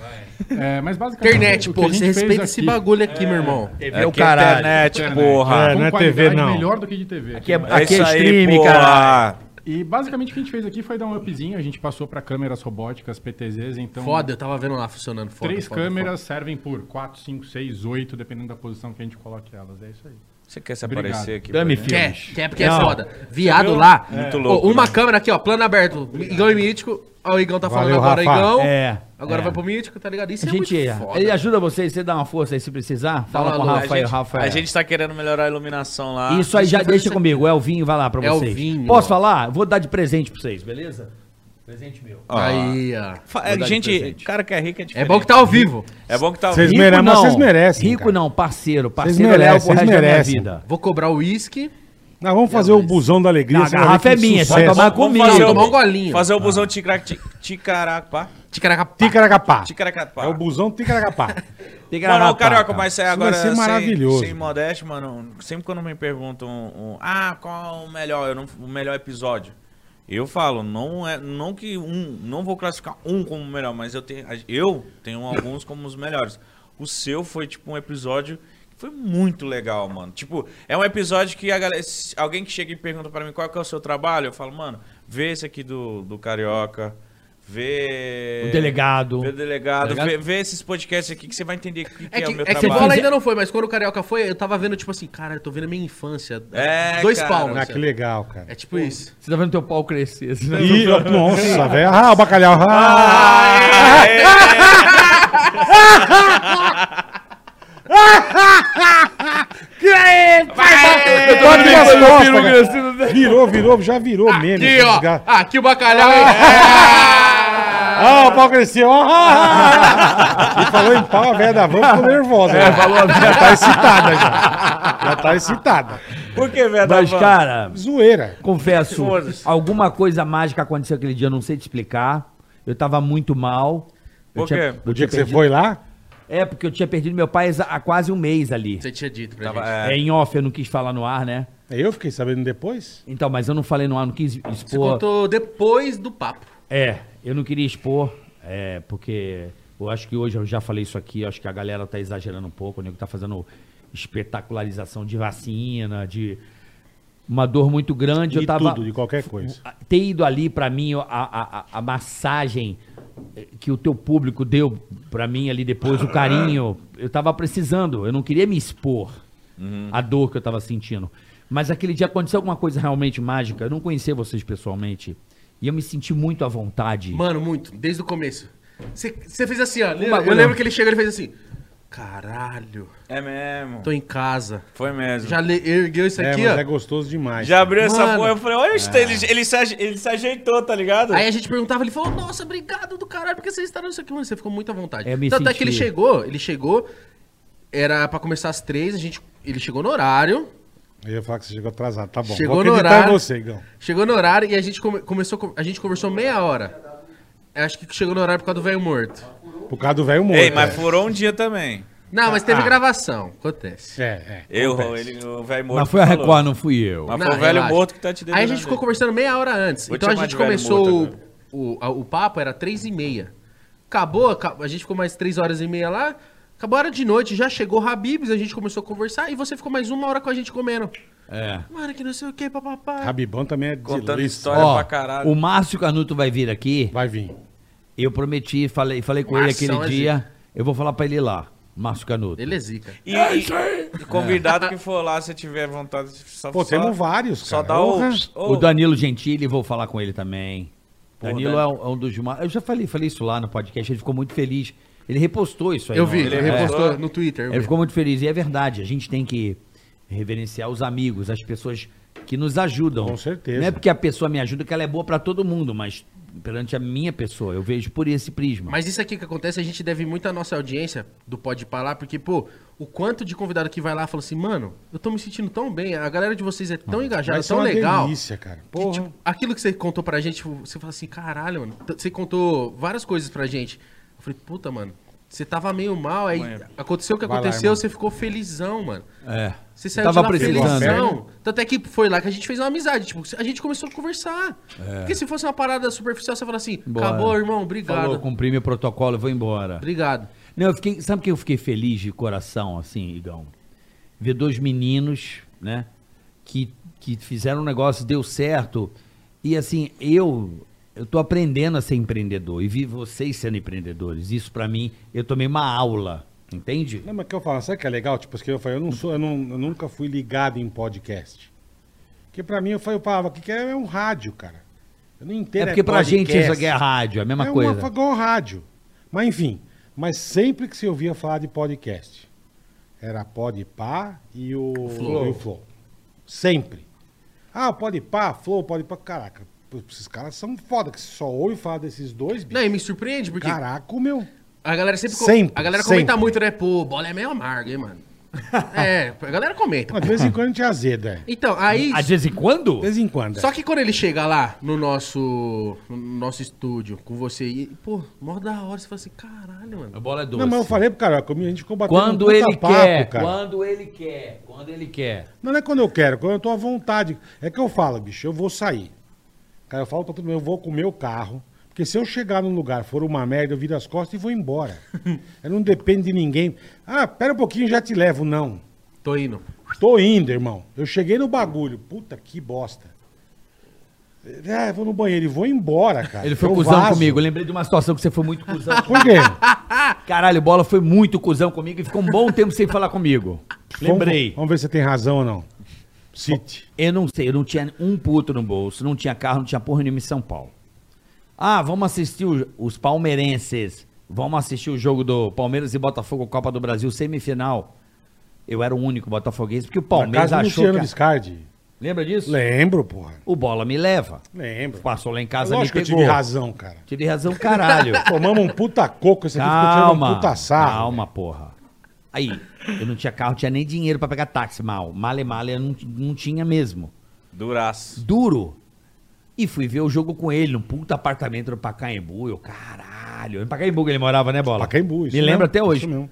Speaker 6: É, mas basicamente.
Speaker 4: Internet,
Speaker 6: o que
Speaker 4: pô,
Speaker 6: a gente
Speaker 4: você
Speaker 6: fez
Speaker 4: respeita esse
Speaker 6: aqui-
Speaker 4: bagulho aqui, meu irmão.
Speaker 2: TV
Speaker 1: É
Speaker 2: o
Speaker 1: que
Speaker 2: caralho.
Speaker 1: internet,
Speaker 6: Internet.
Speaker 1: porra.
Speaker 3: É,
Speaker 6: com
Speaker 3: não é
Speaker 6: qualidade
Speaker 3: TV, não.
Speaker 6: melhor do que de TV.
Speaker 2: Aqui é,
Speaker 1: É
Speaker 2: aqui é
Speaker 1: isso aí,
Speaker 2: streaming,
Speaker 1: porra.
Speaker 2: caralho.
Speaker 6: E basicamente o que a gente fez aqui foi dar um upzinho, a gente passou pra câmeras robóticas, PTZs, então.
Speaker 4: Foda, eu tava vendo lá funcionando. Foda,
Speaker 6: Três
Speaker 4: foda,
Speaker 6: câmeras servem por 4, 5, 6, 8, dependendo da posição que a gente coloque elas. É isso aí.
Speaker 1: Você quer se
Speaker 6: Obrigado.
Speaker 1: aparecer aqui?
Speaker 2: Dami
Speaker 1: pra
Speaker 4: foda.
Speaker 1: gente?
Speaker 4: Quer,
Speaker 2: Filmes.
Speaker 4: quer, porque
Speaker 2: Não.
Speaker 4: é foda. Viado lá.
Speaker 1: Muito
Speaker 4: Ó,
Speaker 1: louco,
Speaker 4: uma
Speaker 1: né?
Speaker 4: câmera aqui, ó, plano aberto. Igão e Mítico. Ó, o Igão tá falando
Speaker 3: Valeu,
Speaker 4: agora,
Speaker 3: Rafa.
Speaker 4: Igão.
Speaker 2: É,
Speaker 4: Agora
Speaker 2: é.
Speaker 4: vai pro Mítico, tá ligado? Isso
Speaker 2: A
Speaker 4: é
Speaker 2: gente,
Speaker 4: muito foda.
Speaker 2: ele ajuda vocês, você dá uma força aí se precisar. Fala
Speaker 4: uma
Speaker 2: com o
Speaker 4: luz.
Speaker 2: Rafael,
Speaker 1: a gente,
Speaker 2: Rafael.
Speaker 1: A gente tá querendo melhorar a iluminação lá.
Speaker 2: Isso aí
Speaker 4: Deixa
Speaker 2: já
Speaker 4: eu fazer
Speaker 2: deixa
Speaker 4: isso aqui.
Speaker 2: comigo, o Elvinho vai lá pra vocês.
Speaker 4: Elvinho.
Speaker 2: Posso falar? Vou dar de presente pra vocês, beleza? Presente meu.
Speaker 1: Ó.
Speaker 4: Aí, ó.
Speaker 1: Fa-
Speaker 2: Vou dar de
Speaker 1: gente,
Speaker 2: presente.
Speaker 1: cara que é rico é
Speaker 4: É
Speaker 1: diferente.
Speaker 4: bom que tá ao vivo.
Speaker 1: É bom que tá
Speaker 3: Vocês merecem, mas vocês merecem.
Speaker 2: Rico
Speaker 3: cara.
Speaker 2: não, parceiro. Parceiro
Speaker 3: merecem,
Speaker 2: Léo pro
Speaker 3: vocês
Speaker 2: resto da minha
Speaker 3: merecem.
Speaker 2: vida.
Speaker 4: Vou cobrar o uísque.
Speaker 3: Nós vamos fazer o busão da alegria.
Speaker 2: Não, a
Speaker 3: você vai
Speaker 2: garrafa
Speaker 3: ver
Speaker 2: é
Speaker 3: que
Speaker 2: minha, é só
Speaker 3: sucesso.
Speaker 2: tomar
Speaker 1: Vamos
Speaker 2: comigo.
Speaker 1: fazer o-
Speaker 4: Tomar um golinho.
Speaker 1: Fazer o busão ticarac- ti- ticaracapá.
Speaker 4: Ticaracapá.
Speaker 3: Ticaracapá.
Speaker 1: Ticaracapá.
Speaker 3: É o
Speaker 2: *laughs*
Speaker 3: busão Ticaracapá.
Speaker 2: Tem que
Speaker 1: Mano,
Speaker 2: gravar,
Speaker 1: o Carioca,
Speaker 2: cara.
Speaker 1: mas isso aí
Speaker 3: Isso vai
Speaker 1: agora
Speaker 3: ser maravilhoso.
Speaker 1: Sem, sem modéstia, mano. Sempre quando me perguntam, um, ah, qual é o melhor, eu não- o melhor episódio? Eu falo, não é, não que um, não vou classificar um como o melhor, mas eu tenho, eu tenho alguns como os melhores. O seu foi tipo um episódio que foi muito legal, mano. Tipo, é um episódio que a galera, se alguém que chega e pergunta pra mim qual que é o seu trabalho, eu falo, mano, vê esse aqui do, do Carioca, vê
Speaker 2: O delegado.
Speaker 1: Vê o delegado,
Speaker 2: Delegado?
Speaker 1: Vê, vê esses podcasts aqui que você vai entender o que, que
Speaker 4: É
Speaker 1: é,
Speaker 4: que,
Speaker 1: o meu
Speaker 4: é que
Speaker 1: trabalho.
Speaker 4: bola ainda não foi, mas quando o Carioca foi, eu tava vendo, tipo assim, cara, eu tô vendo a minha infância.
Speaker 1: É,
Speaker 4: Dois
Speaker 1: cara.
Speaker 4: palmos.
Speaker 3: Ah, que legal, cara.
Speaker 2: *laughs*
Speaker 4: É tipo isso.
Speaker 2: Você tá vendo teu pau crescer. você tá vendo?
Speaker 3: Ih, ó, nossa, velho. Ah, o bacalhau. Ah,
Speaker 2: é,
Speaker 3: eu tô aqui nas costas, cara. Virou, virou, já virou tá mesmo.
Speaker 4: Aqui, ó. Ah,
Speaker 3: desgraça.
Speaker 4: Aqui o bacalhau, hein?
Speaker 3: Ah, o pau cresceu. Ah, ah, ah. E falou em pau, a velha da van ficou nervosa.
Speaker 2: É,
Speaker 3: né? Já tá excitada já. Já tá excitada.
Speaker 1: Por que,
Speaker 2: *laughs*
Speaker 1: velho?
Speaker 2: Mas, cara,
Speaker 3: Zoeira.
Speaker 2: confesso, alguma coisa mágica aconteceu aquele dia, eu não sei te explicar. Eu tava muito mal. Eu
Speaker 1: Por quê?
Speaker 2: eu
Speaker 3: O
Speaker 2: tinha
Speaker 3: dia que você
Speaker 2: perdido-
Speaker 3: foi lá,
Speaker 2: É, porque eu tinha perdido meu pai exa- há quase um mês ali.
Speaker 4: Você tinha dito pra
Speaker 1: Tava-
Speaker 4: gente.
Speaker 1: é,
Speaker 2: É em off, eu não quis falar no ar, né?
Speaker 3: eu fiquei sabendo depois.
Speaker 2: Então, mas eu não falei no ar, não quis
Speaker 4: Você
Speaker 2: expor.
Speaker 4: contou depois do papo.
Speaker 2: É, eu não queria expor, é, porque eu acho que hoje eu já falei isso aqui, eu acho que a galera tá exagerando um pouco, o nego tá fazendo espetacularização de vacina, de uma dor muito grande.
Speaker 3: De
Speaker 2: eu tava
Speaker 3: tudo, de qualquer coisa.
Speaker 2: a- ter ido ali pra mim a, a, a- a massagem eh, que o teu público deu pra mim ali depois, o carinho, eu tava precisando, eu não queria me expor a dor que eu tava sentindo. Mas aquele dia aconteceu alguma coisa realmente mágica, eu não conhecia vocês pessoalmente e eu me senti muito à vontade.
Speaker 4: Mano, muito. Desde o começo. Você você fez assim, ó. lembra- eu
Speaker 2: bagulho.
Speaker 4: lembro que ele chegou e fez assim. Caralho,
Speaker 1: É mesmo.
Speaker 4: tô em casa.
Speaker 1: Foi mesmo.
Speaker 4: Já
Speaker 1: Já,
Speaker 4: le- ergueu isso
Speaker 3: É,
Speaker 4: aqui,
Speaker 3: mas
Speaker 4: ó.
Speaker 3: é gostoso demais.
Speaker 1: abriu essa
Speaker 4: Mano.
Speaker 1: porra, eu falei, olha, isso, ele, ele, se, aje- ele se ajeitou, tá ligado?
Speaker 4: Aí a gente perguntava, ele falou, nossa, obrigado do caralho, porque vocês estavam isso aqui, mano. Você ficou muito à vontade.
Speaker 2: É, me
Speaker 4: Tanto é
Speaker 2: senti-
Speaker 4: que ele chegou, ele chegou, era pra começar às três, a gente. Ele chegou no horário.
Speaker 3: Eu ia falar que você chegou atrasado, tá bom.
Speaker 4: Chegou no
Speaker 3: Vou acreditar
Speaker 4: horário.
Speaker 3: em você, Igão.
Speaker 4: Chegou no horário e a gente come- começou. com- A gente conversou meia hora. Acho que chegou no horário por causa do velho morto.
Speaker 3: Por causa do velho morto.
Speaker 1: Ei, mas
Speaker 3: é.
Speaker 1: furou um dia também.
Speaker 4: Não, mas teve
Speaker 3: Ah.
Speaker 4: gravação. Acontece.
Speaker 3: É, é.
Speaker 1: Eu, ele, o velho morto.
Speaker 2: Mas foi a
Speaker 1: falou.
Speaker 2: Record, né? não fui eu.
Speaker 1: Mas
Speaker 4: Não,
Speaker 1: foi o velho
Speaker 4: relaxa.
Speaker 1: morto que tá te
Speaker 4: Aí a
Speaker 1: dedurando
Speaker 4: gente ficou
Speaker 1: aí.
Speaker 4: conversando meia hora antes.
Speaker 1: Vou te
Speaker 4: então a
Speaker 1: chamar
Speaker 4: gente
Speaker 1: de velho
Speaker 4: começou
Speaker 1: morto
Speaker 4: o, o, o papo, era três e meia. Acabou, aca- a gente ficou mais três horas e meia lá. Acabou a hora de noite, já chegou o Habibs, a gente começou a conversar e você ficou mais uma hora com a gente comendo.
Speaker 2: É.
Speaker 4: Mano, que não sei o que, papapá.
Speaker 3: Rabibão também é
Speaker 1: Contando
Speaker 3: delícia.
Speaker 1: história
Speaker 2: Ó,
Speaker 1: pra caralho.
Speaker 2: o Márcio Canuto vai vir aqui.
Speaker 3: Vai vir.
Speaker 2: Eu prometi, falei, falei com ele
Speaker 4: Márcio,
Speaker 2: aquele
Speaker 4: é
Speaker 2: dia. Eu vou falar pra ele lá, Márcio Canuto.
Speaker 4: Ele é zica.
Speaker 1: E, e- e convidado que for lá, se tiver vontade, só
Speaker 3: Pô,
Speaker 1: só-
Speaker 3: temos vários, cara.
Speaker 1: Só dá o.
Speaker 3: Porra.
Speaker 1: o-
Speaker 2: O Danilo Gentili, vou falar com ele também.
Speaker 1: Porra,
Speaker 2: Danilo
Speaker 1: Dan-
Speaker 2: é um, é um dos mais. Eu já falei, falei isso lá no podcast, ele ficou muito feliz. Ele repostou isso aí.
Speaker 4: Eu
Speaker 2: não-
Speaker 4: vi, ele
Speaker 1: ele
Speaker 2: é.
Speaker 4: repostou
Speaker 1: é.
Speaker 4: no Twitter. eu
Speaker 2: Ele
Speaker 4: vi.
Speaker 2: ficou muito feliz. E é verdade, a gente tem que reverenciar os amigos, as pessoas que nos ajudam.
Speaker 3: Com certeza.
Speaker 2: Não é porque a pessoa me ajuda que ela é boa pra todo mundo, mas perante a minha pessoa. Eu vejo por esse prisma.
Speaker 4: Mas isso aqui que acontece, a gente deve muito à nossa audiência do Pode Parar, porque, pô, o quanto de convidado que vai lá fala assim, mano, eu tô me sentindo tão bem, a galera de vocês é tão engajada,
Speaker 3: Mas é
Speaker 4: tão
Speaker 3: uma
Speaker 4: legal.
Speaker 3: delícia, cara.
Speaker 4: que,
Speaker 3: Porra.
Speaker 4: tipo, aquilo que você contou pra gente, tipo, você fala assim, caralho, mano, t- você contou várias coisas pra gente. Eu falei, puta, mano, você tava meio mal, aí aconteceu o que
Speaker 3: Vai lá,
Speaker 4: aconteceu,
Speaker 3: irmão.
Speaker 4: você ficou felizão, mano.
Speaker 2: É.
Speaker 4: Você
Speaker 2: Eu
Speaker 4: saiu
Speaker 2: tava
Speaker 4: de lá
Speaker 2: precisando.
Speaker 4: felizão. Tanto é que foi lá que a gente fez uma amizade. Tipo, a gente começou a conversar. Porque se fosse uma parada superficial, você fala assim,
Speaker 2: Bora.
Speaker 4: acabou, irmão, obrigado.
Speaker 2: Falou, cumpri meu protocolo, eu vou embora.
Speaker 4: Obrigado.
Speaker 2: Não, eu fiquei, sabe que eu fiquei feliz de coração, assim, Igão? Ver dois meninos, né, que, que fizeram um negócio, deu certo. E assim, eu eu tô aprendendo a ser empreendedor e vi vocês sendo empreendedores. Isso pra mim, eu tomei uma aula, entende?
Speaker 3: Não, mas o que eu falo, sabe o que é legal? Tipo, que eu falei, eu não sou, eu, não, eu nunca fui ligado em podcast. Porque pra mim eu falei, eu falava, o que que é, é um rádio, cara. Eu não entendo.
Speaker 2: é porque pra
Speaker 3: podcast.
Speaker 2: gente isso aqui é rádio, é a mesma
Speaker 3: é
Speaker 2: coisa.
Speaker 3: uma fa- igual rádio. Mas enfim, mas sempre que se ouvia falar de podcast, era Podpah e o Flow. E o Flow. Sempre. Ah, Podpah, Flow, Podpah, caraca. pô, Esses caras são foda, que só ouve falar desses dois, bicho.
Speaker 4: Não, e me surpreende, porque
Speaker 3: Caraca, meu.
Speaker 4: a galera sempre, co-
Speaker 3: Sempre,
Speaker 4: A galera comenta
Speaker 3: sempre.
Speaker 4: muito, né? Pô, bola é meio amarga, hein, mano? *laughs* é, a galera comenta.
Speaker 3: Mas de vez em quando a gente azeda, é.
Speaker 4: Então, aí.
Speaker 2: Ah, De vez em quando?
Speaker 3: De vez em quando. é.
Speaker 4: Só que quando ele chega lá no nosso, no nosso estúdio com você, e, pô, mó da hora, você fala assim, caralho, mano.
Speaker 2: A bola é doce.
Speaker 3: Não, mas eu falei pro Carioca, a gente ficou batendo um
Speaker 2: quando
Speaker 3: puta
Speaker 2: ele
Speaker 3: papo,
Speaker 2: quer,
Speaker 3: cara.
Speaker 2: quando ele quer, quando ele quer.
Speaker 3: Não, não é quando eu quero, quando eu tô à vontade. É que eu falo, bicho, eu vou sair. Cara, eu falo pra todo mundo, eu vou com o meu carro. Porque se eu chegar num lugar, for uma merda, eu viro as costas e
Speaker 2: *laughs*
Speaker 3: vou embora. eu não dependo de ninguém. Ah, pera um pouquinho, já te levo. Não.
Speaker 4: Tô indo.
Speaker 3: Tô indo, irmão. Eu cheguei no bagulho. Puta que bosta. É, eu vou no banheiro e vou embora, cara.
Speaker 2: Ele foi
Speaker 3: Eu
Speaker 2: cuzão
Speaker 3: vazo.
Speaker 2: comigo. Eu lembrei de uma situação que você foi muito cuzão.
Speaker 3: Por
Speaker 2: *laughs*
Speaker 3: quê?
Speaker 2: Caralho, o Bola foi muito cuzão comigo e ficou um bom tempo sem falar comigo.
Speaker 3: um
Speaker 2: Lembrei.
Speaker 3: Vamos, vamos ver se você tem razão ou não. City.
Speaker 2: Eu não sei, eu não tinha um puto no bolso, não tinha carro, não tinha porra nenhuma em São Paulo. Ah, vamos assistir o- os palmeirenses. Vamos assistir o jogo do Palmeiras e Botafogo, Copa do Brasil, semifinal. Eu era o único botafoguense, porque o Palmeiras
Speaker 3: Na casa do
Speaker 2: achou
Speaker 3: Luciano
Speaker 2: que...
Speaker 3: Biscardi.
Speaker 2: Lembra disso?
Speaker 3: Lembro, porra.
Speaker 2: O Bola me leva.
Speaker 3: Lembro.
Speaker 2: Passou lá em casa, me
Speaker 3: Lógico que
Speaker 2: pegou.
Speaker 3: eu tive razão, cara.
Speaker 2: Tive razão, caralho.
Speaker 3: *laughs* Tomamos um puta coco, esse aqui ficou tirando um
Speaker 2: Calma.
Speaker 3: puta sarro.
Speaker 2: Calma, porra. Aí, eu não tinha carro, não tinha nem dinheiro pra pegar táxi, mal. Male, male, eu não, não tinha mesmo.
Speaker 1: Duraço.
Speaker 2: Duro. E fui ver o jogo com ele, num puta apartamento no Pacaembu. Eu, caralho. Em Pacaembu que ele morava, né, Bola?
Speaker 3: Pacaembu, isso
Speaker 2: Me
Speaker 3: mesmo,
Speaker 2: lembra até
Speaker 3: isso
Speaker 2: hoje.
Speaker 3: mesmo.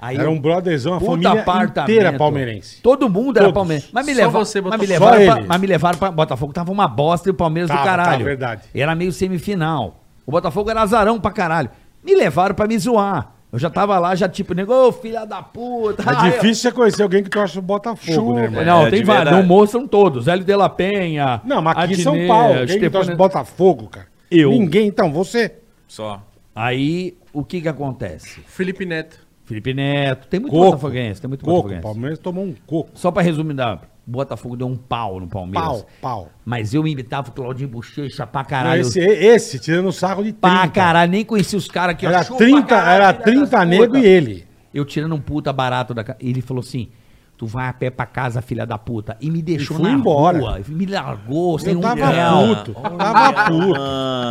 Speaker 2: Aí
Speaker 3: Era
Speaker 2: eu-
Speaker 3: um brotherzão, a
Speaker 2: puta
Speaker 3: família inteira palmeirense.
Speaker 2: Todo mundo era
Speaker 3: Todos.
Speaker 2: palmeirense. Mas me,
Speaker 4: Só
Speaker 2: leva...
Speaker 4: você,
Speaker 2: mas, me
Speaker 4: Botafogo.
Speaker 2: levaram
Speaker 3: Só
Speaker 2: pra...
Speaker 3: ele.
Speaker 2: mas me levaram pra Botafogo. Tava uma bosta e o Palmeiras
Speaker 3: Tava,
Speaker 2: do
Speaker 3: tava,
Speaker 2: caralho.
Speaker 3: verdade.
Speaker 2: Era meio semifinal. O Botafogo era azarão pra caralho. Me levaram pra me zoar. Eu já tava lá, já tipo, nego, ô filha da puta. Ah,
Speaker 3: É difícil você conhecer alguém que torce o Botafogo, né, irmão?
Speaker 2: Não,
Speaker 1: É,
Speaker 2: tem
Speaker 1: de
Speaker 2: vários.
Speaker 1: verdade.
Speaker 2: No humor são todos. Hélio de la Penha.
Speaker 3: Não, mas aqui em
Speaker 2: Adnet,
Speaker 3: São Paulo, quem que
Speaker 2: Estefano-
Speaker 3: torce o Botafogo, cara?
Speaker 2: Eu.
Speaker 3: Ninguém, então, você.
Speaker 1: Só.
Speaker 2: Aí, o que que acontece?
Speaker 4: Felipe Neto.
Speaker 2: Felipe Neto, tem muito
Speaker 3: Coco.
Speaker 2: botafoguense, tem muito
Speaker 3: Coco, o
Speaker 2: botafoguense.
Speaker 3: Palmeiras tomou um coco.
Speaker 2: Só pra resumir, da Botafogo deu um pau no Palmeiras.
Speaker 3: Pau, pau.
Speaker 2: Mas eu imitava o Claudinho Bochecha pra
Speaker 3: Não,
Speaker 2: caralho.
Speaker 3: esse, é esse, tirando sarro de 30.
Speaker 2: Pra caralho, nem conhecia os caras que ó,
Speaker 3: Era
Speaker 2: chupa
Speaker 3: 30,
Speaker 2: caralho,
Speaker 3: era
Speaker 2: filha
Speaker 3: 30
Speaker 2: das
Speaker 3: nego
Speaker 2: puta.
Speaker 3: e ele.
Speaker 2: Eu tirando um puta barato da casa. Ele falou assim: Tu vai a pé pra casa, filha da puta. E me deixou
Speaker 3: fui
Speaker 2: na
Speaker 3: embora.
Speaker 2: rua. Me largou sem
Speaker 3: Eu
Speaker 2: um
Speaker 3: tava
Speaker 2: real.
Speaker 3: puto, tava puto.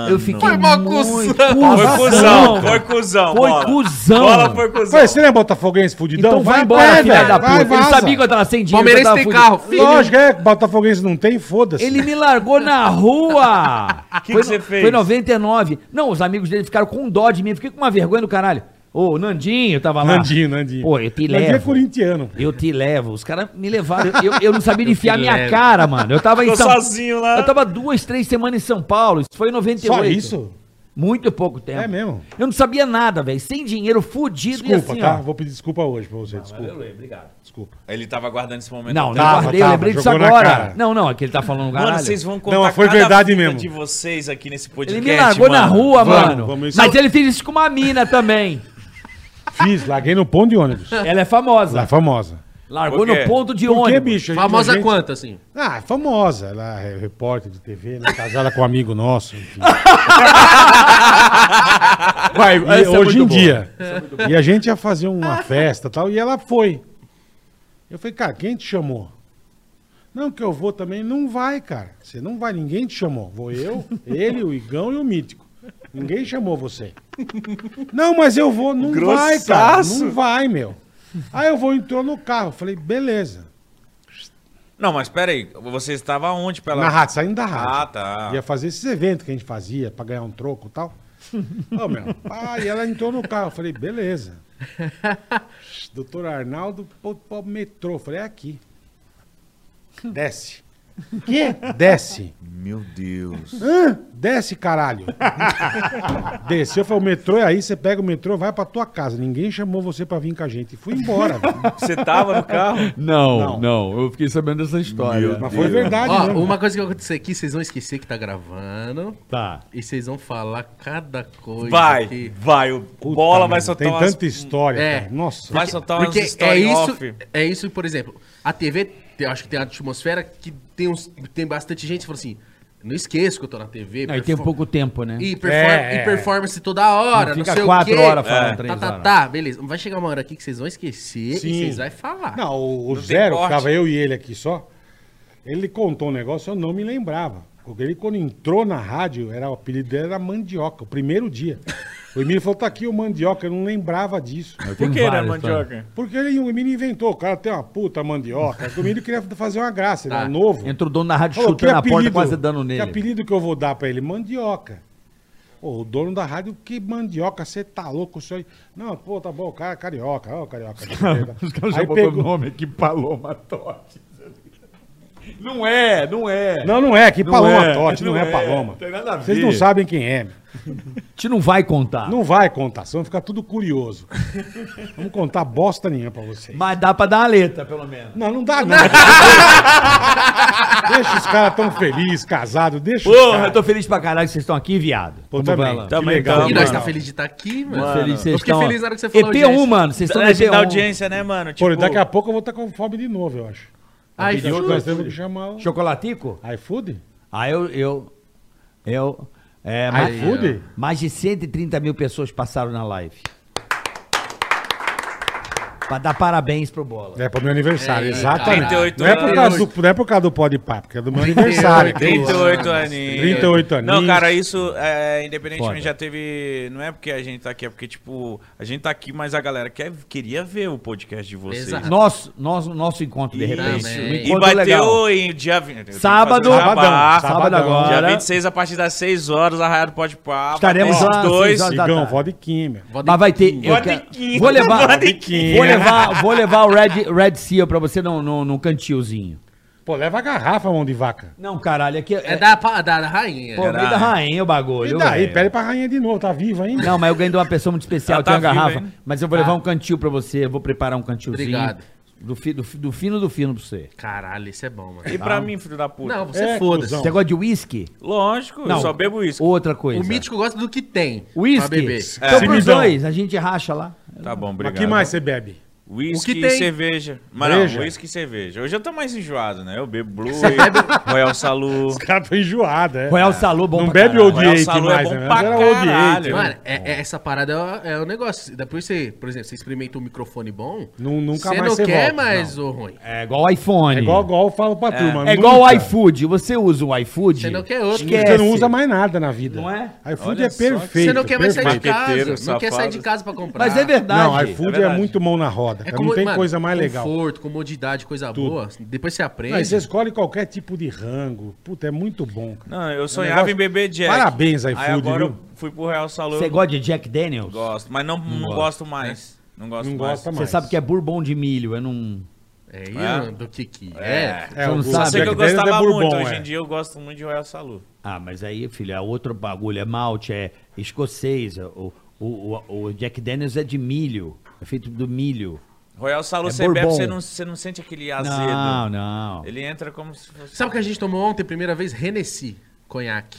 Speaker 2: Eu fiquei.
Speaker 4: Foi mó cuzão.
Speaker 1: Foi cuzão, foi cuzão.
Speaker 2: Foi
Speaker 1: bola.
Speaker 2: cuzão.
Speaker 1: Bola foi cuzão.
Speaker 3: Ué, você não é botafoguense fudidão?
Speaker 2: Então vai embora,
Speaker 3: vai,
Speaker 2: filha
Speaker 3: velho,
Speaker 2: da
Speaker 3: vai,
Speaker 2: puta. Ele
Speaker 3: vaza.
Speaker 2: sabia que eu tava sem dinheiro.
Speaker 4: Palmeirense
Speaker 2: que eu tava
Speaker 4: tem
Speaker 2: fudido.
Speaker 4: carro, filho.
Speaker 3: Lógico, é, botafoguense não tem, foda-se.
Speaker 2: Ele me largou na rua.
Speaker 1: Que
Speaker 2: foi,
Speaker 1: que você
Speaker 2: no-
Speaker 1: fez?
Speaker 2: Foi 99. Não, os amigos dele ficaram com dó de mim. Eu Fiquei com uma vergonha do caralho. Ô, Nandinho tava lá.
Speaker 3: *laughs* Nandinho, Nandinho.
Speaker 2: Pô, eu te
Speaker 3: Nandinho é
Speaker 2: levo.
Speaker 3: corintiano.
Speaker 2: Eu te levo. Os caras me levaram. Eu, eu não sabia enfiar
Speaker 4: te
Speaker 2: minha
Speaker 4: levo.
Speaker 2: cara, mano. Eu tava em
Speaker 1: Ficou
Speaker 2: São
Speaker 1: sozinho lá.
Speaker 2: então. Eu tava duas, três semanas em São Paulo. Isso foi em 98.
Speaker 3: né? Só isso?
Speaker 2: Muito pouco tempo.
Speaker 3: É mesmo?
Speaker 2: Eu não sabia nada, velho. Sem dinheiro, fudido e
Speaker 3: Desculpa,
Speaker 2: assim,
Speaker 3: tá?
Speaker 2: ó.
Speaker 3: Vou pedir desculpa hoje pra você, desculpa. Desculpa.
Speaker 1: Ele tava guardando esse momento.
Speaker 2: Não, não
Speaker 1: até-
Speaker 3: Tava,
Speaker 2: guardei, eu
Speaker 3: tava,
Speaker 2: lembrei disso
Speaker 3: jogou na
Speaker 2: agora.
Speaker 3: cara.
Speaker 2: Não, não, é que ele tá falando caralho.
Speaker 1: Mano, vocês vão contar
Speaker 3: Não, foi
Speaker 1: cada
Speaker 3: verdade
Speaker 1: vida
Speaker 3: mesmo.
Speaker 1: de vocês aqui nesse
Speaker 2: Ele
Speaker 1: podcast,
Speaker 2: me largou na
Speaker 1: mano.
Speaker 2: rua,
Speaker 3: Vamos,
Speaker 2: mano.
Speaker 3: vamos, isso- é
Speaker 2: Mas ele fez isso com uma mina
Speaker 3: *laughs*
Speaker 2: também.
Speaker 3: Fiz, larguei no ponto
Speaker 2: *laughs*
Speaker 3: de ônibus.
Speaker 2: Ela é
Speaker 3: Lá,
Speaker 2: famosa.
Speaker 3: famosa.
Speaker 2: Largou
Speaker 1: Por quê?
Speaker 2: no ponto de
Speaker 3: Por que,
Speaker 2: ônibus.
Speaker 3: bicho? A gente-
Speaker 4: Famosa
Speaker 3: a gente-
Speaker 4: quanto, assim?
Speaker 3: Ah, famosa. Ela é repórter de TV, né? casada com um amigo
Speaker 2: *laughs*
Speaker 3: nosso. enfim. Vai, e
Speaker 2: essa é
Speaker 3: hoje em
Speaker 2: muito boa.
Speaker 3: dia. E a gente ia fazer uma festa e tal, e ela foi. Eu falei, cara, quem te chamou? Não, que eu vou também. Não vai, cara. Você não vai. Ninguém te chamou. Vou eu, ele, o Igão e o Mítico. Ninguém chamou você. Não, mas eu vou. Não vai, cara. Não vai, meu. Aí eu vou, entrou no carro. Falei, beleza.
Speaker 1: Não, mas peraí, você estava onde pela.
Speaker 3: Na rádio, saindo da rádio.
Speaker 1: Ah, tá.
Speaker 3: Ia fazer esses eventos que a gente fazia pra ganhar um troco e
Speaker 1: *laughs*
Speaker 3: tal. Ô, meu, pá, e ela entrou no carro. Eu falei,
Speaker 1: *laughs*
Speaker 3: beleza. Doutor Arnaldo, pô, pô, metrô. Eu falei, é aqui. Desce. Quê? Desce.
Speaker 1: Meu Deus.
Speaker 3: Hã? Desce,
Speaker 1: *laughs*
Speaker 3: caralho. Desceu, falou, o metrô é aí, você pega o metrô, vai pra tua casa. Ninguém chamou você pra vir com a gente. E fui
Speaker 1: *laughs*
Speaker 3: embora. velho.
Speaker 1: Você tava no carro?
Speaker 3: Não.
Speaker 2: Não, não, eu fiquei sabendo dessa história.
Speaker 3: Mas foi
Speaker 2: Ah,
Speaker 3: verdade
Speaker 4: Ó,
Speaker 3: mesmo.
Speaker 4: uma coisa que vai acontecer aqui, vocês vão esquecer que tá gravando.
Speaker 2: Tá.
Speaker 4: E vocês vão falar cada coisa.
Speaker 1: Vai,
Speaker 4: que-
Speaker 1: vai. O
Speaker 3: Puta
Speaker 1: bola vai
Speaker 3: merda,
Speaker 1: soltar
Speaker 3: Tem
Speaker 1: umas.
Speaker 3: tanta história,
Speaker 4: É.
Speaker 3: cara. Nossa.
Speaker 1: Vai soltar Tá umas
Speaker 4: Porque é
Speaker 1: story
Speaker 4: isso,
Speaker 1: off.
Speaker 4: é isso, por exemplo, a TV, eu acho que tem a atmosfera que tem, uns, tem bastante gente que fala assim, não esqueço que eu tô na TV.
Speaker 2: Aí tem
Speaker 4: perfor-
Speaker 2: pouco tempo, né?
Speaker 4: E, perfor-
Speaker 3: É,
Speaker 4: e
Speaker 3: é.
Speaker 4: performance toda hora, não,
Speaker 2: Não fica
Speaker 4: sei
Speaker 2: quatro
Speaker 4: o quê.
Speaker 2: horas falando, três
Speaker 4: Tá, tá,
Speaker 2: horas.
Speaker 4: tá, beleza. Vai chegar uma hora aqui que vocês vão esquecer
Speaker 3: Sim.
Speaker 4: e vocês vão falar.
Speaker 3: Não, o, o
Speaker 1: Não tem
Speaker 3: Zero, que
Speaker 1: corte.
Speaker 3: tava eu e ele aqui só, ele contou um negócio, eu não me lembrava. Porque ele, quando entrou na rádio, era, o apelido dele era Mandioca, o primeiro dia. O Emílio falou, tá aqui o Mandioca, eu não lembrava disso.
Speaker 2: Eu
Speaker 1: Por
Speaker 2: tenho
Speaker 1: que, né,
Speaker 2: várias histórias.
Speaker 1: mandioca?
Speaker 3: Porque ele, o Emílio inventou, o cara tem uma puta mandioca. O Emílio queria fazer uma graça, ele
Speaker 4: Tá.
Speaker 3: era novo.
Speaker 2: Entra o dono da rádio
Speaker 3: Falou,
Speaker 2: chutando a porta, quase dando nele.
Speaker 3: Que apelido que eu vou dar pra ele? Mandioca. Pô, o dono da rádio, que mandioca, você tá louco isso aí? Não, pô, tá bom, o cara é carioca, ó, carioca.
Speaker 6: Os caras já
Speaker 3: aí
Speaker 6: botou *laughs* o
Speaker 3: pegou...
Speaker 6: nome aqui, Paloma Totti. Não é, não é.
Speaker 3: Não, não é, que
Speaker 6: Não
Speaker 3: Paloma
Speaker 6: é,
Speaker 3: Totti, não,
Speaker 6: não
Speaker 3: é,
Speaker 6: é,
Speaker 3: Paloma.
Speaker 6: não tem nada a
Speaker 3: Vocês
Speaker 6: ver. Ah.
Speaker 3: não sabem quem é. meu.
Speaker 2: A gente não vai contar.
Speaker 3: Não vai contar, senão fica tudo curioso. Vamos contar bosta nenhuma pra vocês.
Speaker 2: Mas dá pra dar uma letra, pelo menos.
Speaker 3: Não, não dá nada. deixa os caras tão felizes, casados, deixa os
Speaker 2: Porra,
Speaker 3: caras.
Speaker 2: eu
Speaker 6: então
Speaker 2: tô feliz pra caralho que vocês estão aqui, viado.
Speaker 3: Pô,
Speaker 2: Vamos
Speaker 3: também,
Speaker 2: pra lá.
Speaker 3: que
Speaker 1: Também
Speaker 3: legal.
Speaker 1: tamo,
Speaker 4: e nós
Speaker 1: mano.
Speaker 4: tá feliz de estar aqui, mano.
Speaker 1: Mano.
Speaker 2: Feliz, vocês
Speaker 4: Eu fiquei
Speaker 2: estão.
Speaker 4: feliz na hora que você falou
Speaker 2: EP1,
Speaker 4: audiência.
Speaker 2: mano. Vocês estão
Speaker 1: A
Speaker 2: no
Speaker 1: gente dá
Speaker 2: EP1.
Speaker 1: audiência, né, mano?
Speaker 3: Pô,
Speaker 1: Tipo,
Speaker 3: daqui a pouco eu vou estar com fome de novo, eu acho.
Speaker 4: Ai,
Speaker 3: Pediu que nós
Speaker 4: juro.
Speaker 3: temos que chamar o...
Speaker 2: Chocolatico?
Speaker 3: iFood?
Speaker 2: Ah, eu. Eu. eu é, ma-
Speaker 3: iFood?
Speaker 2: mais de 130 mil pessoas passaram na live. Pra dar parabéns pro Bola.
Speaker 3: É pro meu aniversário,
Speaker 4: É, então,
Speaker 3: exatamente.
Speaker 1: 38
Speaker 3: não, é por
Speaker 1: anos.
Speaker 3: causa do, não é por causa do pó de papo, porque é do meu aniversário.
Speaker 1: 38
Speaker 4: anos.
Speaker 1: aninhos.
Speaker 3: 38 aninhos.
Speaker 1: Não, cara, isso, é, independentemente,
Speaker 2: Foda.
Speaker 1: já teve. Não é porque a gente tá aqui, é porque, tipo, a gente tá aqui, mas a galera quer, queria ver o podcast de vocês.
Speaker 4: Exato.
Speaker 2: Nosso, nosso, nosso encontro, de repente.
Speaker 4: Isso.
Speaker 2: Um
Speaker 4: E
Speaker 1: É. E
Speaker 2: encontro
Speaker 1: bateu em dia 20.
Speaker 2: Sábado,
Speaker 3: Sabadão,
Speaker 1: sábado,
Speaker 4: então,
Speaker 2: sábado
Speaker 1: um Dia
Speaker 2: agora.
Speaker 1: 26, a partir das 6 horas, Arraial do Pode Papo.
Speaker 2: Estaremos
Speaker 1: até
Speaker 2: lá às
Speaker 1: os dois.
Speaker 2: seis
Speaker 4: então,
Speaker 2: horas.
Speaker 3: Igão, vodiquinha, meu.
Speaker 2: Mas vai ter. eu quero- vou levar. Vou
Speaker 3: Vodiquinha.
Speaker 4: *laughs*
Speaker 2: levar, vou levar o Red, Red Seal pra você num, num, num cantilzinho.
Speaker 3: Pô, leva a garrafa, mão de vaca.
Speaker 2: Não, caralho, aqui é,
Speaker 4: É da, pa- da, da rainha.
Speaker 2: pô, meio da rainha o bagulho.
Speaker 3: E daí,
Speaker 2: velho.
Speaker 3: pede pra rainha de novo, tá viva ainda?
Speaker 2: Não, mas eu ganhei de uma pessoa muito especial,
Speaker 1: Ela tá
Speaker 2: tem uma
Speaker 1: viva,
Speaker 2: garrafa.
Speaker 1: hein?
Speaker 2: Mas eu vou
Speaker 3: Tá.
Speaker 2: levar um cantil pra você, eu vou preparar um cantilzinho.
Speaker 4: Obrigado.
Speaker 2: Do, fi- do, fi- do fino do fino pra você.
Speaker 4: Caralho, isso é bom, mano.
Speaker 1: E pra mim, filho da puta?
Speaker 4: Não, você
Speaker 3: É,
Speaker 4: foda-se.
Speaker 3: cuzão.
Speaker 2: Você gosta de uísque?
Speaker 1: Lógico, eu só bebo isso.
Speaker 2: Outra coisa.
Speaker 4: O mítico gosta do que tem. pra
Speaker 2: Uísque?
Speaker 4: beber.
Speaker 2: Então
Speaker 3: Se me
Speaker 2: pros
Speaker 3: dão.
Speaker 2: dois, a gente racha lá.
Speaker 1: Tá bom,
Speaker 3: Mas
Speaker 1: obrigado.
Speaker 3: que mais você bebe?
Speaker 1: Whisky
Speaker 4: O que tem?
Speaker 1: e cerveja. Mas
Speaker 3: Breja.
Speaker 1: não, whisky e cerveja. Hoje eu tô mais enjoado, né? Eu bebo Blue, Royal Salu.
Speaker 3: Os caras estão enjoados, é.
Speaker 2: Royal Salô, bom
Speaker 3: Não
Speaker 2: pra
Speaker 3: bebe
Speaker 2: caralho.
Speaker 3: Old
Speaker 1: Royal
Speaker 3: Eight
Speaker 1: Salu é
Speaker 3: mais,
Speaker 1: bom
Speaker 3: né?
Speaker 1: pra
Speaker 3: Antes era Old
Speaker 1: caralho.
Speaker 3: Eight.
Speaker 4: Mano, é- é- essa parada é o é o negócio. Depois você, por exemplo, você experimenta um microfone bom,
Speaker 3: Nu- nunca
Speaker 4: você
Speaker 3: mais
Speaker 4: não
Speaker 3: você
Speaker 4: quer
Speaker 3: volta,
Speaker 4: mais o ruim.
Speaker 2: É igual o iPhone.
Speaker 3: É igual, igual eu falo pra turma.
Speaker 2: É igual o
Speaker 3: nunca.
Speaker 2: iFood. Você usa o iFood.
Speaker 4: Você não quer outro.
Speaker 2: Esquece.
Speaker 3: Você não usa mais nada na vida.
Speaker 2: Não é?
Speaker 3: iFood
Speaker 1: Olha
Speaker 3: é
Speaker 1: só.
Speaker 3: perfeito.
Speaker 4: Você não quer mais sair de
Speaker 3: perfeito.
Speaker 4: casa. Não
Speaker 1: Marqueteiro,
Speaker 4: quer sair de
Speaker 1: safado.
Speaker 4: casa pra comprar.
Speaker 2: Mas é verdade.
Speaker 3: Não, iFood é,
Speaker 1: verdade.
Speaker 3: muito mão na roda. cara. não tem
Speaker 4: mano,
Speaker 3: coisa mais legal.
Speaker 4: Conforto, comodidade, coisa boa. Depois você aprende.
Speaker 3: Aí você escolhe qualquer tipo de rango. Puta, é muito bom, cara.
Speaker 1: Não, eu
Speaker 3: É um
Speaker 1: sonhava
Speaker 3: negócio-
Speaker 1: em beber Jack.
Speaker 3: Parabéns,
Speaker 1: Aí
Speaker 3: iFood,
Speaker 1: agora
Speaker 3: viu?
Speaker 1: eu fui pro Royal Salu.
Speaker 2: Você
Speaker 1: eu
Speaker 2: gosta de Jack Daniels?
Speaker 1: Gosto, mas não, não, gosto. mais. Não gosto
Speaker 3: Não
Speaker 1: mais.
Speaker 3: gosta
Speaker 2: Você
Speaker 3: mais.
Speaker 2: sabe que é bourbon de milho, eu não...
Speaker 4: É,
Speaker 1: É.
Speaker 4: isso do que que é.
Speaker 1: É.
Speaker 3: Ah. É,
Speaker 2: Você não
Speaker 3: o
Speaker 2: sabe.
Speaker 1: Só sei que eu
Speaker 3: Jack Daniels é
Speaker 1: gostava muito.
Speaker 3: bourbon,
Speaker 1: Hoje
Speaker 3: é.
Speaker 1: em dia eu gosto muito de Royal Salu.
Speaker 2: Ah, mas aí, filho, é outro bagulho, é malte, é escocês, é o, o, o, o Jack Daniels é de milho, é feito do milho.
Speaker 1: Royal Salu,
Speaker 2: É
Speaker 1: você bebe,
Speaker 2: bourbon.
Speaker 1: você não, você não sente aquele azedo.
Speaker 2: Não, não.
Speaker 1: Ele entra como se fosse...
Speaker 4: Sabe o que a gente tomou ontem, primeira vez? Renesci, conhaque.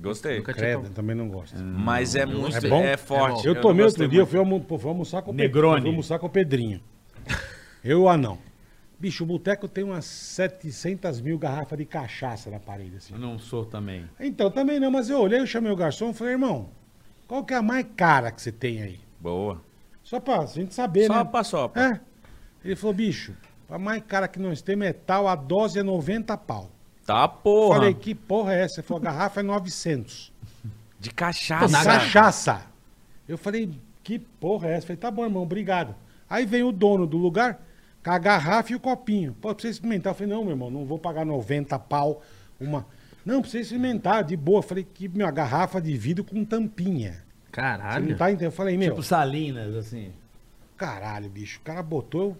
Speaker 1: Gostei.
Speaker 4: Nunca tinha
Speaker 3: Credo,
Speaker 4: tomado.
Speaker 3: também não gosto.
Speaker 1: Mas é muito...
Speaker 3: É
Speaker 1: É,
Speaker 3: bom?
Speaker 1: forte.
Speaker 3: Eu
Speaker 1: não
Speaker 3: tomei
Speaker 1: gostei
Speaker 3: outro dia, eu
Speaker 1: muito.
Speaker 3: fui, almo- pô, fui almoçar com o
Speaker 2: Negroni.
Speaker 3: Pedrinho. Fui almoçar com o Pedrinho. Eu e o anão. Bicho, o boteco tem umas 700 mil garrafas de cachaça na parede, assim.
Speaker 2: Eu não sou também.
Speaker 3: Então, também não, mas eu olhei, eu chamei o garçom e falei, irmão, qual que é a mais cara que você tem aí?
Speaker 1: Boa.
Speaker 3: Só pra gente saber, né?
Speaker 1: Sopa, sopa.
Speaker 3: É. Ele falou, bicho, Pra mais cara que nós temos é tal, a dose é 90 pau.
Speaker 1: Tá, porra.
Speaker 3: Falei, que porra é essa? Ele falou, a garrafa é 900.
Speaker 1: De cachaça.
Speaker 4: Nada.
Speaker 3: Cachaça. Eu falei, que porra é essa? Falei, tá bom, irmão, obrigado. Aí vem o dono do lugar com a garrafa e o copinho. Pô, pra você experimentar. Eu falei, não, meu irmão, não vou pagar 90 pau. Uma. Não, pra você experimentar, de boa. Eu falei, que minha garrafa de vidro com tampinha. Você
Speaker 4: Caralho.
Speaker 3: não tá entendendo? Eu falei, meu,
Speaker 2: Tipo Salinas, assim.
Speaker 3: caralho, bicho, o cara botou. eu-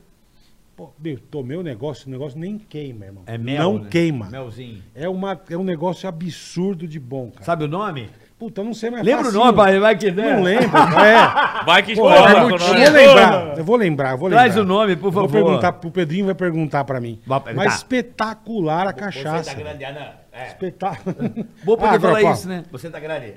Speaker 3: Pô, meu, tomei o negócio, o negócio nem queima, irmão.
Speaker 2: É mel.
Speaker 3: Não
Speaker 2: né?
Speaker 3: queima.
Speaker 2: Melzinho.
Speaker 3: É, uma, é um negócio absurdo de bom, cara.
Speaker 2: Sabe o nome?
Speaker 3: Puta, eu não sei mais.
Speaker 2: Lembra o nome, pai? Vai que né?
Speaker 3: É Não lembro.
Speaker 2: *laughs*
Speaker 3: É.
Speaker 1: Vai que
Speaker 3: Pô,
Speaker 1: esbarra
Speaker 3: eu vou-
Speaker 1: com nós.
Speaker 3: eu vou lembrar, eu vou lembrar, eu vou lembrar.
Speaker 2: Traz o nome, por
Speaker 3: Vou
Speaker 2: favor. tá.
Speaker 3: perguntar pro Pedrinho, vai perguntar pra mim.
Speaker 2: Vai perguntar.
Speaker 3: Mas espetacular a
Speaker 2: tá
Speaker 3: cachaça. Espetacular.
Speaker 2: É. *laughs* Vou poder
Speaker 3: Ah,
Speaker 2: falar
Speaker 3: Agropó.
Speaker 2: isso, né? Você tá grande.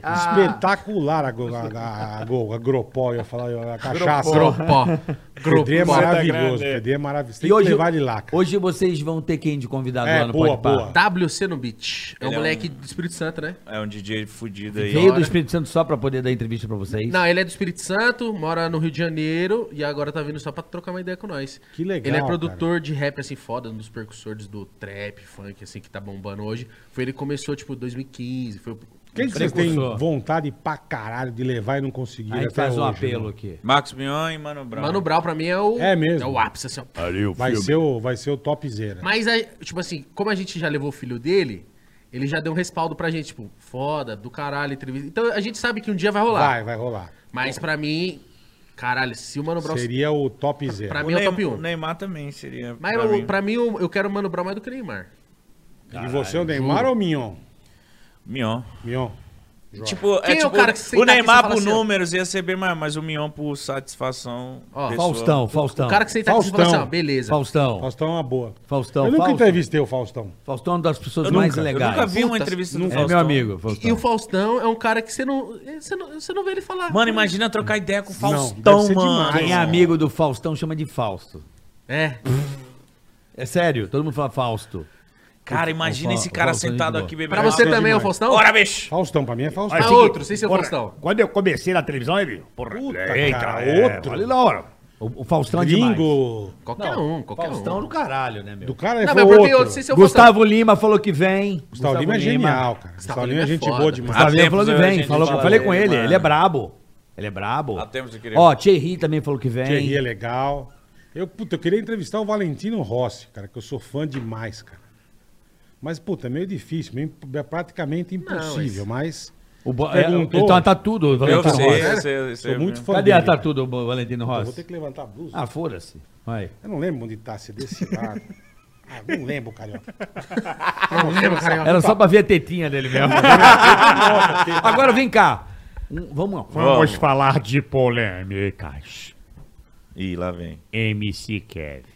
Speaker 3: Espetacular a, go- a, a, a, go- a Gropó, eu ia falar a cachaça.
Speaker 4: Gropó.
Speaker 3: *laughs* Pedrinho é
Speaker 4: Gropó.
Speaker 3: maravilhoso, Pedrinho é maravilhoso. Tem
Speaker 2: E hoje,
Speaker 3: que levar ele lá, cara.
Speaker 2: hoje vocês vão ter quem de convidado
Speaker 3: É,
Speaker 2: lá no
Speaker 3: boa,
Speaker 2: Pode Par?
Speaker 3: boa.
Speaker 4: WC no Beach. É um
Speaker 1: Ele é
Speaker 4: moleque do Espírito Santo, né?
Speaker 1: É um DJ fudido aí.
Speaker 2: Veio do
Speaker 4: Bora.
Speaker 2: Espírito Santo só pra poder dar entrevista pra vocês?
Speaker 4: Não, ele é do Espírito Santo, mora no Rio de Janeiro e agora tá vindo só pra trocar uma ideia com nós.
Speaker 3: Que legal,
Speaker 4: Ele é
Speaker 3: cara.
Speaker 4: produtor de rap, assim, foda, um dos percussores do trap, funk, assim, que tá bombando hoje. Foi ele que começou, tipo, 2015. Foi... o-
Speaker 3: Quem que vocês têm
Speaker 2: Precursor.
Speaker 3: vontade pra caralho de levar e não conseguir
Speaker 2: A gente
Speaker 3: até
Speaker 2: faz um
Speaker 3: hoje, né?
Speaker 2: apelo
Speaker 3: irmão?
Speaker 2: aqui.
Speaker 1: Marcos Mion e Mano Brown.
Speaker 4: Mano Brown, pra mim, é o...
Speaker 3: É mesmo.
Speaker 4: É o ápice, assim, ó.
Speaker 3: Vai ser, o, vai ser o topzera.
Speaker 4: Mas, aí, tipo assim, como a gente já levou o filho dele, ele já deu um respaldo pra gente, tipo, foda, do caralho, entrevista. Então, a gente sabe que um dia vai rolar.
Speaker 3: Vai, vai rolar.
Speaker 4: Mas pra mim, caralho, se o Mano Brown...
Speaker 3: Seria o topzera.
Speaker 4: Pra
Speaker 1: O
Speaker 4: mim é o
Speaker 1: Neym-
Speaker 4: top 1.
Speaker 1: O Neymar também seria.
Speaker 4: Mas
Speaker 1: pra
Speaker 4: eu-
Speaker 1: mim.
Speaker 4: pra mim, eu eu quero o Mano Brown mais do que o Neymar.
Speaker 3: E você é o Neymar ou o Mignon?
Speaker 1: Mion.
Speaker 3: Mion.
Speaker 1: Tipo,
Speaker 4: Quem é o
Speaker 1: tipo,
Speaker 4: cara que você
Speaker 1: o
Speaker 4: tá aqui, você
Speaker 1: Neymar
Speaker 4: fala
Speaker 1: por
Speaker 4: assim, ó.
Speaker 1: números ia ser bem maior, mas o Mion por satisfação.
Speaker 4: Ó,
Speaker 1: pessoal.
Speaker 2: Faustão, Faustão.
Speaker 4: O cara que sentar aqui e fala assim,
Speaker 3: Faustão.
Speaker 4: ó, beleza.
Speaker 2: Faustão.
Speaker 3: Faustão é uma boa.
Speaker 2: Então, Faustão,
Speaker 3: Eu nunca
Speaker 2: Fausto.
Speaker 3: entrevistei o Faustão.
Speaker 2: Faustão é uma das pessoas
Speaker 1: Eu
Speaker 2: mais
Speaker 1: nunca, eu
Speaker 2: legais.
Speaker 1: nunca vi uma
Speaker 4: Puta,
Speaker 1: entrevista
Speaker 2: É
Speaker 1: do Faustão.
Speaker 2: meu amigo, Faustão.
Speaker 4: E o Faustão é um cara que você não, você não, você não vê ele falar.
Speaker 1: Mano, imagina trocar ideia com o
Speaker 3: deve
Speaker 1: Faustão,
Speaker 3: ser
Speaker 1: mano.
Speaker 3: demais.
Speaker 2: Quem é amigo do Faustão chama de Fausto.
Speaker 4: É.
Speaker 2: É sério, todo mundo fala Fausto.
Speaker 1: Cara, imagina
Speaker 2: O Fa-
Speaker 1: esse
Speaker 2: o
Speaker 1: cara
Speaker 2: Faustão é de
Speaker 1: sentado
Speaker 2: boa.
Speaker 1: aqui bebendo.
Speaker 4: Pra você
Speaker 1: água.
Speaker 4: também é o
Speaker 3: demais.
Speaker 4: Faustão?
Speaker 1: Bora, bicho!
Speaker 3: Faustão, pra mim é Faustão.
Speaker 4: Ah, outro, sem ser o Faustão.
Speaker 7: Quando eu comecei na televisão, aí, viu? Porra,
Speaker 3: Puta,
Speaker 7: eita,
Speaker 3: cara,
Speaker 7: é,
Speaker 3: outro.
Speaker 7: Olha lá, hora.
Speaker 2: O, o Faustão é demais.
Speaker 3: Gringo.
Speaker 4: Qualquer um, qualquer
Speaker 2: Faustão
Speaker 4: um.
Speaker 2: do caralho, né, meu?
Speaker 3: Do cara
Speaker 4: Não,
Speaker 3: não,
Speaker 4: mas
Speaker 3: foi
Speaker 4: porque
Speaker 3: outro.
Speaker 4: eu sei se é o Faustão.
Speaker 2: Gustavo Lima falou que vem.
Speaker 3: Gustavo Lima é genial, cara. Gustavo Lima é gente
Speaker 4: foda.
Speaker 3: boa demais.
Speaker 2: Gustavo Lima
Speaker 1: tempos
Speaker 2: falou que
Speaker 1: eu- a
Speaker 2: vem.
Speaker 1: gente
Speaker 2: Falou,
Speaker 1: fala
Speaker 2: eu falei com
Speaker 1: dele,
Speaker 2: ele,
Speaker 1: mano.
Speaker 2: ele é brabo. Ele é brabo.
Speaker 1: Há tempos eu queria-
Speaker 2: Ó, Thierry também falou que vem.
Speaker 3: Thierry é legal. Eu, puta, eu queria entrevistar o Valentino Rossi, cara, que eu sou fã demais, cara. Mas, puta, é meio difícil, meio, é praticamente impossível, mas...
Speaker 2: O bo... é,
Speaker 3: Perguntou.
Speaker 2: então a tatu do
Speaker 1: Eu
Speaker 2: Valentino
Speaker 1: sei, eu
Speaker 2: Rossi.
Speaker 1: sei, eu sei.
Speaker 3: Sou muito fã
Speaker 2: Cadê a
Speaker 3: dele, cara.
Speaker 2: tatu do Bo- Valentino
Speaker 3: Então, Eu vou ter
Speaker 2: Rossi?
Speaker 3: que levantar a blusa.
Speaker 2: Ah, fora-se. Vai.
Speaker 3: Eu não lembro onde tá, se desse lado. ah, não lembro, carioca.
Speaker 4: Não lembra, cara?
Speaker 2: Era só pra ver a tetinha dele
Speaker 3: *laughs*
Speaker 2: mesmo. Agora vem cá. Um- vamos lá.
Speaker 7: Vamos falar de polêmicas.
Speaker 1: Ih, lá vem.
Speaker 7: MC Kevin.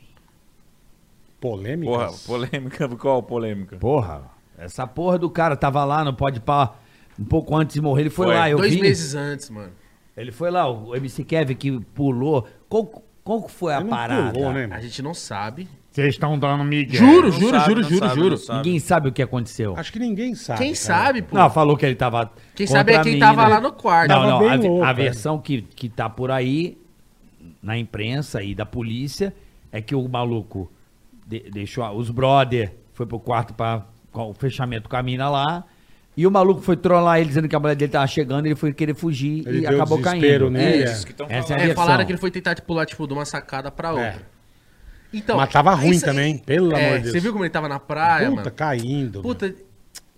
Speaker 3: Polêmica.
Speaker 1: Porra, polêmica. Qual polêmica?
Speaker 2: Porra, essa porra do cara tava lá no Pode Pá um pouco antes de morrer. Ele foi,
Speaker 1: Foi.
Speaker 2: lá, eu
Speaker 4: Dois
Speaker 2: vi.
Speaker 4: meses antes, mano.
Speaker 2: Ele foi lá, o MC Kevin que pulou. Qual, qual que foi a
Speaker 3: Ele não
Speaker 2: Tá parada?
Speaker 3: pulou, né,
Speaker 4: A
Speaker 3: mano?
Speaker 4: gente não sabe.
Speaker 7: Vocês estão dando
Speaker 2: É,
Speaker 7: migué.
Speaker 4: Juro,
Speaker 1: Não
Speaker 4: juro,
Speaker 1: sabe,
Speaker 4: juro,
Speaker 1: não
Speaker 4: juro,
Speaker 1: sabe,
Speaker 4: juro.
Speaker 1: não sabe.
Speaker 2: Ninguém sabe o que aconteceu.
Speaker 3: Acho que ninguém sabe.
Speaker 4: Quem
Speaker 3: cara.
Speaker 4: sabe, pô.
Speaker 2: Não, falou que ele tava.
Speaker 4: Quem sabe é
Speaker 2: contra a
Speaker 4: quem tava
Speaker 2: mina.
Speaker 4: lá no quarto.
Speaker 2: Não,
Speaker 3: Tava
Speaker 2: não,
Speaker 3: bem
Speaker 2: a, ve-
Speaker 3: louco,
Speaker 2: a
Speaker 3: cara.
Speaker 2: versão que, que tá por aí, na imprensa e da polícia, é que o maluco de- deixou a- os brother, foi pro quarto pra com o fechamento com a mina lá. E o maluco foi trollar ele dizendo que a mulher dele tava chegando, ele foi querer fugir
Speaker 3: Ele
Speaker 2: e
Speaker 3: deu
Speaker 2: acabou
Speaker 3: desespero
Speaker 2: caindo.
Speaker 3: nele,
Speaker 2: É,
Speaker 3: é.
Speaker 1: Isso que tão
Speaker 2: Essa é a
Speaker 1: falando.
Speaker 4: É,
Speaker 2: versão.
Speaker 4: falaram que ele foi tentar te pular, tipo, de uma sacada pra outra. Então,
Speaker 3: Mas tava ruim
Speaker 4: isso-
Speaker 3: também, pelo
Speaker 4: é,
Speaker 3: amor de Deus.
Speaker 4: Você viu como ele tava na praia,
Speaker 3: Puta, tá
Speaker 4: mano?
Speaker 3: caindo. meu.
Speaker 4: Puta,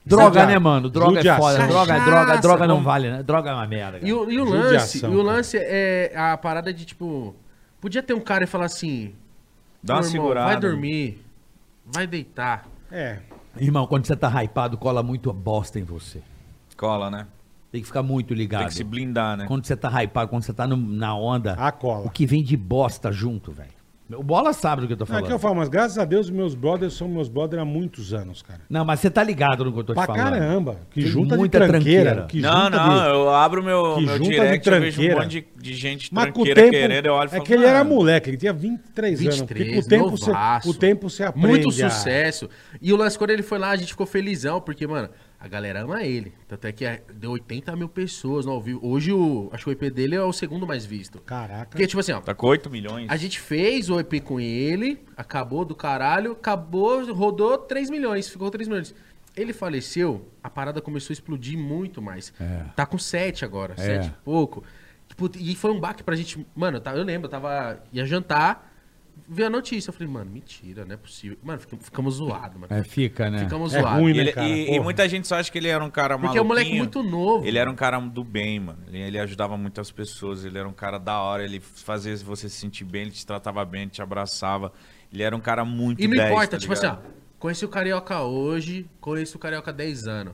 Speaker 2: Droga,
Speaker 3: Judia-
Speaker 2: né, mano? Droga é
Speaker 3: judiação.
Speaker 2: foda. Droga,
Speaker 4: Cachaça,
Speaker 2: droga, droga não
Speaker 4: mano.
Speaker 2: vale, né? Droga é uma merda. cara.
Speaker 4: E o, e o
Speaker 3: Judiação,
Speaker 4: lance, e o
Speaker 3: cara.
Speaker 4: lance é a parada de tipo. Podia ter um cara e falar assim:
Speaker 1: Dá uma
Speaker 4: "Meu
Speaker 1: segurada.
Speaker 4: vai dormir, vai deitar.
Speaker 3: É.
Speaker 2: Irmão, quando você tá hypado, cola muito bosta em você.
Speaker 1: Cola, né?
Speaker 2: Tem que ficar muito ligado.
Speaker 1: Tem que se blindar,
Speaker 3: É.
Speaker 1: né?
Speaker 2: Quando você tá hypado, quando você tá no- na onda,
Speaker 3: A cola.
Speaker 2: o que vem de bosta junto, velho. O Bola sabe do que eu tô
Speaker 3: Não, é
Speaker 2: falando.
Speaker 3: que eu falo, mas graças a Deus, meus brothers são meus brothers há muitos anos, cara.
Speaker 2: Não, mas você tá ligado no que eu tô te
Speaker 3: Pra
Speaker 2: falando.
Speaker 3: caramba. Que
Speaker 2: Tem
Speaker 3: junta
Speaker 2: muita
Speaker 3: de tranqueira.
Speaker 2: tranqueira.
Speaker 3: Que
Speaker 1: não,
Speaker 3: junta
Speaker 1: não,
Speaker 3: de...
Speaker 1: eu abro meu,
Speaker 3: que
Speaker 1: meu
Speaker 3: junta de
Speaker 1: direct, eu vejo um
Speaker 3: tranqueira.
Speaker 1: monte de, de gente
Speaker 3: Mas com o
Speaker 1: tranqueira
Speaker 3: tempo,
Speaker 1: querendo, eu olho e
Speaker 3: é
Speaker 1: falo, "Ah,
Speaker 3: que ele era
Speaker 1: "Mano,
Speaker 3: moleque, ele tinha 23, anos. Porque com
Speaker 4: 23,
Speaker 3: o tempo, você,
Speaker 4: novaço.
Speaker 3: o tempo você aprende
Speaker 4: Muito
Speaker 3: a-
Speaker 4: sucesso. E o lance, quando ele foi lá, a gente ficou felizão, porque, mano, A galera ama ele. Tanto é que é- deu 80 mil pessoas no ao vivo. Hoje, o, acho que o EP dele é o segundo mais visto.
Speaker 3: Caraca.
Speaker 4: Porque, tipo assim, ó,
Speaker 1: Tá com 8 milhões.
Speaker 4: a gente fez o EP com ele, acabou do caralho, acabou, rodou 3 milhões, ficou 3 milhões. Ele faleceu, a parada começou a explodir muito mais.
Speaker 3: É.
Speaker 4: Tá com 7 agora, 7 e pouco. Tipo, e foi um baque pra gente. Mano, tá, eu tava- eu lembro, eu tava. ia jantar, vi a notícia. Eu falei, mano, mentira, não é possível. Mano, fica- ficamos zoados, mano.
Speaker 2: É, fica, né?
Speaker 4: Ficamos
Speaker 3: É
Speaker 4: zoados.
Speaker 3: ruim,
Speaker 1: E,
Speaker 3: né,
Speaker 1: ele-
Speaker 3: cara?
Speaker 1: e- e
Speaker 3: Porra.
Speaker 1: muita gente só acha que ele era um cara
Speaker 4: Porque é um moleque
Speaker 1: maluquinho.
Speaker 4: muito novo.
Speaker 1: Ele era um cara do bem, mano. Ele, ele ajudava muitas pessoas, ele era um cara da hora, ele fazia você se sentir bem, ele te tratava bem, ele te abraçava. Ele era um cara muito
Speaker 4: E não
Speaker 1: 10,
Speaker 4: importa,
Speaker 1: tá
Speaker 4: tipo assim,
Speaker 1: ligado?
Speaker 4: ó, conheci o Carioca hoje, conheço o Carioca há 10 anos.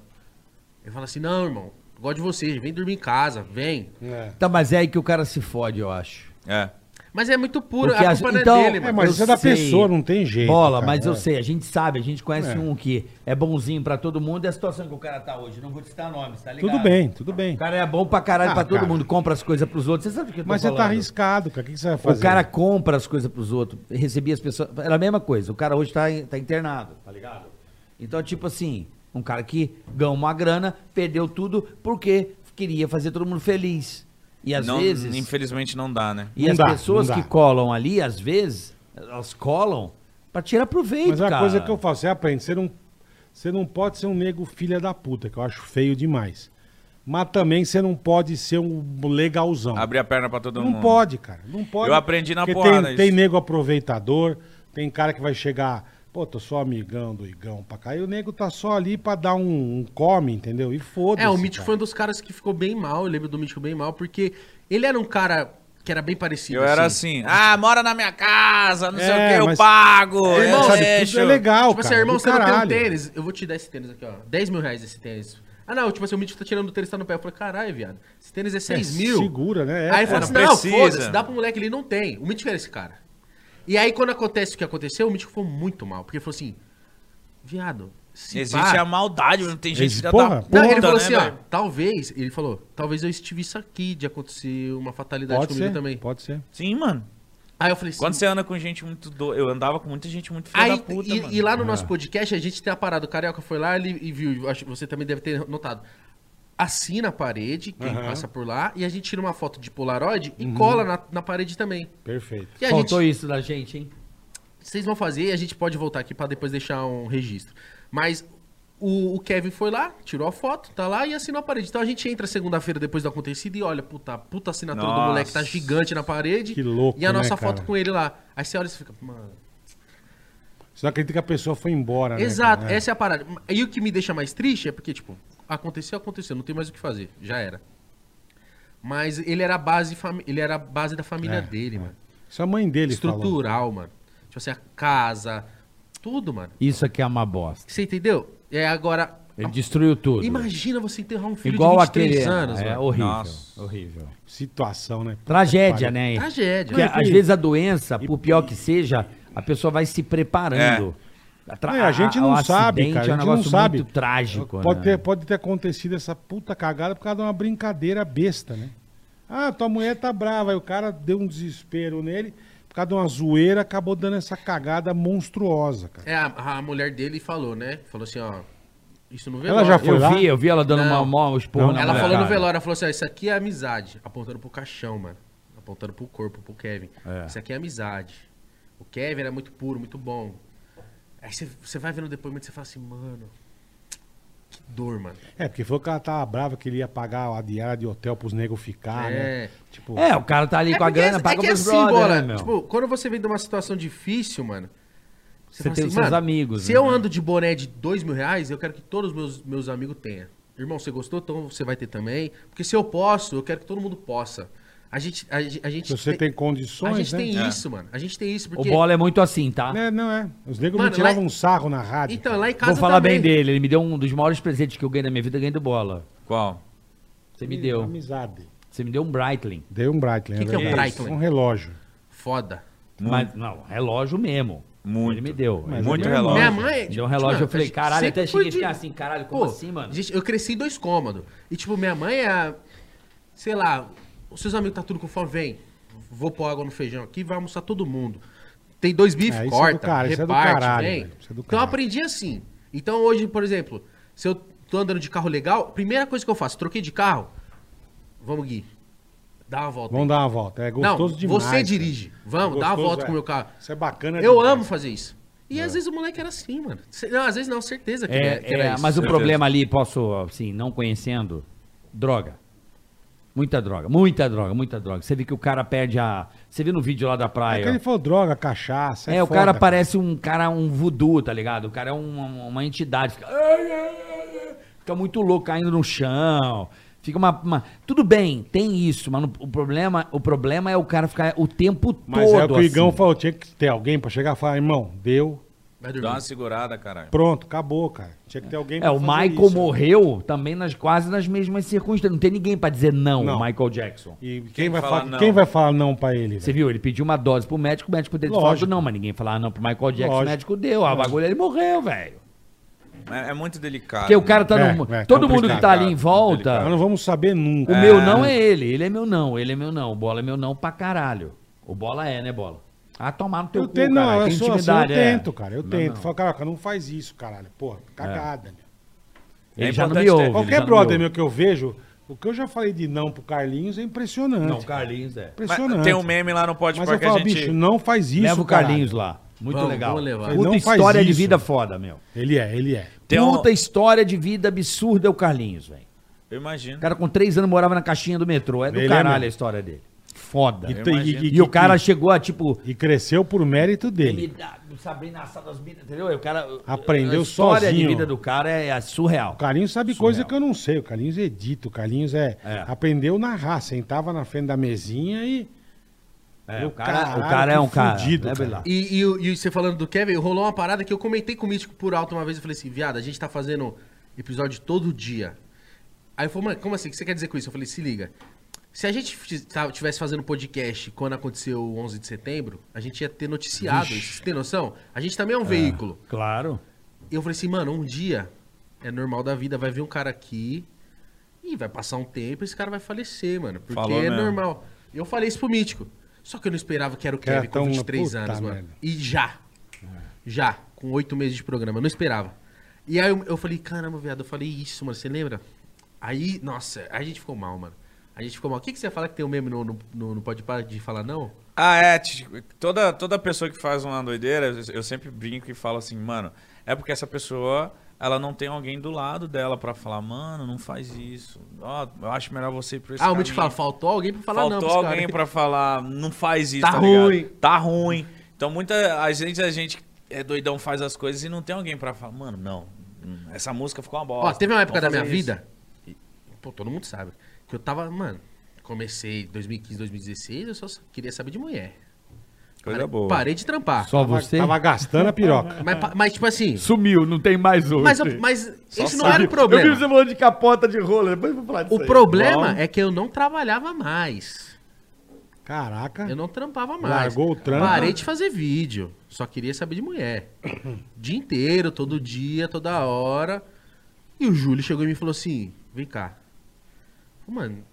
Speaker 4: Ele fala assim, não, irmão, gosto de você, vem dormir em casa, vem.
Speaker 3: É.
Speaker 2: Tá, mas é aí que o cara se fode, eu acho.
Speaker 1: É.
Speaker 4: Mas é muito puro,
Speaker 2: Porque
Speaker 4: a
Speaker 2: as-
Speaker 4: culpa não
Speaker 2: então-
Speaker 4: é dele,
Speaker 3: É,
Speaker 4: mano.
Speaker 3: mas
Speaker 2: Eu
Speaker 3: isso é da
Speaker 2: sei.
Speaker 3: pessoa, não tem jeito.
Speaker 2: Bola,
Speaker 3: cara,
Speaker 2: mas eu
Speaker 3: é.
Speaker 2: sei, a gente sabe, a gente conhece
Speaker 3: É.
Speaker 2: um que é bonzinho pra todo mundo, é a situação que o cara tá hoje. Não vou te citar nomes, tá ligado?
Speaker 3: Tudo bem, tudo bem.
Speaker 2: O cara é bom pra caralho
Speaker 3: Ah,
Speaker 2: pra todo
Speaker 3: cara.
Speaker 2: mundo, compra as coisas pros outros. Você sabe o que eu tô
Speaker 3: Mas você tá
Speaker 2: falando.
Speaker 3: arriscado, cara. O que que você vai
Speaker 2: O
Speaker 3: fazer?
Speaker 2: cara compra as coisas pros outros, recebia as pessoas. Era a mesma coisa. O cara hoje tá, tá internado, tá ligado? Então, tipo assim, um cara que ganhou uma grana, perdeu tudo porque queria fazer todo mundo feliz. E às
Speaker 1: Não-
Speaker 2: vezes.
Speaker 1: Infelizmente não dá, né?
Speaker 2: E
Speaker 3: Não
Speaker 2: as
Speaker 3: dá,
Speaker 2: pessoas
Speaker 3: não
Speaker 2: que
Speaker 3: dá.
Speaker 2: colam ali, às vezes, elas colam pra tirar proveito,
Speaker 3: Mas é uma
Speaker 2: cara.
Speaker 3: coisa que eu falo, você aprende, você não, você não pode ser um nego filha da puta, que eu acho feio demais. Mas também você não pode ser um legalzão.
Speaker 1: Abrir a perna pra todo
Speaker 3: não
Speaker 1: mundo.
Speaker 3: pode, cara. Não pode.
Speaker 1: Eu aprendi na
Speaker 3: Porque
Speaker 1: porrada
Speaker 3: Tem,
Speaker 1: isso.
Speaker 3: tem nego aproveitador, tem cara que vai chegar, pô, tô só amigão do Igão pra cá. E o nego tá só ali pra dar um, um come, entendeu? E foda-se.
Speaker 4: É, o Mítico
Speaker 3: cara.
Speaker 4: foi um dos caras que ficou bem mal, eu lembro do Mítico bem mal, porque ele era um cara que era bem parecido.
Speaker 1: Eu era assim, ah, mora na minha casa, não sei
Speaker 3: É,
Speaker 1: o que, eu
Speaker 3: mas-
Speaker 1: pago,
Speaker 3: É,
Speaker 1: eu
Speaker 3: sabe,
Speaker 1: deixo.
Speaker 3: tudo é legal,
Speaker 4: Tipo assim,
Speaker 3: cara.
Speaker 4: irmão,
Speaker 3: do
Speaker 4: você não tem um
Speaker 3: caralho.
Speaker 4: tênis, eu vou te dar esse tênis aqui, ó, 10 mil reais esse tênis. Ah, não, tipo assim, o Mítico tá tirando o tênis, tá no pé. Eu falei, caralho, viado, esse tênis é 6 mil.
Speaker 3: Segura, né? É,
Speaker 4: aí
Speaker 3: cara.
Speaker 4: ele fala assim,
Speaker 1: não
Speaker 4: não,
Speaker 1: precisa.
Speaker 4: foda-se, dá pro moleque, ele não tem. O Mítico era esse cara. E aí, quando acontece o que aconteceu, o Mítico foi muito mal. Porque ele falou assim, viado, se
Speaker 1: Existe
Speaker 4: pá-
Speaker 1: a maldade, não tem gente
Speaker 3: Esse-
Speaker 1: que já
Speaker 3: Ah. porra,
Speaker 1: tá
Speaker 4: Não, ele
Speaker 1: puta,
Speaker 4: falou
Speaker 1: né,
Speaker 4: assim, ó,
Speaker 1: velho?
Speaker 4: talvez, ele falou, talvez eu estive isso aqui de acontecer uma fatalidade
Speaker 3: pode
Speaker 4: comigo
Speaker 3: ser,
Speaker 4: também.
Speaker 3: pode ser.
Speaker 1: Sim, mano.
Speaker 4: Aí eu falei assim,
Speaker 1: Quando você anda com gente muito do... Eu andava com muita gente muito filha
Speaker 4: aí,
Speaker 1: da puta,
Speaker 4: e,
Speaker 1: mano. É.
Speaker 4: e lá no nosso podcast, a gente tem a parada, o Carioca foi lá ele, e viu, acho que você também deve ter notado, assina a parede, quem passa por lá, e a gente tira uma foto de Polaroid
Speaker 1: Uhum.
Speaker 4: e cola na, na parede também.
Speaker 3: Perfeito.
Speaker 4: E a gente
Speaker 2: Faltou isso da gente, hein?
Speaker 4: vocês vão fazer e a gente pode voltar aqui pra depois deixar um registro. Mas o, o Kevin foi lá, tirou a foto, tá lá e assinou a parede. Então a gente entra segunda-feira depois do acontecido e olha, puta, puta assinatura do
Speaker 1: Nossa.
Speaker 4: moleque tá gigante na parede.
Speaker 3: Que louco,
Speaker 4: E a
Speaker 3: né,
Speaker 4: nossa
Speaker 3: cara?
Speaker 4: foto com ele lá. Aí você olha e você fica, mano.
Speaker 3: Você não acredita que a pessoa foi embora, né?
Speaker 4: Exato,
Speaker 3: cara? É.
Speaker 4: essa é a parada. E o que me deixa mais triste é porque, tipo, aconteceu, aconteceu, não tem mais o que fazer, já era. Mas ele era a base, fami- ele era a base da família
Speaker 3: É,
Speaker 4: dele, mano.
Speaker 3: Isso a mãe dele falou.
Speaker 4: Estrutural, mano. Tipo assim, a casa, tudo, mano.
Speaker 2: Isso aqui é uma bosta.
Speaker 4: Você entendeu? É agora.
Speaker 2: Ele destruiu tudo.
Speaker 4: Imagina você enterrar um filho
Speaker 2: Igual
Speaker 4: de 23
Speaker 2: aquele.
Speaker 4: anos,
Speaker 2: é
Speaker 4: mano.
Speaker 2: horrível.
Speaker 1: Nossa.
Speaker 2: Horrível.
Speaker 3: Situação, né? Puta
Speaker 2: Tragédia,
Speaker 3: que pariu.
Speaker 2: né?
Speaker 4: Tragédia.
Speaker 2: Porque às vezes a doença, por pior que seja, a pessoa vai se preparando. tra-
Speaker 3: É, a gente não
Speaker 2: o
Speaker 3: sabe,
Speaker 2: acidente
Speaker 3: cara,
Speaker 2: É
Speaker 3: a
Speaker 2: um
Speaker 3: gente
Speaker 2: negócio
Speaker 3: não sabe.
Speaker 2: muito trágico.
Speaker 3: Pode
Speaker 2: né?
Speaker 3: ter, pode ter acontecido essa puta cagada por causa de uma brincadeira besta, né? Ah, tua mulher tá brava. Aí o cara deu um desespero nele. Por causa de uma zoeira, acabou dando essa cagada monstruosa, cara.
Speaker 4: É, a, a mulher dele falou, né? Falou assim, ó. Isso no
Speaker 3: Ela
Speaker 4: velório.
Speaker 3: já
Speaker 2: Eu
Speaker 3: foi lá?
Speaker 2: vi, eu vi ela dando
Speaker 4: Não.
Speaker 2: uma mó esporra na
Speaker 4: Ela
Speaker 2: mulher.
Speaker 4: falou no velório, ela falou assim, ó, isso aqui é amizade. Apontando pro caixão, mano. Apontando pro corpo, pro Kevin. Isso aqui é amizade. O Kevin era muito puro, muito bom. Aí você- você vai vendo o depoimento e você fala assim, mano. Que dor, mano.
Speaker 3: É, porque falou que ela tava brava, que ele ia pagar a diária de hotel pros negros ficar,
Speaker 4: É.
Speaker 3: né? Tipo,
Speaker 2: É, o cara tá ali com a
Speaker 4: porque
Speaker 2: grana,
Speaker 4: é-
Speaker 2: paga
Speaker 4: é que
Speaker 2: pros
Speaker 4: assim,
Speaker 2: brother,
Speaker 4: Bola,
Speaker 2: né, meu?
Speaker 4: Tipo, quando você vem de uma situação difícil, mano.
Speaker 2: Você
Speaker 4: fala assim,
Speaker 2: tem os seus
Speaker 4: "Mano,
Speaker 2: amigos,
Speaker 4: Se
Speaker 2: né?"
Speaker 4: eu ando de boné de dois mil reais, eu quero que todos os meus, meus amigos tenham. Irmão, você gostou? Então você vai ter também. Porque se eu posso, eu quero que todo mundo possa. A gente, a, ge- a gente
Speaker 3: se você tem
Speaker 4: A
Speaker 3: condições,
Speaker 4: gente
Speaker 3: né?
Speaker 4: tem isso, mano. A gente tem isso
Speaker 2: O
Speaker 4: porque...
Speaker 2: bola é muito assim, tá?
Speaker 3: É, não é. Os negros
Speaker 4: Mano,
Speaker 3: me tiravam
Speaker 4: lá-
Speaker 3: um sarro na rádio.
Speaker 4: Então,
Speaker 3: cara.
Speaker 4: lá em casa
Speaker 2: é Vou falar
Speaker 4: também.
Speaker 2: bem dele. Ele me deu um dos maiores presentes que eu ganhei na minha vida, ganhei do bola.
Speaker 1: Qual?
Speaker 2: Você me deu.
Speaker 3: Amizade.
Speaker 2: Você me deu um Breitling.
Speaker 3: Dei um Breitling.
Speaker 4: Que que é um
Speaker 3: verdade.
Speaker 4: Breitling?
Speaker 3: Um relógio.
Speaker 4: Foda.
Speaker 3: Hum.
Speaker 2: Mas, não, relógio mesmo.
Speaker 1: Muito.
Speaker 2: Ele me deu.
Speaker 3: Mas
Speaker 1: Muito
Speaker 3: é meu irmão.
Speaker 1: relógio.
Speaker 4: Minha mãe...
Speaker 2: Deu um relógio, eu
Speaker 4: a
Speaker 2: falei,
Speaker 4: gente
Speaker 2: caralho,
Speaker 4: sempre
Speaker 2: até
Speaker 4: foi
Speaker 2: cheguei a ficar assim, caralho, como assim, mano?
Speaker 4: gente, eu cresci em dois cômodos. E, tipo, minha mãe é. Sei lá, os seus amigos tá tudo com fome, vem. Vou pôr água no feijão aqui, vai almoçar todo mundo. Tem dois bifes,
Speaker 3: É, isso é do
Speaker 4: corta,
Speaker 3: cara, isso é do
Speaker 4: reparte,
Speaker 3: caralho,
Speaker 4: vem.
Speaker 3: velho, isso é do
Speaker 4: então eu
Speaker 3: caralho.
Speaker 4: aprendi assim. Então hoje, por exemplo, se eu tô andando de carro legal, primeira coisa que eu faço, troquei de carro. Vamos, Gui. Dá uma volta.
Speaker 3: Vamos dar uma volta. É gostoso
Speaker 4: Não,
Speaker 3: demais.
Speaker 4: você
Speaker 3: cara.
Speaker 4: dirige. Vamos,
Speaker 3: É
Speaker 4: dá uma
Speaker 3: gostoso,
Speaker 4: volta
Speaker 3: é.
Speaker 4: com o meu carro.
Speaker 3: Isso é bacana
Speaker 4: Eu
Speaker 3: demais.
Speaker 4: amo fazer isso. E às vezes o moleque era assim, mano. Se- Não, às vezes não, certeza que,
Speaker 2: É,
Speaker 4: era, que era
Speaker 2: é,
Speaker 4: isso.
Speaker 2: mas o
Speaker 1: certeza.
Speaker 2: problema ali, posso, assim, não conhecendo, droga. Muita droga, muita droga, muita droga. Você vê que o cara perde a. Você vê no vídeo lá da
Speaker 3: É
Speaker 2: praia.
Speaker 3: que ele falou droga, cachaça.
Speaker 2: É, o cara
Speaker 3: foda,
Speaker 2: parece um cara, um voodoo, tá ligado? O cara é uma, uma entidade. Fica... fica muito louco caindo no chão. Fica uma, uma- Tudo bem, tem isso, mas não- o, problema, o problema é o cara ficar o tempo
Speaker 3: Mas
Speaker 2: todo.
Speaker 3: é o que o Igão
Speaker 2: assim.
Speaker 3: falou, tinha que ter alguém pra chegar e falar, irmão, deu,
Speaker 4: Vai dormir.
Speaker 1: Dá uma segurada, caralho.
Speaker 3: pronto, acabou, cara. Tinha que ter alguém
Speaker 2: É, o
Speaker 3: fazer
Speaker 2: Michael
Speaker 3: isso.
Speaker 2: morreu também nas, quase nas mesmas circunstâncias. Não tem ninguém pra dizer não,
Speaker 3: Não.
Speaker 2: Michael Jackson.
Speaker 3: E quem,
Speaker 1: Quem
Speaker 3: vai
Speaker 1: falar
Speaker 3: falar,
Speaker 1: não?
Speaker 3: quem vai falar não pra ele?
Speaker 2: Você
Speaker 3: velho?
Speaker 2: viu? Ele pediu uma dose pro médico, o médico dele falou
Speaker 3: Lógico.
Speaker 2: que não, mas ninguém falou, ah, não, pro Michael Jackson,
Speaker 3: Lógico.
Speaker 2: o médico deu, a bagulho ele morreu, velho.
Speaker 1: É, é muito delicado.
Speaker 2: Porque o cara tá
Speaker 3: É,
Speaker 2: no.
Speaker 3: é,
Speaker 2: todo mundo que tá
Speaker 1: complicado,
Speaker 2: ali em volta.
Speaker 3: Nós não vamos saber nunca.
Speaker 2: O meu não é ele, ele é meu não, ele é meu não, o bola é meu não pra caralho. O bola é, né, bola? Ah, tomar no teu
Speaker 3: Eu
Speaker 2: cu,
Speaker 3: tenho, não,
Speaker 2: cara,
Speaker 3: eu
Speaker 2: tem
Speaker 3: sou assim, eu
Speaker 2: intimidade, é.
Speaker 3: tento, cara, eu
Speaker 2: Não,
Speaker 3: tento.
Speaker 2: não.
Speaker 3: Falo, cara, não faz isso, caralho. Porra, cagada, meu.
Speaker 2: Ele
Speaker 1: É
Speaker 2: já não me
Speaker 1: importante ter-
Speaker 2: ouve. ele já
Speaker 3: Qualquer
Speaker 2: não
Speaker 3: brother
Speaker 2: me ouve.
Speaker 3: meu que eu vejo, o que eu já falei de não pro Carlinhos é impressionante.
Speaker 2: Não, Carlinhos é.
Speaker 1: Mas
Speaker 3: Impressionante.
Speaker 1: Tem um meme lá no Pode
Speaker 3: Mas
Speaker 1: Par
Speaker 3: eu
Speaker 1: que a
Speaker 3: falo,
Speaker 1: gente.
Speaker 3: bicho, não faz isso,
Speaker 2: Leva o
Speaker 3: caralho.
Speaker 2: Carlinhos lá. Muito
Speaker 4: Vamos,
Speaker 2: legal.
Speaker 4: vamos levar.
Speaker 2: Puta
Speaker 3: Não faz
Speaker 2: história de
Speaker 3: isso.
Speaker 2: vida foda, meu.
Speaker 3: Ele é, ele é.
Speaker 1: Tem um-
Speaker 2: Puta história de vida absurda é o Carlinhos, velho.
Speaker 1: Eu
Speaker 2: O
Speaker 1: imagino.
Speaker 2: cara com três anos morava na caixinha do metrô. É do
Speaker 3: Ele é
Speaker 2: caralho
Speaker 3: mesmo.
Speaker 2: a história dele. Foda.
Speaker 3: E, tem-
Speaker 1: imagino.
Speaker 2: E o cara chegou a, tipo...
Speaker 3: e cresceu por mérito
Speaker 2: me
Speaker 3: dele.
Speaker 2: dá- Sabrina assada das minas, entendeu? E O cara...
Speaker 3: Aprendeu
Speaker 2: a história
Speaker 3: sozinho.
Speaker 2: de vida do cara é é surreal.
Speaker 3: O Carlinhos sabe
Speaker 2: Surreal.
Speaker 3: coisa que eu não sei. O Carlinhos edita, o Carlinhos é,
Speaker 2: É.
Speaker 3: aprendeu a narrar, sentava na frente da mesinha e
Speaker 2: É, o,
Speaker 3: Meu
Speaker 2: cara,
Speaker 3: caralho,
Speaker 2: o cara é um
Speaker 3: que
Speaker 2: cara.
Speaker 3: fudido,
Speaker 2: né,
Speaker 3: cara.
Speaker 2: Belar?
Speaker 4: E, e, o- e você falando do Kevin, rolou uma parada que eu comentei com o Mítico por alto uma vez. Eu falei assim, viado, a gente tá fazendo episódio todo dia. Aí ele falou, mano, como assim? O que você quer dizer com isso? Eu falei, se liga. Se a gente fiz- tá- tivesse fazendo podcast quando aconteceu o 11 de setembro, a gente ia ter noticiado isso. Você tem noção? A gente também é um veículo.
Speaker 2: Claro.
Speaker 4: E eu falei assim, mano, um dia é normal da vida, vai vir um cara aqui e vai passar um tempo e esse cara vai falecer, mano. Porque
Speaker 1: Falou
Speaker 4: é
Speaker 1: mesmo.
Speaker 4: normal. Eu falei isso pro Mítico. Só que eu não esperava que era o
Speaker 3: Que era
Speaker 4: Kevin
Speaker 3: tão-
Speaker 4: com 23
Speaker 3: puta
Speaker 4: anos, mano.
Speaker 3: merda.
Speaker 4: E já. Já, com oito meses de programa, eu não esperava. E aí eu, eu falei, caramba, viado, eu falei isso, mano, você lembra? Aí, nossa, a gente ficou mal, mano. A gente ficou mal. O que, que você fala que tem um meme no, no, no, no Pode Parar de falar não?
Speaker 1: Ah, é. t- Toda, toda pessoa que faz uma doideira, eu- eu sempre brinco e falo assim, mano, é porque essa pessoa, ela não tem alguém do lado dela pra falar, mano, não faz isso. Ó, eu acho melhor você ir pra esse
Speaker 4: ah, o
Speaker 1: caminho."
Speaker 4: Mítico fala, faltou alguém pra falar não.
Speaker 1: Faltou
Speaker 4: pros caras. *laughs*
Speaker 1: alguém pra falar, não faz isso,
Speaker 4: Tá
Speaker 1: ligado?
Speaker 4: ruim.
Speaker 1: Tá ruim. Então, muita a gente, a gente é doidão, faz as coisas e não tem alguém pra falar, mano, não. hum, Essa música ficou uma bosta.
Speaker 4: Ó, teve uma época da
Speaker 1: vamos
Speaker 4: minha
Speaker 1: fazer isso."
Speaker 4: vida, e, pô, todo mundo sabe, que eu tava, mano, comecei 2015, 2016, eu só queria saber de mulher.
Speaker 1: Coisa
Speaker 4: parei,
Speaker 1: boa.
Speaker 4: Parei de trampar.
Speaker 2: Só
Speaker 3: tava,
Speaker 2: você?
Speaker 3: tava gastando a
Speaker 4: *laughs*
Speaker 3: piroca.
Speaker 4: Mas, pa- mas, tipo assim,
Speaker 2: Sumiu, não tem mais hoje.
Speaker 4: mas, eu- mas esse não era o problema.
Speaker 2: falando de capota de rola, depois eu vou falar disso
Speaker 4: O problema é que eu não trabalhava mais.
Speaker 3: Caraca.
Speaker 4: Eu não trampava mais.
Speaker 3: Largou o trampo.
Speaker 4: Parei de fazer vídeo. Só queria saber
Speaker 3: *coughs*
Speaker 4: de mulher. dia inteiro, todo dia, toda hora. E o Júlio chegou em mim e falou assim: vem cá. Falei, Mano,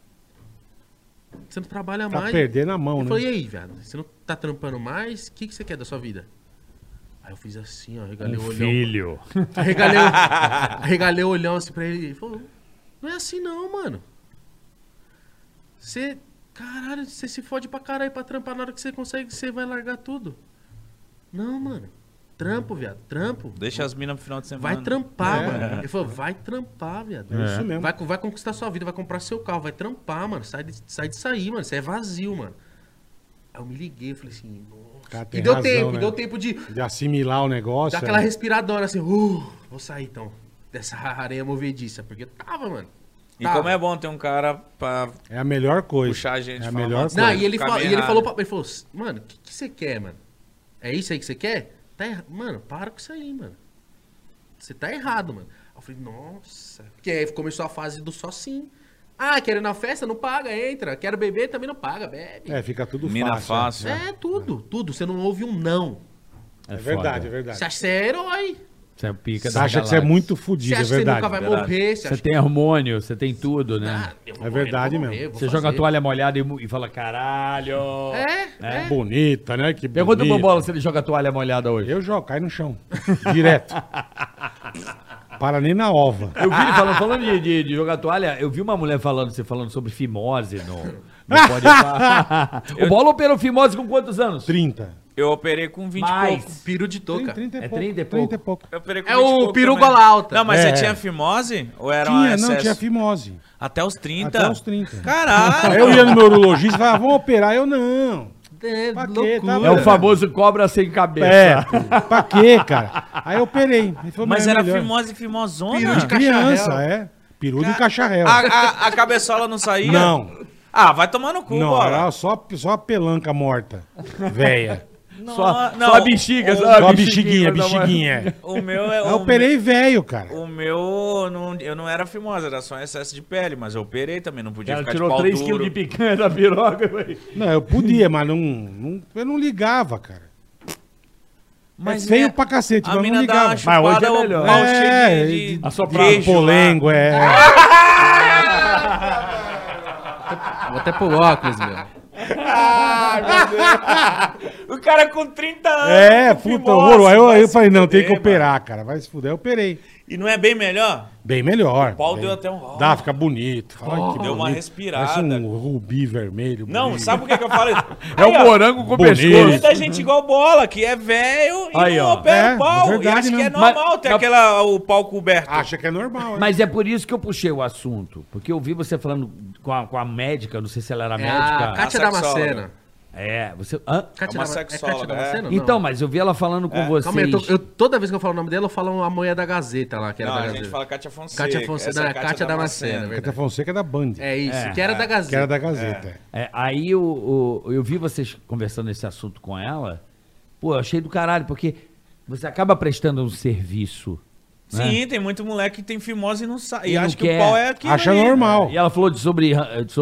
Speaker 4: você não trabalha
Speaker 3: Tá
Speaker 4: mais.
Speaker 3: perdendo a
Speaker 4: Eu
Speaker 3: mão, né?
Speaker 4: falei, e aí, viado? Você não tá trampando mais? O que, que você quer da sua vida? Aí eu fiz assim, ó,
Speaker 3: Um
Speaker 4: regalei o olhão.
Speaker 7: Filho.
Speaker 4: Regalei, o- regalei o olhão assim pra ele e falou: Não é assim não, mano. Você. Caralho, você se fode pra caralho pra trampar na hora que você consegue, você vai largar tudo. Não, mano. Trampo, viado. Trampo.
Speaker 1: Deixa as minas pro final de semana.
Speaker 4: Vai trampar, mano. Ele falou, vai trampar, viado.
Speaker 3: É isso mesmo.
Speaker 4: Vai, co- vai conquistar sua vida, vai comprar seu carro, vai trampar, mano. Sai de, sai de sair, mano. Você é vazio, mano. Aí eu me liguei, falei assim, nossa.
Speaker 3: Cara,
Speaker 4: e
Speaker 3: tem
Speaker 4: deu
Speaker 3: razão,
Speaker 4: tempo,
Speaker 3: né?
Speaker 4: deu tempo de
Speaker 3: De assimilar o negócio.
Speaker 4: dar aquela
Speaker 3: né?
Speaker 4: respiradora assim, uh, vou sair então. Dessa *laughs* areia movediça, porque eu tava, mano.
Speaker 1: E
Speaker 4: Tava.
Speaker 1: como é bom ter um cara pra
Speaker 3: É a melhor coisa.
Speaker 1: Puxar a gente
Speaker 3: É a
Speaker 1: fala,
Speaker 3: melhor
Speaker 1: mas-
Speaker 3: coisa.
Speaker 4: Não, e ele,
Speaker 1: Caminho
Speaker 4: falou, e ele
Speaker 1: errado.
Speaker 4: falou, pra- ele falou, mano, o que, que você quer, mano? É isso aí que você quer? Tá erra- Mano, para com isso aí, mano. Você tá errado, mano. Aí Eu falei, nossa. Porque aí começou a fase do só sim. Ah, quero ir na festa? Não paga, entra. Quero beber? Também não paga, bebe.
Speaker 3: É, fica tudo
Speaker 1: mina
Speaker 3: fácil. né?
Speaker 1: fácil.
Speaker 4: É, tudo, tudo. Você não ouve um não.
Speaker 3: É, É verdade, é
Speaker 4: Você
Speaker 3: verdade.
Speaker 4: acha que você é herói.
Speaker 2: Você é pica
Speaker 3: Você
Speaker 2: da
Speaker 3: acha que você é
Speaker 2: galáxia.
Speaker 3: muito
Speaker 4: Você
Speaker 3: fodido, é
Speaker 4: acha que você
Speaker 3: verdade.
Speaker 4: nunca vai
Speaker 1: verdade.
Speaker 4: morrer. Você
Speaker 2: Você
Speaker 4: acha
Speaker 2: tem hormônio, você tem tudo, né?
Speaker 4: Ah, eu vou
Speaker 3: É
Speaker 4: morrer,
Speaker 3: verdade
Speaker 4: eu vou
Speaker 3: mesmo.
Speaker 4: morrer, eu vou
Speaker 2: você joga a
Speaker 4: fazer.
Speaker 2: toalha molhada e, mu- e fala, caralho.
Speaker 4: É, é.
Speaker 3: Bonita, né? Que
Speaker 2: Pergunta pro
Speaker 3: bonita.
Speaker 2: Bola se ele joga a toalha molhada hoje.
Speaker 3: Eu jogo, cai no chão. Direto. Para nem na
Speaker 4: *laughs*
Speaker 3: ova.
Speaker 2: Eu vi ele falando, falando de, de- de jogar toalha, eu vi uma mulher falando, você falando sobre fimose no,
Speaker 8: *laughs*
Speaker 2: no pode Pá. O Bola operou fimose com quantos anos?
Speaker 3: 30.
Speaker 1: Eu operei com 20 e pouco.
Speaker 2: Mais.
Speaker 4: Peru de touca.
Speaker 3: 30
Speaker 2: É 30 e pouco.
Speaker 3: 30 e pouco.
Speaker 1: Eu operei com
Speaker 4: É
Speaker 1: 20 e
Speaker 4: o
Speaker 1: pouco
Speaker 4: peru
Speaker 1: também.
Speaker 4: gola alta.
Speaker 1: Não, mas
Speaker 3: É.
Speaker 1: você tinha fimose? Ou era um
Speaker 3: Tinha,
Speaker 1: excesso?
Speaker 3: não, tinha fimose.
Speaker 1: Até os 30?
Speaker 3: Até os É, 30.
Speaker 1: Então, Caralho!
Speaker 3: Aí eu ia no meu urologista e falava, vamos operar. Eu não.
Speaker 4: É,
Speaker 3: Pra quê?
Speaker 4: loucura.
Speaker 3: Tá
Speaker 2: É o famoso cobra sem cabeça.
Speaker 3: É, pô, pra quê, cara? Aí eu operei. Ele falou,
Speaker 1: Mas
Speaker 3: "Não, é
Speaker 1: era
Speaker 3: melhor."
Speaker 1: fimose fimosona?
Speaker 4: Peru de ca-
Speaker 3: Criança, é. Peru de cacharel.
Speaker 1: A, a- a cabeçola não saía?
Speaker 3: Não,
Speaker 1: Ah, vai tomar no cu,
Speaker 3: não,
Speaker 1: bora.
Speaker 3: era só, só a pelanca morta.
Speaker 1: *laughs*
Speaker 3: Véia.
Speaker 2: Só,
Speaker 1: Não,
Speaker 2: só a bexiga,
Speaker 1: o-
Speaker 2: só
Speaker 3: Só a
Speaker 2: a
Speaker 3: bexiguinha,
Speaker 2: bexiguinha.
Speaker 3: bexiguinha.
Speaker 1: O meu é.
Speaker 3: Eu
Speaker 1: o
Speaker 3: operei velho, cara.
Speaker 1: meu- O meu, não, eu não era fimosa, era só excesso de pele, mas eu operei também, não podia
Speaker 2: Ela
Speaker 1: ficar
Speaker 2: tirou
Speaker 1: de pau
Speaker 2: 3
Speaker 1: duro.
Speaker 2: quilos de picanha da piroca. velho.
Speaker 3: Não, eu podia, mas não, não- eu não ligava, cara. Mas é feio
Speaker 1: né,
Speaker 3: pra cacete,
Speaker 1: A
Speaker 3: mas não
Speaker 1: mina dá uma
Speaker 3: ligava.
Speaker 1: chupada,
Speaker 2: hoje é
Speaker 1: o
Speaker 2: melhor.
Speaker 1: pau
Speaker 3: É,
Speaker 1: cheio de, de
Speaker 2: assoprado.
Speaker 1: queijo lá.
Speaker 3: Polengo, é.
Speaker 4: Vou até pôr o óculos, meu.
Speaker 1: O cara com 30 anos.
Speaker 3: É,
Speaker 1: com
Speaker 3: puta,
Speaker 1: fimose,
Speaker 3: horror. Aí eu,
Speaker 1: vai
Speaker 3: aí eu
Speaker 1: se
Speaker 3: falei, não, tem
Speaker 1: fuder,
Speaker 3: que
Speaker 1: mano.
Speaker 3: operar, cara. Vai se fuder. Eu operei.
Speaker 1: E não é bem melhor?
Speaker 3: Bem melhor.
Speaker 1: pau
Speaker 3: bem-
Speaker 1: deu até um-
Speaker 3: Dá, fica bonito. Ai, que
Speaker 1: Deu uma
Speaker 3: bonito.
Speaker 1: respirada.
Speaker 3: Parece um rubi vermelho.
Speaker 1: Não,
Speaker 3: bonito.
Speaker 1: sabe por que, que eu
Speaker 3: *laughs*
Speaker 1: falo isso?
Speaker 2: É o
Speaker 1: Aí, ó,
Speaker 3: né?
Speaker 2: morango com
Speaker 3: Bonito.
Speaker 2: pescoço.
Speaker 1: Muita gente igual bola, que é velho e
Speaker 2: Aí,
Speaker 1: não
Speaker 2: ó.
Speaker 1: opera
Speaker 3: É,
Speaker 1: o pau.
Speaker 3: verdade,
Speaker 1: e acho
Speaker 3: né?
Speaker 1: que é normal ter
Speaker 2: na-
Speaker 1: aquela, o pau coberto.
Speaker 3: Acha que é normal, né?
Speaker 8: Mas é por isso que eu puxei o assunto. Porque eu vi você falando com a, com a médica, não sei se ela era
Speaker 4: É a
Speaker 8: médica.
Speaker 4: Kátia
Speaker 1: A sexóloga.
Speaker 4: Damascena.
Speaker 8: É, você. Hã?
Speaker 4: Kátia
Speaker 1: uma
Speaker 4: Dama-
Speaker 1: sexóloga, é.
Speaker 4: Kátia Damasceno? Não. É,
Speaker 8: Então, mas eu vi ela falando com vocês.
Speaker 4: Calma aí, eu tô- eu- toda vez que eu falo o nome dela, eu falo a mulher da Gazeta lá, que era
Speaker 1: Não,
Speaker 4: da
Speaker 1: a
Speaker 4: Gazeta.
Speaker 1: gente fala Cátia Fonseca.
Speaker 4: Cátia Fonseca,
Speaker 1: Essa
Speaker 4: não, é Cátia Damasceno,
Speaker 1: Damasceno.
Speaker 4: verdade.
Speaker 3: Cata Fonseca é da Band.
Speaker 4: É isso, que era da Gazeta.
Speaker 3: Que era da Gazeta. é.
Speaker 8: É, aí eu, eu, eu vi vocês conversando esse assunto com ela. Pô, eu achei do caralho, porque você acaba prestando um serviço.
Speaker 1: Sim, tem muito moleque que tem fimose e não sai. E,
Speaker 8: E não
Speaker 1: acha que
Speaker 8: quer.
Speaker 1: o pau é aquilo
Speaker 3: Acha
Speaker 1: ali.
Speaker 3: normal.
Speaker 8: E ela falou de sobre.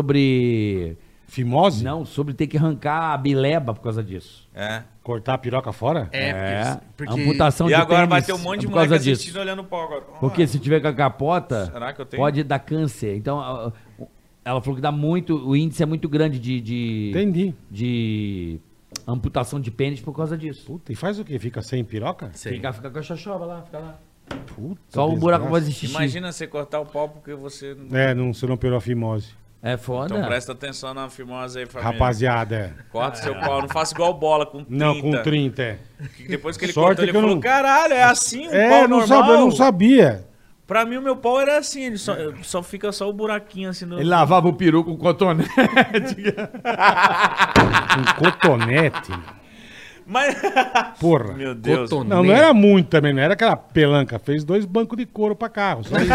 Speaker 8: sobre.
Speaker 3: Fimose?
Speaker 8: Não, sobre ter que arrancar a bileba por causa disso.
Speaker 1: É.
Speaker 3: Cortar a piroca fora?
Speaker 4: É,
Speaker 8: É,
Speaker 4: porque,
Speaker 2: um
Speaker 4: porque
Speaker 2: Então,
Speaker 8: amputação
Speaker 1: E
Speaker 8: de
Speaker 1: agora vai
Speaker 8: pênis
Speaker 1: ter um monte de
Speaker 8: é por causa
Speaker 1: moleque
Speaker 8: disso.
Speaker 1: assistindo olhando o pau agora.
Speaker 8: Porque se tiver com a capota,
Speaker 1: Será que eu tenho?
Speaker 8: pode dar câncer. Então, a- a- ela falou que dá muito, o índice é muito grande de, de,
Speaker 3: Entendi.
Speaker 8: de amputação de pênis por causa disso.
Speaker 3: Puta, e faz o quê? Fica sem piroca?
Speaker 4: Sim.
Speaker 8: Fica, fica com a xoxoba lá, fica lá.
Speaker 3: Puta.
Speaker 8: Só um
Speaker 3: desgraça.
Speaker 8: buraco pra fazer xixi.
Speaker 1: Imagina você cortar o pau porque você... não-
Speaker 3: É, não, você não operou a fimose.
Speaker 8: É foda.
Speaker 1: Então presta atenção na fimose aí, família.
Speaker 3: Rapaziada, é.
Speaker 1: Corta seu pau. Não faça igual bola com 30.
Speaker 3: Não, com 30, é.
Speaker 1: Que Depois que ele
Speaker 3: Sorte
Speaker 1: cortou, ele
Speaker 3: que eu
Speaker 1: falou,
Speaker 3: não-
Speaker 1: caralho, é assim um pau
Speaker 3: É, não
Speaker 1: normal?
Speaker 3: sabia, eu não sabia.
Speaker 1: Pra mim, o meu pau era assim. Ele só, só fica só o buraquinho assim. No...
Speaker 2: Ele lavava o peru com cotonete.
Speaker 3: Um cotonete. meu.
Speaker 1: Mas... *laughs*
Speaker 3: Porra.
Speaker 1: Meu Deus.
Speaker 4: cotonete.
Speaker 3: Não, não era muito também, não era aquela pelanca. Fez dois bancos de couro pra carro, só isso.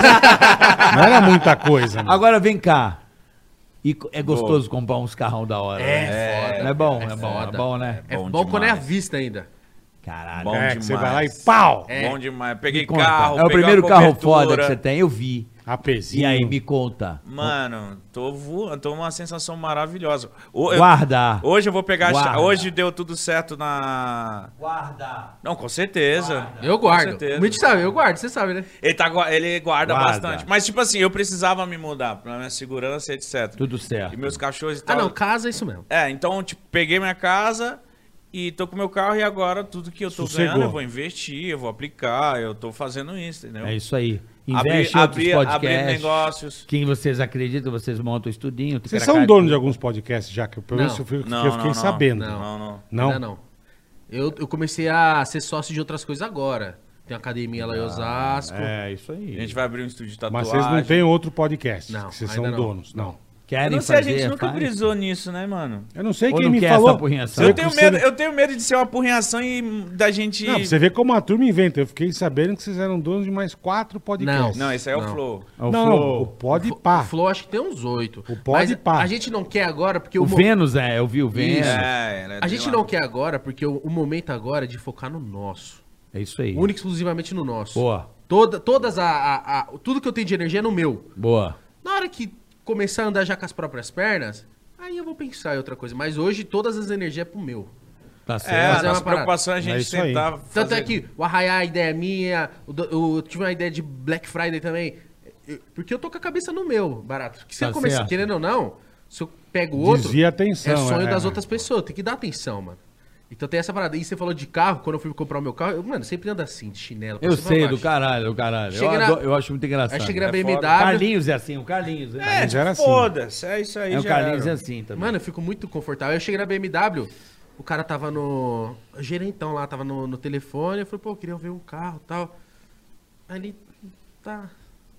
Speaker 3: não era muita coisa. Né?
Speaker 8: Agora vem cá. E co- é gostoso comprar uns carrão da hora. É, né?
Speaker 4: foda,
Speaker 8: Não é bom,
Speaker 4: é
Speaker 8: é, bom, é
Speaker 4: foda.
Speaker 8: bom, né?
Speaker 4: É bom,
Speaker 1: Bom
Speaker 4: quando é à
Speaker 1: demais.
Speaker 4: vista ainda.
Speaker 8: Caralho.
Speaker 1: Bom
Speaker 3: É, que
Speaker 1: demais. É.
Speaker 3: você vai lá e pau!
Speaker 1: Bom demais. Peguei
Speaker 8: Conta.
Speaker 1: carro,
Speaker 8: é o
Speaker 1: peguei a
Speaker 8: primeiro carro foda que
Speaker 1: cobertura.
Speaker 8: você tem, eu vi.
Speaker 3: A
Speaker 8: E
Speaker 3: pezinha.
Speaker 8: aí, me conta.
Speaker 1: Mano, tô voando, tô uma sensação maravilhosa. O- eu-
Speaker 8: Guarda.
Speaker 1: hoje eu vou pegar. a cha-
Speaker 8: Guarda.
Speaker 1: Hoje deu tudo certo na.
Speaker 8: Guarda.
Speaker 1: Não, com certeza.
Speaker 4: Eu
Speaker 1: Com
Speaker 4: guardo.
Speaker 1: certeza.
Speaker 4: O Mitch tá- sabe, eu guardo, você sabe, né?
Speaker 1: Ele, tá, gua- ele guarda,
Speaker 2: Guarda.
Speaker 1: bastante. Mas, tipo assim, eu precisava me mudar pra minha segurança, etc.
Speaker 8: Tudo certo.
Speaker 1: E meus cachorros e
Speaker 4: Ah,
Speaker 1: tal.
Speaker 4: não, casa é isso mesmo.
Speaker 1: É, então, tipo, peguei minha casa e tô com meu carro e agora tudo que eu tô
Speaker 3: Sossegou.
Speaker 1: ganhando eu vou investir, eu vou aplicar, eu tô fazendo isso, entendeu?
Speaker 8: É
Speaker 1: isso.
Speaker 8: isso aí.
Speaker 1: Abrir,
Speaker 8: Investe em outros
Speaker 1: abrir, abrir
Speaker 8: podcasts.
Speaker 1: negócios.
Speaker 8: Quem vocês acreditam, vocês montam o estudinho.
Speaker 3: Vocês
Speaker 8: ticaracá-
Speaker 3: são dono de alguns podcasts já, que eu, pelo menos
Speaker 4: Não.
Speaker 3: eu fui- que eu
Speaker 1: Não,
Speaker 3: fiquei
Speaker 1: não, não.
Speaker 3: sabendo.
Speaker 4: Não.
Speaker 1: Não, não.
Speaker 3: Não?
Speaker 4: Ainda não. Eu, eu comecei a ser sócio de outras coisas agora. Tem uma academia lá em Osasco.
Speaker 2: É, isso
Speaker 1: A
Speaker 2: aí.
Speaker 1: gente vai abrir um estúdio de tatuagem.
Speaker 3: Mas vocês não têm outro podcast.
Speaker 4: Não,
Speaker 3: que vocês
Speaker 4: ainda
Speaker 3: são
Speaker 4: não.
Speaker 3: donos. Não.
Speaker 1: Eu
Speaker 8: Querem
Speaker 1: não sei, a
Speaker 8: fazer,
Speaker 1: gente nunca
Speaker 8: faz.
Speaker 1: brisou nisso, né, mano?
Speaker 3: Eu não sei
Speaker 8: Ou
Speaker 3: quem
Speaker 8: não
Speaker 3: me
Speaker 8: quer essa
Speaker 3: falou.
Speaker 8: apurrinhação?
Speaker 3: Você
Speaker 1: Eu tenho,
Speaker 3: vê que
Speaker 1: medo,
Speaker 3: você-
Speaker 1: eu tenho medo de ser uma apurrinhação e da gente...
Speaker 3: Não,
Speaker 1: Não,
Speaker 3: pra você vê como a turma inventa. Eu fiquei sabendo que vocês eram donos de mais quatro podcasts.
Speaker 4: Não,
Speaker 1: esse aí é
Speaker 4: Não.
Speaker 1: o Flow.
Speaker 2: É o
Speaker 3: não, não, o
Speaker 2: Flow.
Speaker 3: Pode
Speaker 4: O
Speaker 3: Pá.
Speaker 4: Flow acho que tem uns oito.
Speaker 3: O Pode
Speaker 4: Mas
Speaker 3: Pá.
Speaker 4: A gente não quer agora porque
Speaker 8: O
Speaker 4: o mo-
Speaker 8: Vênus, é, eu vi o Vênus.
Speaker 4: Isso.
Speaker 1: É, né,
Speaker 4: a
Speaker 1: tem
Speaker 4: gente
Speaker 1: lá.
Speaker 4: não quer agora porque o, o momento agora é de focar no nosso.
Speaker 8: É isso aí.
Speaker 4: Único e exclusivamente no nosso.
Speaker 8: Boa.
Speaker 4: Toda, todas a, a- a- Tudo que eu tenho de energia é no meu.
Speaker 8: Boa.
Speaker 4: Na hora que começar a andar já com as próprias pernas, aí eu vou pensar em outra coisa. Mas hoje todas as energias é pro meu.
Speaker 8: Tá
Speaker 1: É,
Speaker 8: certo.
Speaker 1: a
Speaker 4: fazer uma
Speaker 1: nossa
Speaker 4: parada.
Speaker 1: preocupação é a
Speaker 3: É
Speaker 1: gente
Speaker 3: isso aí.
Speaker 1: tentar
Speaker 4: Tanto é
Speaker 1: fazer-
Speaker 4: que o Arraiá, a ideia é minha. o do- o- eu tive uma ideia de Black Friday também. eu- porque eu tô com a cabeça no meu, barato. Que se
Speaker 8: Tá
Speaker 4: eu começar,
Speaker 8: certo.
Speaker 4: querendo ou não, se eu pego outro.
Speaker 3: Desvia a atenção,
Speaker 4: É sonho
Speaker 3: é.
Speaker 2: né?
Speaker 4: das outras pessoas. Tem que dar atenção, mano. Então tem essa parada. E você falou de carro, quando eu fui comprar o meu carro, eu, mano, sempre ando assim, de chinelo. pra
Speaker 2: Eu
Speaker 4: cima e
Speaker 2: sei,
Speaker 4: pra
Speaker 2: do
Speaker 4: baixo.
Speaker 2: caralho, do caralho. Eu,
Speaker 4: Chega na-
Speaker 2: adoro- eu acho muito engraçado.
Speaker 4: Aí cheguei na
Speaker 2: É
Speaker 4: BMW.
Speaker 2: foda. Carlinhos é assim, o Carlinhos. né?
Speaker 3: Mas era assim.
Speaker 1: tipo,
Speaker 3: um
Speaker 1: Foda-se, é isso aí,
Speaker 2: É, o
Speaker 1: já
Speaker 2: Carlinhos é
Speaker 1: era.
Speaker 2: assim também.
Speaker 4: Mano, eu fico muito confortável. Eu cheguei na BMW, o cara tava no. o gerentão lá, tava no, no telefone. Eu falei, pô, eu queria ver um carro e tal. Aí ele. Tá.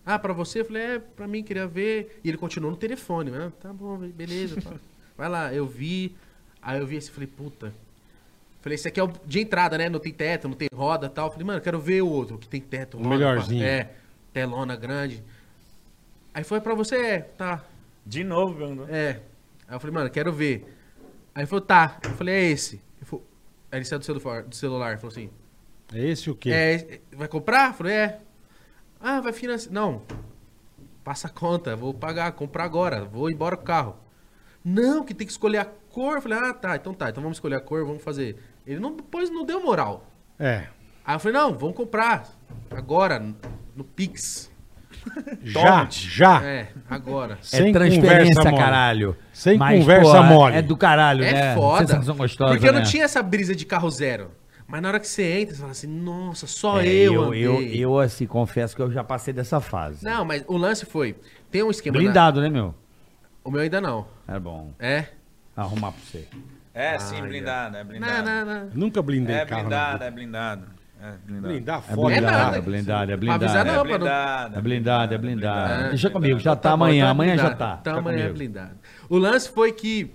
Speaker 4: Ah, pra você? Eu falei, é, pra mim, queria ver. E ele continuou no telefone, né? Tá bom, be- beleza.
Speaker 3: *laughs*
Speaker 4: tá. Vai lá, eu vi. Aí eu vi esse, falei, puta. Falei, esse aqui é o de entrada, né? Não tem teto, não tem roda e tal. Falei, mano, eu quero ver o outro que tem teto.
Speaker 3: O
Speaker 4: roda, pá.
Speaker 3: melhorzinho.
Speaker 4: É, telona grande. Aí foi pra você, é, tá.
Speaker 1: De novo, perguntou.
Speaker 4: É. Aí eu falei, mano, quero ver. Aí ele falou, tá. Eu falei, é esse. Ele falou- Aí ele saiu do celular, do celular falou assim,
Speaker 3: É esse o quê?
Speaker 4: é, esse- vai comprar? Eu falei, é. Ah, vai financiar. Não. Passa a conta, vou pagar, comprar agora, vou embora com o carro. Não, que tem que escolher a cor. Eu falei, ah, tá, então tá, então vamos escolher a cor, vamos fazer. Ele não, pois não deu moral.
Speaker 3: É.
Speaker 4: Aí eu falei, não, vamos comprar agora, no- no Pix.
Speaker 3: Já, já.
Speaker 4: É, agora.
Speaker 3: Sem
Speaker 2: é transferência,
Speaker 3: conversa mole.
Speaker 2: caralho.
Speaker 3: Sem conversa mole.
Speaker 2: É do caralho,
Speaker 4: É
Speaker 2: né?
Speaker 4: foda.
Speaker 2: Sensação gostosa,
Speaker 4: Porque eu não
Speaker 2: né?
Speaker 4: tinha essa brisa de carro zero. Mas na hora que você entra, você fala assim, nossa, só
Speaker 2: É,
Speaker 4: eu,
Speaker 2: eu,
Speaker 4: andei.
Speaker 2: eu, eu, assim, confesso que eu já passei dessa fase.
Speaker 4: Não, mas o lance foi, tem um esquema... na-
Speaker 2: Blindado, né, meu?
Speaker 4: O meu ainda não,
Speaker 2: É bom.
Speaker 4: é?
Speaker 2: Arrumar pra você.
Speaker 1: É, sim, blindado, é
Speaker 4: Não,
Speaker 1: blindado.
Speaker 4: não, não.
Speaker 3: Nunca blindei
Speaker 1: É
Speaker 3: carro.
Speaker 1: blindado, é blindado. É blindado.
Speaker 3: Blindar
Speaker 2: É
Speaker 3: foda.
Speaker 4: blindado.
Speaker 2: blindado,
Speaker 4: nada.
Speaker 2: é blindado, é
Speaker 4: Pra
Speaker 2: blindado.
Speaker 4: avisar não,
Speaker 1: É
Speaker 4: mano.
Speaker 1: blindado.
Speaker 2: É blindado, é blindado.
Speaker 4: É,
Speaker 2: Deixa
Speaker 1: blindado.
Speaker 2: comigo, já tá,
Speaker 4: bom,
Speaker 2: amanhã, amanhã
Speaker 4: blindado.
Speaker 2: já tá.
Speaker 4: Então amanhã é
Speaker 2: comigo.
Speaker 4: blindado. O lance foi que...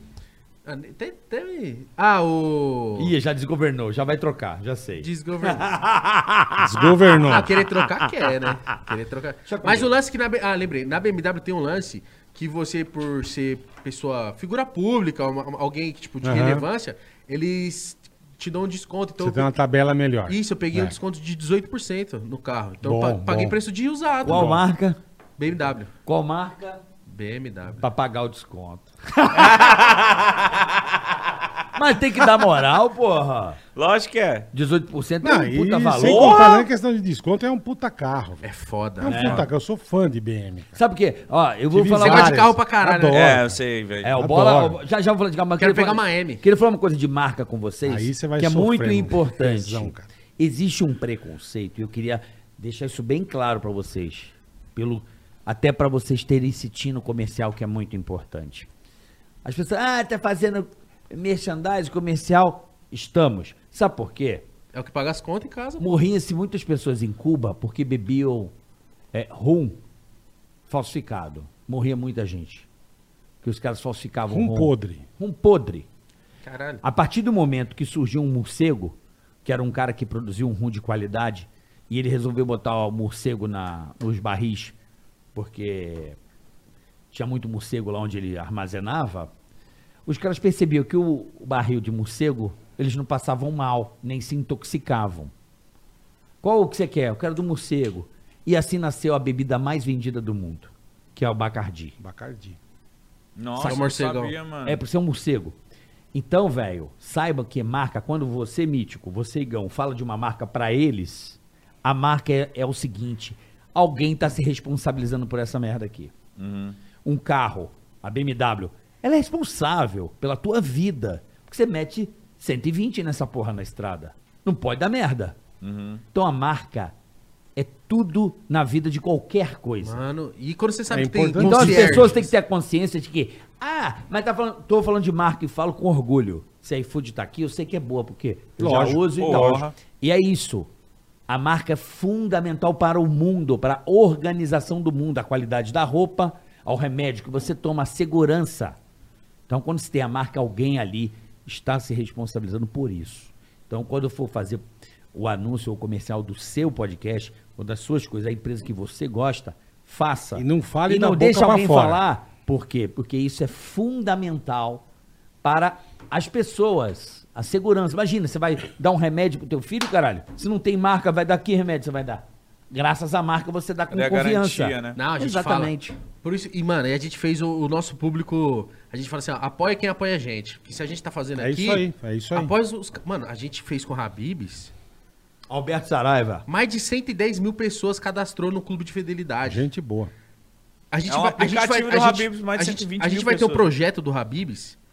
Speaker 4: Ah, te- Teve... Ah, o...
Speaker 2: Ih, já desgovernou, já vai trocar, já sei.
Speaker 4: Desgovernado.
Speaker 3: Desgovernou.
Speaker 4: Ah, querer trocar quer, né? Querer trocar. Mas o lance que na B- Ah, lembrei. Na BMW tem um lance que você, por ser pessoa, figura pública, uma- uma- alguém que, tipo, de
Speaker 3: Aham.
Speaker 4: relevância, eles te dão um desconto. Então,
Speaker 3: Você tem
Speaker 4: eu
Speaker 3: uma tabela melhor.
Speaker 4: pe- Isso, eu peguei
Speaker 3: É.
Speaker 4: um desconto de 18% no carro. Então eu
Speaker 3: Bom,
Speaker 4: pa- paguei
Speaker 3: bom.
Speaker 4: preço de usado.
Speaker 2: *laughs* Qual marca?
Speaker 4: BMW.
Speaker 2: Qual marca?
Speaker 4: BMW.
Speaker 2: Pra pagar o desconto. Mas tem que dar moral, porra.
Speaker 1: Lógico que é.
Speaker 2: 18% é
Speaker 3: Não,
Speaker 2: um
Speaker 3: e
Speaker 2: puta
Speaker 3: sem
Speaker 2: valor.
Speaker 3: contar nem a questão de desconto, é um puta carro. velho.
Speaker 4: É foda.
Speaker 3: É um puta carro. Eu sou fã de BM.
Speaker 2: Sabe o quê? Ó, eu vou
Speaker 3: Tive
Speaker 2: falar
Speaker 4: Você gosta de
Speaker 3: várias.
Speaker 4: carro pra caralho, né?
Speaker 3: Adoro.
Speaker 1: É, eu sei, velho.
Speaker 2: É, o
Speaker 3: Adoro.
Speaker 2: bola. o- já já vou falar de calma.
Speaker 4: Quero
Speaker 2: queria
Speaker 4: pegar
Speaker 2: falar-
Speaker 4: uma M.
Speaker 2: Queria falar uma coisa de marca com vocês.
Speaker 3: Aí você vai
Speaker 2: Que é
Speaker 3: sofrer,
Speaker 2: muito
Speaker 3: mano.
Speaker 2: importante.
Speaker 3: Tesão, cara.
Speaker 2: Existe um preconceito, e eu queria deixar isso bem claro pra vocês. Pelo, até pra vocês terem esse tino comercial que é muito importante. As pessoas, ah, tá fazendo merchandising comercial. Estamos. Sabe por quê?
Speaker 4: É o que paga as contas em casa. pô.
Speaker 2: Morriam-se muitas pessoas em Cuba porque bebiam é, rum falsificado. Morria muita gente. Que os caras falsificavam
Speaker 3: Rum podre.
Speaker 2: Rum podre.
Speaker 4: Caralho.
Speaker 3: Ah,
Speaker 2: A partir do momento que surgiu um morcego, que era um cara que produziu um rum de qualidade, e ele resolveu botar o morcego na, nos barris, porque tinha muito morcego lá onde ele armazenava, os caras percebiam que o, o barril de morcego, eles não passavam mal, nem se intoxicavam. Qual o que você quer? Eu quero do morcego. E assim nasceu a bebida mais vendida do mundo, que é o Bacardi.
Speaker 3: Bacardi.
Speaker 1: Nossa,
Speaker 4: Saca o
Speaker 1: eu
Speaker 4: morcegão.
Speaker 1: sabia, mano.
Speaker 2: É por ser um morcego. Então, velho, saiba que marca, quando você, Mítico, você, Igão, fala de uma marca pra eles, a marca é, é o seguinte: alguém tá se responsabilizando por essa merda aqui. Um carro, a BMW, ela é responsável pela tua vida. Porque você mete 120 nessa porra na estrada. Não pode dar merda. Então a marca é tudo na vida de qualquer coisa.
Speaker 4: Mano, e quando você sabe
Speaker 3: É
Speaker 4: que tem
Speaker 3: importante.
Speaker 2: Então as
Speaker 4: concierge?
Speaker 2: pessoas têm que ter a consciência de que, ah, mas tá falando, tô falando de marca e falo com orgulho. Se a iFood tá aqui, eu sei que é boa, porque eu já
Speaker 3: Lógico,
Speaker 2: uso e
Speaker 1: porra.
Speaker 2: tal. E é isso. A marca é fundamental para o mundo, para a organização do mundo, a qualidade da roupa, ao remédio que você toma, a segurança. Então, quando se tem a marca, alguém ali está se responsabilizando por isso. Então, quando eu for fazer o anúncio ou comercial do seu podcast, ou das suas coisas, a empresa que você gosta, faça.
Speaker 3: E não fale
Speaker 2: Tá. e
Speaker 3: da
Speaker 2: não
Speaker 3: boca
Speaker 2: deixa
Speaker 3: pra
Speaker 2: alguém
Speaker 3: fora.
Speaker 2: falar. Por quê? Porque isso é fundamental para as pessoas, a segurança. Imagina, você vai dar um remédio pro teu filho, caralho. Se não tem marca, vai dar que remédio você vai dar? Graças à marca você dá com
Speaker 1: É a
Speaker 2: confiança.
Speaker 1: garantia, né?
Speaker 4: Não, a gente
Speaker 2: Exatamente.
Speaker 4: fala. Por isso, e, mano, e a gente fez o, o nosso público. A gente fala assim, ó, apoia quem apoia a gente. Porque se a gente tá fazendo
Speaker 3: É
Speaker 4: aqui.
Speaker 3: isso aí, é isso aí.
Speaker 4: Após os. Mano, a gente fez com o Habibs.
Speaker 2: Alberto Saraiva.
Speaker 4: Mais de 110 mil pessoas cadastrou no clube de fidelidade.
Speaker 3: Gente boa.
Speaker 4: A gente
Speaker 1: É um
Speaker 4: vai. A gente vai.
Speaker 1: aplicativo do
Speaker 4: A gente,
Speaker 1: Habib's, mais
Speaker 4: a
Speaker 1: de
Speaker 4: gente,
Speaker 1: 120
Speaker 4: a gente
Speaker 1: mil
Speaker 4: vai ter um
Speaker 1: pessoas.
Speaker 4: projeto do Habibs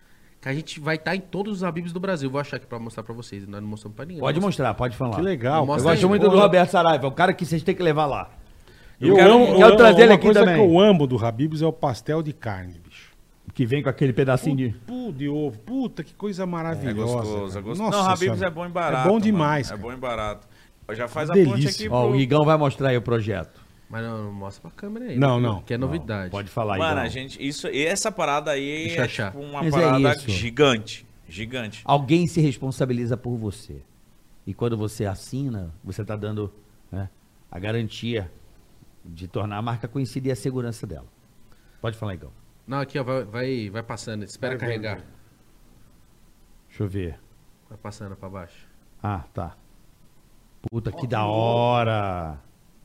Speaker 4: que a gente vai estar em todos os Habibs do Brasil. Vou achar aqui pra mostrar pra vocês. Nós não mostramos pra ninguém.
Speaker 2: Pode
Speaker 4: Nossa.
Speaker 2: mostrar, pode falar.
Speaker 3: Que legal.
Speaker 4: Mostra
Speaker 2: Eu
Speaker 3: cara.
Speaker 2: gosto
Speaker 4: aí.
Speaker 2: muito do Roberto Saraiva, o cara que vocês têm que levar lá.
Speaker 3: Eu,
Speaker 2: quero-
Speaker 3: amo,
Speaker 2: eu
Speaker 3: eu
Speaker 2: quero
Speaker 3: amo-
Speaker 2: trazer ele
Speaker 3: uma
Speaker 2: aqui
Speaker 3: coisa
Speaker 2: também.
Speaker 3: que eu amo do Habibs é o pastel de carne, bicho.
Speaker 6: Que vem com aquele pedacinho de.
Speaker 3: Pô, de ovo. Puta, que coisa maravilhosa.
Speaker 1: É gostoso,
Speaker 3: cara.
Speaker 1: é gostoso.
Speaker 3: Nossa
Speaker 1: não, Habibs
Speaker 3: Senhora.
Speaker 1: é bom e barato.
Speaker 3: É bom demais,
Speaker 1: mano. É
Speaker 3: cara.
Speaker 1: bom e barato. Já faz a
Speaker 3: Delícia.
Speaker 1: ponte aqui
Speaker 2: Ó,
Speaker 1: pro-
Speaker 2: o Igão vai mostrar aí o projeto.
Speaker 4: Mas não, não mostra pra câmera aí.
Speaker 3: Não,
Speaker 4: né?
Speaker 3: não.
Speaker 4: Que é novidade.
Speaker 6: Pode falar,
Speaker 1: Mano,
Speaker 6: Igão.
Speaker 1: a gente, isso, e essa parada aí
Speaker 4: Deixa eu
Speaker 1: é
Speaker 4: achar.
Speaker 1: tipo uma
Speaker 2: Mas é
Speaker 1: parada
Speaker 2: isso.
Speaker 1: gigante. Gigante.
Speaker 2: Alguém se responsabiliza por você. E quando você assina, você está dando né, a garantia de tornar a marca conhecida e a segurança dela. Pode falar, Igão.
Speaker 4: Não, aqui, ó, vai, vai, vai passando. Espera
Speaker 3: Vai vendo.
Speaker 4: carregar.
Speaker 2: Deixa eu ver.
Speaker 4: Vai passando pra baixo.
Speaker 2: Ah, tá. Puta, que da hora!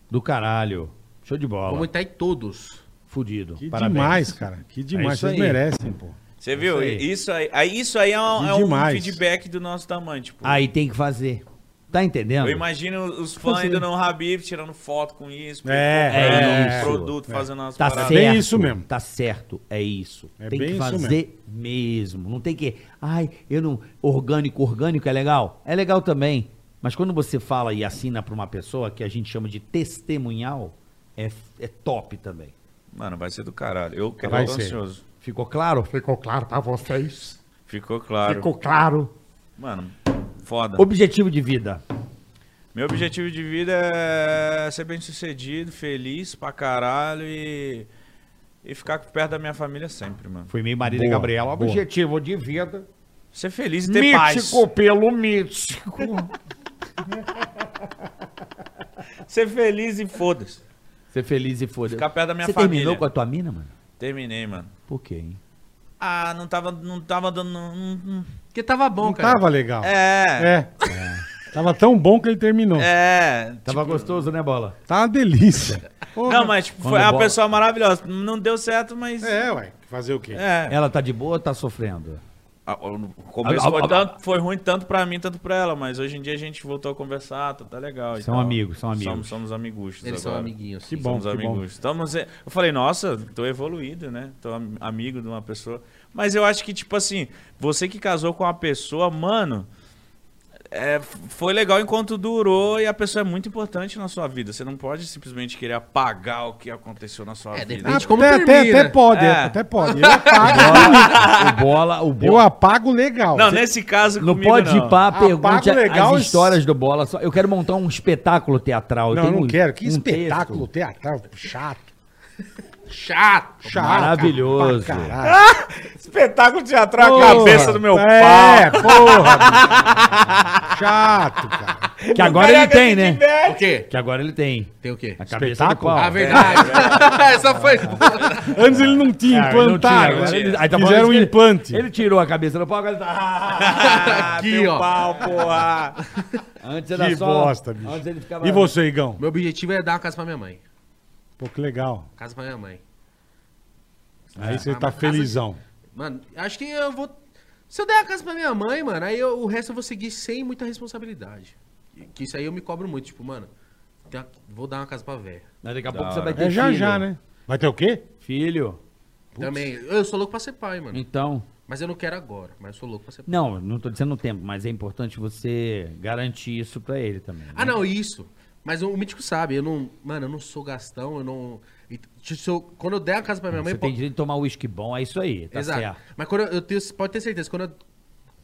Speaker 2: Do caralho. Show de bola.
Speaker 4: Vamos entrar em todos.
Speaker 2: Fudido.
Speaker 3: Que
Speaker 2: Parabéns.
Speaker 3: demais, cara. Que demais.
Speaker 2: isso
Speaker 3: Vocês
Speaker 2: aí.
Speaker 3: merecem, pô.
Speaker 1: Você viu?
Speaker 2: aí.
Speaker 1: Isso aí, aí, isso aí é um,
Speaker 3: E
Speaker 1: é um
Speaker 3: demais.
Speaker 1: feedback do nosso tamanho, tipo.
Speaker 2: Aí tem que fazer. Tá entendendo?
Speaker 1: Eu imagino os fãs indo no Habib tirando foto com isso,
Speaker 3: É,
Speaker 1: comprando
Speaker 2: é.
Speaker 1: um produto, fazendo umas
Speaker 2: Tá
Speaker 1: paradas.
Speaker 2: certo.
Speaker 3: bem isso mesmo.
Speaker 2: Tá certo, é isso.
Speaker 3: É
Speaker 2: tem
Speaker 3: bem
Speaker 2: que
Speaker 3: isso
Speaker 2: fazer mesmo. Não tem que. Ai, eu não. Orgânico, orgânico é legal? É legal também. Mas quando você fala e assina pra uma pessoa que a gente chama de testemunhal, é, é top também.
Speaker 1: Mano, vai ser do caralho. Eu quero
Speaker 3: Vai
Speaker 1: tô
Speaker 3: ser.
Speaker 1: ansioso.
Speaker 2: Ficou claro?
Speaker 6: Ficou claro pra vocês?
Speaker 1: Ficou claro.
Speaker 6: Ficou claro.
Speaker 1: Mano, foda.
Speaker 2: Tá. Objetivo de vida.
Speaker 1: Meu objetivo de vida é ser bem sucedido, feliz pra caralho e. E ficar perto da minha família sempre, mano.
Speaker 6: Foi meio Marília
Speaker 3: Boa,
Speaker 6: Gabriela.
Speaker 3: boa.
Speaker 6: Objetivo de vida.
Speaker 1: Ser feliz e ter paz.
Speaker 6: Mítico pelo mítico.
Speaker 1: Ser feliz e foda-se.
Speaker 2: Ser feliz e foda.
Speaker 1: Ficar perto da minha
Speaker 2: Você
Speaker 1: família.
Speaker 2: terminou com a tua mina, mano?
Speaker 1: Terminei, mano.
Speaker 2: Por quê, hein?
Speaker 1: Ah, não tava, não tava dando. não- não-
Speaker 4: Porque tava bom,
Speaker 3: Não
Speaker 4: cara.
Speaker 3: tava legal.
Speaker 1: É,
Speaker 3: É. Tava tão bom que ele terminou.
Speaker 1: é.
Speaker 2: Tava gostoso, né, Bola?
Speaker 3: Tá uma delícia.
Speaker 1: Não, mas tipo, foi
Speaker 2: Quando
Speaker 1: uma
Speaker 2: bola-
Speaker 1: pessoa maravilhosa. Não deu certo, mas. É.
Speaker 3: É, ué. Fazer o quê?
Speaker 2: Ela tá de boa ou tá *laughs* sofrendo?
Speaker 1: Ah, O começo
Speaker 2: Ah, ah, ah,
Speaker 1: foi, tanto- foi ruim tanto pra mim, tanto pra ela, mas hoje em dia a gente voltou a conversar, tá, tá legal. e
Speaker 6: São
Speaker 1: tal.
Speaker 6: amigos, são amigos.
Speaker 1: Somos, somos amiguchos agora.
Speaker 4: Eles são amiguinhos.
Speaker 3: Que
Speaker 4: sim.
Speaker 3: bom,
Speaker 1: Somos amigos. Estamos, eu falei, nossa, tô evoluído, né? Tô am- amigo de uma pessoa. Mas eu acho que, tipo assim, você que casou com uma pessoa, mano, é, foi legal enquanto durou e a pessoa é muito importante na sua vida. Você não pode simplesmente querer apagar o que aconteceu na sua
Speaker 4: É, de
Speaker 1: vida.
Speaker 4: repente,
Speaker 3: até,
Speaker 4: como
Speaker 3: até,
Speaker 4: termina.
Speaker 3: até pode,
Speaker 1: É.
Speaker 3: até pode. Eu apago,
Speaker 2: O Bola, o
Speaker 3: eu
Speaker 2: Bola.
Speaker 3: apago legal.
Speaker 1: Não, né? nesse caso,
Speaker 2: Não
Speaker 1: comigo,
Speaker 2: pode ir pá,
Speaker 3: Apaga o
Speaker 2: pergunte
Speaker 3: Ah, legal
Speaker 2: as
Speaker 3: e-
Speaker 2: histórias do Bola. Só- Eu quero montar um espetáculo teatral. Eu
Speaker 3: Não,
Speaker 2: tenho
Speaker 3: não
Speaker 2: um-
Speaker 3: quero. Que
Speaker 2: um
Speaker 3: espetáculo
Speaker 2: texto
Speaker 3: teatral chato.
Speaker 4: Chato.
Speaker 3: Chato.
Speaker 2: Maravilhoso.
Speaker 3: pra caralho.
Speaker 1: Espetáculo teatral a
Speaker 3: Porra.
Speaker 1: cabeça do meu pai.
Speaker 3: É, porra. bicho. Chato, cara.
Speaker 2: Que agora ele tem, né?
Speaker 4: O quê?
Speaker 2: Que agora ele tem.
Speaker 4: Tem o quê?
Speaker 2: A cabeça do
Speaker 3: Espetáculo?
Speaker 2: pau.
Speaker 3: *laughs*
Speaker 4: Ah,
Speaker 3: É.
Speaker 4: verdade. *laughs* Essa
Speaker 3: Ah,
Speaker 4: foi.
Speaker 3: Antes ele não tinha,
Speaker 2: Ah,
Speaker 6: É, não
Speaker 3: implantaram.
Speaker 6: tinha,
Speaker 3: né?
Speaker 6: não
Speaker 2: tinha. Aí tá
Speaker 3: Fizeram
Speaker 2: falando
Speaker 3: um
Speaker 2: que
Speaker 3: implante.
Speaker 2: Ele tirou a cabeça do pau, agora ele tá...
Speaker 4: Aqui,
Speaker 2: *laughs*
Speaker 3: um
Speaker 4: ó.
Speaker 1: pau, porra.
Speaker 2: Antes
Speaker 3: Ah, Que bosta, bicho.
Speaker 2: Antes ele ficava...
Speaker 3: E você, Igão?
Speaker 4: Meu objetivo é dar uma casa pra minha mãe.
Speaker 3: Pô, que legal.
Speaker 4: Casa pra minha mãe.
Speaker 3: Aí você
Speaker 4: Ah,
Speaker 3: tá
Speaker 4: mas casa-
Speaker 3: felizão.
Speaker 4: Mano, acho que eu vou. Se eu der a casa pra minha mãe, mano, aí eu- o resto eu vou seguir sem muita responsabilidade. E Que isso aí eu me cobro muito. Tipo, mano, tem uma- vou dar uma casa pra véia.
Speaker 2: Mas Daqui a pouco você vai ter
Speaker 3: É já
Speaker 2: filho.
Speaker 3: já, né? Vai ter o quê?
Speaker 2: Filho.
Speaker 4: Também. Eu sou louco pra ser pai, mano.
Speaker 2: Então...
Speaker 4: Mas eu não quero agora. Mas eu sou louco pra ser pai.
Speaker 2: Não, não tô dizendo o tempo, mas é importante você garantir isso pra ele também. né?
Speaker 4: Ah, não, isso. Mas o Mítico sabe, eu não. Mano, eu não sou gastão, eu não. e se eu- quando eu der a casa pra minha mãe,
Speaker 3: é
Speaker 2: Você
Speaker 4: pô-
Speaker 2: tem direito de tomar uísque bom, é isso aí, tá
Speaker 4: Exato.
Speaker 2: certo.
Speaker 4: Mas quando eu, eu tenho, pode ter certeza, quando eu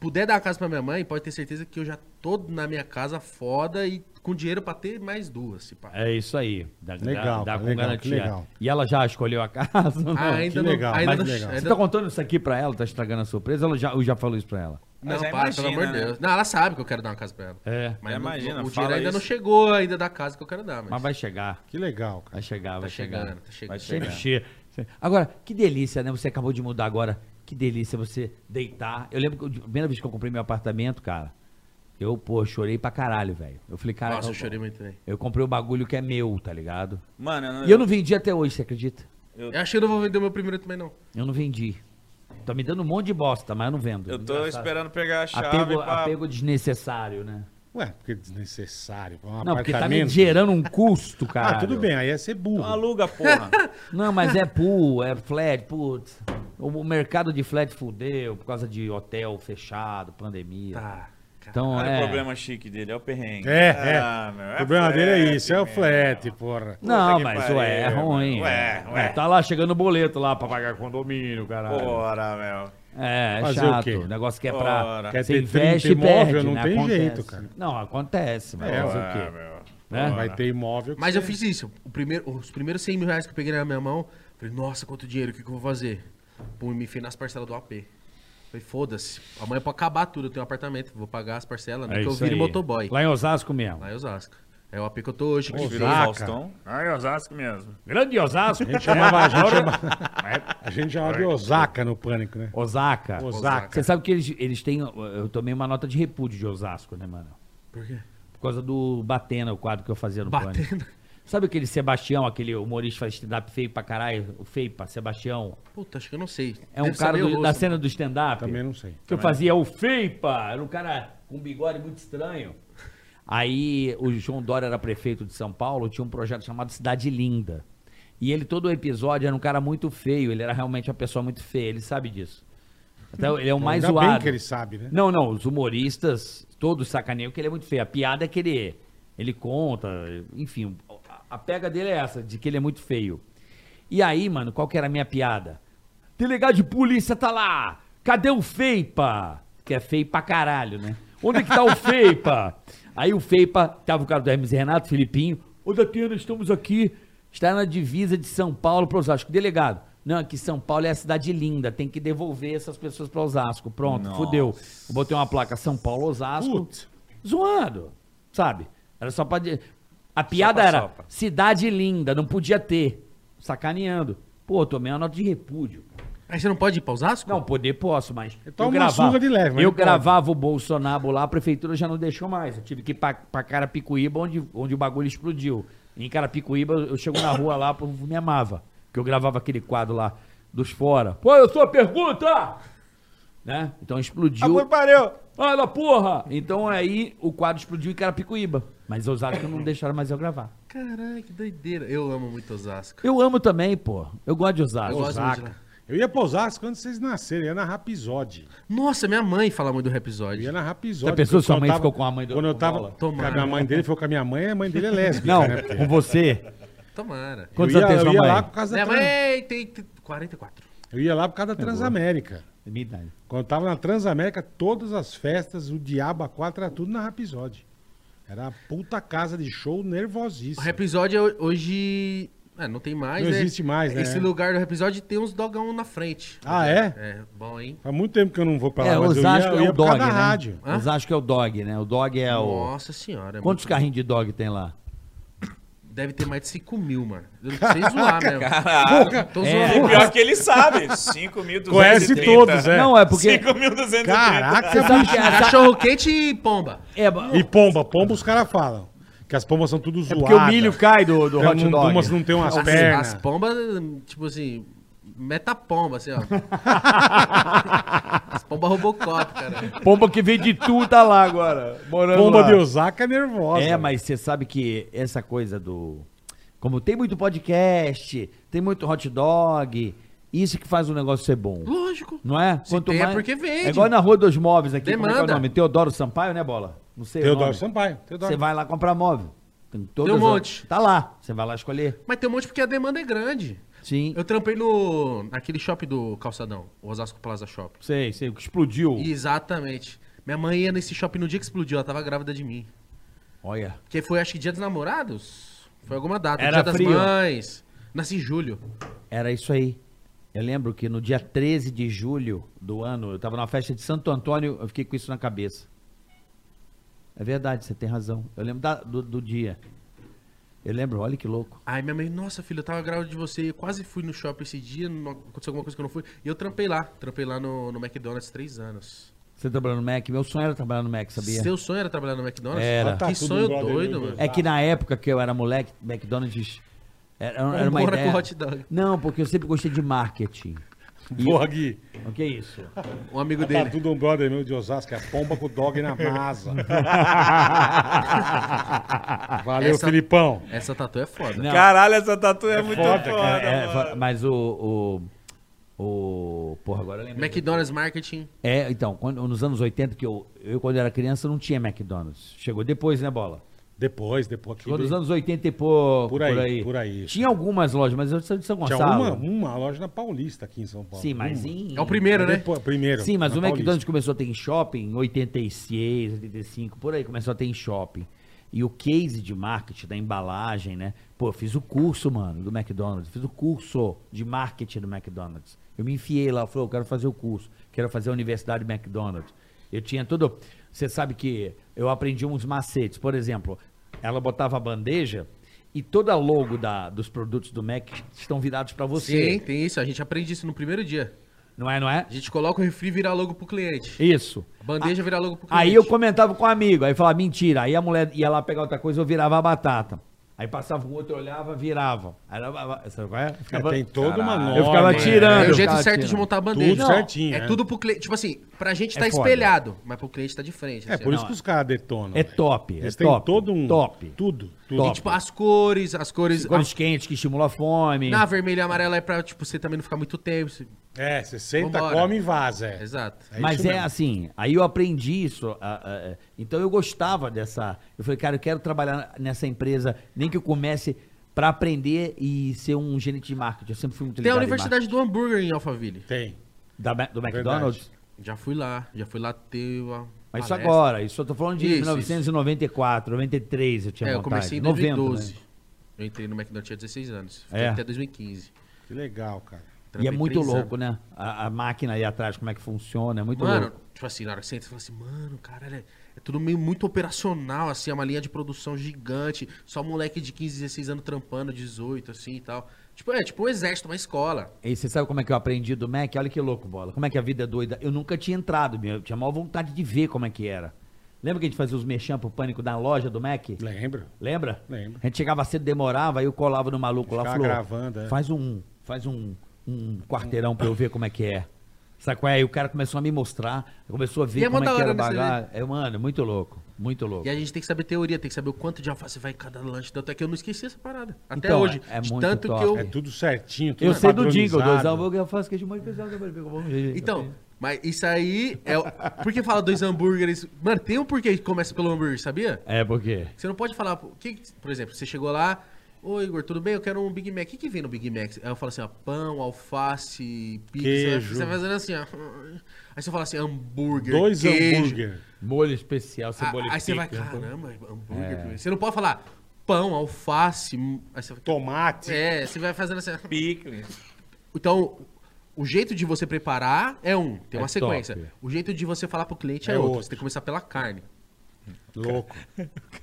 Speaker 4: puder dar a casa pra minha mãe, pode ter certeza que eu já tô na minha casa foda e com dinheiro pra ter mais duas, se pá.
Speaker 2: É isso aí. Dá, dá-
Speaker 3: Legal,
Speaker 2: dá com
Speaker 3: legal,
Speaker 2: garantia.
Speaker 3: que legal.
Speaker 2: E ela já escolheu a casa? Não?
Speaker 4: Ah, ainda
Speaker 3: que
Speaker 4: não.
Speaker 3: legal,
Speaker 4: ainda
Speaker 3: mas
Speaker 4: não,
Speaker 3: que legal.
Speaker 4: ainda
Speaker 2: Você tá
Speaker 4: não-
Speaker 2: contando isso aqui pra ela? Tá estragando a surpresa? Ela já, eu já falou isso pra ela.
Speaker 4: Não,
Speaker 1: Mas
Speaker 4: para,
Speaker 1: aí
Speaker 4: pelo
Speaker 1: imagina,
Speaker 4: amor de
Speaker 1: né?
Speaker 4: Deus. Não, ela sabe que eu quero dar uma casa pra ela.
Speaker 2: É.
Speaker 4: Mas
Speaker 1: Mas
Speaker 4: não-
Speaker 1: imagina,
Speaker 4: o dinheiro
Speaker 1: fala
Speaker 4: ainda não
Speaker 1: isso.
Speaker 4: chegou ainda da casa que eu quero dar, mas,
Speaker 2: Mas vai chegar.
Speaker 3: Que legal, cara.
Speaker 2: Vai chegar,
Speaker 4: tá
Speaker 2: vai chegar.
Speaker 4: chegando, tá chegando.
Speaker 2: Deve che- che- Agora, que delícia, né? Você acabou de mudar agora. Que delícia você deitar. Eu lembro que a primeira vez que eu comprei meu apartamento, cara, eu, pô, chorei pra caralho, velho. Eu falei, cara,
Speaker 4: Nossa,
Speaker 2: eu,
Speaker 4: eu chorei muito É. também.
Speaker 2: eu comprei o bagulho que é meu, tá ligado?
Speaker 1: Mano,
Speaker 2: E eu não vendi até hoje, você acredita?
Speaker 4: Eu achei que eu não vou vender o meu primeiro também, não.
Speaker 2: Eu não vendi. Tá me dando um monte de bosta, mas eu não vendo.
Speaker 1: Eu tô esperando pegar a chave
Speaker 2: Apego,
Speaker 1: pra...
Speaker 2: apego desnecessário, né?
Speaker 3: Ué, porque é desnecessário. pra Um
Speaker 2: Não, porque tá me
Speaker 3: apartamento.
Speaker 2: gerando um
Speaker 3: *laughs*
Speaker 2: custo, cara. *laughs*
Speaker 1: Tá
Speaker 3: Ah, tudo bem, aí ia ser é burro.
Speaker 2: É.
Speaker 1: Então aluga, porra.
Speaker 2: Não, mas é pool, é flat, putz. O, o mercado de flat fudeu por causa de hotel fechado, pandemia.
Speaker 4: Tá.
Speaker 2: Então,
Speaker 1: Olha
Speaker 2: é...
Speaker 1: o problema chique dele, é o perrengue. Ah,
Speaker 3: É, é.
Speaker 1: meu,
Speaker 3: O problema dele é
Speaker 1: flat,
Speaker 3: isso, é o
Speaker 1: meu.
Speaker 3: flat, porra.
Speaker 2: Não,
Speaker 1: que
Speaker 2: mas
Speaker 1: pariu,
Speaker 2: ué, é ruim.
Speaker 1: ué,
Speaker 2: né?
Speaker 1: ué.
Speaker 2: Tá lá chegando o boleto lá pra pagar condomínio, caralho.
Speaker 1: Bora, meu.
Speaker 2: É, é
Speaker 3: Fazer o
Speaker 2: chato.
Speaker 3: quê?
Speaker 2: O negócio que é pra.
Speaker 1: Ora.
Speaker 3: Quer
Speaker 2: Você
Speaker 3: ter 30
Speaker 2: investe e
Speaker 3: imóvel,
Speaker 2: perde.
Speaker 3: não
Speaker 2: né?
Speaker 3: tem
Speaker 2: Acontece.
Speaker 3: jeito, cara.
Speaker 2: Não, acontece, mas
Speaker 3: É,
Speaker 2: fazer
Speaker 3: ué,
Speaker 2: o quê?
Speaker 1: meu.
Speaker 2: Né?
Speaker 3: Vai ter imóvel. que
Speaker 4: Mas eu
Speaker 3: você-
Speaker 4: fiz isso. O primeiro, os primeiros 100 mil reais que eu peguei na minha mão, falei, nossa, quanto dinheiro, o que, que eu vou fazer? Pum, me fui nas parcelas do AP. Falei, foda-se. Amanhã pra acabar tudo, eu tenho um apartamento, vou pagar as parcelas, né?
Speaker 2: É
Speaker 4: que eu
Speaker 2: isso
Speaker 4: viro
Speaker 2: aí.
Speaker 4: motoboy. Lá,
Speaker 2: Lá em Osasco mesmo.
Speaker 4: em Osasco. É o AP que eu tô hoje. que
Speaker 3: Osasco.
Speaker 1: Virou
Speaker 3: Saca.
Speaker 1: Faustão.
Speaker 9: Ai, Osasco mesmo.
Speaker 2: Grande Osasco. né?
Speaker 3: A gente *laughs* chamava, a gente chamava, a gente chamava de Osaka no pânico, né?
Speaker 2: Osaka.
Speaker 3: Osaka.
Speaker 2: Você sabe que eles, eles têm. Eu tomei uma nota de repúdio de Osasco, né, mano?
Speaker 4: Por quê?
Speaker 2: Por causa do Batena, o quadro que eu fazia no Pânico.
Speaker 4: Batendo.
Speaker 2: Sabe aquele Sebastião, aquele humorista que faz stand-up feio pra caralho? O Feipa, Sebastião.
Speaker 4: Puta, acho que eu não sei.
Speaker 2: É um
Speaker 4: Deve
Speaker 2: cara
Speaker 4: saber,
Speaker 2: do-
Speaker 4: eu ouço.
Speaker 2: da cena do stand-up.
Speaker 3: Também não sei.
Speaker 2: que eu fazia o Feipa, era um cara com um bigode muito estranho. Aí o João Dória era prefeito de São Paulo, tinha um projeto chamado Cidade Linda. E ele, todo o episódio, era um cara muito feio, ele era realmente uma pessoa muito feia, ele sabe disso. Então, ele é o mais
Speaker 3: Ainda
Speaker 2: zoado.
Speaker 3: bem que ele sabe, né?
Speaker 2: Não, não, os humoristas, todos sacaneiam que ele é muito feio. A piada é que ele, ele conta, enfim, a- a pega dele é essa, de que ele é muito feio. E aí, mano, qual que era a minha piada? Delegado de polícia tá lá! Cadê o Feipa? Que é feio pra caralho, né? Onde é que tá o Feipa? Aí o Feipa, tava o cara do Hermes Renato, Filipinho. Ô, Datena, estamos aqui. Está na divisa de São Paulo para Osasco. Delegado, não, é que São Paulo é a cidade linda. Tem que devolver essas pessoas para Osasco. Pronto, fudeu. Eu botei uma placa São Paulo, Osasco.
Speaker 3: Putz.
Speaker 2: Zoando, sabe? Era só pra... di- A piada era cidade linda, não podia ter. Sacaneando. Pô, tomei uma nota de repúdio.
Speaker 4: Aí você não pode ir pra Osasco?
Speaker 2: Não, poder posso, mas.
Speaker 3: Então Toma uma surra de leve, mas
Speaker 2: eu
Speaker 3: não pode.
Speaker 2: gravava o Bolsonaro lá, a prefeitura já não deixou mais. Eu tive que ir pra, pra Carapicuíba, onde, onde o bagulho explodiu. Em Carapicuíba, eu chego na rua lá, o povo me amava. Que eu gravava aquele quadro lá dos fora. Pô, eu sou a pergunta! Né? Então explodiu.
Speaker 10: pariu.
Speaker 2: Olha, porra! Então aí o quadro explodiu em Carapicuíba. Mas eu que não deixaram mais eu gravar.
Speaker 4: Caralho, que doideira. Eu amo muito Osasco.
Speaker 2: Eu amo também, pô. Eu gosto de Osasco.
Speaker 4: Eu gosto muito de lá.
Speaker 3: Eu ia pra Osasco quando vocês nasceram, eu ia na Rapisode.
Speaker 4: Nossa, minha mãe fala muito do
Speaker 3: Eu
Speaker 4: Rhapsody.
Speaker 3: ia na Rapisode.
Speaker 2: Já pensou se sua
Speaker 3: Quando eu
Speaker 2: mãe ficou com a mãe do-
Speaker 3: Quando eu
Speaker 2: com
Speaker 3: tava.
Speaker 2: bola?
Speaker 3: Com a
Speaker 4: Tomara.
Speaker 3: minha mãe dele foi com a minha mãe, a mãe dele é lésbica,
Speaker 2: Não,
Speaker 3: né?
Speaker 2: com você.
Speaker 4: Tomara.
Speaker 2: Quantos
Speaker 3: eu ia,
Speaker 2: anos tem
Speaker 3: eu
Speaker 2: sua
Speaker 3: ia
Speaker 2: mãe?
Speaker 3: lá por causa da
Speaker 4: Minha
Speaker 3: trans...
Speaker 2: é
Speaker 4: mãe é tem tem 44.
Speaker 3: Eu ia lá por causa da Transamérica.
Speaker 2: É Minha idade.
Speaker 3: Quando eu tava na Transamérica, todas as festas, o Diabo a 4 era tudo na Rapisode. Era a puta casa de show
Speaker 4: O
Speaker 3: nervosíssima.
Speaker 4: Rhapsody é ho- hoje... Ah, não tem mais,
Speaker 3: Não
Speaker 4: né?
Speaker 3: existe mais, né?
Speaker 4: Esse lugar do Rhapsody tem uns dogão na frente.
Speaker 3: Ah, é?
Speaker 4: É, bom, hein?
Speaker 3: Faz muito tempo que eu não vou pra lá,
Speaker 2: É,
Speaker 3: mas
Speaker 2: Osasco
Speaker 3: eu ia, eu
Speaker 2: é
Speaker 3: ia
Speaker 2: o
Speaker 3: por
Speaker 2: dog,
Speaker 3: causa
Speaker 2: né?
Speaker 3: da rádio.
Speaker 4: Hã?
Speaker 2: Osasco é o dog, né? O dog é o...
Speaker 4: Nossa senhora. é
Speaker 2: Quantos
Speaker 4: muito-
Speaker 2: carrinhos de dog tem lá?
Speaker 4: Deve ter mais de 5 mil, mano. Eu não sei zoar mesmo.
Speaker 1: Caralho.
Speaker 4: Tô
Speaker 2: É.
Speaker 1: E
Speaker 4: zoando.
Speaker 1: pior que ele sabe. *laughs* 5.230.
Speaker 3: Conhece todos, é.
Speaker 2: Não, é porque...
Speaker 1: 5.230.
Speaker 3: Caraca,
Speaker 2: Você sabe que essa-
Speaker 4: Cachorro quente e pomba.
Speaker 2: É, ba-
Speaker 3: E pomba, pomba os caras falam. Que as pombas são tudo
Speaker 2: é
Speaker 3: zoadas.
Speaker 2: porque o milho cai do, do
Speaker 3: Tem
Speaker 2: hot
Speaker 3: um-
Speaker 2: dog.
Speaker 3: Umas não tem umas
Speaker 4: As,
Speaker 3: pernas.
Speaker 4: as pombas, tipo assim, meta
Speaker 3: *laughs*
Speaker 4: pomba, assim, ó. as pombas Robocop, cara.
Speaker 2: Pomba que vem de tu tá lá agora. Morando
Speaker 3: Pomba
Speaker 2: lá.
Speaker 3: de Osaka é nervosa.
Speaker 2: É, mas você sabe que essa coisa do... Como tem muito podcast, tem muito hot dog, isso que faz o negócio ser bom.
Speaker 4: Lógico.
Speaker 2: Não é?
Speaker 4: Se tem, é porque vende.
Speaker 2: É igual na Rua dos Móveis aqui, como é que é
Speaker 4: Demanda.
Speaker 2: o nome? Teodoro Sampaio, né, Bola? Não sei o
Speaker 3: Teodoro
Speaker 2: nome.
Speaker 3: Sampaio. Teodoro.
Speaker 2: Você vai lá comprar móvel. Tem, todas
Speaker 4: Tem um
Speaker 2: as-
Speaker 4: monte.
Speaker 2: Tá lá. Você vai lá escolher.
Speaker 4: Mas tem um monte porque a demanda é grande.
Speaker 2: Sim.
Speaker 4: Eu trampei no. naquele shopping do Calçadão, o Osasco Plaza Shopping.
Speaker 2: Sei, sei. O que explodiu.
Speaker 4: Exatamente. Minha mãe ia nesse shopping no dia que explodiu, ela tava grávida de mim.
Speaker 2: Olha.
Speaker 4: Que foi, acho que dia dos namorados? Foi alguma data.
Speaker 2: Era
Speaker 4: dia
Speaker 2: frio.
Speaker 4: das mães. Nasci em julho.
Speaker 2: Era isso aí. Eu lembro que no dia 13 de julho do ano, eu tava numa festa de Santo Antônio, eu fiquei com isso na cabeça. É verdade, você tem razão. Eu lembro da- do, do dia. Eu lembro, olha que louco.
Speaker 4: Aí minha mãe, nossa filha, eu tava grávida de você, eu quase fui no shopping esse dia, não aconteceu alguma coisa que eu não fui. E eu trampei lá, trampei lá no, no McDonald's três anos.
Speaker 2: Você trabalhando no Mac? Meu sonho era trabalhar no Mac, sabia?
Speaker 4: Seu sonho era trabalhar no McDonald's?
Speaker 2: Era.
Speaker 3: Ah, tá,
Speaker 4: que
Speaker 3: tudo
Speaker 4: sonho
Speaker 3: brother
Speaker 4: doido,
Speaker 3: meu,
Speaker 4: mano.
Speaker 2: É que na época que eu era moleque, McDonald's era, era uma
Speaker 4: Embora
Speaker 2: ideia.
Speaker 4: com hot dog.
Speaker 2: Não, porque eu sempre gostei de marketing.
Speaker 3: Boa, Gui.
Speaker 2: O que é isso?
Speaker 4: Um amigo
Speaker 3: Tá
Speaker 2: né?
Speaker 4: dele.
Speaker 3: tudo um brother meu de Osasco, é pomba com dog
Speaker 2: *laughs*
Speaker 3: na masa. Valeu,
Speaker 4: Essa-
Speaker 3: Filipão.
Speaker 4: Essa tatu é foda.
Speaker 2: Não,
Speaker 1: Caralho, essa tatu é, muito foda.
Speaker 3: foda, cara.
Speaker 2: é, fa- mas o, o- O. Porra, agora eu lembrei.
Speaker 4: McDonald's Marketing.
Speaker 2: É, então, quando- nos anos 80, que eu, eu quando era criança, não tinha McDonald's. Chegou depois, né, Bola?
Speaker 3: Depois, depois aqui.
Speaker 2: Chegou nos
Speaker 3: veio-
Speaker 2: anos 80 e pouco,
Speaker 3: Por
Speaker 2: por
Speaker 3: aí,
Speaker 2: aí.
Speaker 3: por aí.
Speaker 2: Tinha algumas lojas, mas eu sou de São
Speaker 3: Tinha
Speaker 2: Gonçalo.
Speaker 3: uma, uma loja na Paulista aqui em São Paulo.
Speaker 2: Sim, mas
Speaker 3: Uma.
Speaker 2: em...
Speaker 4: É o primeiro, né?
Speaker 3: Depois- primeiro.
Speaker 2: Sim, mas
Speaker 3: na
Speaker 2: o McDonald's
Speaker 3: Paulista.
Speaker 2: começou a ter em shopping em 86, 85, por aí começou a ter em shopping. E o case de marketing, da embalagem, né? Pô, eu fiz o curso, mano, do McDonald's. Fiz o curso de marketing do McDonald's. Eu me enfiei lá, eu falei, eu quero fazer o curso. Quero fazer a universidade McDonald's. Eu tinha tudo... Você sabe que eu aprendi uns macetes. Por exemplo, ela botava a bandeja e toda a logo da, dos produtos do Mac estão virados pra você.
Speaker 4: Sim, tem isso. A gente aprende isso no primeiro dia.
Speaker 2: Não é, não é?
Speaker 4: A gente coloca o refri e vira logo pro cliente.
Speaker 2: Isso.
Speaker 4: A bandeja vira logo pro cliente.
Speaker 2: Aí eu comentava com um amigo, aí falava, mentira. Aí a mulher ia lá pegar outra coisa, eu virava a batata. Aí passava o outro, olhava, virava. Aí ela- sabe qual é?
Speaker 3: É,
Speaker 2: Ficava-
Speaker 3: tem toda uma né? norma.
Speaker 2: eu ficava tirando.
Speaker 4: É o jeito
Speaker 2: cara,
Speaker 4: certo
Speaker 2: tira.
Speaker 4: de montar a bandeja.
Speaker 3: Tudo certinho,
Speaker 4: É,
Speaker 3: né?
Speaker 4: tudo pro cliente. Tipo assim, pra gente
Speaker 2: É
Speaker 4: tá
Speaker 2: foda.
Speaker 4: espelhado, mas pro cliente tá de frente.
Speaker 3: É
Speaker 4: assim,
Speaker 3: por
Speaker 4: ó.
Speaker 3: isso que os caras detonam.
Speaker 2: É
Speaker 3: velho.
Speaker 2: top,
Speaker 3: Eles
Speaker 2: é
Speaker 3: têm
Speaker 2: top,
Speaker 3: todo um.
Speaker 2: top.
Speaker 3: Tudo. tudo.
Speaker 2: Top.
Speaker 4: E, tipo, as cores, as cores.
Speaker 2: Cores quentes que estimula a fome.
Speaker 4: a- Na vermelha e amarela é pra, tipo, você também não ficar muito tempo. você-
Speaker 3: É, você senta,
Speaker 4: Vambora.
Speaker 3: come e vaza. É.
Speaker 4: Exato.
Speaker 3: É
Speaker 2: Mas
Speaker 3: isso
Speaker 2: é
Speaker 3: mesmo.
Speaker 2: assim, aí eu aprendi isso. a- a- a- então eu gostava dessa. Eu falei, cara, eu quero trabalhar nessa empresa, nem que eu comece pra aprender e ser um gerente de marketing. Eu sempre fui muito
Speaker 4: Tem a
Speaker 2: ligado em
Speaker 4: Universidade do Hambúrguer em Alphaville.
Speaker 3: Tem.
Speaker 2: marketing. da, Ma- do McDonald's.
Speaker 4: Já fui lá, já fui lá ter uma.
Speaker 2: Mas isso
Speaker 4: palestra.
Speaker 2: agora, isso eu tô falando de
Speaker 4: Isso,
Speaker 2: 1994, 93 eu tinha
Speaker 4: É, eu
Speaker 2: vontade.
Speaker 4: comecei em
Speaker 2: 90,
Speaker 4: 2012.
Speaker 2: né?
Speaker 4: Eu entrei no McDonald's, tinha 16 anos. Fiquei
Speaker 2: É.
Speaker 4: até 2015.
Speaker 3: Que legal, cara.
Speaker 2: E é
Speaker 4: Trampei
Speaker 2: muito
Speaker 4: três
Speaker 2: louco,
Speaker 4: anos.
Speaker 2: né? A, a máquina aí atrás, como é que funciona, é muito
Speaker 4: Mano,
Speaker 2: louco.
Speaker 4: tipo assim, na hora que você entra, você fala assim, mano, caralho, é, é tudo meio muito operacional, assim, é uma linha de produção gigante, só moleque de 15, 16 anos trampando, 18, assim e tal. Tipo, é tipo um exército, uma escola.
Speaker 2: E você sabe como é que eu aprendi do Mac? Olha que louco, bola. Como é que a vida é doida. Eu nunca tinha entrado, meu. Eu tinha a maior vontade de ver como é que era. Lembra que a gente fazia os merchan pro pânico da loja do Mac?
Speaker 3: Lembro.
Speaker 2: Lembra?
Speaker 3: Lembro.
Speaker 2: A gente chegava cedo, demorava, aí eu colava no maluco lá,
Speaker 3: Ficava
Speaker 2: falou,
Speaker 3: gravando, é.
Speaker 2: faz um, faz um, um quarteirão pra eu ver como é que é. Sabe qual é? Aí o cara começou a me mostrar, começou a
Speaker 4: E
Speaker 2: ver
Speaker 4: é mó
Speaker 2: como é
Speaker 4: da
Speaker 2: que era
Speaker 4: hora,
Speaker 2: o
Speaker 4: né, você
Speaker 2: bagulho. É, mano, muito louco, muito louco.
Speaker 4: E a gente tem que saber teoria, tem que saber o quanto de alface vai em cada lanche. Tanto é que eu não esqueci essa parada. Até
Speaker 2: Então,
Speaker 4: hoje.
Speaker 2: é
Speaker 4: de
Speaker 2: muito
Speaker 4: tanto
Speaker 2: top.
Speaker 4: que eu.
Speaker 3: É tudo certinho. Tudo
Speaker 2: Eu sei do
Speaker 3: padronizado.
Speaker 2: jingle, dois hambúrguer, eu faço queijo molho especial. que eu vou- vou- vou-
Speaker 4: Então, mas isso aí é. o- Por que fala dois hambúrgueres? Mano, tem um porquê que começa pelo hambúrguer, sabia?
Speaker 2: É, porque...
Speaker 4: Você não pode falar, pô, que, que- por exemplo, você chegou lá, ô Igor, tudo bem? Eu quero um Big Mac. O que, que vem no Big Mac? Aí eu falo assim, ó, pão, alface, pizza.
Speaker 3: Queijo.
Speaker 4: Você vai fazendo assim, ó. Aí você fala assim, hambúrguer,
Speaker 3: Dois
Speaker 4: queijo.
Speaker 3: hambúrguer.
Speaker 2: Molho especial,
Speaker 4: Ah,
Speaker 2: cebola e
Speaker 4: aí você vai,
Speaker 2: pica.
Speaker 4: caramba, é hambúrguer. primeiro. Você não pode falar pão, alface. hum, Aí você vai,
Speaker 3: Tomate.
Speaker 4: é, você vai fazendo assim. ó.
Speaker 1: Pique.
Speaker 4: Então, o jeito de você preparar é um, tem uma
Speaker 2: É
Speaker 4: sequência.
Speaker 2: top.
Speaker 4: O jeito de você falar pro cliente é,
Speaker 3: É
Speaker 4: outro.
Speaker 3: outro.
Speaker 4: Você tem que começar pela carne.
Speaker 2: *laughs*
Speaker 3: Louco.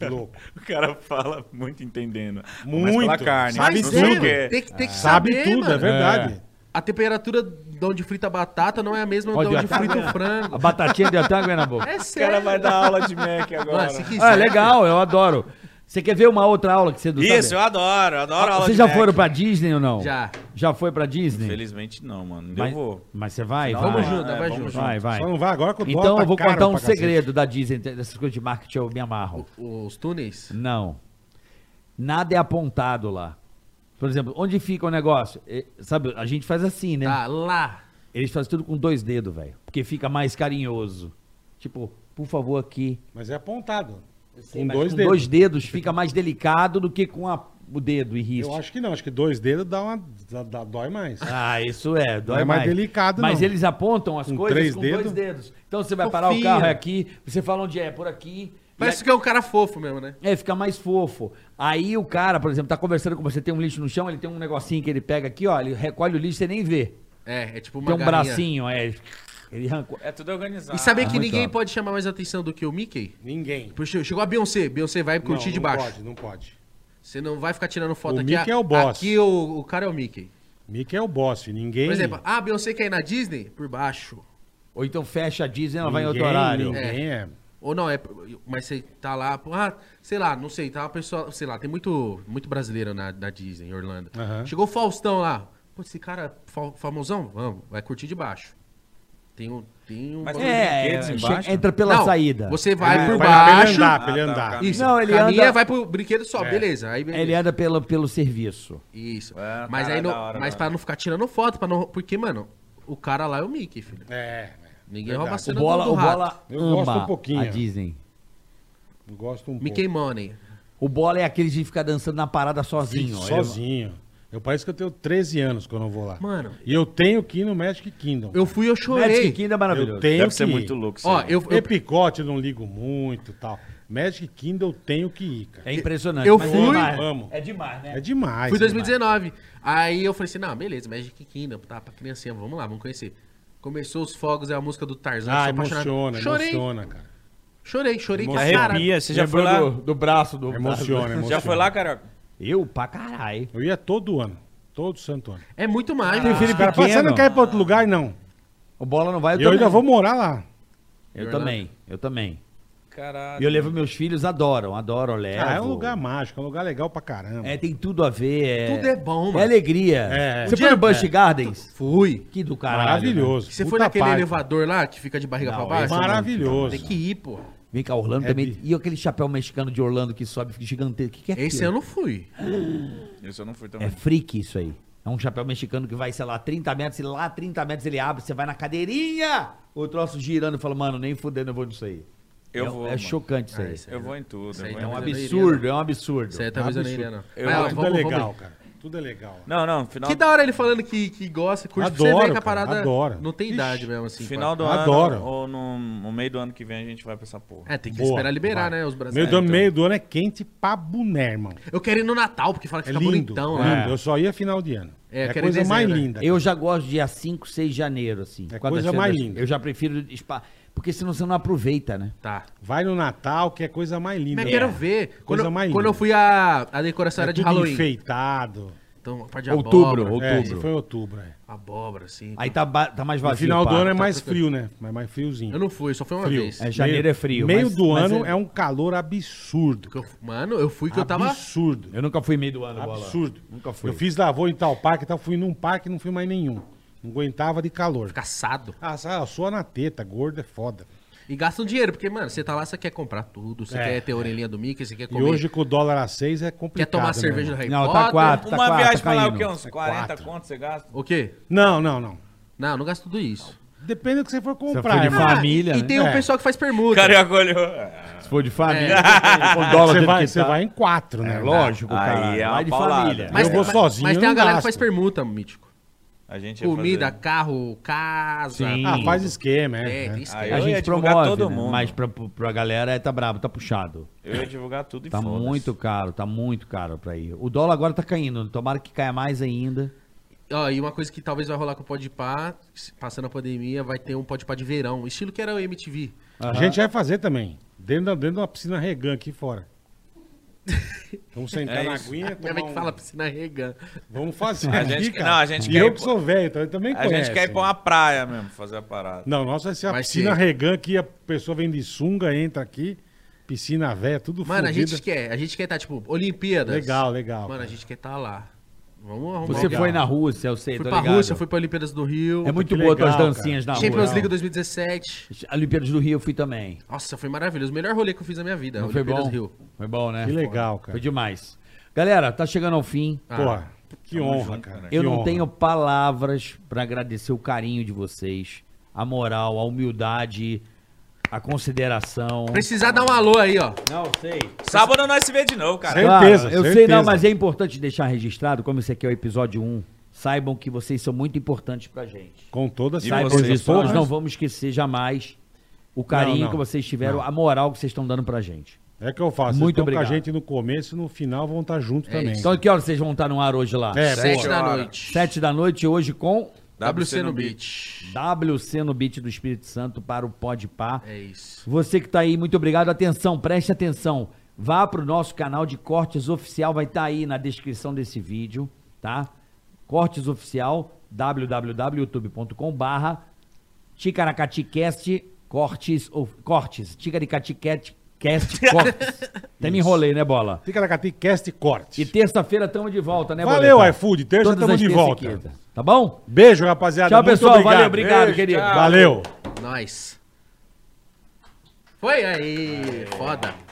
Speaker 3: Louco.
Speaker 1: O cara fala muito entendendo.
Speaker 3: Muito.
Speaker 1: Mas pela carne.
Speaker 3: Sabe
Speaker 1: não
Speaker 4: Mas
Speaker 1: sei
Speaker 4: é,
Speaker 1: o
Speaker 3: tudo.
Speaker 1: quê.
Speaker 4: mano, tem que, tem que
Speaker 3: Sabe
Speaker 4: saber,
Speaker 3: tudo,
Speaker 4: mano.
Speaker 3: é verdade.
Speaker 4: A temperatura de onde frita a batata não é a mesma de
Speaker 2: Olha,
Speaker 4: onde
Speaker 2: tá
Speaker 4: frita o
Speaker 2: vendo? A
Speaker 4: frango.
Speaker 2: batatinha deu até água na boca.
Speaker 4: É
Speaker 1: O cara
Speaker 4: sério.
Speaker 1: vai dar aula de Mac agora.
Speaker 4: Mano, se quiser,
Speaker 2: Ah, legal, eu adoro. Você quer ver uma outra aula que você não
Speaker 4: é
Speaker 1: Isso, eu
Speaker 2: sabe?
Speaker 1: adoro. eu Adoro aula
Speaker 2: Ah, Vocês
Speaker 1: de
Speaker 2: já
Speaker 1: Mac.
Speaker 2: foram pra Disney ou não?
Speaker 4: Já.
Speaker 2: Já foi pra Disney?
Speaker 1: Infelizmente não, mano. Eu
Speaker 2: Mas,
Speaker 1: vou.
Speaker 2: mas você vai?
Speaker 1: Não,
Speaker 4: Vamos
Speaker 2: vai.
Speaker 4: junto,
Speaker 1: É,
Speaker 4: vai
Speaker 1: vamos
Speaker 4: junto.
Speaker 2: Vai, vai.
Speaker 3: Só não vai agora que o dólar
Speaker 2: Então
Speaker 3: tá
Speaker 2: eu vou
Speaker 3: caro
Speaker 2: contar um
Speaker 3: pra cacete.
Speaker 2: segredo da Disney, dessas coisas de marketing eu me amarro.
Speaker 4: Os túneis?
Speaker 2: Não. Nada é apontado lá. Por exemplo, onde fica o negócio? Eh, Sabe, a gente faz assim, né?
Speaker 4: Tá lá.
Speaker 2: Eles fazem tudo com dois dedos, velho. Porque fica mais carinhoso. Tipo, por favor, aqui.
Speaker 3: Mas é apontado. com
Speaker 2: Mas
Speaker 3: dois
Speaker 2: com
Speaker 3: dedos.
Speaker 2: dois dedos fica mais delicado do que com a- o dedo e
Speaker 3: Eu
Speaker 2: risco.
Speaker 3: acho que não. Acho que dois dedos dá uma. dá- dá- dói mais.
Speaker 2: Ah, isso é, dói
Speaker 3: Não é mais
Speaker 2: mais.
Speaker 3: delicado,
Speaker 2: Mas
Speaker 3: não.
Speaker 2: eles apontam as
Speaker 3: Com
Speaker 2: coisas
Speaker 3: três
Speaker 2: com
Speaker 3: dedos?
Speaker 2: dois dedos. Então você vai parar o
Speaker 4: Fofinho.
Speaker 2: carro é aqui, você fala onde é, por aqui. e
Speaker 4: Parece que é um cara fofo mesmo, né?
Speaker 2: É, fica mais fofo. Aí o cara, por exemplo, tá conversando com você, tem um lixo no chão, ele tem um negocinho que ele pega aqui, ó, ele recolhe o lixo, você nem vê.
Speaker 4: É, é tipo uma
Speaker 2: Tem um
Speaker 4: garrinha.
Speaker 2: bracinho, é. ele- Ele arrancou.
Speaker 11: É tudo organizado.
Speaker 4: E saber
Speaker 2: Ah,
Speaker 4: que
Speaker 2: muito
Speaker 4: ninguém
Speaker 2: top.
Speaker 4: pode chamar mais atenção do que o Mickey?
Speaker 3: Ninguém.
Speaker 4: Porque che- chegou a Beyoncé, Beyoncé vai curtir
Speaker 3: não,
Speaker 4: de baixo.
Speaker 3: Não pode, não pode.
Speaker 4: Você não vai ficar tirando foto
Speaker 3: O
Speaker 4: aqui.
Speaker 3: Mickey
Speaker 4: ah,
Speaker 3: é o boss.
Speaker 4: Aqui o, o cara é o Mickey.
Speaker 3: Mickey é o boss, filho. ninguém.
Speaker 4: Por exemplo, ah, Beyoncé quer ir na Disney? Por baixo.
Speaker 2: Ou então fecha a Disney, ela vai em outro
Speaker 3: ninguém-
Speaker 2: horário.
Speaker 3: Ninguém é.
Speaker 4: Ou não, é. Mas você tá lá, pô, ah, sei lá, não sei, tá uma pessoa. Sei lá, tem muito, muito brasileiro na, na Disney, em Orlando.
Speaker 3: Aham.
Speaker 4: Chegou o Faustão lá. Pô, esse cara fa- famosão? Vamos, vai curtir de baixo. Tem um. Tem um
Speaker 11: Mas
Speaker 4: bagulho-
Speaker 2: É,
Speaker 11: Brinquedos
Speaker 2: che-
Speaker 11: embaixo?
Speaker 2: entra pela
Speaker 4: Não,
Speaker 2: saída.
Speaker 4: Você vai
Speaker 3: É,
Speaker 4: por
Speaker 3: vai
Speaker 4: baixo.
Speaker 3: Pra ele andar, pra ele
Speaker 11: Ah, tá,
Speaker 3: andar.
Speaker 11: cara.
Speaker 4: Isso,
Speaker 2: Não, ele
Speaker 4: caminha,
Speaker 2: anda- É.
Speaker 4: vai pro brinquedo só, beleza. Aí beleza.
Speaker 2: Ele tá, anda pelo, pelo serviço.
Speaker 4: Isso.
Speaker 11: Ah,
Speaker 4: mas
Speaker 11: cara,
Speaker 4: aí não,
Speaker 2: é
Speaker 11: da hora,
Speaker 4: mas
Speaker 11: mano.
Speaker 4: para não ficar tirando foto, para não, porque mano, o cara lá é o Mickey, filho.
Speaker 3: É, é.
Speaker 4: Ninguém
Speaker 3: Verdade.
Speaker 4: rouba a
Speaker 2: O
Speaker 4: cena
Speaker 2: bola,
Speaker 4: do,
Speaker 2: o
Speaker 4: do rato.
Speaker 2: bola
Speaker 3: Eu gosto
Speaker 2: ama
Speaker 3: um pouquinho.
Speaker 2: a Disney.
Speaker 3: Eu gosto um
Speaker 4: Mickey Money.
Speaker 2: O bola é aquele de ficar dançando na parada sozinho.
Speaker 3: pouco.
Speaker 2: ó.
Speaker 3: Sozinho. Eu pareço que eu tenho 13 anos quando eu vou lá.
Speaker 4: Mano.
Speaker 3: E eu tenho que ir no Magic Kingdom.
Speaker 4: Eu fui e eu
Speaker 2: Ele... Magic
Speaker 4: chorei.
Speaker 2: Kingdom é maravilhoso.
Speaker 3: Eu tenho
Speaker 5: Deve
Speaker 3: que
Speaker 5: ser
Speaker 3: ir.
Speaker 5: muito louco. isso
Speaker 4: Ó,
Speaker 5: aí.
Speaker 4: eu, eu,
Speaker 3: Epicote eu não ligo muito e tal. Magic Kingdom eu tenho que ir, cara.
Speaker 2: É impressionante.
Speaker 4: Eu
Speaker 2: mas
Speaker 4: fui-
Speaker 2: É demais.
Speaker 3: Vamos.
Speaker 2: É demais, né?
Speaker 3: É demais.
Speaker 4: Fui em
Speaker 3: né?
Speaker 4: 2019. Aí eu falei assim, não, beleza, Magic Kingdom, tá, pra criancinha, vamos lá, vamos conhecer. Começou os fogos, é a música do Tarzan.
Speaker 3: Ah,
Speaker 4: sou apaixonado.
Speaker 3: emociona,
Speaker 4: Chorei,
Speaker 3: emociona, cara.
Speaker 4: chorei, chorei pra caralho.
Speaker 5: Arrepia, você já foi lá?
Speaker 2: braço do.
Speaker 3: Emociona, emociona.
Speaker 5: Já foi lá, cara?
Speaker 2: Eu pra caralho.
Speaker 3: Eu ia todo ano. Todo santo ano.
Speaker 4: É muito
Speaker 3: Ah,
Speaker 4: mais,
Speaker 2: Tem
Speaker 4: mano.
Speaker 2: filho
Speaker 3: Cara, fala, você não
Speaker 2: pequeno.
Speaker 3: quer ir pra outro lugar, não.
Speaker 2: O bola não vai,
Speaker 3: Eu,
Speaker 2: eu, também.
Speaker 3: ainda vou morar lá.
Speaker 2: Eu
Speaker 4: Verdade.
Speaker 2: também, eu também. E
Speaker 1: Caralho.
Speaker 2: eu levo meus filhos, adoram, adoram, eu levo.
Speaker 3: Ah, é um lugar mágico, é um lugar legal pra caramba.
Speaker 2: É, tem tudo a ver. É...
Speaker 4: Tudo é bom, mano.
Speaker 2: É alegria.
Speaker 3: É.
Speaker 2: Você
Speaker 3: Um
Speaker 2: foi no Busch Gardens?
Speaker 4: Fui.
Speaker 2: Que do caralho. né?
Speaker 3: Maravilhoso.
Speaker 4: né? Você
Speaker 3: Puta
Speaker 4: foi naquele
Speaker 3: parque.
Speaker 4: elevador lá, que fica de barriga
Speaker 2: Não,
Speaker 4: pra baixo?
Speaker 2: esse
Speaker 3: é Maravilhoso.
Speaker 4: Tem que ir, pô.
Speaker 2: né? Vem cá, Orlando
Speaker 3: É
Speaker 2: também.
Speaker 3: bi-
Speaker 2: E aquele chapéu mexicano de Orlando que sobe gigantesco. O que, que é
Speaker 4: Esse
Speaker 2: aquilo?
Speaker 4: eu não fui.
Speaker 5: Isso eu não fui também.
Speaker 2: É freak isso aí. É um chapéu mexicano que vai, sei lá, 30 metros, e lá 30 metros ele abre, você vai na cadeirinha, o troço girando e fala, mano, nem fudendo eu vou nisso aí.
Speaker 5: Eu
Speaker 2: é,
Speaker 5: vou,
Speaker 2: É
Speaker 5: mano.
Speaker 2: chocante isso
Speaker 4: Ah,
Speaker 2: aí.
Speaker 1: é
Speaker 4: esse
Speaker 5: Eu vou em tudo.
Speaker 4: Isso
Speaker 5: eu
Speaker 4: aí
Speaker 5: vou
Speaker 4: tá
Speaker 5: em
Speaker 2: É um
Speaker 4: Mas
Speaker 5: tudo.
Speaker 4: eu não iria,
Speaker 2: absurdo, é um absurdo.
Speaker 4: Isso aí talvez eu não iria, não. Mas, ó,
Speaker 3: Tudo
Speaker 4: vamos-
Speaker 3: é
Speaker 4: vamos-
Speaker 3: legal, cara. Tudo é legal.
Speaker 5: Não, não, final,
Speaker 4: Que da hora ele falando que, que gosta, curte.
Speaker 3: Adoro,
Speaker 4: você vê que
Speaker 3: cara,
Speaker 4: a parada
Speaker 3: adoro.
Speaker 4: não tem
Speaker 3: Ixi,
Speaker 4: idade mesmo, assim.
Speaker 5: final do
Speaker 3: Adoro.
Speaker 5: ano ou no, no meio do ano que vem a gente vai pra essa porra.
Speaker 4: É, tem que
Speaker 3: Boa,
Speaker 4: esperar liberar,
Speaker 3: vai.
Speaker 4: né, os
Speaker 3: Meio
Speaker 4: brasileiros.
Speaker 3: do, ano-
Speaker 4: Então.
Speaker 3: meio do ano é quente pra boné, irmão.
Speaker 4: Eu quero ir no Natal, porque fala que
Speaker 3: É
Speaker 4: fica
Speaker 3: lindo.
Speaker 4: bonitão,
Speaker 3: lindo.
Speaker 4: né?
Speaker 3: Eu só ia final de ano. É,
Speaker 4: É,
Speaker 3: a
Speaker 4: quero ir em
Speaker 3: coisa mais
Speaker 4: dezembro, né?
Speaker 3: linda.
Speaker 2: Eu já gosto de dia 5, 6 de janeiro, assim.
Speaker 3: É
Speaker 2: Quando
Speaker 3: coisa
Speaker 2: as
Speaker 3: mais
Speaker 2: férias-
Speaker 3: linda.
Speaker 2: Eu já prefiro... spa- Porque senão você não aproveita, né?
Speaker 4: Tá.
Speaker 3: Vai no Natal, que é coisa mais linda.
Speaker 4: Mas eu quero ver. Quando,
Speaker 3: Coisa
Speaker 4: eu-
Speaker 3: mais linda.
Speaker 4: quando eu fui a, a decoração
Speaker 3: É
Speaker 4: era de
Speaker 3: tudo
Speaker 4: Halloween.
Speaker 3: enfeitado.
Speaker 4: Então, a parte de
Speaker 2: Outubro,
Speaker 4: abóbora, tipo,
Speaker 3: É,
Speaker 2: outubro.
Speaker 3: foi em outubro, é.
Speaker 4: abóbora, assim.
Speaker 2: Aí tá, ba- tá mais
Speaker 3: No
Speaker 2: vazio.
Speaker 3: final
Speaker 2: o
Speaker 3: do
Speaker 2: parque.
Speaker 3: ano é mais frio, né? Mas mais friozinho.
Speaker 4: Eu não fui, só foi uma
Speaker 3: Frio.
Speaker 4: vez.
Speaker 2: É, janeiro
Speaker 3: Meio-
Speaker 2: é frio.
Speaker 3: Meio
Speaker 2: mas-
Speaker 3: do
Speaker 2: mas
Speaker 3: ano
Speaker 2: é-
Speaker 3: é... um calor absurdo.
Speaker 4: Que eu- mano, eu fui que eu tava.
Speaker 3: Absurdo.
Speaker 2: Eu nunca fui meio do ano, bola.
Speaker 3: Absurdo.
Speaker 2: Nunca fui.
Speaker 3: Eu fiz lavô em tal parque, e tal, fui num parque e não fui mais nenhum. Não aguentava de calor.
Speaker 4: Caçado.
Speaker 3: Ah, sa- sua na teta, gordo é foda.
Speaker 4: E gastam dinheiro, porque, mano, você tá lá, você quer comprar tudo, você
Speaker 3: É.
Speaker 4: quer ter a orelhinha do Mickey, você quer
Speaker 3: E
Speaker 4: comer.
Speaker 3: hoje com o dólar a seis é
Speaker 4: quer
Speaker 3: complicado.
Speaker 4: tomar
Speaker 3: né,
Speaker 4: cerveja do
Speaker 3: irmão?
Speaker 4: Harry
Speaker 2: Não, tá
Speaker 4: Potter.
Speaker 2: quatro, tá
Speaker 5: Uma
Speaker 2: quatro,
Speaker 5: viagem
Speaker 2: tá
Speaker 5: pra lá, é
Speaker 2: caindo.
Speaker 5: o quê? Uns 40
Speaker 3: quatro.
Speaker 5: contos você gasta?
Speaker 4: O quê?
Speaker 3: Não, não, não.
Speaker 4: Não, não gasto tudo isso.
Speaker 3: Depende do que você for comprar.
Speaker 2: foi de
Speaker 3: irmão.
Speaker 2: família,
Speaker 4: Ah, e
Speaker 2: né?
Speaker 4: tem um
Speaker 3: É.
Speaker 4: pessoal que faz permuta.
Speaker 5: Carioca olhou. É.
Speaker 2: Se for de né?
Speaker 3: *laughs*
Speaker 2: família, com
Speaker 3: É que
Speaker 2: dólar
Speaker 3: Você,
Speaker 2: dentro
Speaker 3: vai,
Speaker 2: que
Speaker 3: você
Speaker 2: tá.
Speaker 3: vai em quatro, né?
Speaker 2: É lógico,
Speaker 5: Aí
Speaker 2: cara.
Speaker 5: é uma
Speaker 2: vai de
Speaker 5: paulada.
Speaker 2: família.
Speaker 3: Mas- eu vou sozinho,
Speaker 4: Mas
Speaker 3: eu
Speaker 4: tem a
Speaker 3: não
Speaker 4: galera que
Speaker 3: gasto.
Speaker 4: faz permuta, Mítico.
Speaker 5: A gente ia
Speaker 4: Comida,
Speaker 5: fazer.
Speaker 4: carro, casa.
Speaker 2: Sim.
Speaker 3: Ah, faz esquema, é.
Speaker 4: É,
Speaker 3: é.
Speaker 4: tem
Speaker 5: Aí
Speaker 4: esquema.
Speaker 2: a
Speaker 5: eu
Speaker 2: gente
Speaker 5: ia divulgar
Speaker 2: promove,
Speaker 5: todo
Speaker 2: né?
Speaker 5: mundo.
Speaker 2: mas pra, pra galera é, tá brabo, tá puxado.
Speaker 5: Eu ia divulgar tudo e
Speaker 2: Tá
Speaker 5: foda-se.
Speaker 2: muito caro, tá muito caro pra ir. O dólar agora tá caindo, tomara que caia mais ainda.
Speaker 4: Ó, e uma coisa que talvez vai rolar com o Podpah, se- passando a pandemia, vai ter um Podpah de verão, estilo que era o MTV.
Speaker 3: A gente vai fazer também. Dentro da, dentro de uma piscina regã aqui fora. Vamos sentar na aguinha,
Speaker 4: Minha
Speaker 3: tomar
Speaker 4: mãe que
Speaker 3: um...
Speaker 4: fala piscina regã.
Speaker 3: Vamos fazer
Speaker 5: É A
Speaker 3: aqui,
Speaker 5: gente-
Speaker 3: cara.
Speaker 5: não, a gente
Speaker 3: e
Speaker 5: quer
Speaker 3: eu
Speaker 5: ir
Speaker 3: que
Speaker 5: pra-
Speaker 3: sou velho, então eu também
Speaker 5: A gente quer ir pra uma
Speaker 3: né?
Speaker 5: praia mesmo, fazer a parada.
Speaker 3: Não, nossa, vai ser a
Speaker 4: Vai
Speaker 3: piscina
Speaker 4: ser.
Speaker 3: regã que a pessoa vem de sunga, entra aqui, piscina velha, tudo
Speaker 4: Mano, a
Speaker 3: fodida.
Speaker 4: gente quer, a gente quer estar, tipo, Olimpíadas.
Speaker 3: Legal, legal.
Speaker 4: Mano, a gente quer estar lá. Vamos arrumar.
Speaker 2: Você
Speaker 4: um-
Speaker 2: foi na Rússia, eu sei,
Speaker 4: Fui
Speaker 2: tô
Speaker 4: pra
Speaker 2: ligado.
Speaker 4: Rússia, fui pra Olimpíadas do Rio.
Speaker 2: É muito
Speaker 3: que
Speaker 2: boa as
Speaker 3: legal,
Speaker 2: dancinas na
Speaker 4: Champions
Speaker 2: rua.
Speaker 4: League 2017.
Speaker 2: Olimpíadas do Rio eu fui também.
Speaker 4: Nossa, foi maravilhoso. O melhor rolê que eu fiz na minha vida.
Speaker 2: Não foi
Speaker 4: É, Olimpíadas
Speaker 2: bom?
Speaker 4: Rio.
Speaker 2: Foi bom, né?
Speaker 3: Que legal, cara.
Speaker 2: Foi demais. Galera, tá chegando ao fim.
Speaker 4: Ah,
Speaker 3: Porra, que honra,
Speaker 5: né?
Speaker 3: cara.
Speaker 2: Eu
Speaker 3: que
Speaker 2: não
Speaker 3: honra.
Speaker 2: tenho palavras pra agradecer o carinho de vocês, a moral, a humildade, a consideração.
Speaker 4: Precisar dar um alô aí, ó.
Speaker 2: Não, sei.
Speaker 5: Sábado nós se vê de novo, cara.
Speaker 2: Claro,
Speaker 3: Certeza,
Speaker 2: eu
Speaker 3: certeza.
Speaker 2: sei não, mas é importante deixar registrado, como esse aqui é o episódio 1, saibam que vocês são muito importantes pra gente.
Speaker 3: Com toda essa
Speaker 2: Saibam
Speaker 5: vocês,
Speaker 2: disso, nós
Speaker 5: porra.
Speaker 2: não vamos esquecer jamais o carinho
Speaker 3: Não, não.
Speaker 2: que vocês tiveram, a moral que vocês estão dando pra gente.
Speaker 3: É que eu faço.
Speaker 2: Muito
Speaker 3: Vocês estão
Speaker 2: obrigado.
Speaker 3: com a gente no começo e no final vão estar juntos
Speaker 4: É
Speaker 3: também.
Speaker 2: Então, que horas vocês vão estar no ar hoje lá?
Speaker 3: É,
Speaker 4: Sete
Speaker 3: boa.
Speaker 4: da
Speaker 5: Bora.
Speaker 4: noite.
Speaker 2: Sete da noite, hoje com
Speaker 4: WC no Beach.
Speaker 2: WC no Beat do Espírito Santo para o Podpar.
Speaker 4: É isso.
Speaker 2: Você que tá aí, muito obrigado. Atenção, preste atenção. Vá pro nosso canal de cortes oficial, vai estar aí na descrição desse vídeo, tá? Cortes oficial, www.youtube.com barra Ticaracaticast, cortes, ou, cortes, Ticaricaticast, cast,
Speaker 3: *laughs*
Speaker 2: cortes. Até me enrolei, né, Bola?
Speaker 3: Ticaracati Cast Corte.
Speaker 2: E terça-feira estamos de volta, né,
Speaker 3: Valeu,
Speaker 2: Boleta?
Speaker 3: iFood. Terça
Speaker 2: Todas
Speaker 3: tamo
Speaker 2: as
Speaker 3: de
Speaker 2: terça e
Speaker 3: volta.
Speaker 2: quinta, Tá bom?
Speaker 3: Beijo, rapaziada.
Speaker 2: Tchau,
Speaker 3: Muito
Speaker 2: pessoal. Valeu, obrigado, querido.
Speaker 3: Valeu.
Speaker 4: Nós. Foi aí. Foda.